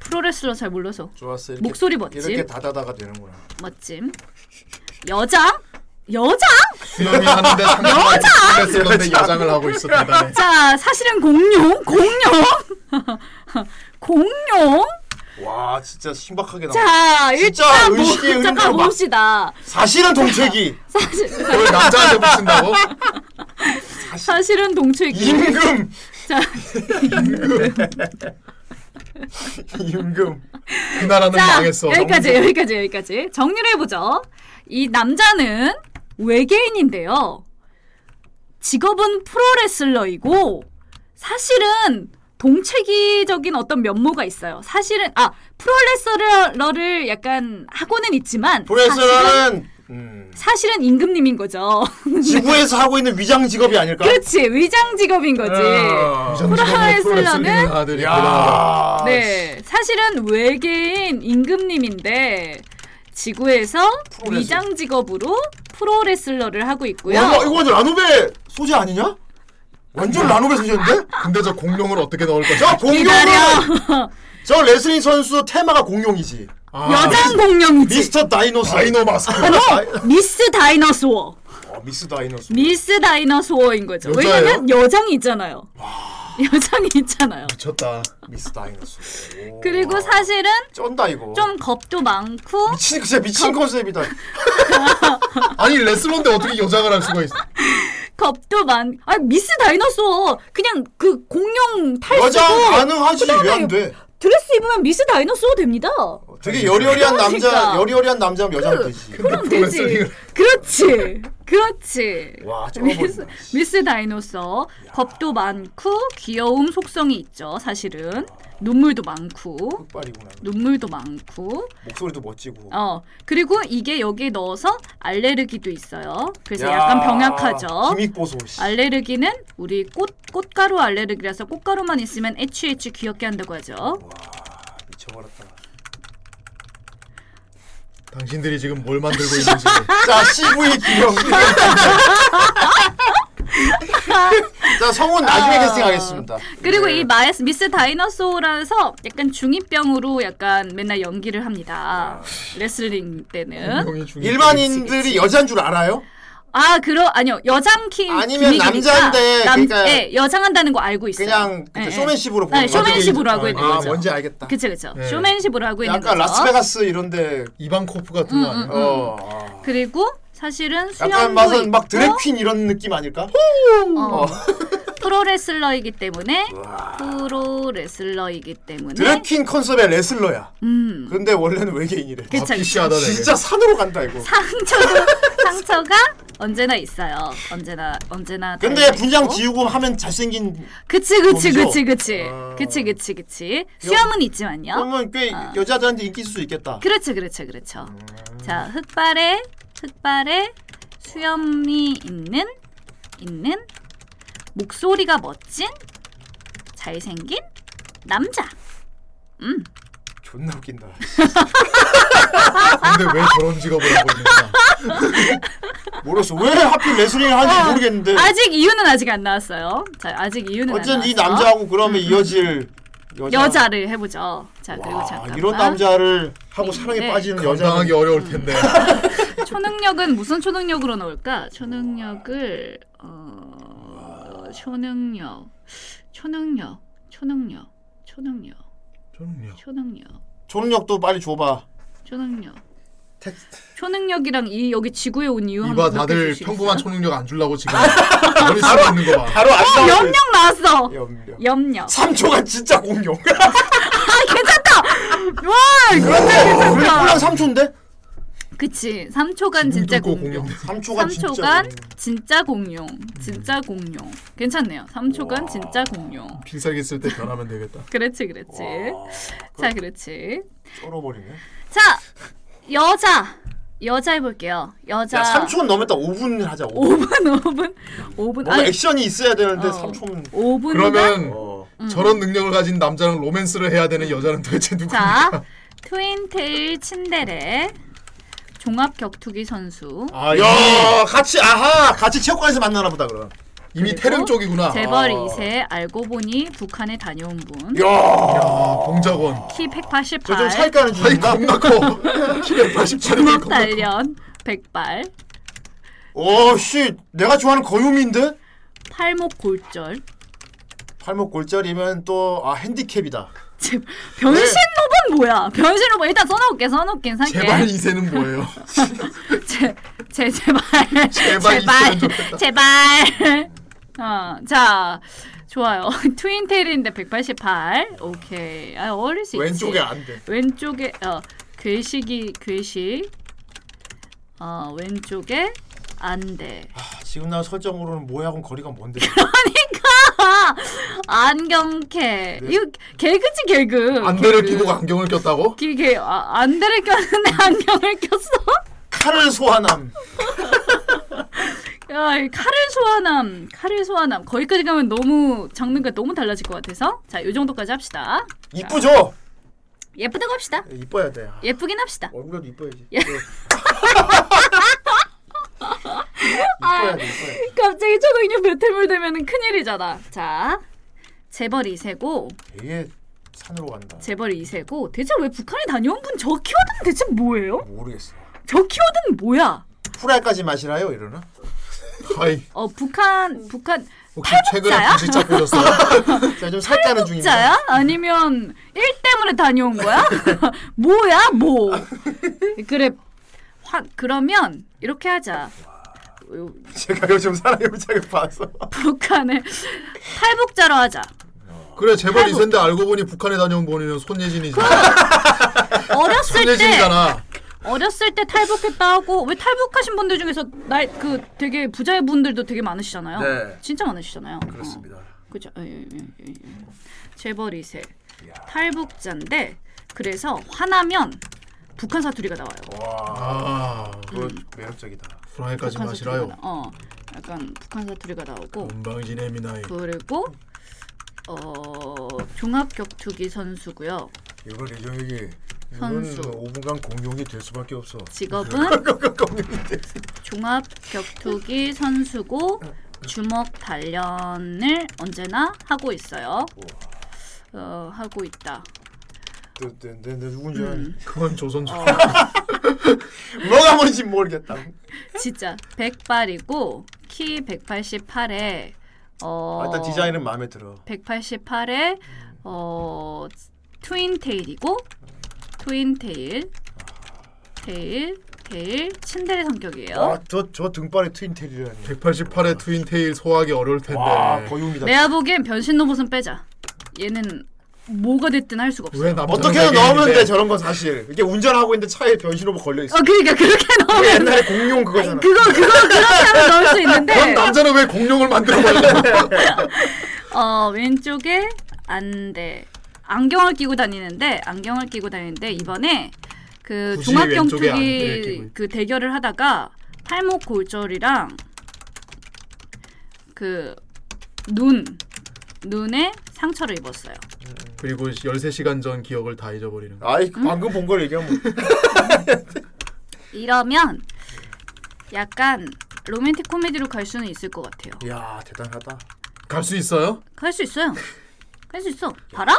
S3: 프로레슬러 잘 몰라서
S1: 좋았어. 이렇게,
S3: 목소리 멋짐
S1: 이렇게 다다다가 되는구나.
S3: 멋짐 여장 여장
S2: 수염이 하는데 상당히
S3: 여장
S2: 그런데 여장을 하고 있어 대단해.
S3: 자 사실은 공룡 공룡 공룡
S1: 와 진짜 신박하게 나와.
S3: 자
S1: 진짜
S3: 일단 뭐,
S1: 의식의 흐름대로
S3: 잠깐
S1: 막-
S3: 봅시다
S1: 사실은 동책이.
S3: 사실
S1: 그걸 남자한테 붙인다고?
S3: 사실은 동체기
S1: 임금.
S3: 자
S1: 임금.
S2: 그 나라는
S3: 자,
S2: 망했어.
S3: 여기까지
S2: 너무
S3: 여기까지 여기까지 정리를 해보죠. 이 남자는 외계인인데요. 직업은 프로레슬러이고 사실은 동체기적인 어떤 면모가 있어요. 사실은 아 프로레슬러를 약간 하고는 있지만 사실은,
S1: 프로레슬러는
S3: 음.
S1: 음,
S3: 사실은 임금님인 거죠.
S1: 지구에서 하고 있는 위장 직업이 아닐까?
S3: 그렇지 위장 직업인 거지.
S2: 어. 아,
S3: 프로레슬러는
S1: 야.
S3: 네, 사실은 외계인 임금님인데 지구에서 위장 직업으로 프로레슬러를 하고 있고요.
S1: 와, 이거 완전 라노베 소재 아니냐? 완전 라노베 소재인데?
S2: 그러니까. 근데 저 공룡을 어떻게 넣을 거야?
S1: 저
S3: 기다려.
S1: 공룡은 저 레슬링 선수 테마가 공룡이지.
S3: 여장 공룡이지.
S1: 미스터 아. 어? 다이노스. 다이노 마스크.
S3: 바로 미스 다이너소어,
S1: 미스 다이노스.
S3: 어? 미스 다이너소어인 거죠.
S1: 여자예요?
S3: 왜냐면 여장이 있잖아요. 여장이 있잖아요.
S1: 미쳤다. 미스 다이노스.
S3: 그리고 사실은
S1: 쩐다 이거.
S3: 좀 겁도 많고
S1: 미친 진짜 미친 컨셉이다.
S2: 아니 레슬러인데 어떻게 여장을 할 수가 있어?
S3: 겁도 많. 아 미스 다이너소어 그냥 그 공룡 탈
S1: 여장
S3: 쓰고
S1: 가능하지,
S3: 그다음에
S1: 왜안 돼?
S3: 드레스 입으면 미스 다이너소어 됩니다.
S1: 되게 여리여리한 남자,
S3: 그러니까.
S1: 여리여리한 남자면 여자면 되지.
S3: 그럼 되지. 그렇지. 그렇지.
S1: 와, 저거 뭐
S3: 미스, 미스 다이노서 겁도 많고 귀여움 속성이 있죠. 사실은 눈물도 많고
S1: 흑발이구나.
S3: 눈물도 많고
S1: 목소리도 멋지고.
S3: 어 그리고 이게 여기에 넣어서 알레르기도 있어요. 그래서
S1: 야,
S3: 약간 병약하죠.
S1: 기믹 보소.
S3: 아.
S1: 씨.
S3: 알레르기는 우리 꽃 꽃가루 알레르기라서 꽃가루만 있으면 HH 귀엽게 한다고 하죠.
S1: 미쳐버렸다.
S2: 당신들이 지금 뭘 만들고 있는지.
S1: 자, CV 기명. 자, 성운 나중에
S3: 아.
S1: 캐스팅하겠습니다.
S3: 그리고
S1: 네.
S3: 이 마에스 미스 다이너소라서 약간 중이병으로 약간 맨날 연기를
S1: 아.
S3: 합니다. 레슬링 때는
S1: 일반인들이 여자인 줄 알아요?
S3: 아 그러 아니요 여장킹
S1: 아니면 남자인데 그러니까
S3: 예, 여장한다는 거 알고 있어요.
S1: 그냥 그
S3: 예, 예.
S1: 쇼맨십으로 보는
S3: 네, 쇼맨십으로 하고
S1: 아,
S2: 그렇죠.
S3: 있는 거죠. 예, 그렇죠.
S1: 뭔지 알겠다.
S3: 그쵸 그쵸
S1: 네.
S3: 쇼맨십으로 하고 있는
S1: 약간
S3: 거죠. 음.
S1: 라스베가스 이런데
S2: 이방 코프 같은 거 아니야?
S1: 어.
S3: 그리고 사실은
S1: 약간
S3: 수영도
S1: 맛은
S3: 있고
S1: 막 드래퀸 이런 느낌 아닐까?
S3: 어.
S1: 어.
S3: 프로레슬러이기 때문에 프로레슬러이기 때문에
S1: 드래퀸 컨셉의 레슬러야.
S3: 음.
S1: 근데 원래는 외계인이래.
S3: 그쵸, 그쵸. 피시하다, 되게.
S1: 진짜 산으로 간다 이거.
S3: 상처도 상처가 언제나 있어요. 언제나 언제나.
S1: 근데
S3: 달려 있고.
S1: 분장 지우고 하면 잘생긴
S3: 그치 그치
S1: 몸이죠?
S3: 그치 그치
S1: 아.
S3: 그치 그치 그치 수염은 있지만요.
S1: 그러면 꽤 여자들한테 인기 있을 수 있겠다.
S3: 그렇죠 그렇죠 그렇죠.
S1: 음.
S3: 자 흑발에 흑발에 수염이 있는 있는 목소리가 멋진 잘생긴 남자. 음
S1: 존나 웃긴다. 근데 왜 저런 직업을 하고 있는가? 모르겠어. 왜 하필 레슬링을 하는지 모르겠는데.
S3: 아, 아직 이유는 아직 안 나왔어요. 자, 아직 이유는
S1: 네. 어쨌든
S3: 안
S1: 이
S3: 나왔어. 음,
S1: 남자하고 그러면 이어질 여자.
S3: 여자. 를 해보죠. 자, 그리고
S1: 아,
S3: 잠깐만.
S1: 이런 남자를 하고 사랑에
S3: 네.
S1: 빠지는 음. 여자.
S2: 감당하기 어려울 텐데.
S3: 음. 초능력은 무슨 초능력으로 넣을까? 초능력을 어 초능력 초능력 초능력 초능력
S2: 초능력
S3: 초능력
S1: 초능력도 빨리 줘봐.
S3: 초능력 초능력이랑 이 여기 지구에 온
S1: 아,
S3: 이유
S1: 뭐
S3: 한번
S2: 이봐 다들 평범한 초능력 안 주려고 지금 머리 쓰고 있는 거 봐.
S1: 바로 아, 안
S3: 어,
S1: 나오네.
S3: 염력 나왔어.
S1: 염력.
S3: 염력.
S1: 3초가 진짜 공룡.
S3: 아 괜찮다. 와
S1: 그런데
S3: 이거
S1: 우리 콜랑
S3: 괜찮다.
S1: 3초인데?
S3: 그치. 3초간 진짜 공룡.
S1: 3초간 진짜.
S3: 3초간 진짜 공룡. 진짜 공룡. 괜찮네요. 3초간 진짜 공룡.
S2: 필살기 쓸 때 변하면 되겠다.
S3: 그렇지 그렇지. 자 그렇지.
S1: 쩔어버리네.
S3: 자 여자 여자 해볼게요. 여자.
S1: 야, 3초는 넘었다. 5분 하자. 5분.
S3: 5분 5분 5분.
S1: 뭔가 액션이 있어야 어. 되는데 3초는
S3: 5분.
S2: 그러면
S3: 음.
S2: 저런 능력을 가진 남자랑 로맨스를 해야 되는 여자는 도대체 누구?
S3: 자 트윈테일 친데레 종합 격투기 선수.
S1: 아, 야, 같이 아하, 같이 체육관에서 만나나 보다 그럼.
S2: 이미 태릉 쪽이구나.
S3: 재벌
S2: 아.
S3: 2세 알고 보니 북한에 다녀온 분.
S2: 야, 아, 공작원.
S3: 키 188.
S2: 저좀 살까는 중인가? 아니, 겁나 커. 키 188이
S3: 중력
S2: 겁나 커.
S3: 단련 100발.
S1: 오, 씨, 내가 좋아하는 거유미인데?
S3: 팔목 골절.
S1: 팔목 골절이면 또 아, 핸디캡이다.
S3: 변신 로봇 뭐야? 변신 로봇 일단 써놓을게 써놓긴 살게.
S1: 제발 이세는 뭐예요?
S3: 제
S1: 제발
S3: 제발 제발
S1: 있으면 좋겠다.
S3: 제발 어자 좋아요 트윈테일인데 188 오케이 아 어릴 수 있지
S1: 왼쪽에 안 돼.
S3: 왼쪽에 어 괴식이 괴식 어 왼쪽에 안돼
S1: 아, 지금 나 설정으로는 모야하고 거리가 먼데.
S3: 그러니까! 안경캐
S1: 네.
S3: 이거 개그지 어, 개그
S2: 안대를 끼고 안경을 꼈다고?
S3: 이게 아, 안대를 꼈는데 안경을 꼈어
S1: 칼을 소환함.
S3: 야, 이 칼을 소환함, 칼을 소환함. 거기까지 가면 너무 장르가 너무 달라질 것 같아서 자, 요 정도까지 합시다.
S1: 이쁘죠?
S3: 예쁘다고 합시다.
S1: 이뻐야 돼. 아,
S3: 예쁘긴 합시다.
S1: 얼굴도 이뻐야지.
S3: 예. 아,
S1: 어, 이뻐야 돼, 이뻐야 돼.
S3: 갑자기 초능력 배틀물 되면은 큰일이잖아. 자, 재벌 2세고
S1: 되게 산으로 간다.
S3: 재벌 2세고 대체 왜 북한에 다녀온 분 저 키워드는 대체 뭐예요?
S1: 모르겠어.
S3: 저 키워드는 뭐야?
S1: 후라이까지 마시나요 이러나? 아이.
S3: 어, 북한 북한
S1: 혹시
S3: 팔목자야?
S1: 자, 좀 살까는 중입니다.
S3: 진짜야? 아니면 일 때문에 다녀온 거야? 뭐야 뭐? 그래 화, 그러면 이렇게 하자.
S1: 제가 요즘 사람의 무작을 봐서.
S3: 북한에 그 탈북자로 하자.
S2: 그래 재벌 2세인데 알고 보니 북한에 다녀온 본인은 손예진이지.
S3: 어렸을 때
S2: 손예진이잖아.
S3: 어렸을 때 탈북했다 하고 왜 탈북하신 분들 중에서 날 그 되게 부자의 분들도 되게 많으시잖아요.
S1: 네.
S3: 진짜 많으시잖아요.
S1: 그렇습니다.
S3: 그죠? 예, 예, 예, 예. 재벌 2세 탈북자인데 그래서 화나면 북한 사투리가
S2: 어,
S3: 나와요.
S2: 아,
S1: 그거 매력적이다.
S2: 후라이까지
S3: 북한 사투리가
S2: 마시라요.
S3: 나- 어, 약간 북한 사투리가 나오고
S2: 건방지네 미나이.
S3: 그리고 어 종합 격투기 선수고요.
S1: 이걸 이정혁이
S3: 선수.
S1: 5분간 공룡이 될 수밖에 없어.
S3: 직업은 종합 격투기 선수고 주먹 단련을 언제나 하고 있어요. 어 하고 있다.
S1: 네, 내내 누군지
S3: 음.
S1: 아니. 그건 조선 중. 뭐가 뭔지 모르겠다.
S3: 진짜 백발이고 키 188에 어
S1: 아, 일단 디자인은 마음에 들어.
S3: 188에 어 트윈 테일이고 트윈 테일 테일 테일 친데레 성격이에요.
S1: 아,
S2: 저저 등발에 트윈 테일이라니. 188의 트윈 테일 소화하기 어려울 텐데. 네.
S1: 와, 거유미다.
S3: 내가 보기엔 변신 로봇은 빼자. 얘는 뭐가 됐든 할 수가 없어.
S2: 왜 남자는
S1: 어떻게든
S2: 나게
S1: 넣으면
S2: 있는데.
S1: 돼 저런 건 사실. 이게 운전하고 있는데 차에 변신로봇 걸려 있어.
S3: 어, 그러니까 그렇게 넣으면
S11: 네.
S1: 옛날에 공룡 그거잖아.
S3: 그거 그거 그렇게 하면 넣을 수 있는데.
S2: 그럼 남자는 왜 공룡을 만들어 버려?
S3: 어 왼쪽에 안돼 안경을 끼고 다니는데 안경을 끼고 다니는데 이번에 그
S11: 굳이
S3: 종합
S11: 왼쪽에 안경을 끼고
S3: 경투기
S11: 있-
S3: 그 대결을 하다가 팔목 골절이랑 그 눈 눈에 상처를 입었어요.
S2: 그리고 13시간 전 기억을 다 잊어버리는 거.
S1: 아이 방금 본 걸 얘기하면
S3: 이러면 약간 로맨틱 코미디로 갈 수는 있을 것 같아요.
S1: 이야 대단하다.
S2: 갈 수 있어요?
S3: 갈 수 있어요. 갈 수 있어. 봐라,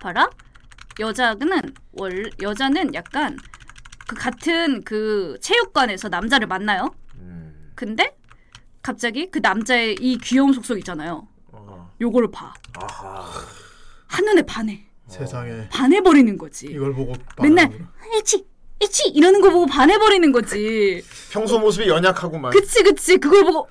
S3: 봐라. 여자는 월 여자는 약간 그 같은 그 체육관에서 남자를 만나요.
S1: 음.
S3: 근데 갑자기 그 남자의 이 귀여운 속속 있잖아요.
S1: 어.
S3: 요거를 봐. 한눈에 반해.
S1: 어.
S2: 세상에.
S3: 반해버리는 거지.
S2: 이걸 보고
S3: 맨날 에치 에치 이러는 거 보고 반해버리는 거지.
S1: 평소 모습이 연약하고만.
S3: 그치 그치 그걸 보고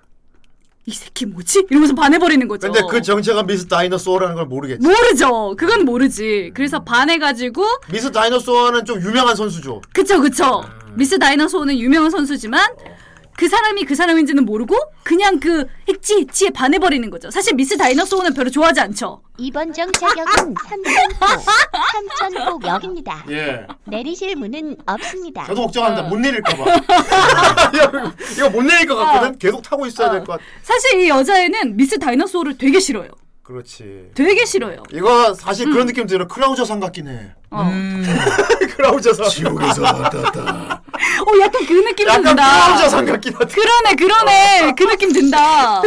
S3: 이 새끼 뭐지? 이러면서 반해버리는 거죠.
S1: 근데 그 정체가 미스 다이너소어라는 걸
S3: 뭐?
S1: 모르겠지.
S3: 모르죠. 그건 모르지. 그래서 반해가지고
S1: 미스 다이너소어는 좀 유명한 선수죠.
S3: 그쵸 그쵸.
S1: 음.
S3: 미스 다이너소는 유명한 선수지만 그 사람이 그 사람인지는 모르고 그냥 그 했지 했지에 반해버리는 거죠. 사실 미스 다이너소는 별로 좋아하지 않죠.
S10: 이번 정차격은 3천포, 3천포역입니다.
S1: 예.
S10: 내리실 문은 없습니다.
S1: 저도 걱정한다. 못 내릴까봐. 이거 못 내릴 것 같거든. 계속 타고 있어야 될 것 같아.
S3: 사실 이 여자애는 미스 다이너소를 되게 싫어요.
S1: 그렇지.
S3: 되게 싫어요.
S1: 이거 사실 그런 느낌 들어. 크라우저 상 같긴 해.
S3: 어.
S1: 음. 크라우저 상. 지옥에서 왔다.
S3: 어 약간 그 느낌
S1: 약간 어.
S3: 든다.
S1: 피아노자 삼각긴
S3: 그러네 그러네 그 느낌 든다.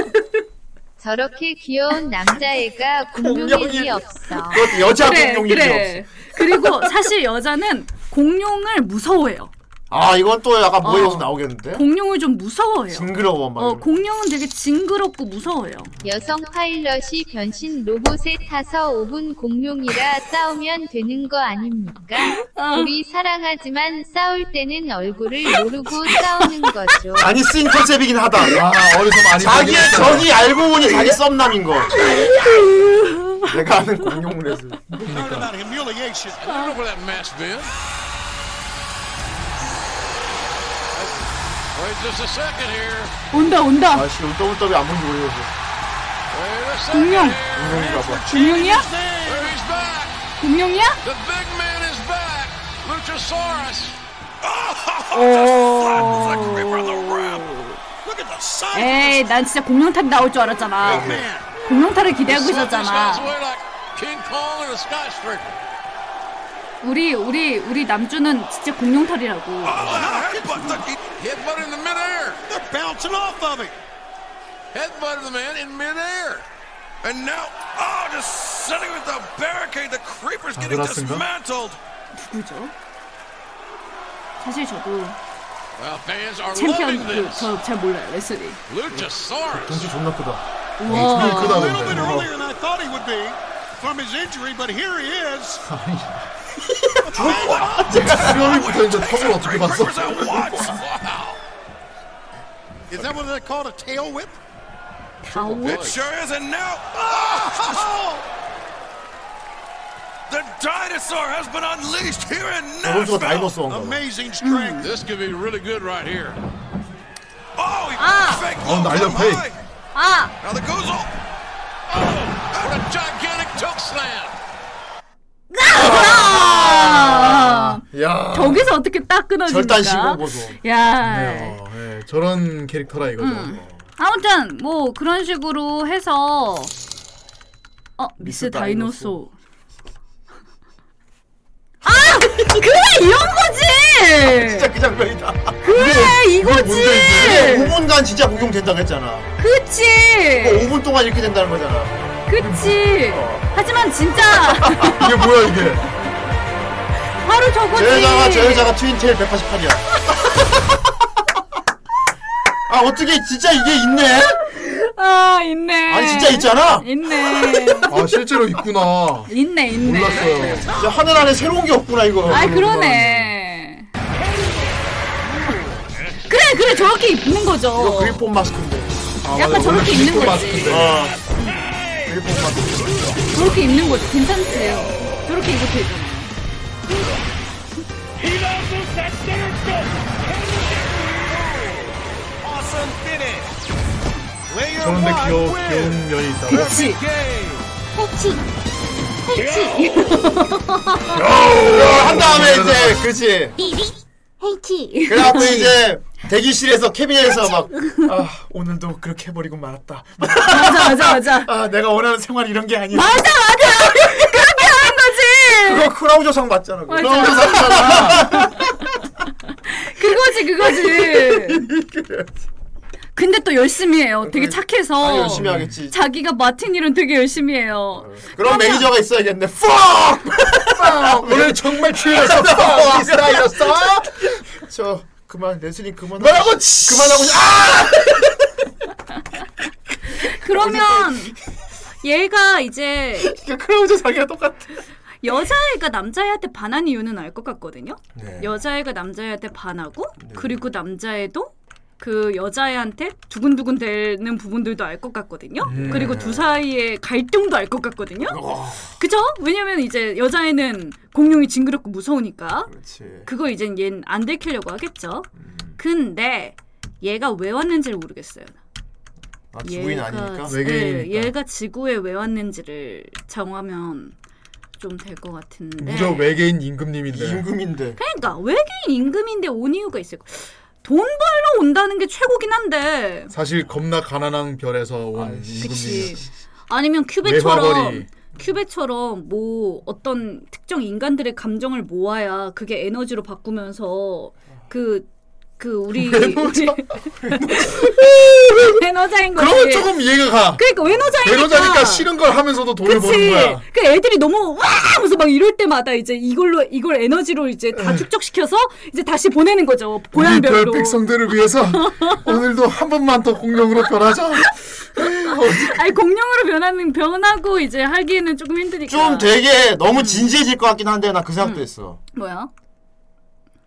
S6: 저렇게 귀여운 남자애가 공룡일이 없어.
S1: 그것도 여자
S3: 그래,
S1: 공룡이죠.
S3: 그래. 그리고 사실 여자는 공룡을 무서워해요.
S1: 아 이건 또 약간
S3: 어.
S1: 모여서 나오겠는데?
S3: 공룡을 좀 무서워해요.
S1: 징그러워 막.
S3: 어 공룡은 되게 징그럽고 무서워요.
S6: 여성 파일럿이 변신 로봇에 타서 5분 공룡이라 싸우면 되는 거 아닙니까?
S3: 어,
S6: 우리 사랑하지만 싸울 때는 얼굴을 모르고 싸우는 거죠.
S1: 많이 쓰인 컨셉이긴 하다.
S2: 아, 어디서 많이
S1: 자기의
S2: 쓰긴
S1: 전이
S2: 했어요.
S1: 알고 보니 자기 썸남인 거. 내가 아는 공룡을 해서.
S20: about humiliation. I don't know where that mask been. Wait just a second here.
S3: 온다 온다.
S1: 아 지금 더블더블 안 본지 모르겠어.
S20: Wait a second.
S3: 공룡.
S1: 공룡인가 봐.
S3: 공룡이야?
S20: There he's back.
S3: 공룡이야?
S20: The big man is back. Luchasaurus.
S3: 에이 난 진짜 공룡탈 나올 줄 알았잖아.
S1: 네.
S3: 공룡탈을 기대하고 있었잖아.
S20: King Kong or the Scott Stricker.
S3: 우리 우리 우리 남주는 진짜 공룡탈이라고.
S20: Headbutt in the midair. They're bouncing off of him. Headbutt of the man in midair. And now, oh, just sitting with the barricade. The creeper's getting
S2: Anderson가?
S20: dismantled.
S3: 누구죠? 사실 저도
S20: Well, fans are
S3: 챔피언
S20: loving this.
S3: 그저잘 몰라요 레슬링.
S20: Luchasaurus.
S1: 덩치 존나 크다.
S20: He's been a little bit
S1: Wow.
S20: earlier than I thought he would be from his injury, but here he is.
S1: 뭐
S2: 수염이부터 이제 턱을 어떻게 봤어?
S20: Is that what they call a tail whip?
S3: Tail
S20: It sure is, and now. Oh! The dinosaur has been unleashed here in
S1: 저번주가
S20: Nashville.
S1: 다이너스인가 봐.
S20: Amazing strength. This could be really good right here. Oh, he
S3: Ah.
S20: fake
S1: 어, 날려
S20: low
S1: 페이.
S20: high.
S3: 아
S20: Now the goes off. Oh, what a gigantic choke slam.
S2: 야.
S3: 저기서 어떻게 딱 끊어지니까.
S2: 절단 신공 보소.
S3: 야.
S2: 네, 어, 예, 저런 캐릭터라 이거죠.
S3: 아무튼 뭐 그런 식으로 해서 어 미스
S2: 미스
S3: 다이노소 아 그래 이런 거지
S1: 진짜 그 장면이다. 예!
S3: 그래 이거지
S1: 이게 5분간 진짜 공룡 된다고 했잖아.
S3: 그치
S1: 이거 5분 동안 이렇게 된다는 거잖아.
S3: 그치 하지만 진짜
S1: 이게 뭐야 이게? 예!
S3: 바로 저거지
S1: 저 네. 그 여자가 저 여자가 트윈테일 188이야. 아 어떻게 진짜 이게 있네?
S3: 아 있네
S1: 아니, 진짜 있잖아?
S3: 있네
S2: 아, 실제로 있구나.
S3: 있네 있네
S2: 몰랐어요.
S1: 진짜 하늘 안에 새로운 게 없구나 이거.
S3: 아 그러네 그래 그래 저렇게 입는 거죠
S1: 이거 그리폰 마스크인데.
S3: 아, 약간 맞아. 저렇게 원래 입는 그리폰 거지. 마스크인데.
S1: 아. 그리폰 마스크.
S3: 저렇게 입는 거죠. 괜찮지요. 저렇게 입어도 되죠.
S20: Awesome finish. Layer
S2: 저런데
S20: one
S2: 귀여,
S20: win.
S2: 귀여운 면이 있다.
S20: Perfect game.
S1: 어, 한 다음에 이제 그지.
S2: 어,
S4: 헤이티.
S1: 그래갖고 이제 대기실에서 캐비넷에서 막
S3: 그렇죠.
S1: 아, 오늘도 그렇게 해버리고 말았다.
S11: 맞아 맞아 맞아.
S1: 아 내가 원하는 생활 이런 게 아니야.
S11: 맞아 맞아. 그렇게 하는 거지.
S1: 그거 크라우저상 맞잖아. 그거.
S11: 맞아.
S3: 그거지 그거지. 근데 또 열심히 해요. 되게 착해서.
S1: 아니, 열심히 어. 하겠지.
S3: 자기가 맡은 일은 되게 열심히 해요.
S1: 그런 매니저가 있어야겠네. fuck!
S2: 오늘 정말
S1: 취해서 fuck! 이스라엘이었어? 저 그만 레슬링 그만. 뭐라고? 그만하고 싶- 아!
S3: 그러면 얘가 이제
S1: 크라우저 그러니까 그 자기랑 똑같아.
S3: 여자애가 남자애한테 반한 이유는 알 것 같거든요.
S1: 네.
S3: 여자애가 남자애한테 반하고 그리고 남자애도 그 여자애한테 두근두근 되는 부분들도 알 것 같거든요.
S11: 음.
S3: 그리고 두 사이의 갈등도 알 것 같거든요.
S1: 어,
S3: 그죠? 왜냐면 이제 여자애는 공룡이 징그럽고 무서우니까 그거 이젠 얜 안 들키려고 하겠죠. 근데 얘가 왜 왔는지를 모르겠어요.
S1: 아, 지구인 아니니까.
S3: 지- 예, 얘가 지구에 왜 왔는지를 정하면 좀 될 것 같은데.
S2: 무려 외계인 임금님인데.
S1: 임금인데.
S3: 그러니까 외계인 임금인데 온 이유가 있을 거. 돈 벌러 온다는 게 최고긴 한데.
S2: 사실 겁나 가난한 별에서 온 임금님.
S3: 그치. 아니면
S2: 외화벌이.
S3: 큐베처럼 큐베처럼 뭐 어떤 특정 인간들의 감정을 모아야 그게 에너지로 바꾸면서 그 그 우리
S11: 외노자?
S3: 외노자인 거지.
S2: 그러면 조금 이해가 가.
S3: 예. 그러니까 외노자니까.
S2: 외노자니까 싫은 걸뭐 하면서도 돈을 버는
S3: 그치.
S2: 거야.
S3: 그 애들이 너무 와 하면서 막 이럴 때마다 이제 이걸로 이걸 에너지로 이제 다 축적시켜서 이제 다시 보내는 거죠.
S2: 네. 우리 별
S3: 고양별로.
S2: 백성들을 위해서 오늘도 한 번만 더 공룡으로 변하자.
S3: 아니 공룡으로 변하는 변하고 이제 하기에는 조금 힘드니까.
S1: 좀 되게 너무 진지해질 것 같긴 한데 나 그
S3: 음.
S1: 생각도 했어.
S3: 뭐야?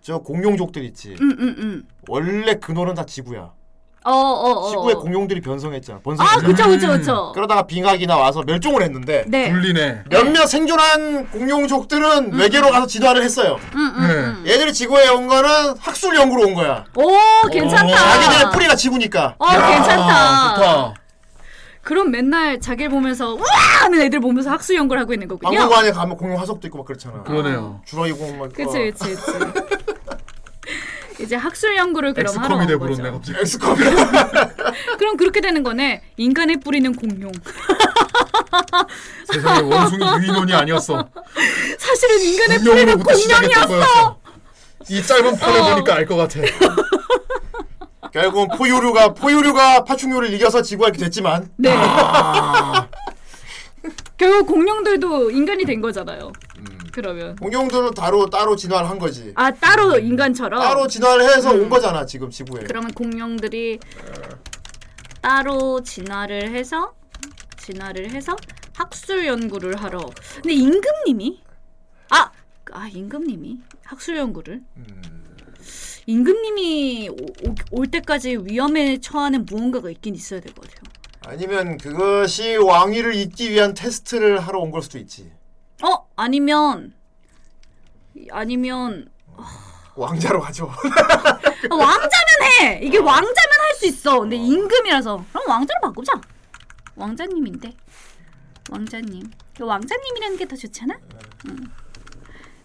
S1: 저 공룡족들 있지.
S3: 응 응 응.
S1: 원래 근원은 다 지구야.
S3: 음. 어어 어.
S1: 지구의 공룡들이 변성했잖아.
S3: 아
S1: 번성했잖아.
S3: 그쵸 그쵸 그쵸.
S1: 그러다가 빙하기나 와서 멸종을 했는데
S3: 네.
S2: 분리네.
S1: 몇몇 생존한 공룡족들은
S3: 음.
S1: 외계로 가서 진화를 했어요.
S3: 응응.
S1: 얘들이 지구에 온 거는 학술 연구로 온 거야.
S3: 오 괜찮다.
S2: 어,
S1: 자기들 뿌리가 지구니까.
S3: 아. 어
S1: 아.
S3: 괜찮다. 그럼 맨날 자기를 보면서 우와 하는 애들 보면서 학수 연구를 하고 있는 거군요.
S1: 박물관에 가면 공룡 화석도 있고 막 그렇잖아.
S2: 그러네요.
S1: 주라기 공룡 막. 어.
S3: 그치 그치 그치. 이제 학술 연구를 그럼
S2: 엑스컴이
S3: 하러 온
S2: 돼
S3: 거죠.
S2: 부렀네 갑자기.
S1: 엑스컴이.
S3: 그럼 그렇게 되는 거네. 인간의 뿌리는 공룡.
S2: 세상에 네, 원숭이 유인원이 아니었어.
S3: 사실은 인간의 뿌리는
S2: 공룡으로부터 시작했던
S3: 공룡이었어.
S2: 거였어. 이 짧은 판을
S3: 어.
S2: 보니까 알 것 같아.
S1: 결국은 포유류가 포유류가 파충류를 이겨서 지구가 이렇게 됐지만.
S3: 네.
S2: 아.
S3: 결국 공룡들도 인간이 된 거잖아요.
S2: 음.
S3: 그러면
S1: 공룡들은 따로 따로 진화를 한 거지.
S3: 아 따로
S2: 음.
S3: 인간처럼
S1: 따로 진화를 해서 온 거잖아 지금 지구에.
S3: 음. 그러면 공룡들이 따로 진화를 해서 진화를 해서 학술 연구를 하러. 근데 임금님이 아, 아 임금님이 학술 연구를 임금님이 오, 오, 올 때까지 위험에 처하는 무언가가 있긴 있어야 될 것 같아요.
S1: 아니면 그것이 왕위를 잇기 위한 테스트를 하러 온 걸 수도 있지.
S3: 어 아니면 아니면
S1: 왕자로 가죠.
S3: 아, 왕자면 해 이게 왕자면 할 수 있어 근데 임금이라서 그럼 왕자로 바꾸자 왕자님인데 왕자님 그 왕자님이라는 게 더 좋잖아 응.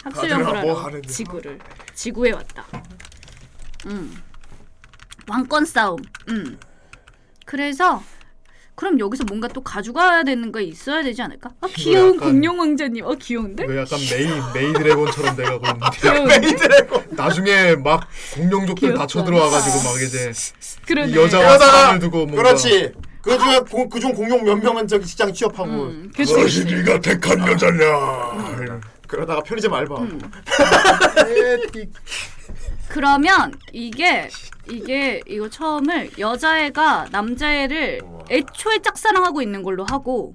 S3: 학술
S11: 다들
S3: 연구를
S11: 뭐
S3: 하러
S11: 하는지.
S3: 지구를 지구에 왔다 음 왕권 싸움 음 그래서 그럼 여기서 뭔가 또 가져가야 되는 거 있어야 되지 않을까? 아, 귀여운
S2: 약간-
S3: 공룡 왕자님, 어 귀여운데?
S2: 너그 약간 메이 메이 드래곤처럼 내가 그런.
S3: 아, 귀여워.
S1: 메이
S2: 드래곤. 나중에 막 공룡족들 다
S1: 귀엽다.
S2: 쳐들어와가지고 막 이제
S3: 그러네.
S2: 이 여자와
S1: 여자가-
S2: 사람을 두고 뭔가
S1: 그렇지. 그 중에 공- 그중 공룡 몇 명은 저기 직장 취업하고.
S2: 그치, 그것이 그치.
S1: 네가 택한 여자냐. 아. 음. 그러다가 편의점 알바.
S3: 음. 그러면 이게 이게 이거 처음을 여자애가 남자애를 애초에 짝사랑하고 있는 걸로 하고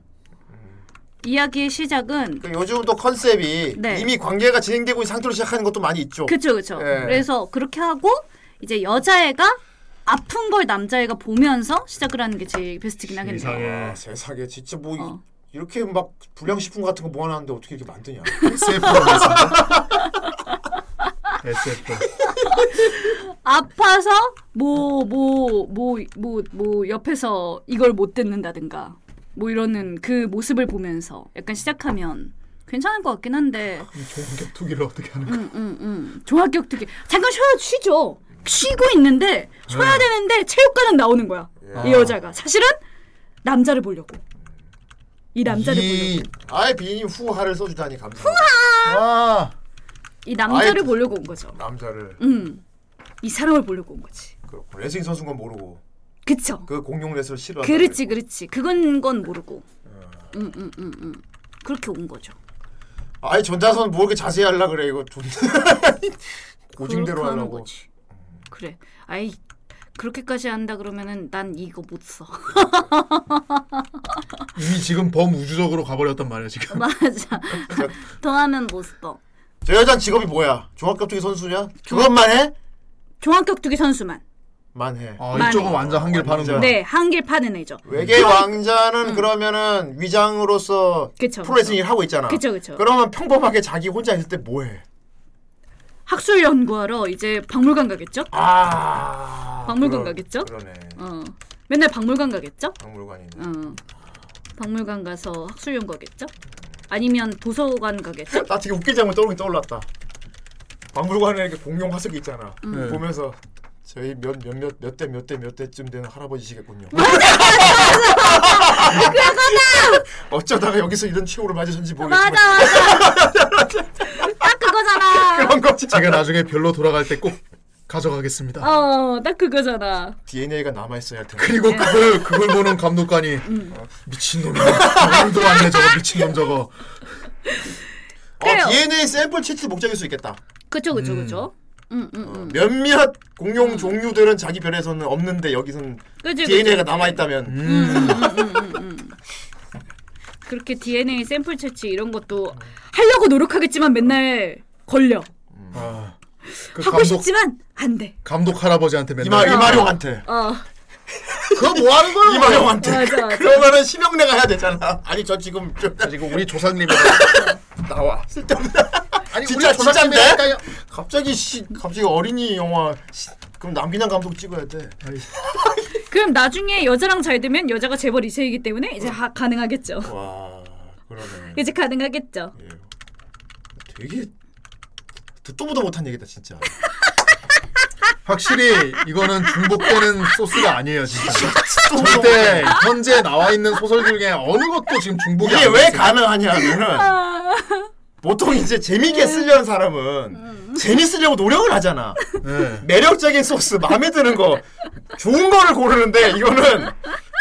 S3: 이야기의 시작은
S1: 그 요즘 또 컨셉이
S3: 네.
S1: 이미 관계가 진행되고 있는 상태로 시작하는 것도 많이 있죠.
S3: 그쵸 그쵸
S1: 예.
S3: 그래서 그렇게 하고 이제 여자애가 아픈 걸 남자애가 보면서 시작을 하는 게 제일 베스트긴
S2: 아,
S3: 하겠네요.
S2: 예.
S1: 아, 세상에 세상에 진짜 뭐 이-
S3: 어.
S1: 이렇게 막 불량식품 같은 거 모아놨는데 어떻게 이렇게 만드냐.
S2: SF.
S3: 아파서 뭐 뭐 뭐 뭐 뭐 옆에서 이걸 못 듣는다든가 뭐 이러는 그 모습을 보면서 약간 시작하면 괜찮을 것 같긴 한데 음,
S2: 이 좋은 격투기를 어떻게 하는
S3: 응응응 조합격투기 잠깐 쉬어 쉬죠 쉬고 있는데 쉬어야 되는데 체육관은 나오는 거야. 이
S1: 네. 아.
S3: 여자가 사실은 남자를 보려고. 이 남자를
S1: 이 아예 비니 후하를 써주다니 감사.
S3: 후하!
S1: 아
S3: 이 남자를
S1: 아이,
S3: 보려고 온 거죠.
S1: 남자를 그
S3: 음. 이 사람을 보려고 온 거지.
S1: 레슬링 선수인 건 모르고
S3: 그쵸.
S1: 그 공룡 레슬 싫어.
S3: 그렇지, 그렇지. 그건 건 모르고.
S1: 어.
S3: 음, 음, 음, 음. 그렇게 온 거죠.
S1: 아예 전자선 뭐 이렇게 자세히 하려 그래 이거 존. 고증대로
S3: 그렇게 하는
S1: 하려고.
S3: 그래. 아이 그렇게까지 한다 그러면은 난 이거 못 써.
S2: 이미 지금 범우주적으로 가버렸단 말이야 지금.
S3: 맞아. 더하면 못 써.
S1: 저 여자는 직업이 뭐야? 종합격투기 선수냐? 그것만 해?
S3: 종합격투기 선수만.
S1: 만 해.
S2: 아,
S3: 만 이쪽은 해.
S1: 완전 한길 파는구나.
S3: 네, 한길 파는 애죠.
S1: 외계 왕자는 그러면은 위장으로서
S3: 그쵸,
S1: 프로레슬링을
S3: 그쵸.
S1: 하고 있잖아.
S3: 그쵸, 그쵸.
S1: 그러면 평범하게 자기 혼자 있을 때 뭐 해?
S3: 학술 연구하러 이제 박물관 가겠죠?
S1: 아.
S3: 박물관
S1: 그러-
S3: 가겠죠?
S1: 그러네.
S3: 어. 맨날 박물관 가겠죠?
S1: 박물관이네.
S3: 어. 박물관 가서 학술 연구하겠죠? 아니면 도서관 가겠죠?
S1: 나 되게 웃기지 않은 떠오르긴 떠올랐다. 박물관에 이렇게 공룡 화석이 있잖아.
S2: 네.
S3: 음.
S1: 보면서 저희 몇몇몇몇대 몇 대 몇 대쯤 되는 할아버지시겠군요.
S3: 뭐? 그거다!
S1: 어쩌다가 여기서 이런 최후를 맞으셨는지 모르겠지만
S3: 맞아, 맞아. 딱 그거잖아.
S1: 그런 거지.
S2: 제가 나중에 별로 돌아갈 때 꼭 가져가겠습니다.
S3: 어, 딱 그거잖아.
S1: DNA가 남아 있어야 할 텐데.
S3: 네.
S1: 어.
S2: 그리고 그걸 그걸 보는 감독관이
S3: 음.
S2: 미친 놈이야. 말도 안 해. 저거 미친 놈 저거.
S3: 그래요.
S1: 어, DNA 샘플 채취 목적일 수 있겠다.
S3: 그쵸, 그쵸, 그쵸. 음, 음, 음.
S1: 몇몇 공룡 종류들은 자기 별에서는 없는데 여기선
S3: 그치,
S1: DNA가
S3: 그치.
S1: 남아 있다면
S2: 음.
S3: 음, 그렇게 DNA 샘플 채취 이런 것도 하려고 노력하겠지만 맨날 걸려.
S2: 아, 그
S3: 하고
S2: 감독
S3: 싶지만 안 돼.
S2: 감독 할아버지한테 맨날 아,
S1: 이마- 이마룡한테.
S3: 어.
S1: 그거 뭐 하는 거야? 이마룡한테.
S3: 맞아, 맞아.
S1: 그러면은 심형래가 해야 되잖아. 아니 저 지금 저 지금 우리 조상님이 나와. 쓸데없는. 아니 진짜
S2: 우리 조상님이
S1: 진짜인데?
S2: 할까요?
S1: 갑자기 시, 갑자기 어린이 영화 시, 그럼 남기냥 감독 찍어야 돼.
S3: 그럼 나중에 여자랑 잘 되면 여자가 재벌 2세이기 때문에 이제 하, 가능하겠죠.
S1: 와 그러네.
S3: 이제 가능하겠죠.
S1: 되게 듣도 보도 못한 얘기다 진짜.
S2: 확실히 이거는 중복되는 소스가 아니에요 진짜. 절대 현재 나와 있는 소설들 중에 어느 것도 지금 중복이
S1: 이게
S2: 안
S1: 왜
S2: 됐어요.
S1: 가능하냐면은 보통 이제 재미있게 쓰려는 사람은 재밌으려고 노력을 하잖아.
S2: 네.
S1: 매력적인 소스, 마음에 드는 거, 좋은 거를 고르는데 이거는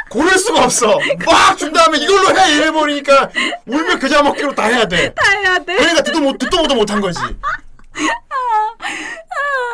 S1: 고를 수가 없어. 막 준 다음에 이걸로 해 이래 버리니까 울며 겨자 먹기로 다 해야 돼.
S3: 다 해야 돼.
S1: 그러니까 듣도 못 듣도 보도 못한 거지.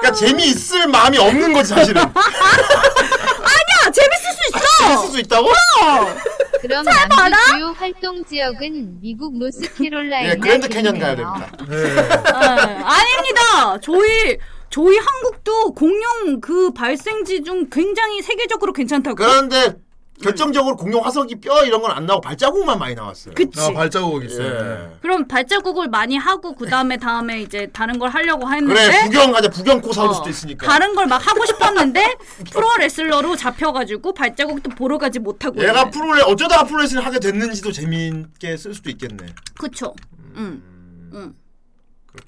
S1: 그러니까 재미있을 마음이 없는 거지 사실은.
S3: 아니야, 재밌을 수 있어.
S1: 재밌을 수 있다고?
S3: 어.
S6: 그럼
S3: 잘 봐라.
S6: 남미 주요 활동 지역은 미국 노스캐롤라이나
S1: 예, 그랜드 캐년
S6: 등이네요.
S1: 가야 됩니다.
S3: 아, 네. 아닙니다. 저희 저희 한국도 공룡 그 발생지 중 굉장히 세계적으로 괜찮다고.
S1: 그런데 결정적으로 공룡 화석이 뼈 이런 건 안 나오고 발자국만 많이 나왔어요. 예.
S3: 그치. 아,
S1: 발자국
S2: 있어요.
S3: 그럼 발자국을 많이 하고 그 다음에 다음에 이제 다른 걸 하려고 했는데
S1: 그래 구경 가자 구경 코 사올
S3: 네? 어,
S1: 수도 있으니까.
S3: 다른 걸 막 하고 싶었는데 프로 레슬러로 잡혀가지고 발자국도 보러 가지 못하고
S1: 얘가
S3: 있는.
S1: 프로레 어쩌다가 프로레슬링 하게 됐는지도 재미있게 쓸 수도 있겠네.
S3: 그쵸
S1: 음.
S3: 응. 응.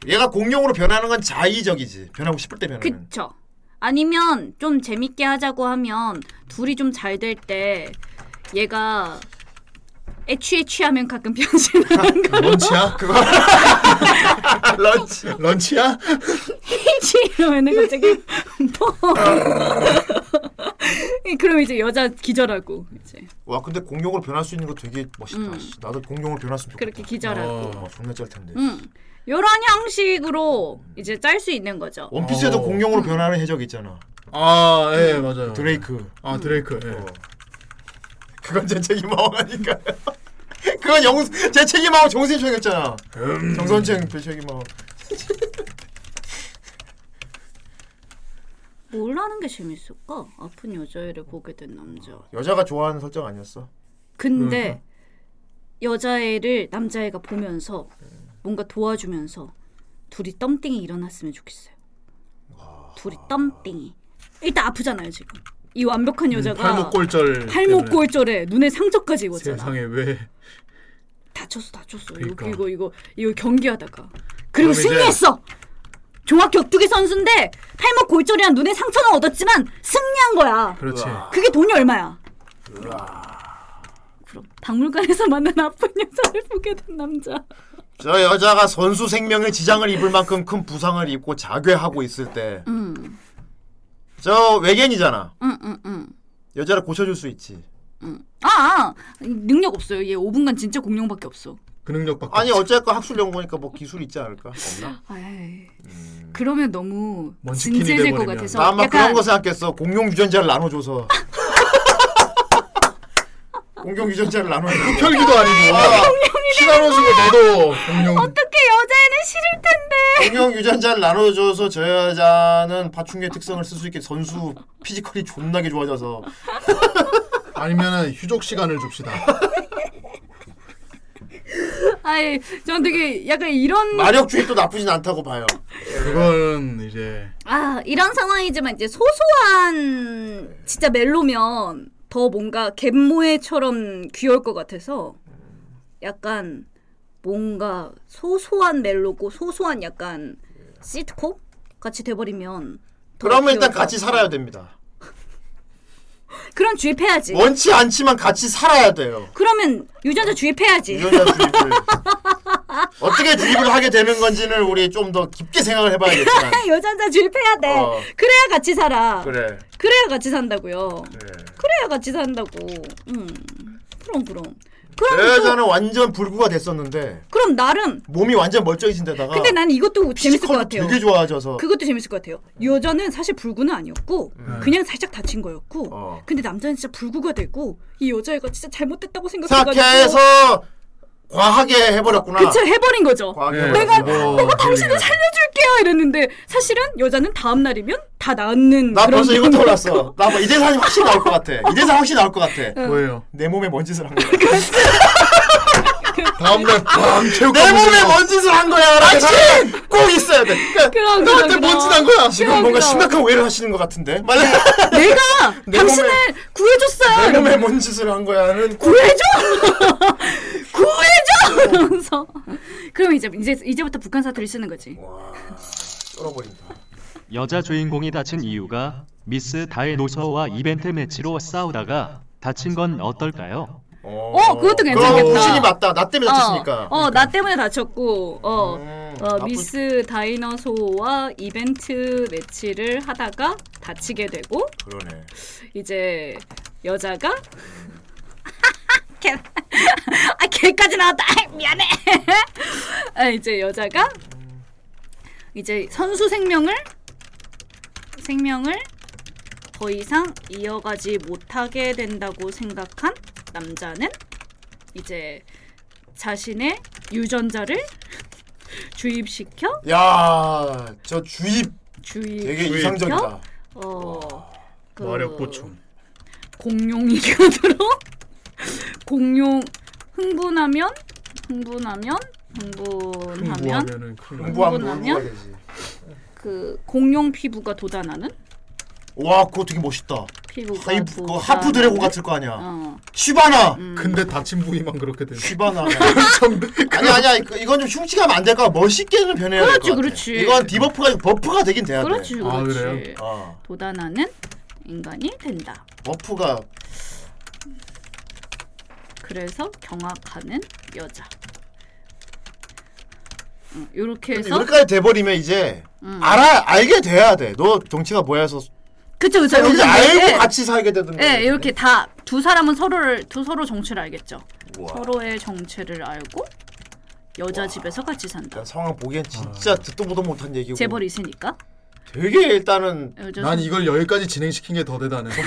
S1: 얘가 공룡으로 변하는 건 자의적이지. 변하고 싶을 때 변하는.
S3: 그쵸 아니면 좀 재밌게 하자고 하면 둘이 좀 잘 될 때 얘가 애취 애취하면 가끔 변신하는 거
S2: 런치야? 그거
S1: 런치
S2: 런치야?
S3: 애취 이러면은 갑자기 뭐 그럼 이제 여자 기절하고 이제
S1: 와 근데 공룡으로 변할 수 있는 거 되게 멋있다.
S3: 음.
S1: 씨. 나도 공룡으로 변했으면 좋겠다.
S3: 그렇게 기절하고. 음.
S1: 어, 존나 짤 텐데.
S3: 응. 요런 형식으로 이제 짤 수 있는 거죠.
S2: 어.
S1: 원피스에도 공룡으로 변하는 해적 있잖아.
S2: 아, 예, 맞아요.
S1: 드레이크. 어.
S2: 아, 드레이크. 예.
S1: 그건 제 책이 망하니까. 그건 영, 제 책이 망하고 정선생 책이었잖아.
S2: 음.
S1: 정선생 제 책이 망.
S3: 뭘 하는 게 재밌을까? 아픈 여자애를 보게 된 남자.
S1: 여자가 좋아하는 설정 아니었어?
S3: 근데 여자애를 남자애가 보면서 뭔가 도와주면서 둘이 덤띵이 일어났으면 좋겠어요. 둘이 덤띵이. 일단 아프잖아요 지금. 이 완벽한 여자가
S2: 음, 팔목골절. 때문에.
S3: 팔목골절에 눈에 상처까지 입었잖아.
S2: 세상에 왜?
S3: 다쳤어 다쳤어
S2: 그러니까.
S3: 이거 이거 이거 이거 경기하다가 그리고 승리했어 종합 격투기 선수인데 팔목 골절이랑 눈에 상처는 얻었지만 승리한 거야.
S2: 그렇지.
S1: 아.
S3: 그게 돈이 얼마야? 그럼 박물관에서 만난 아픈 여자를 보게 된 남자.
S1: 저 여자가 선수 생명에 지장을 입을 만큼 큰 부상을 입고 자괴하고 있을
S3: 음,
S1: 때 저 외계인이잖아.
S3: 음, 음, 음.
S1: 여자를 고쳐줄 수 있지.
S3: 아, 아, 능력 없어요. 얘 5분간 진짜 공룡밖에 없어.
S2: 그 능력밖에.
S1: 아니 어쨌건 학술 연구니까 뭐 기술 있지 않을까? 없나?
S3: 아이, 그러면 너무
S1: 음. 먼치킨이
S3: 진지해질 것
S1: 돼버리면.
S3: 같아서
S1: 나 아마 그런 거 생각했어. 공룡 유전자를 나눠줘서. 공룡 유전자를 나눠줘.
S2: 혈기도 아니고.
S1: 시나노스고 너도 공룡.
S3: 어떻게 여자애는 싫을 텐데.
S1: 공룡 유전자를 나눠줘서 저 여자는 파충류의 특성을 쓸 수 있게 선수 피지컬이 존나게 좋아져서
S2: 아니면은 휴족 시간을 줍시다.
S3: 아이, 전 되게 약간 이런
S1: 마력주입도 나쁘진 않다고 봐요.
S2: 그건 이제
S3: 아 이런 상황이지만 이제 소소한 진짜 멜로면 더 뭔가 갯모해처럼 귀여울 것 같아서 약간 뭔가 소소한 멜로고 소소한 약간 시트콤 같이 돼버리면 더
S1: 그러면
S3: 귀여울
S1: 일단
S3: 것
S1: 같이
S3: 같아요.
S1: 살아야 됩니다.
S3: 그럼 주입해야지
S1: 원치 않지만 같이 살아야 돼요.
S3: 그러면 유전자 주입해야지
S1: 유전자 주입을 어떻게 주입을 하게 되는 건지는 우리 좀 더 깊게 생각을 해봐야겠지만
S3: 유전자 주입해야 돼
S1: 어.
S3: 그래야 같이 살아
S1: 그래.
S3: 그래야 같이 산다고요. 그래야 같이 산다고. 음. 그럼 그럼. 그럼
S1: 그
S3: 또,
S1: 여자는 완전 불구가 됐었는데
S3: 그럼 나름.
S1: 몸이 완전 멀쩡해진데다가
S3: 근데 난 이것도 재밌을 것 같아요.
S1: 아, 되게 좋아져서
S3: 그것도 재밌을 것 같아요. 여자는 사실 불구는 아니었고
S1: 음.
S3: 그냥 살짝 다친 거였고.
S1: 어.
S3: 근데 남자는 진짜 불구가 되고 이 여자애가 진짜 잘못됐다고 생각해가지고.
S1: 생각해서 과하게 해버렸구나.
S3: 그쵸 해버린 거죠.
S2: 네,
S1: 과하게
S3: 내가
S1: 해버렸어.
S3: 내가
S1: 어,
S3: 당신을
S1: 그러니까.
S3: 살려줄게요 이랬는데 사실은 여자는 다음 날이면 다 낫는.
S1: 나
S3: 그런
S1: 벌써 이거
S3: 정도였고.
S1: 떠올랐어. 나 뭐 이대산이 확실히 나올 것 같아. 이대산 확실히 나올 것 같아.
S3: 응.
S2: 뭐예요?
S1: 내 몸에 뭔 짓을 한 거야.
S2: 다음날 밤 체육
S1: 내 몸에 뭔 짓을 한 거야. 당신 꼭 있어야 돼. 그러니까
S3: 그럼,
S1: 너한테
S3: 그럼,
S1: 뭔 짓 한
S3: 그럼.
S1: 거야. 지금
S3: 그럼,
S1: 뭔가
S3: 그럼.
S1: 심각한 오해를 하시는 것 같은데. 말해.
S3: 내가
S1: 내
S3: 당신을
S1: 몸에-
S3: 구해줬어요.
S1: 내 몸에 뭔 짓을 한 거야는
S3: 구해줘! 구해줘! 이러면서. 그럼 이제, 이제, 이제부터 북한 사투리 쓰는 거지.
S1: 어. 썰어버린다.
S13: 여자 주인공이 다친 이유가 미스 다이노서와 이벤트 매치로 싸우다가 다친 건 어떨까요?
S3: 어, 그것도 괜찮겠다.
S13: 그럼 우신이
S1: 맞다. 나 때문에 다쳤으니까. 그러니까. 음,
S3: 어, 어, 나 때문에 다쳤고, 어, 어 미스 다이너소와 이벤트 매치를 하다가 다치게 되고,
S1: 그러네.
S3: 이제 여자가 개- 아 개까지 나왔다 아, 미안해 아, 이제 여자가 이제 선수 생명을 생명을 더 이상 이어가지 못하게 된다고 생각한 남자는 이제 자신의 유전자를 주입시켜
S1: 야, 저 주입
S3: 주입
S1: 되게
S3: 시켜?
S1: 이상적이다.
S3: 어
S2: 마력 보충.
S3: 공룡이 되도록 공룡 흥분하면 흥분하면 흥분하면
S2: 뭐 흥부하면은 큰일 나네. 흥부하면
S3: 흥분하면
S2: 흥부가
S3: 그 공룡 피부가 돋아나는
S1: 와, 그거 되게 멋있다.
S3: 피부가
S1: 하이브, 그거 하프 드래곤 같을 거 아니야.
S3: 어.
S1: 시바나.
S2: 근데 다친 부위만 그렇게 돼.
S1: 시바나. 아니 아니야. 그, 이거- 이건 좀 흉측하면 안 될까? 멋있게는 변해야 될 것
S3: 그렇지,
S1: 같아.
S3: 그렇지.
S1: 이건 디버프가 아니고 버프가 되긴 돼야 돼.
S3: 그렇지, 아, 그렇지. 그래요?
S1: 어.
S3: 돋아나는 인간이 된다.
S1: 버프가
S3: 그래서 경악하는 여자. 응, 이렇게
S1: 근데
S3: 해서
S1: 이렇게까지 돼버리면 이제
S3: 음.
S1: 알아 알게 돼야 돼. 너 정치가 뭐야 해서
S3: 그쵸 네, 그쵸
S1: 여기서
S3: 여기서
S1: 알고
S3: 이렇게-
S1: 같이 살게 되던
S3: 네, 이렇게 다 두 사람은 서로를 두 서로 정체를 알겠죠.
S1: 우와.
S3: 서로의 정체를 알고 여자 집에서 같이 산다.
S1: 그러니까 상황 보기엔
S2: 아.
S1: 진짜 듣도 보도 못한 얘기고
S3: 재벌이 있으니까.
S1: 되게 일단은
S3: 여자
S2: 난
S3: 집-
S2: 이걸 여기까지 진행시킨 게 더 대단해.
S1: 어,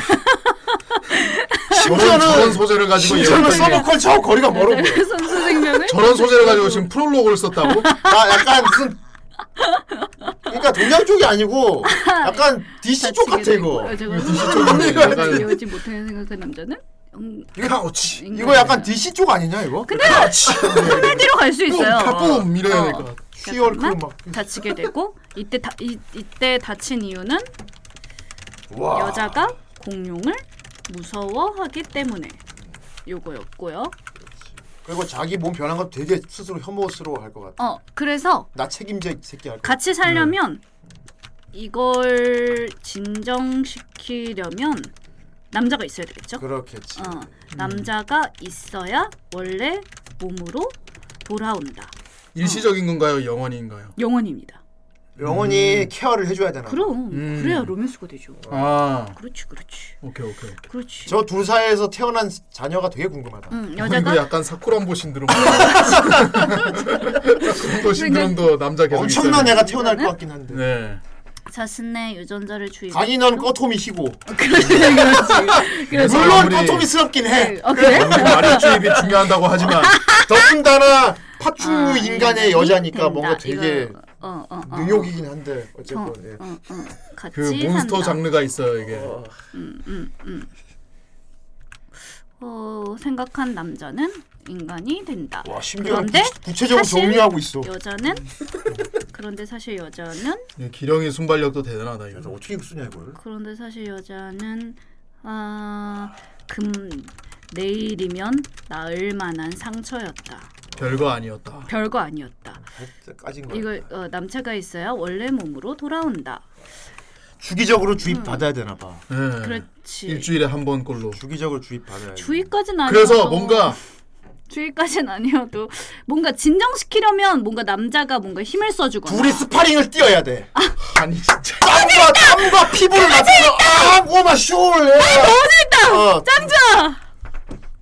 S1: 심지어는-
S2: 저런 소재를 가지고
S1: 심지어는
S2: 여기까지-
S1: 서브컬 저 거리가 멀어 보여.
S3: 여자가 선수 생명을
S2: 저런 소재를 가지고 지금 프롤로그를 썼다고?
S1: 나 약간 무슨 그러니까 동양 쪽이 아니고 약간 DC 쪽 같아 이거.
S3: 여자가
S1: 이거 DC
S3: 선수 생명을
S2: 네,
S1: 쪽 같아. 이거.
S3: 이어지 못하는 생각한 남자는 음,
S1: 카우치. 이거 약간 DC 쪽 아니냐 이거?
S3: 근데 한마디로
S1: 네.
S3: 갈수 있어요.
S1: 가끔 이래야
S3: 어.
S1: 될것 같아.
S3: 약간만 다치게 되고 이때 다, 이, 이때 다친 이유는
S1: 와.
S3: 여자가 공룡을 무서워하기 때문에 요거였고요.
S1: 그리고 자기 몸 변한 거 되게 스스로 혐오스러워할 것 같아.
S3: 어 그래서
S1: 나 책임져 이 새끼 할 거.
S3: 같이 살려면 이걸 진정시키려면 남자가 있어야 되겠죠?
S1: 그렇겠지.
S3: 어, 남자가 있어야 원래 몸으로 돌아온다.
S2: 일시적인 건가요? 영원인가요?
S3: 영원입니다.
S2: 음.
S1: 영원히 케어를 해줘야 되나?
S3: 그럼
S1: 음.
S3: 그래야 로맨스가 되죠.
S1: 아.
S3: 그렇지 그렇지.
S2: 오케이 오케이.
S3: 그렇지.
S1: 저 둘 사이에서 태어난 자녀가 되게 궁금하다.
S3: 응,
S2: 이거
S3: 여자가
S2: 그 약간 사쿠란보 신드롬. 사쿠란보 신드롬도
S3: 그러니까
S2: 남자 계속
S1: 뭐 엄청난
S2: 있잖아요.
S1: 애가 태어날 것 같긴 한데.
S2: 네.
S3: 자신의 유전자를 주입.
S1: 강인한 꼬토미시고.
S3: 그렇지 그렇지. 그래서
S1: 물론 네?
S2: 아무리-
S1: 꼬토미스럽긴 해.
S3: 어, 그래?
S2: 아무리 말의 주입이 중요하다고 하지만
S1: 더군다나 파충류 인간의
S3: 예. 인간이
S1: 여자니까
S3: 아, 네, 된다.
S1: 뭔가 되게
S3: 이거, 어, 어, 어.
S1: 능욕이긴 한데 어쨌건 예.
S3: 어, 어. 같이
S2: 그 몬스터
S3: 산다.
S2: 장르가 있어요 이게.
S3: 음, 음, 음. 어, 생각한 남자는 인간이 된다.
S1: 와, 심지어
S3: 그런데
S1: 구체- 구체적으로
S3: 사실
S1: 정리하고 있어.
S3: 여자는 그런데 사실 여자는
S2: 이 기령이 순발력도 대단하다 이거. 어떻게
S1: 쓰냐 이걸?
S3: 그런데 사실 여자는 아, 금 내일이면 나을 만한 상처였다.
S2: 별거 아니었다.
S3: 별거 아니었다.
S1: 까진 거야.
S3: 이걸 어, 남자가 있어야 원래 몸으로 돌아온다.
S1: 주기적으로 주입 받아야 되나 봐.
S3: 그렇지.
S2: 일주일에 한 번꼴로.
S1: 주기적으로 주입 받아야 돼.
S3: 주의까지는 아니어도
S2: 그래서 뭔가
S3: 주의까지는 아니어도 뭔가 진정시키려면 뭔가 남자가 뭔가 힘을 써주거나
S1: 둘이 스파링을 뛰어야 돼.
S2: 아니 진짜.
S1: 땀과 땀과 피부를 맞춰서 아, 오마 쇼를 해.
S3: 아, 너무 재밌다.
S1: 어.
S3: 짱자.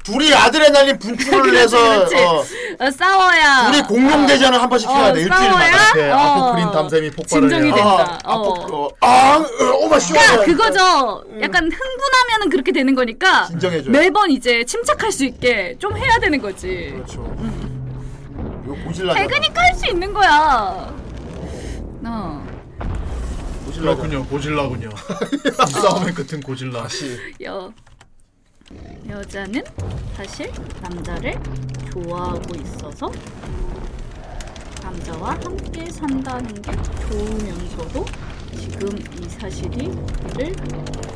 S1: 둘이 아드레날린 분출을 해서
S3: 그렇지.
S1: 어,
S3: 어, 싸워야
S1: 둘이 공룡대전을 한 번씩 해야 돼. 일주일마다.
S3: 어, 싸워야
S1: 네,
S2: 아포크린 담샘이 폭발을
S3: 진정이
S2: 해요.
S3: 된다.
S1: 아,
S3: 어.
S1: 어, 아, 어, 오마 쇼.
S3: 그러니까 그거죠. 음. 약간 흥분하면은 그렇게 되는 거니까
S1: 진정해줘요.
S3: 매번 이제 침착할 수 있게 좀 해야 되는 거지.
S1: 그렇죠. 음. 이거 고질라.
S3: 배그니까 할 수 있는 거야. 어.
S2: 그렇군요. 고질라군요. 싸움의 끝은 고질라.
S3: 여 여자는 사실 남자를 좋아하고 있어서 남자와 함께 산다는 게 좋으면서도 지금 이 사실이 를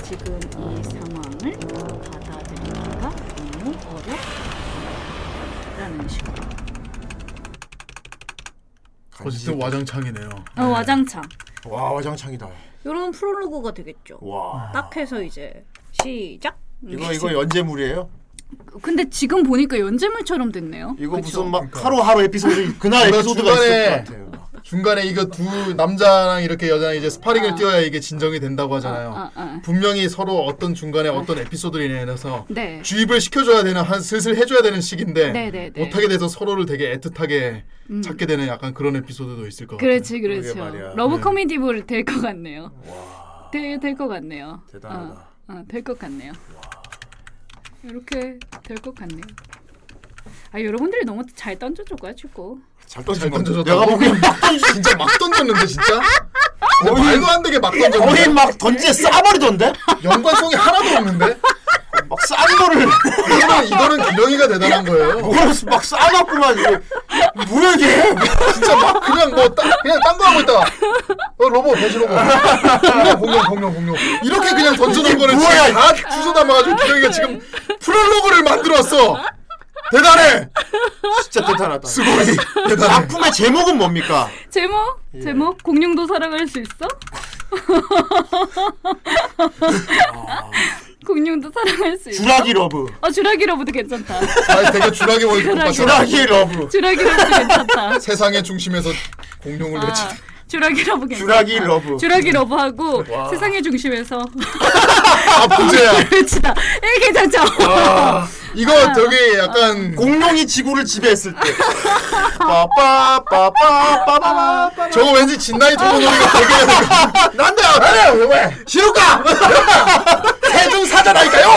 S3: 지금 이 상황을 받아들이기가 너무 어렵다는 식으로
S2: 어쨌든 와장창이네요.
S3: 어, 와장창
S1: 와 와장창이다.
S21: 이런 프롤로그가 되겠죠.
S1: 와.
S21: 딱 해서 이제 시작.
S2: 음.
S1: 이거 이거 연재물이에요?
S3: 음, 근데 지금 보니까 연재물처럼 됐네요
S1: 이거 무슨 막 하루하루 에피소드 그날
S2: 그러니까
S1: 에피소드가 있을 것
S2: 중간에
S1: 같아요.
S2: 중간에 이거 두 남자랑 이렇게 여자랑 이제
S1: 아.
S2: 스파링을 뛰어야 이게 진정이 된다고 하잖아요.
S3: 아, 아.
S2: 분명히 서로 어떤 중간에 어떤
S1: 아.
S2: 에피소드를 인해서
S3: 네.
S2: 주입을 시켜줘야 되는 한 슬슬 해줘야 되는 시기인데
S3: 네, 네, 네.
S2: 못하게 돼서 서로를 되게 애틋하게
S3: 음.
S2: 찾게 되는 약간 그런 에피소드도 있을 것 같아요.
S3: 그렇지 그렇죠. 러브
S2: 예.
S3: 코미디볼 될 것 같네요. 될될것 같네요.
S2: 대단하다.
S3: 어, 어, 될것 같네요. 이렇게 될 것 같네요. 아 여러분들이 너무 잘 던져줘가지고.
S1: 잘
S2: 던진 던져줬다.
S1: 내가 보기엔 막
S2: 던지 진짜 막 던졌는데 진짜. 근데
S1: 거의-
S2: 말도 안 되게 막 던졌는데.
S1: 거의 막 던지에 싸버리던데?
S2: 연관성이 하나도 없는데?
S1: 막싼 거를
S2: 이거는 이거는 기령이가 대단한 거예요.
S1: 모르겠어 막 싸놨구만 이거. 뭐야 이게?
S2: 진짜 막 그냥 뭐 따, 그냥 딴 거 하고 있다가 어 로봇 돼지 로봇 공룡 공룡 공룡 공룡 이렇게 그냥 던져놓은 거를 지금
S1: 뭐야,
S2: 다 주워 담아가지고 기령이가 지금 프롤로그를 만들었어 대단해
S1: 진짜 대단하다.
S2: 스고이 대단해
S1: 작품의 제목은 뭡니까?
S3: 제목
S1: 예.
S3: 제목 공룡도 사랑할 수 있어? 공룡도 사랑할 수 있어?
S1: 주라기 러브.
S3: 어 주라기 러브도 괜찮다.
S2: 아 되게 주라기 월급 같아
S1: 주라기 러브.
S3: 주라기 러브도 괜찮다.
S2: 세상의 중심에서 공룡을
S3: 아,
S2: 외치
S3: 주라기 러브 괜찮다.
S2: 주라기 러브.
S3: 주라기 러브하고
S2: 와.
S3: 세상의 중심에서
S2: 아 부재야
S3: 외치다. 에 괜찮죠?
S2: 와, 이거 저기 약간
S1: 아. 공룡이 지구를 지배했을 때. 빠빠빠빠빠빠빠.
S2: 저거 왠지 진나이 토모 노래가 되게 난데 왜 왜?
S1: 시루가
S2: 세종 사자라니까요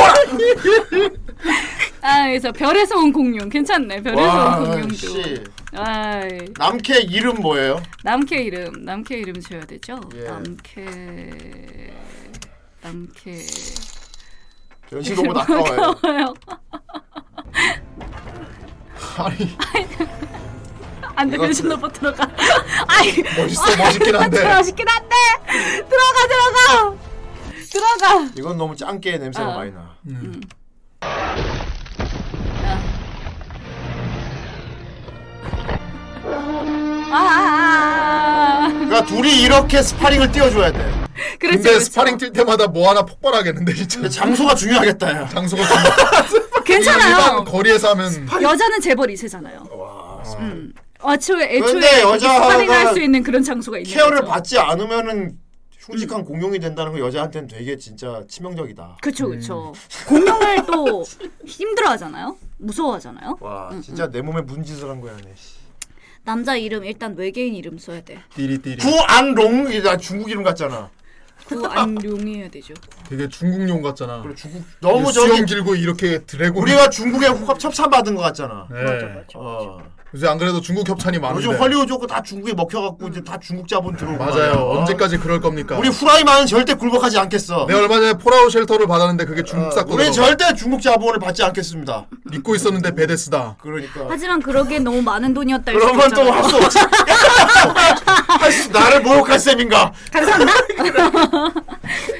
S3: 아, 그래서 별에서 온 공룡 괜찮네. 별에서 온 공룡도.
S1: 씨.
S3: 아,
S1: 남캐 이름 뭐예요?
S3: 남캐 이름, 남캐 이름 지어야 되죠.
S1: 예.
S3: 남캐, 남캐.
S1: 변신 로봇
S2: 어.
S1: 아까워요.
S3: 아까워요.
S2: 아니
S3: 안돼
S2: 이거
S3: 변신 로봇 들어가. 아이, 아,
S2: 멋있어, 멋있긴 한데.
S3: 멋있긴 한데 들어가 들어가 들어가.
S1: 이건 너무 짱깨 냄새가
S3: 어.
S1: 많이 나.
S3: 아,
S1: 그러니까 둘이 이렇게 스파링을 띄워줘야 돼.
S2: 근데 스파링 뛸 때마다 뭐 하나 폭발하겠는데 진짜.
S1: 그렇죠. 장소가 중요하겠다. 야.
S2: 장소가 중요.
S3: 어, 괜찮아요.
S2: 일반 거리에서 하면
S3: 여자는 재벌 이세잖아요. 음. 아, 애초에
S1: 근데
S3: 애초에
S1: 여자가
S3: 스파링할 수 있는 그런 장소가 있는
S1: 예, 케어를
S3: 거죠.
S1: 받지 않으면은 흉직한 공룡이 된다는 건 여자한테는 되게 진짜 치명적이다.
S3: 그쵸 그쵸. 공룡을 또 힘들어하잖아요. 무서워하잖아요.
S1: 와
S2: 음,
S3: 응,
S1: 진짜
S3: 응.
S1: 내 몸에 문짓을 한 거야. 네.
S3: 남자 이름 일단 외계인 이름 써야 돼.
S2: 띠리띠리.
S1: 구안롱이 나 중국 이름 같잖아.
S3: 그 구안룡이 해야 되죠.
S2: 되게 중국용 같잖아. 그래
S1: 중국 그렇죠. 너무 저기-
S2: 수염 길고 이렇게 드래곤.
S1: 우리가 중국에 호- 협찬 받은 거 같잖아.
S2: 네.
S1: 맞아, 맞아,
S2: 어. 요새 안 그래도 중국 협찬이 많은데.
S1: 요즘 헐리우드 쪽거 다 중국에 먹혀갖고 이제 다 중국 자본 들어오고
S2: 맞아요.
S1: 말이야.
S2: 언제까지 그럴 겁니까?
S1: 우리 후라이만은 절대 굴복하지 않겠어.
S2: 내가 얼마 전에 폴아웃 쉘터를 받았는데 그게 중국 사건.
S1: 아, 우리 절대 중국 자본을 받지 않겠습니다.
S2: 믿고 있었는데 베데스다.
S1: 그러니까.
S3: 하지만 그러기엔 너무 많은 돈이었다. 이럴
S1: 그러면
S3: 수도 있잖아요.
S1: 또 할수 없지. 할수 나를 모욕할 셈인가?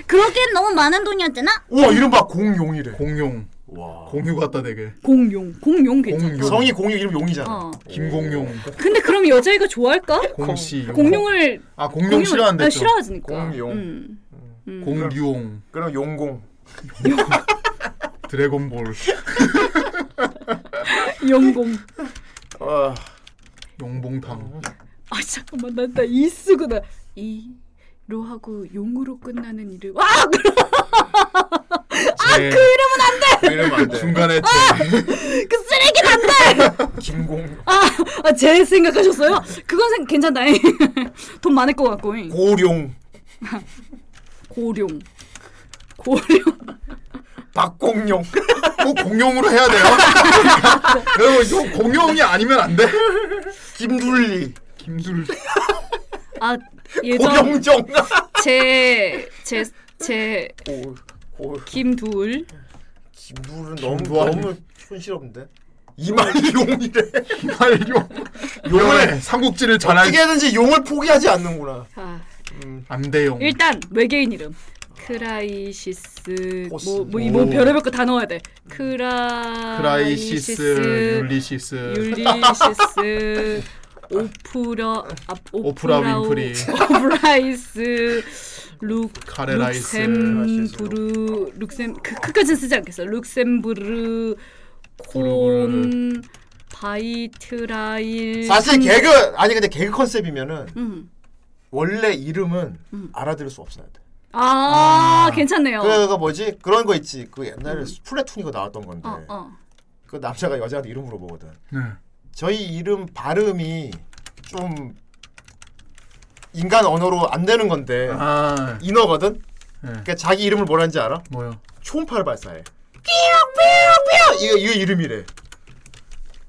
S22: 그러기엔 너무 많은 돈이었잖아.
S1: 우와 이름 봐 공용이래.
S2: 공용.
S1: 와.
S2: 공유 같다 되게.
S3: 공룡 공룡 괜찮다.
S1: 성이 공유 이름 용이잖아.
S3: 어.
S2: 김공용.
S3: 근데 그럼 여자애가 좋아할까?
S2: 공씨.
S3: 공룡을
S2: 아 공룡
S3: 공룡을-
S2: 싫어한대.
S3: 아, 싫어하니까.
S2: 공용.
S3: 음.
S2: 공룡.
S1: 그럼 용공.
S2: 드래곤볼.
S3: 용공.
S1: 아. 어, 뭐
S2: 용봉탕.
S3: 아 잠깐만 난나 이쓰구나 이로 하고 용으로 끝나는 이름. 아
S2: 아, 그
S3: 이름은 안 돼.
S1: 그 이름 안 돼.
S2: 중간에
S3: 그 쓰레기는 안 돼.
S1: 김공.
S3: 아제 생각하셨어요? 그건 생, 괜찮다. 돈 많을 것 같고.
S1: 고룡.
S3: 고룡. 고룡.
S1: 박공룡.
S2: 꼭 공룡으로 해야 돼요. 여러분 이거 공룡이 아니면 안 돼.
S1: 김둘리.
S2: 김둘리.
S3: 아 예전
S1: 고용정.
S3: 제제제
S1: 고. 고.
S3: 김두울.
S1: 김둘은 너무
S2: 김두한.
S1: 너무 촌스럽는데. 이말용이래.
S2: 이말용. 용을 삼국지를 잘 알.
S1: 어떻게든지 용을 포기하지 않는구나.
S3: 아.
S2: 암대용.
S3: 일단 외계인 이름 크라이시스
S1: 포스.
S3: 뭐뭐 이
S2: 오.
S3: 뭐 별의별 거 다 넣어야 돼 크라
S2: 크라이시스, 율리시스,
S3: 율리시스 오프라 아,
S2: 오프라 윈프리.
S3: 오프라이스 룩뭐
S2: 카레라이스.
S3: 룩셈부르 룩셈 그 끝까지는 쓰지 않겠어 룩셈부르 콘 바이트라일
S1: 사실
S3: 음.
S1: 개그 아니 근데 개그 컨셉이면은
S3: 음.
S1: 원래 이름은
S2: 음.
S1: 알아들을 수 없어야 돼.
S3: 아, 괜찮네요
S1: 그거 뭐지? 그런 거 있지. 그 옛날에 스플래툰 이거 나왔던 건데
S3: 음. 어, 어.
S1: 그 남자가 여자한테 이름 물어보거든.
S2: 네.
S1: 저희 이름 발음이 좀 인간 언어로 안 되는 건데
S2: 아.
S1: 인어거든.
S2: 네.
S1: 그러니까 자기 이름을 뭐라는지 알아?
S2: 뭐요?
S1: 초음파를 발사해. 삐약 삐약 삐약 이거 이 이름이래.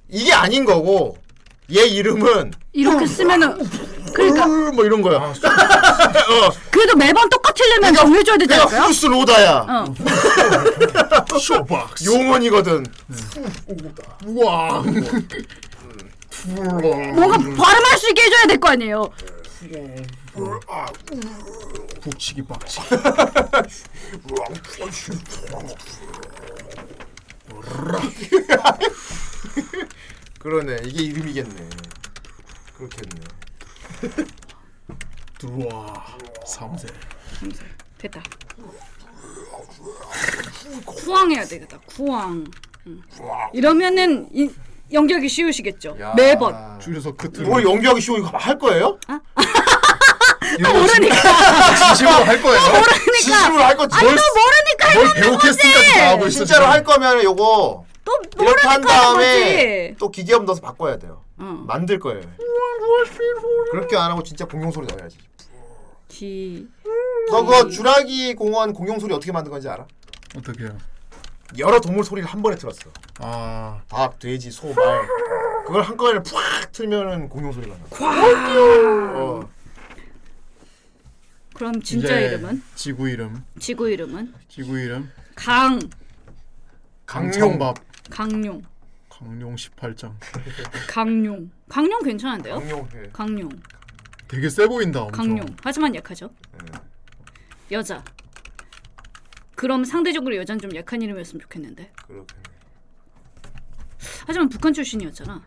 S1: 이게 아닌 거고 얘 이름은
S3: 이렇게 쓰면은 그러니까
S1: 울, 뭐 이런
S2: 아,
S1: 거야.
S3: 그래도 매번 똑같으려면 정해줘야 되지
S1: 내가 그러니까
S3: 않을까요?
S1: 후스 로다야.
S3: 어.
S1: 쇼박스. 용언이거든.
S2: 어. 우와.
S3: 뭔가 발음할 수 있게 해줘야 될 거 아니에요.
S2: 북치기 박치.
S1: 그러네. 이게 이름이겠네. 그렇겠네.
S2: 들어와. 삼세.
S3: 됐다. 쿠왕 해야 되겠다. 쿠왕. 응. 이러면은 이, 연기하기 쉬우시겠죠. 매번.
S2: 줄여서 끝으로.
S1: 이걸 연기하기 쉬워 이거 할 거예요?
S2: 이거 아, 진심으로 할 거예요.
S1: 진심으로 할 거지. 뭘,
S3: 모르니까
S2: 뭘 배우캐스팅까지 다 하고 있어.
S1: 진짜로 할 거면 요거 이렇게 한 다음에
S3: 거지.
S1: 또 기계음 넣어서 바꿔야 돼요.
S3: 응.
S1: 만들 거예요. 그렇게 안 하고 진짜 공룡 소리 넣어야지.
S3: 기.
S1: 너 그 주라기 공원 공룡 소리 어떻게 만든 건지 알아?
S2: 어떻게요?
S1: 여러 동물 소리를 한 번에 틀었어.
S2: 아.
S1: 닭, 돼지, 소, 말. 그걸 한꺼번에 푹 틀면은 공룡 소리가 나. 어.
S3: 그럼 진짜
S2: 이제
S3: 이름은?
S2: 지구 이름.
S3: 지구 이름은?
S2: 지구 이름.
S3: 강.
S2: 강창밥.
S3: 강룡.
S2: 강룡 18장.
S3: 강룡. 강룡 괜찮은데요?
S1: 강룡.
S3: 강룡.
S2: 되게 세 보인다. 엄청.
S3: 강룡. 하지만 약하죠. 여자. 그럼 상대적으로 여자는 좀 약한 이름이었으면 좋겠는데.
S1: 그렇게.
S2: 음.
S3: 하지만 북한 출신이었잖아.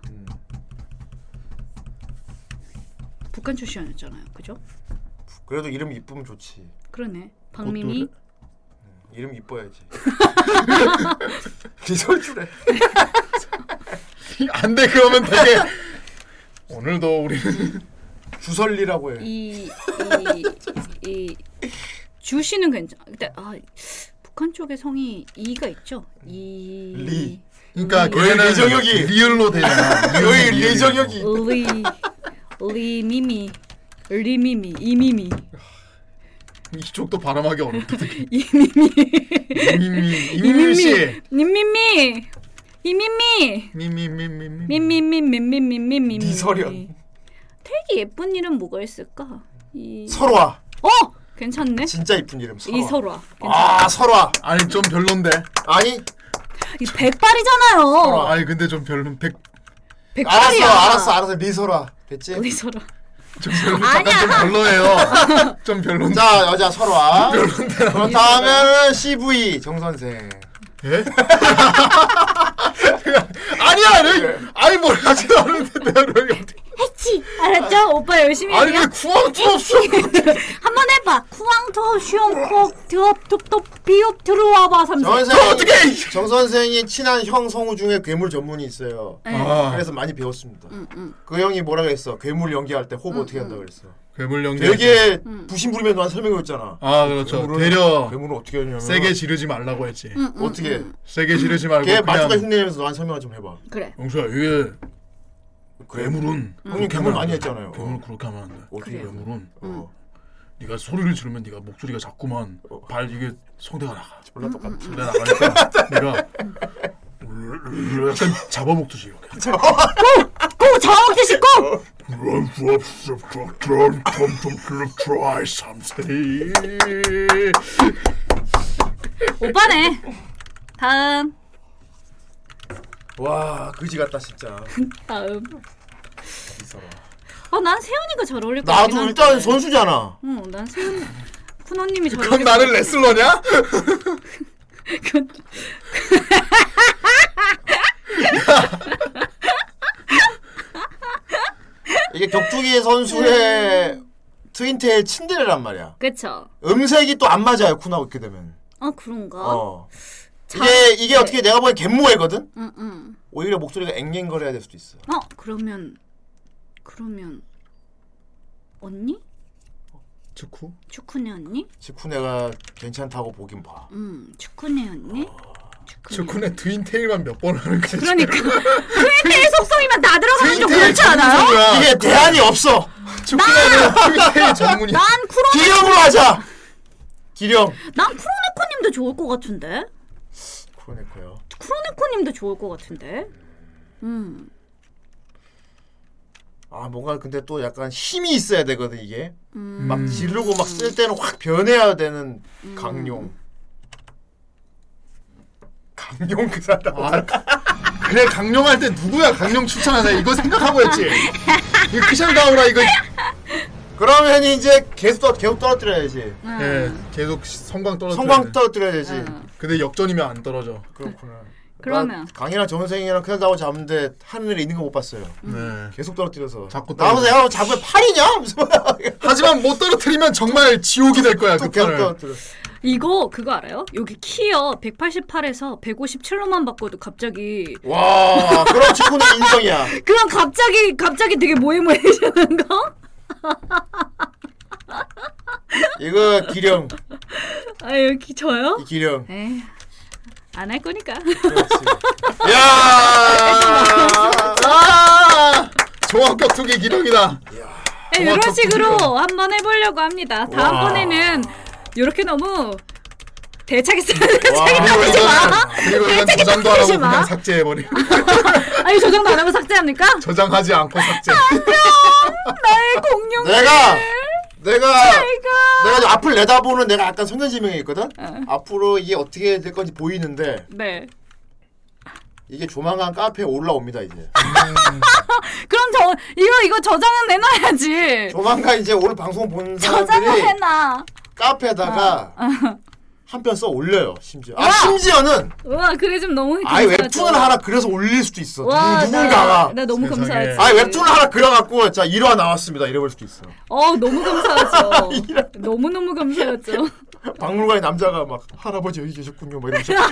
S3: 북한 출신이었잖아요. 그죠?
S1: 그래도 이름 이쁘면 좋지.
S3: 그러네. 박민희.
S1: 이름 이뻐야지. 기설주래.
S2: 안 돼 그러면 되게 오늘도 우리는
S1: 주설리라고 해.
S3: 이이 주씨는 괜찮. 근데 아 북한 쪽에 성이 이가 있죠. 이
S2: 리. 그러니까
S1: 리.
S2: 걔는
S1: 거의 리정혁이.
S2: 리을로 되잖아.
S1: 거의
S2: 리을이
S1: 리정혁이.
S3: 리 리미미 리미미 이미미
S2: 이쪽도 바람하기 어렵다.
S3: 이미미
S2: 이민미 씨.
S3: 이미미 이미미
S2: 미미미미미.
S3: 미미미미미미미미
S2: 이설현.
S3: 되게 예쁜 이름 뭐가 있을까? 이...
S1: 설화.
S3: 어 괜찮네.
S1: 진짜 이쁜 이름 설화.
S3: 이설화.
S1: 아 설화.
S2: 아니 좀 별론데.
S1: 아니
S3: 이 백발이잖아요.
S2: 어, 아니 근데 좀 별론 백.
S1: 알았어
S3: 백발이야.
S1: 알았어 알았어 네 리설화 됐지?
S3: 리설화.
S2: 좀 별론. 아니야. 좀 별로예요. 좀 별론.
S1: 자 여자 설화. 그럼 다음에는 CV 정 선생.
S2: 예? 아니야, 내,
S1: 네.
S2: 아니 뭘 하지도 않는데 내가 왜
S3: 했지. 알았죠? 오빠 열심히
S2: 아니,
S3: 해요.
S2: 왜 구왕 투업 쇼?
S3: 한번 해봐. 쿠왕 투업 쇼콕 드업 톱톱 비업 들어와 봐 삼성.
S1: 정 선생. 정 선생이 친한 형 성우 중에 괴물 전문이 있어요.
S3: 네. 음, 아.
S1: 그래서 많이 배웠습니다.
S3: 응, 응.
S1: 그 형이 뭐라 그랬어? 괴물 연기할 때
S3: 음,
S1: 호흡 어떻게 한다 그랬어?
S2: 괴물 연기.
S1: 되게 부심부리면 난 설명해줬잖아.
S2: 아 그렇죠.
S1: 괴물은-
S2: 되려
S1: 괴물은 어떻게 하냐면
S2: 세게 지르지 말라고 했지.
S1: 응,
S3: 음,
S1: 응, 어떻게? 응.
S2: 세게 지르지 말고
S1: 걔
S2: 그냥
S1: 마주가 흉내내면서 난 설명을 좀 해봐.
S3: 그래.
S2: 영수야 이게 괴물은
S1: 음.
S3: 음.
S1: 형님 괴물 많이 했잖아요.
S2: 괴물 그렇게 하면 안 돼. 어떻게
S1: 그래요. 음.
S2: 괴물은 네가 소리를 지르면 네가 목소리가 자꾸만 발 이게 성대가 나가.
S1: 어. 졸라 똑같아.
S2: 성대 나가니까 내가 약간 잡아먹듯이 이렇게.
S3: 꼭 잡아먹듯이 꼭.
S2: try something.
S3: 오빠네. 다음.
S1: 와 그지 같다 진짜.
S3: 다음. 아, 난 세연이가 잘 어울릴 것 같긴
S1: 나도
S3: 한데.
S1: 일단 선수잖아.
S3: 응, 난 세연 쿠노님이 잘
S1: 그럼
S3: 어울릴
S1: 나를
S3: 것 같아.
S1: 레슬러냐? 이게 격투기 선수의 트윈테일 친데레란 말이야.
S3: 그쵸.
S1: 음색이 또 안 맞아요 쿠나고 이렇게 되면.
S3: 아 그런가.
S1: 어.
S3: 자,
S1: 이게 이게 어떻게 내가 보기엔 갯모애거든.
S3: 응, 응.
S1: 오히려 목소리가 앵앵거려야 될 수도 있어.
S3: 어 그러면 그러면 언니?
S2: 축구?
S3: 축구네 언니?
S1: 지쿠네가 괜찮다고 보긴 봐.
S3: 음 축구네 언니?
S2: 축구는 트윈테일만 몇 번 하는 거지.
S3: 그러니까 트윈테일 속성이면 다 들어가는 좀 그렇지 않아요?
S1: 이게 대안이 없어.
S2: 축구는 트윈테일 전문이.
S3: 난 쿠로
S1: 기령으로 하자. 기령.
S3: 난 쿠로네코님도 좋을 것 같은데
S1: 쿠로네코요.
S3: 쿠로네코님도 좋을 것 같은데 음
S1: 아 뭔가 근데 또 약간 힘이 있어야 되거든 이게.
S3: 음.
S1: 막 지르고 막 쓸 때는 확 변해야 되는 강용. 강용 그 사람.
S2: 아, 그래 강룡할 때 누구야 강룡 추천하자 이거 생각하고 했지. 이거 크샬 다우라 이거.
S1: 그러면 이제 계속 떨 계속 떨어뜨려야지.
S3: 음.
S2: 예, 계속 성광 떨어뜨려.
S1: 성광 떨어뜨려야지.
S2: 근데 역전이면 안 떨어져.
S1: 그렇구나.
S3: 그러면.
S1: 강이랑 정선생이랑 큰일 나고 잡는데 하늘에 있는 거 못 봤어요.
S2: 네.
S1: 음. 계속 떨어뜨려서. 자꾸
S2: 떨어져.
S1: 나보다 야 잡으면 팔이냐? 무슨
S2: 하지만 못 떨어뜨리면 정말 지옥이 될 거야 그
S1: 계속
S2: 판을.
S1: 떨어뜨려.
S3: 이거 그거 알아요? 여기 키요 188에서 157로만 바꿔도 갑자기
S1: 어. 와 그런 축구는 인정이야.
S3: 그럼 갑자기 갑자기 되게 모해모해지는 거?
S1: 이거 기령
S3: 아 여기 저요?
S1: 이 기령.
S3: 에이 네. 안할 거니까
S1: 아!
S2: 야. 종합격 투기 기령이다.
S3: 네,
S2: 정말
S3: 이런 식으로
S2: 적극적이야.
S3: 한번 해보려고 합니다. 다음번에는 이렇게 너무 대차게 쓰 대차게 따지지 마.
S2: 그리고 아, 이건
S3: 대차게
S2: 저장도 안 하고
S3: 따지지 마.
S2: 그냥 삭제해버리고
S3: 아니 저장도 안 하면 삭제합니까?
S2: 저장하지 않고 삭제.
S3: 나의 공룡.
S1: 내가 내가
S3: 제가-
S1: 내가 좀 앞을 내다보는 내가 약간 성견지명이 있거든. 앞으로 이게 어떻게 될 건지 보이는데
S3: 네.
S1: 이게 조만간 카페에 올라옵니다 이제.
S3: 그럼 저 이거 이거 저장은 내놔야지.
S1: 조만간 이제 오늘 방송 본
S3: 저장을 어.
S1: 사람들이
S3: 해놔.
S1: 카페에다가 한 편 써 올려요. 심지어. 아 심지어는
S3: 와 그래 좀 너무
S1: 아예
S3: 감사하죠.
S1: 웹툰을 하나 그려서 올릴 수도 있어.
S3: 와,
S1: 누- 누군가가.
S3: 나- 나 너무
S1: 세상에.
S3: 감사하지.
S1: 아예 웹툰을 하나 그려갖고 자 1화 나왔습니다. 이래볼 수도 있어.
S3: 어 너무 감사하죠. 너무 너무 감사하죠.
S1: 박물관에 남자가 막 할아버지 여기 계셨군요. 막 이러면서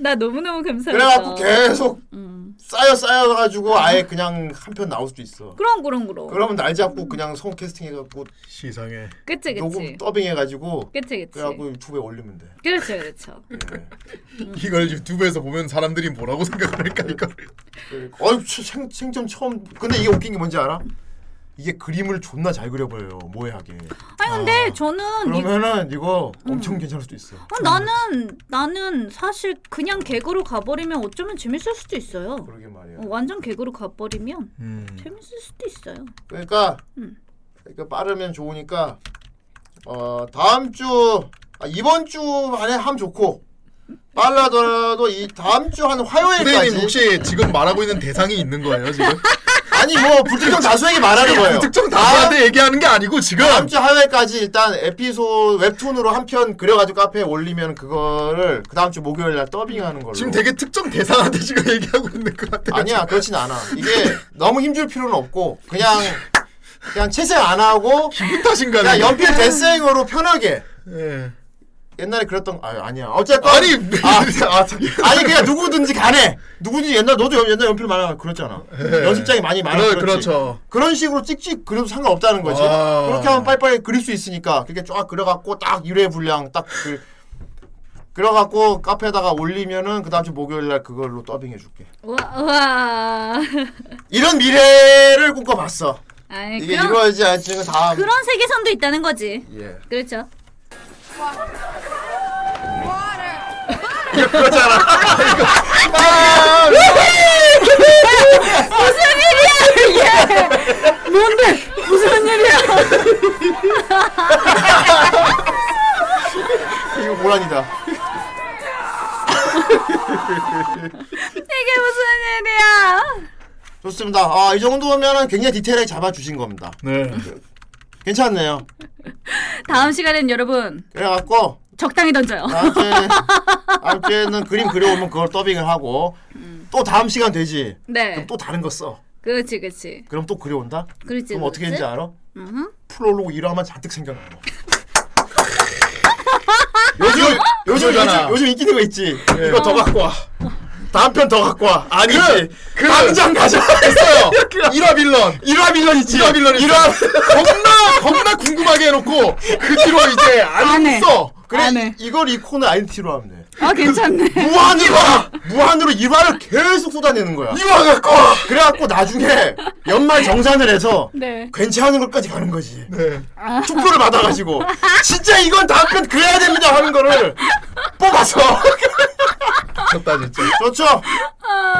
S3: 나 너무 너무 감사하죠.
S1: 그래갖고 계속
S3: 음.
S1: 쌓여 쌓여가지고 아예 그냥 한 편 나올 수도 있어.
S3: 그럼 그럼 그럼.
S1: 그러면 날 잡고 그냥 성 캐스팅해갖고
S2: 시상에
S3: 음. 네, 그치, 그치.
S1: 녹음 더빙해가지고
S3: 그치, 그치.
S1: 그래갖고 유튜브에 올리면 돼.
S3: 그렇죠 그렇죠.
S2: 이걸 유튜브에서 보면 사람들이 뭐라고 생각할까 이걸.
S1: 네. 그러니까. 어이 생 생전 처음. 근데 이게 웃긴 게 뭔지 알아? 이게 그림을 존나 잘 그려버려요. 모해하게.
S3: 아니 근데 저는 이-
S1: 그러면은 이거
S3: 음.
S1: 엄청 괜찮을 수도 있어.
S3: 어, 나는 나는 사실 그냥 개그로 가버리면 어쩌면 재밌을 수도 있어요.
S1: 그러게 말이야.
S3: 어, 완전 개그로 가버리면
S1: 음.
S3: 재밌을 수도 있어요.
S1: 그러니까
S3: 음.
S1: 그러니까 빠르면 좋으니까 어 다음 주 아, 이번 주 안에 함 좋고 빨라더라도 이 다음 주 한 화요일까지.
S2: 선생님 혹시 지금 말하고 있는 대상이 있는 거예요 지금?
S1: 아니 뭐 불특정 다수에게 말하는 거예요.
S2: 불특정 다수한테 얘기하는 게 아니고 지금.
S1: 다음 주 화요일까지 일단 에피소드 웹툰으로 한 편 그려가지고 카페에 올리면 그거를 그 다음 주 목요일 날 더빙하는 걸로.
S2: 지금 되게 특정 대상한테 지금 얘기하고 있는 것 같아요.
S1: 아니야 그렇진 않아. 이게 너무 힘줄 필요는 없고 그냥 그냥 채생 안 하고
S2: 기분 탓인가?
S1: 그냥 연필 대생으로 편하게
S2: 예.
S1: 옛날에 그랬던 거 아, 아니야 어쨌건
S2: 아니,
S1: 아, 아, 아, 니 그냥 누구든지 간에 누구든지 옛날 너도 연- 옛날 연필 많아 그랬잖아
S2: 예.
S1: 연습장이 많이 많아
S2: 그러-
S1: 그렇지.
S2: 그렇죠.
S1: 그런 식으로 찍찍 그려도 상관없다는 거지
S2: 아.
S1: 그렇게 하면 빨리빨리 그릴 수 있으니까 그렇게 쫙 그려갖고 딱 유래 분량 딱 그, 그려갖고 카페에다가 올리면은 그 다음 주 목요일 날 그걸로 더빙해줄게
S3: 와 와.
S1: 이런 미래를 꿈꿔봤어
S3: 아니,
S1: 이게
S3: 그런-
S1: 이루어지지 않지는 다음
S3: 그런 세계선도 있다는 거지.
S1: 예.
S3: 그렇죠.
S1: 그거잖아. 아,
S23: 무슨 일이야 이게? 뭔데? 무슨 일이야?
S1: 이거 고라니다
S3: 이게 무슨 일이야?
S1: 좋습니다. 아, 이 정도면은 굉장히 디테일하게 잡아주신 겁니다.
S2: 네.
S1: 괜찮네요.
S3: 다음 시간엔 여러분
S1: 그래갖고
S3: 적당히 던져요.
S1: 아. 다음 주에는 그림 그려오면 그걸 더빙을 하고 또 다음 시간 되지.
S3: 네.
S1: 그럼 또 다른 거 써.
S3: 그렇지 그렇지.
S1: 그럼 또 그려온다.
S3: 그렇지,
S1: 그럼 어떻게
S3: 그렇지.
S1: 했는지 알아?
S3: 음.
S1: 프롤로그 일화만 잔뜩 생겨나. 요즘 요즘
S2: 그거잖아. 예.
S1: 요즘, 요즘 인기 있는 거 있지. 이거 더 갖고 와. 다음 편 더 갖고 와. 아니지. 당장 가자.
S2: 했어요. 1화 빌런.
S1: 1화 그. 빌런 있지.
S2: 1화 빌런. 1화 겁나 겁나 궁금하게 해놓고 그 뒤로 이제 안, 써.
S1: 그래 이걸 이 코너 INT로 하면 돼.
S3: 아 괜찮네.
S1: 무한으로 무한으로 일화를 계속 쏟아내는 거야.
S2: 일화 갖고 와!
S1: 그래갖고 나중에 연말 정산을 해서
S3: 네.
S1: 괜찮은 것까지 가는 거지.
S2: 네.
S1: 투표를 받아가지고 진짜 이건 다음 편 그래야 됩니다 하는 거를 뽑아서.
S2: 좋다 진짜.
S1: 좋죠.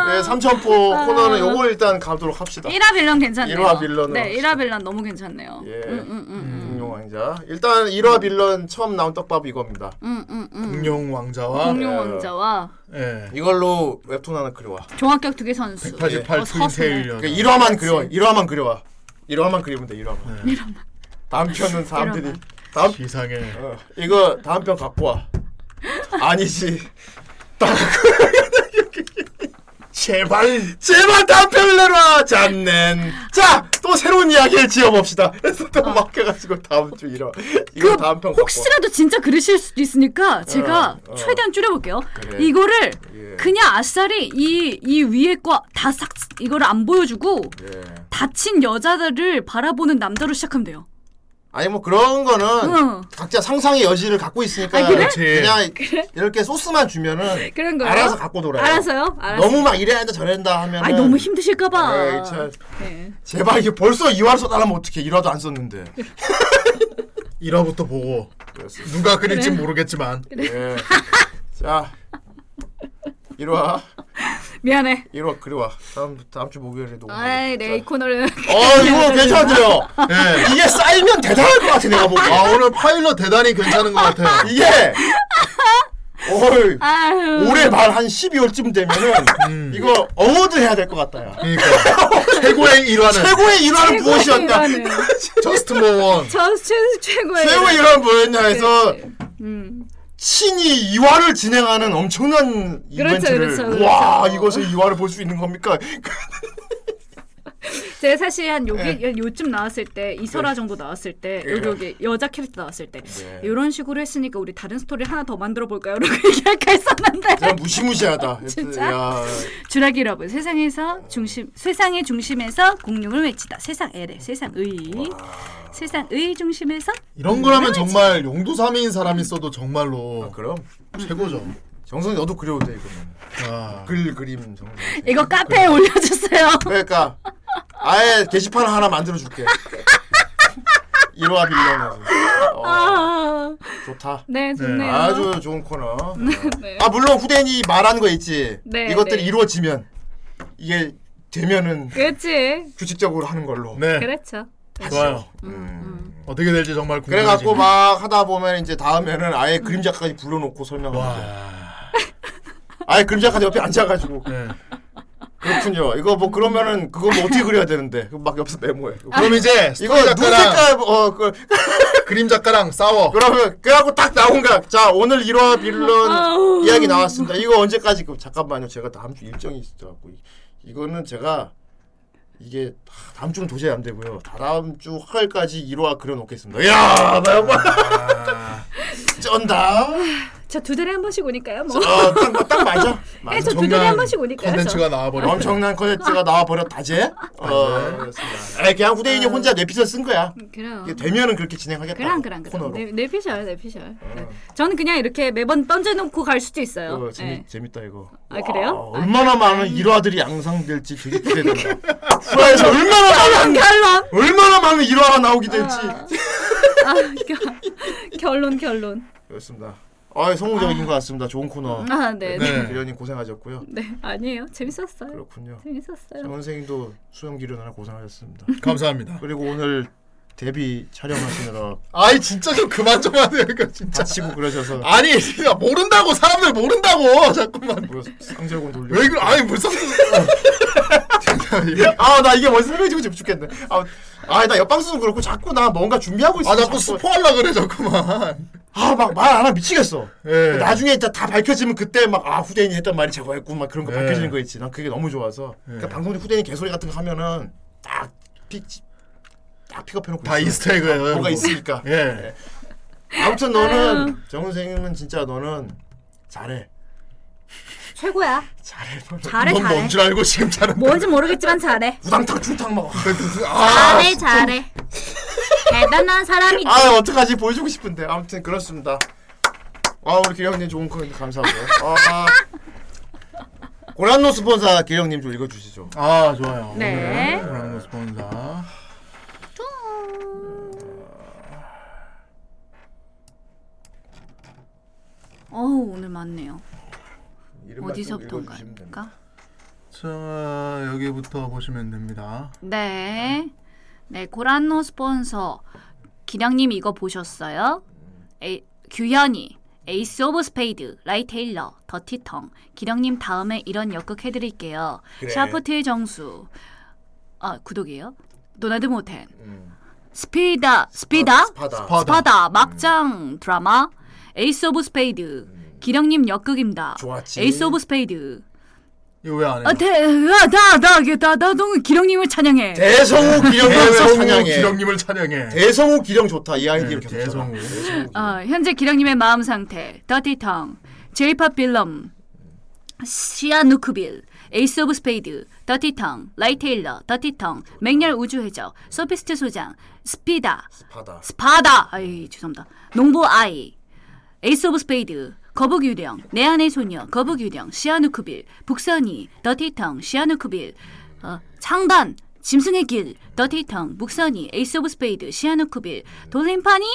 S1: 네, 삼천포
S3: 아. 예.
S1: 코너는 요걸 일단 가도록 합시다.
S3: 1화 빌런 괜찮네요.
S1: 일화 빌런으로
S3: 네, 1화 빌런 너무 괜찮네요.
S1: 예.
S3: 음, 음, 음.
S1: 공룡 왕자. 일단 1화 빌런 처음 나온 떡밥 이겁니다.
S3: 음, 음, 음.
S2: 공룡
S1: 아,
S2: 왕자와
S3: 공룡 왕자와
S2: 예.
S1: 이걸로 웹툰 하나 그려와.
S3: 종합격 두개 선수. 어, 서수네.
S1: 그러니까 1화만 그려와. 1화만 그려와. 1화만 그리면 돼. 1화만.
S2: 네.
S1: 다음 편은 사람들이 다음
S2: 이상해.
S1: 어, 이거 다음 편 갖고 와. 아니지. 제발 제발 다음 편을 내놔. 잔넨. 자, 또 새로운 이야기를 지어 봅시다. 그래서 또 막혀 가지고 다음 주 1화. 이거 다음 편 갖고 와.
S3: 그 혹시라도 진짜 그러실 수도 있으니까 제가
S1: 어.
S3: 최대한 줄여볼게요.
S1: 그래.
S3: 이거를
S1: 예.
S3: 그냥 아싸리 이, 이 위에 거다싹 이거를 안 보여주고
S1: 예.
S3: 다친 여자들을 바라보는 남자로 시작하면 돼요.
S1: 아니 뭐 그런 거는
S3: 응.
S1: 각자 상상의 여지를 갖고 있으니까
S3: 아, 그래?
S1: 냥
S3: 그래?
S1: 이렇게 소스만 주면은
S3: 그런 거예요?
S1: 알아서 갖고 놀아요.
S3: 알아서요? 알아서.
S1: 너무 예, 막 이래야 한다 저래야 한다 하면
S3: 아니 너무 힘드실까봐.
S1: 에이, 참.
S3: 네.
S1: 제발 이게 벌써 2화를 써달라면 어떻게 1화도 안 썼는데
S2: 1화부터 보고 누가 그릴지
S1: 그래.
S2: 모르겠지만.
S1: 예. 자 1화
S3: 미안해.
S1: 1화 그리와 다음 다음 주 목요일에도
S3: 아이 내이 코너를.
S1: 어 이거 괜찮아요.
S3: 네.
S2: 예.
S1: 이게 쌓이면 대단할 것 같아 내가 보기엔.
S2: 아 오늘 파일럿 대단히 괜찮은 것 같아요.
S1: 이게 어이,
S11: 아유.
S1: 올해 말 한 12월쯤 되면은 이거 어워드 해야 될 것 같다. 야.
S2: 음. 그러니까. 최고의 일화는.
S1: 최고의 일화는
S2: 최고의
S1: 무엇이었냐?
S2: 일화는. 저스트 모원.
S21: 저 최, 최고의
S1: 최고의 일화는 뭐였냐
S3: 네.
S1: 해서
S21: 음.
S1: 친이 이화를 진행하는 엄청난 이벤트를
S21: 그렇죠, 그렇죠.
S1: 와
S21: 그렇죠.
S1: 이것을 이화를 볼 수 있는 겁니까?
S21: 제가 사실 한 요기
S1: 네.
S21: 요쯤 나왔을 때
S1: 예.
S21: 이설아 정도 나왔을 때
S1: 네.
S21: 여기 여기 여자 캐릭터 나왔을 때
S1: 네.
S21: 이런 식으로 했으니까 우리 다른 스토리 를 하나 더 만들어 볼까요? 이렇게 얘기할까 했었는데
S1: 그냥 무시무시하다.
S21: 진짜?
S1: 야.
S21: 주라기 러브 세상에서 중심 세상의 중심에서 공룡을 외치다 세상 애래 세상 의 세상 의 중심에서
S2: 이런 거라면 정말 용도 3인 사람이 써도 정말로.
S1: 아, 그럼
S2: 최고죠. 아.
S1: 정선이 너도 그려도 돼 이거는. 글 그림 정도.
S21: 이거
S1: 예.
S21: 카페에 올려주세요.
S1: 그러니까 아예 게시판 하나 만들어 줄게. 일화 빌려면서
S21: 아.
S1: 좋다.
S21: 네, 좋네요.
S1: 아주 좋은 코너.
S21: 네.
S1: 아 물론 후대인이 말하는 거 있지.
S21: 네,
S1: 이것들이
S21: 네.
S1: 이루어지면 이게 되면은
S21: 그렇지.
S1: 규칙적으로 하는 걸로.
S2: 네,
S21: 그렇죠.
S2: 좋아요. 어떻게 될지 정말 궁금해.
S1: 음. 그래갖고 막 하다 보면 이제 다음에는 아예 그림작까지 불러놓고 설명하고. 아예 그림작까지 옆에 앉아가지고.
S2: 네.
S1: 그렇군요. 이거 뭐 그러면은 그거 뭐 어떻게 그려야 되는데 그거 막 옆에서 메모해.
S2: 그럼 이제
S1: 이거
S2: 스토리
S1: 눈
S2: 작가랑
S1: 색깔 어 그.
S2: 그림 작가랑 싸워.
S1: 그러면 그래갖고 딱 나온 거야. 자 오늘 1화 빌런 이야기 나왔습니다. 이거 언제까지 그 잠깐만요. 제가 다음 주 일정이 있어갖고 이- 이거는 제가 이게 하, 다음 주는 도저히 안 되고요. 다음 주 화요일까지 1화 그려놓겠습니다. 야, 나 뭐. 쩐다.
S21: 저두 달에 한 번씩 오니까요. 뭐.
S1: 딱, 뭐, 딱 맞아.
S21: 맞아. 예, 저두 달에 한 번씩 오니까요, 저. 아.
S1: 엄청난 컨텐츠가 나와버렸다제. 어, 그렇습니다. 아니, 그냥 후대인이 혼자 뇌피셜 쓴 거야.
S21: 그럼.
S1: 이게 되면은 그렇게 진행하겠다.
S21: 그랑 그랑 그랑
S1: 아, 코너로. 아.
S21: 내, 내 네, 피셜 내 피셜 네. 저는 그냥 이렇게 매번 던져놓고 갈 수도 있어요
S1: 어, 재미,
S21: 네.
S1: 재밌다 이거.
S21: 아 그래요?
S1: 얼마나 많은 일화들이 양상될지 되게 기대된다. 후라에서
S21: 아,
S1: 얼마나 많은
S21: 결론
S1: 얼마나 많은 일화가 나오게 될지.
S21: 아, 겨- 결론 결론
S1: 그렇습니다. 아, 성공적인 것 같습니다. 좋은 코너.
S21: 아, 네, 네.
S1: 기련님 고생하셨고요.
S21: 네 아니에요 재밌었어요
S1: 그렇군요.
S21: 네. 재밌었어요
S1: 선생님도 수염 기르느라 고생하셨습니다.
S21: 네.
S2: 감사합니다.
S1: 그리고 오늘 데뷔 촬영하시느라
S2: 아이 진짜 좀 그만 좀 하세요 이거 진짜.
S1: 다치고 그러셔서
S2: 아니 진짜 모른다고 사람들 모른다고 자꾸만.
S1: 쌍절곤 뭐 돌려.
S2: 왜 그래? 아니 무슨
S1: 예. 아나 이게 뭔 설명해주고 싶 죽겠네. 아나 옆방송 그렇고 자꾸 나 뭔가 준비하고 있어.
S2: 아, 자꾸 스포하려 그래, 자꾸만.
S1: 아막 말 안 하면 미치겠어.
S2: 예.
S1: 나중에 진짜 다 밝혀지면 그때 막 아 후대인이 했던 말이 제거했고 막 그런 거
S2: 예.
S1: 밝혀지는 거 있지. 난 그게 너무 좋아서. 그러니까 방송 중 후대인 개소리 같은 거 하면은 딱픽딱 픽업해놓고
S2: 다
S1: 있어요.
S2: 이스터에그예요,
S1: 뭔가
S2: 여러분.
S1: 있으니까. 예.
S2: 예.
S1: 아무튼
S21: 아유.
S1: 너는 정 선생님은 진짜 너는 잘해.
S21: 최고야 잘해
S1: 넌
S21: 잘해
S1: 뭔줄 알고 지금 잘해.
S21: 뭔지 모르겠지만 잘해
S1: 뭐 우당탕 중탕 막.
S2: 그,
S4: 잘해 잘해. 대단한 사람이지.
S1: 아 어떡하지 보여주고 싶은데 아무튼 그렇습니다. 아 우리 기령님 좋은 코멘트 감사하고요. 아, 고란노 스폰사 기령님 좀 읽어주시죠.
S2: 아 좋아요.
S1: 네.
S2: 오늘 하는 거 스폰사.
S3: 어우 오늘 많네요.
S1: 네. 이름만 좀
S3: 어디서부터인가
S1: 읽어주시면
S3: 합니까?
S2: 자 여기부터 보시면 됩니다.
S3: 네. 네, 고란노 스폰서. 기량님 이거 보셨어요? 에이, 규현이, 에이스 오브 스페이드, 라이 테일러, 더티텅. 기량님 다음에 이런 역극 해드릴게요.
S11: 그래.
S3: 샤프트의 정수. 아, 구독이에요? 도나드 모텐. 스피다, 스피다?
S11: 스파다.
S3: 스파다. 막장 드라마. 에이스 오브 스페이드. 기량님 역극입니다.
S2: 좋았지.
S3: 에이스 오브 스페이드.
S2: 이거 왜 안 해?
S3: 아, 대, 아, 나, 나, 나, 나, 너 기령님을 찬양해.
S1: 대성우 기령님을
S2: 대성우
S1: 찬양해.
S2: 기령님을 네, 찬양해.
S1: 대성우 기령 좋다 이 아이디로 겹쳐. 대성우.
S3: 어, 현재 기령님의 마음 상태, 더티텅, 제이팝 빌럼, 시아 누크빌, 에이스 오브 스페이드, 더티텅, 라이 테일러, 더티텅, 맹렬 우주해적, 소피스트 소장, 스피다,
S1: 바다.
S3: 스파다, 아이 죄송합니다, 농부 아이, 에이스 오브 스페이드, 거북 유령, 내 안의 소녀, 거북 유령, 시아 누크빌, 북선이, 더티텅, 시아 누크빌, 어, 창단 짐승의 길 더티텅 묵선이 에이스 오브 스페이드 시아누쿠빌 돌림파닝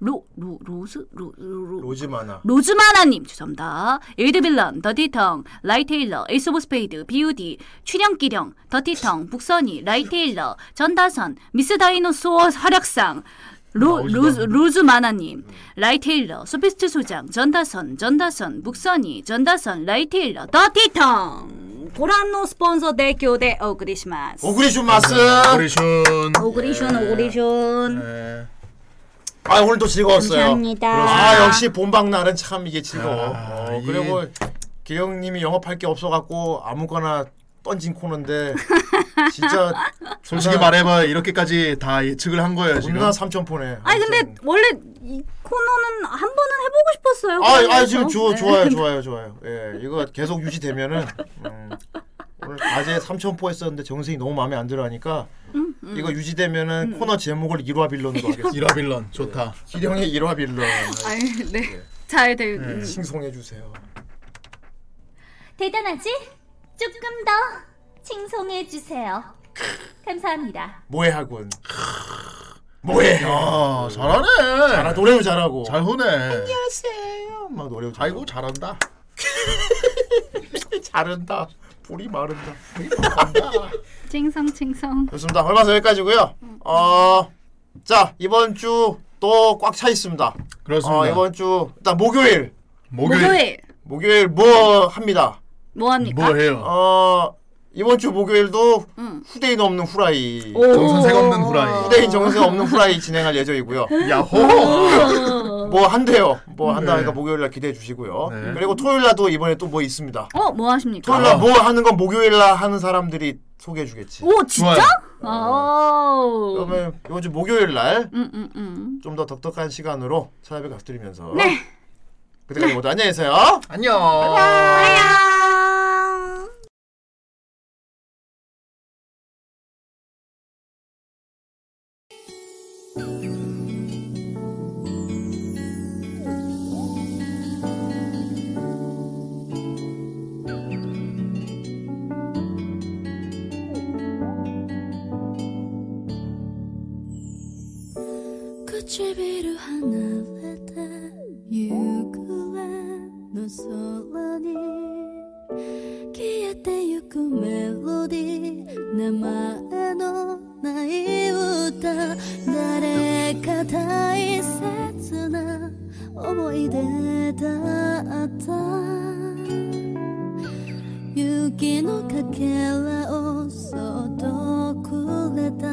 S3: 로 로 로즈 로로
S1: 로즈마나.
S3: 로즈마나님 죄송합니다 일드빌런 더티텅 라이테일러 에이스 오브 스페이드 비우디 출연기령 더티텅 북선이 라이테일러 전다선 미스 다이노소어 활약상 로, 로즈,
S1: 음.
S3: 로즈마나님, 라이테일러, 소피스트 소장, 전다선, 전다선, 묵선이, 전다선, 라이테일러, 더티텅! 고란노 스폰서 대교대 오그리시마스.
S1: 오그리슌마스. 예.
S2: 오그리슌.
S3: 오그리슌, 오그리슌.
S1: 아 오늘도 즐거웠어요.
S3: 감사합니다.
S1: 아 역시 본방 날은 참 이게 즐거워. 어,
S2: 아, 이게-
S1: 그리고 기영님이 영업할 게 없어갖고 아무거나 던진 코너인데 진짜
S2: 솔직히 말해봐 이렇게까지 다 예측을 한 거예요 지금.
S1: 존나 삼천포네.
S3: 아니, 근데 원래 이 코너는 한 번은 해보고 싶었어요.
S1: 아, 아
S3: 그래서.
S1: 지금 좋
S3: 네.
S1: 좋아요 좋아요 좋아요. 예 이거 계속 유지되면은 음, 오늘 낮에 삼천포 했었는데 정승이 너무 마음에 안 들어하니까
S3: 음, 음.
S1: 이거 유지되면은 코너 제목을 일화빌런으로 하겠습니다.
S2: 일화빌런 좋다.
S1: 기령의 일화빌런.
S3: 아유, 네. 잘 될. 음.
S1: 칭송해 주세요.
S24: 대단하지? 조금 더 칭송해 주세요. 감사합니다.
S1: 모해하군. 모해. 음.
S2: 야 아, 잘하네.
S1: 잘하 노래도 잘하고.
S2: 잘하네.
S1: 안녕하세요. 막 노래.
S2: 아이고 잘한다.
S1: 잘한다. 볼이 마른다.
S3: 칭성, 칭성.
S1: 좋습니다. 얼마서 여기까지고요. 어, 자 이번 주 또 꽉 차 있습니다.
S2: 그렇습니다.
S1: 어, 이번 주 일단 목요일.
S3: 목요일. 목요일.
S1: 목요일 뭐 합니다.
S3: 뭐 합니까?
S2: 아,
S1: 어 이번 주 목요일도
S3: 응.
S1: 후대인 없는 후라이.
S3: 오. 정선생 없는
S2: 후라이.
S1: 후대인 정선생 없는 후라이 진행할 예정이고요.
S3: 야호.
S1: 뭐 한대요. 뭐 한다니까
S2: 네.
S1: 목요일 날 기대해 주시고요. 그리고 토요일 날도 이번에 또 뭐 있습니다.
S3: 어, 뭐 하십니까?
S1: 토요일
S2: 아.
S1: 날 뭐 하는 건 목요일 날 하는 사람들이 소개해 주겠지.
S3: 오, 진짜? 오.
S1: 그러면 이번 주 목요일
S3: 음, 음,
S1: 날
S3: 음.
S1: 좀 더 독특한 시간으로 찾아뵙 드리면서
S3: 네.
S1: 그때까지 모두 안녕히 계세요.
S2: 안녕.
S4: 唇離れてゆくえの空に消えてゆくメロディー名前のない歌誰か大切な思い出だった雪のかけらをそっとくれた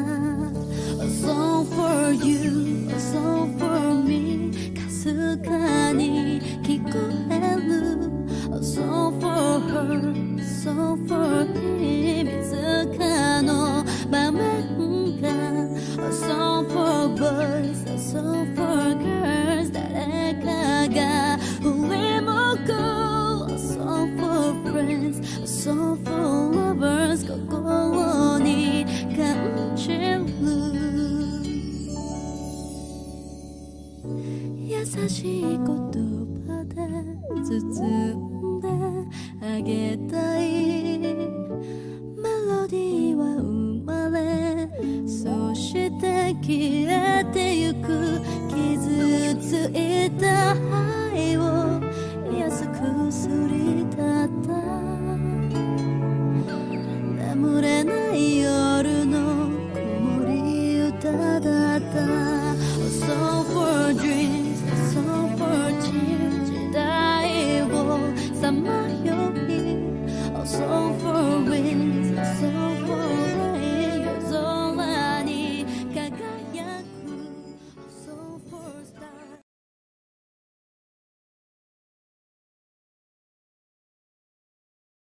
S4: A song for you, a song for me かすかに聞こえる A song for her, a song for me 水かの場面が A song for boys, a song for girls 誰かが上もこう A song for friends, a song for lovers 心に感じる優しい言葉で包んであげたいメロディーは生まれそして消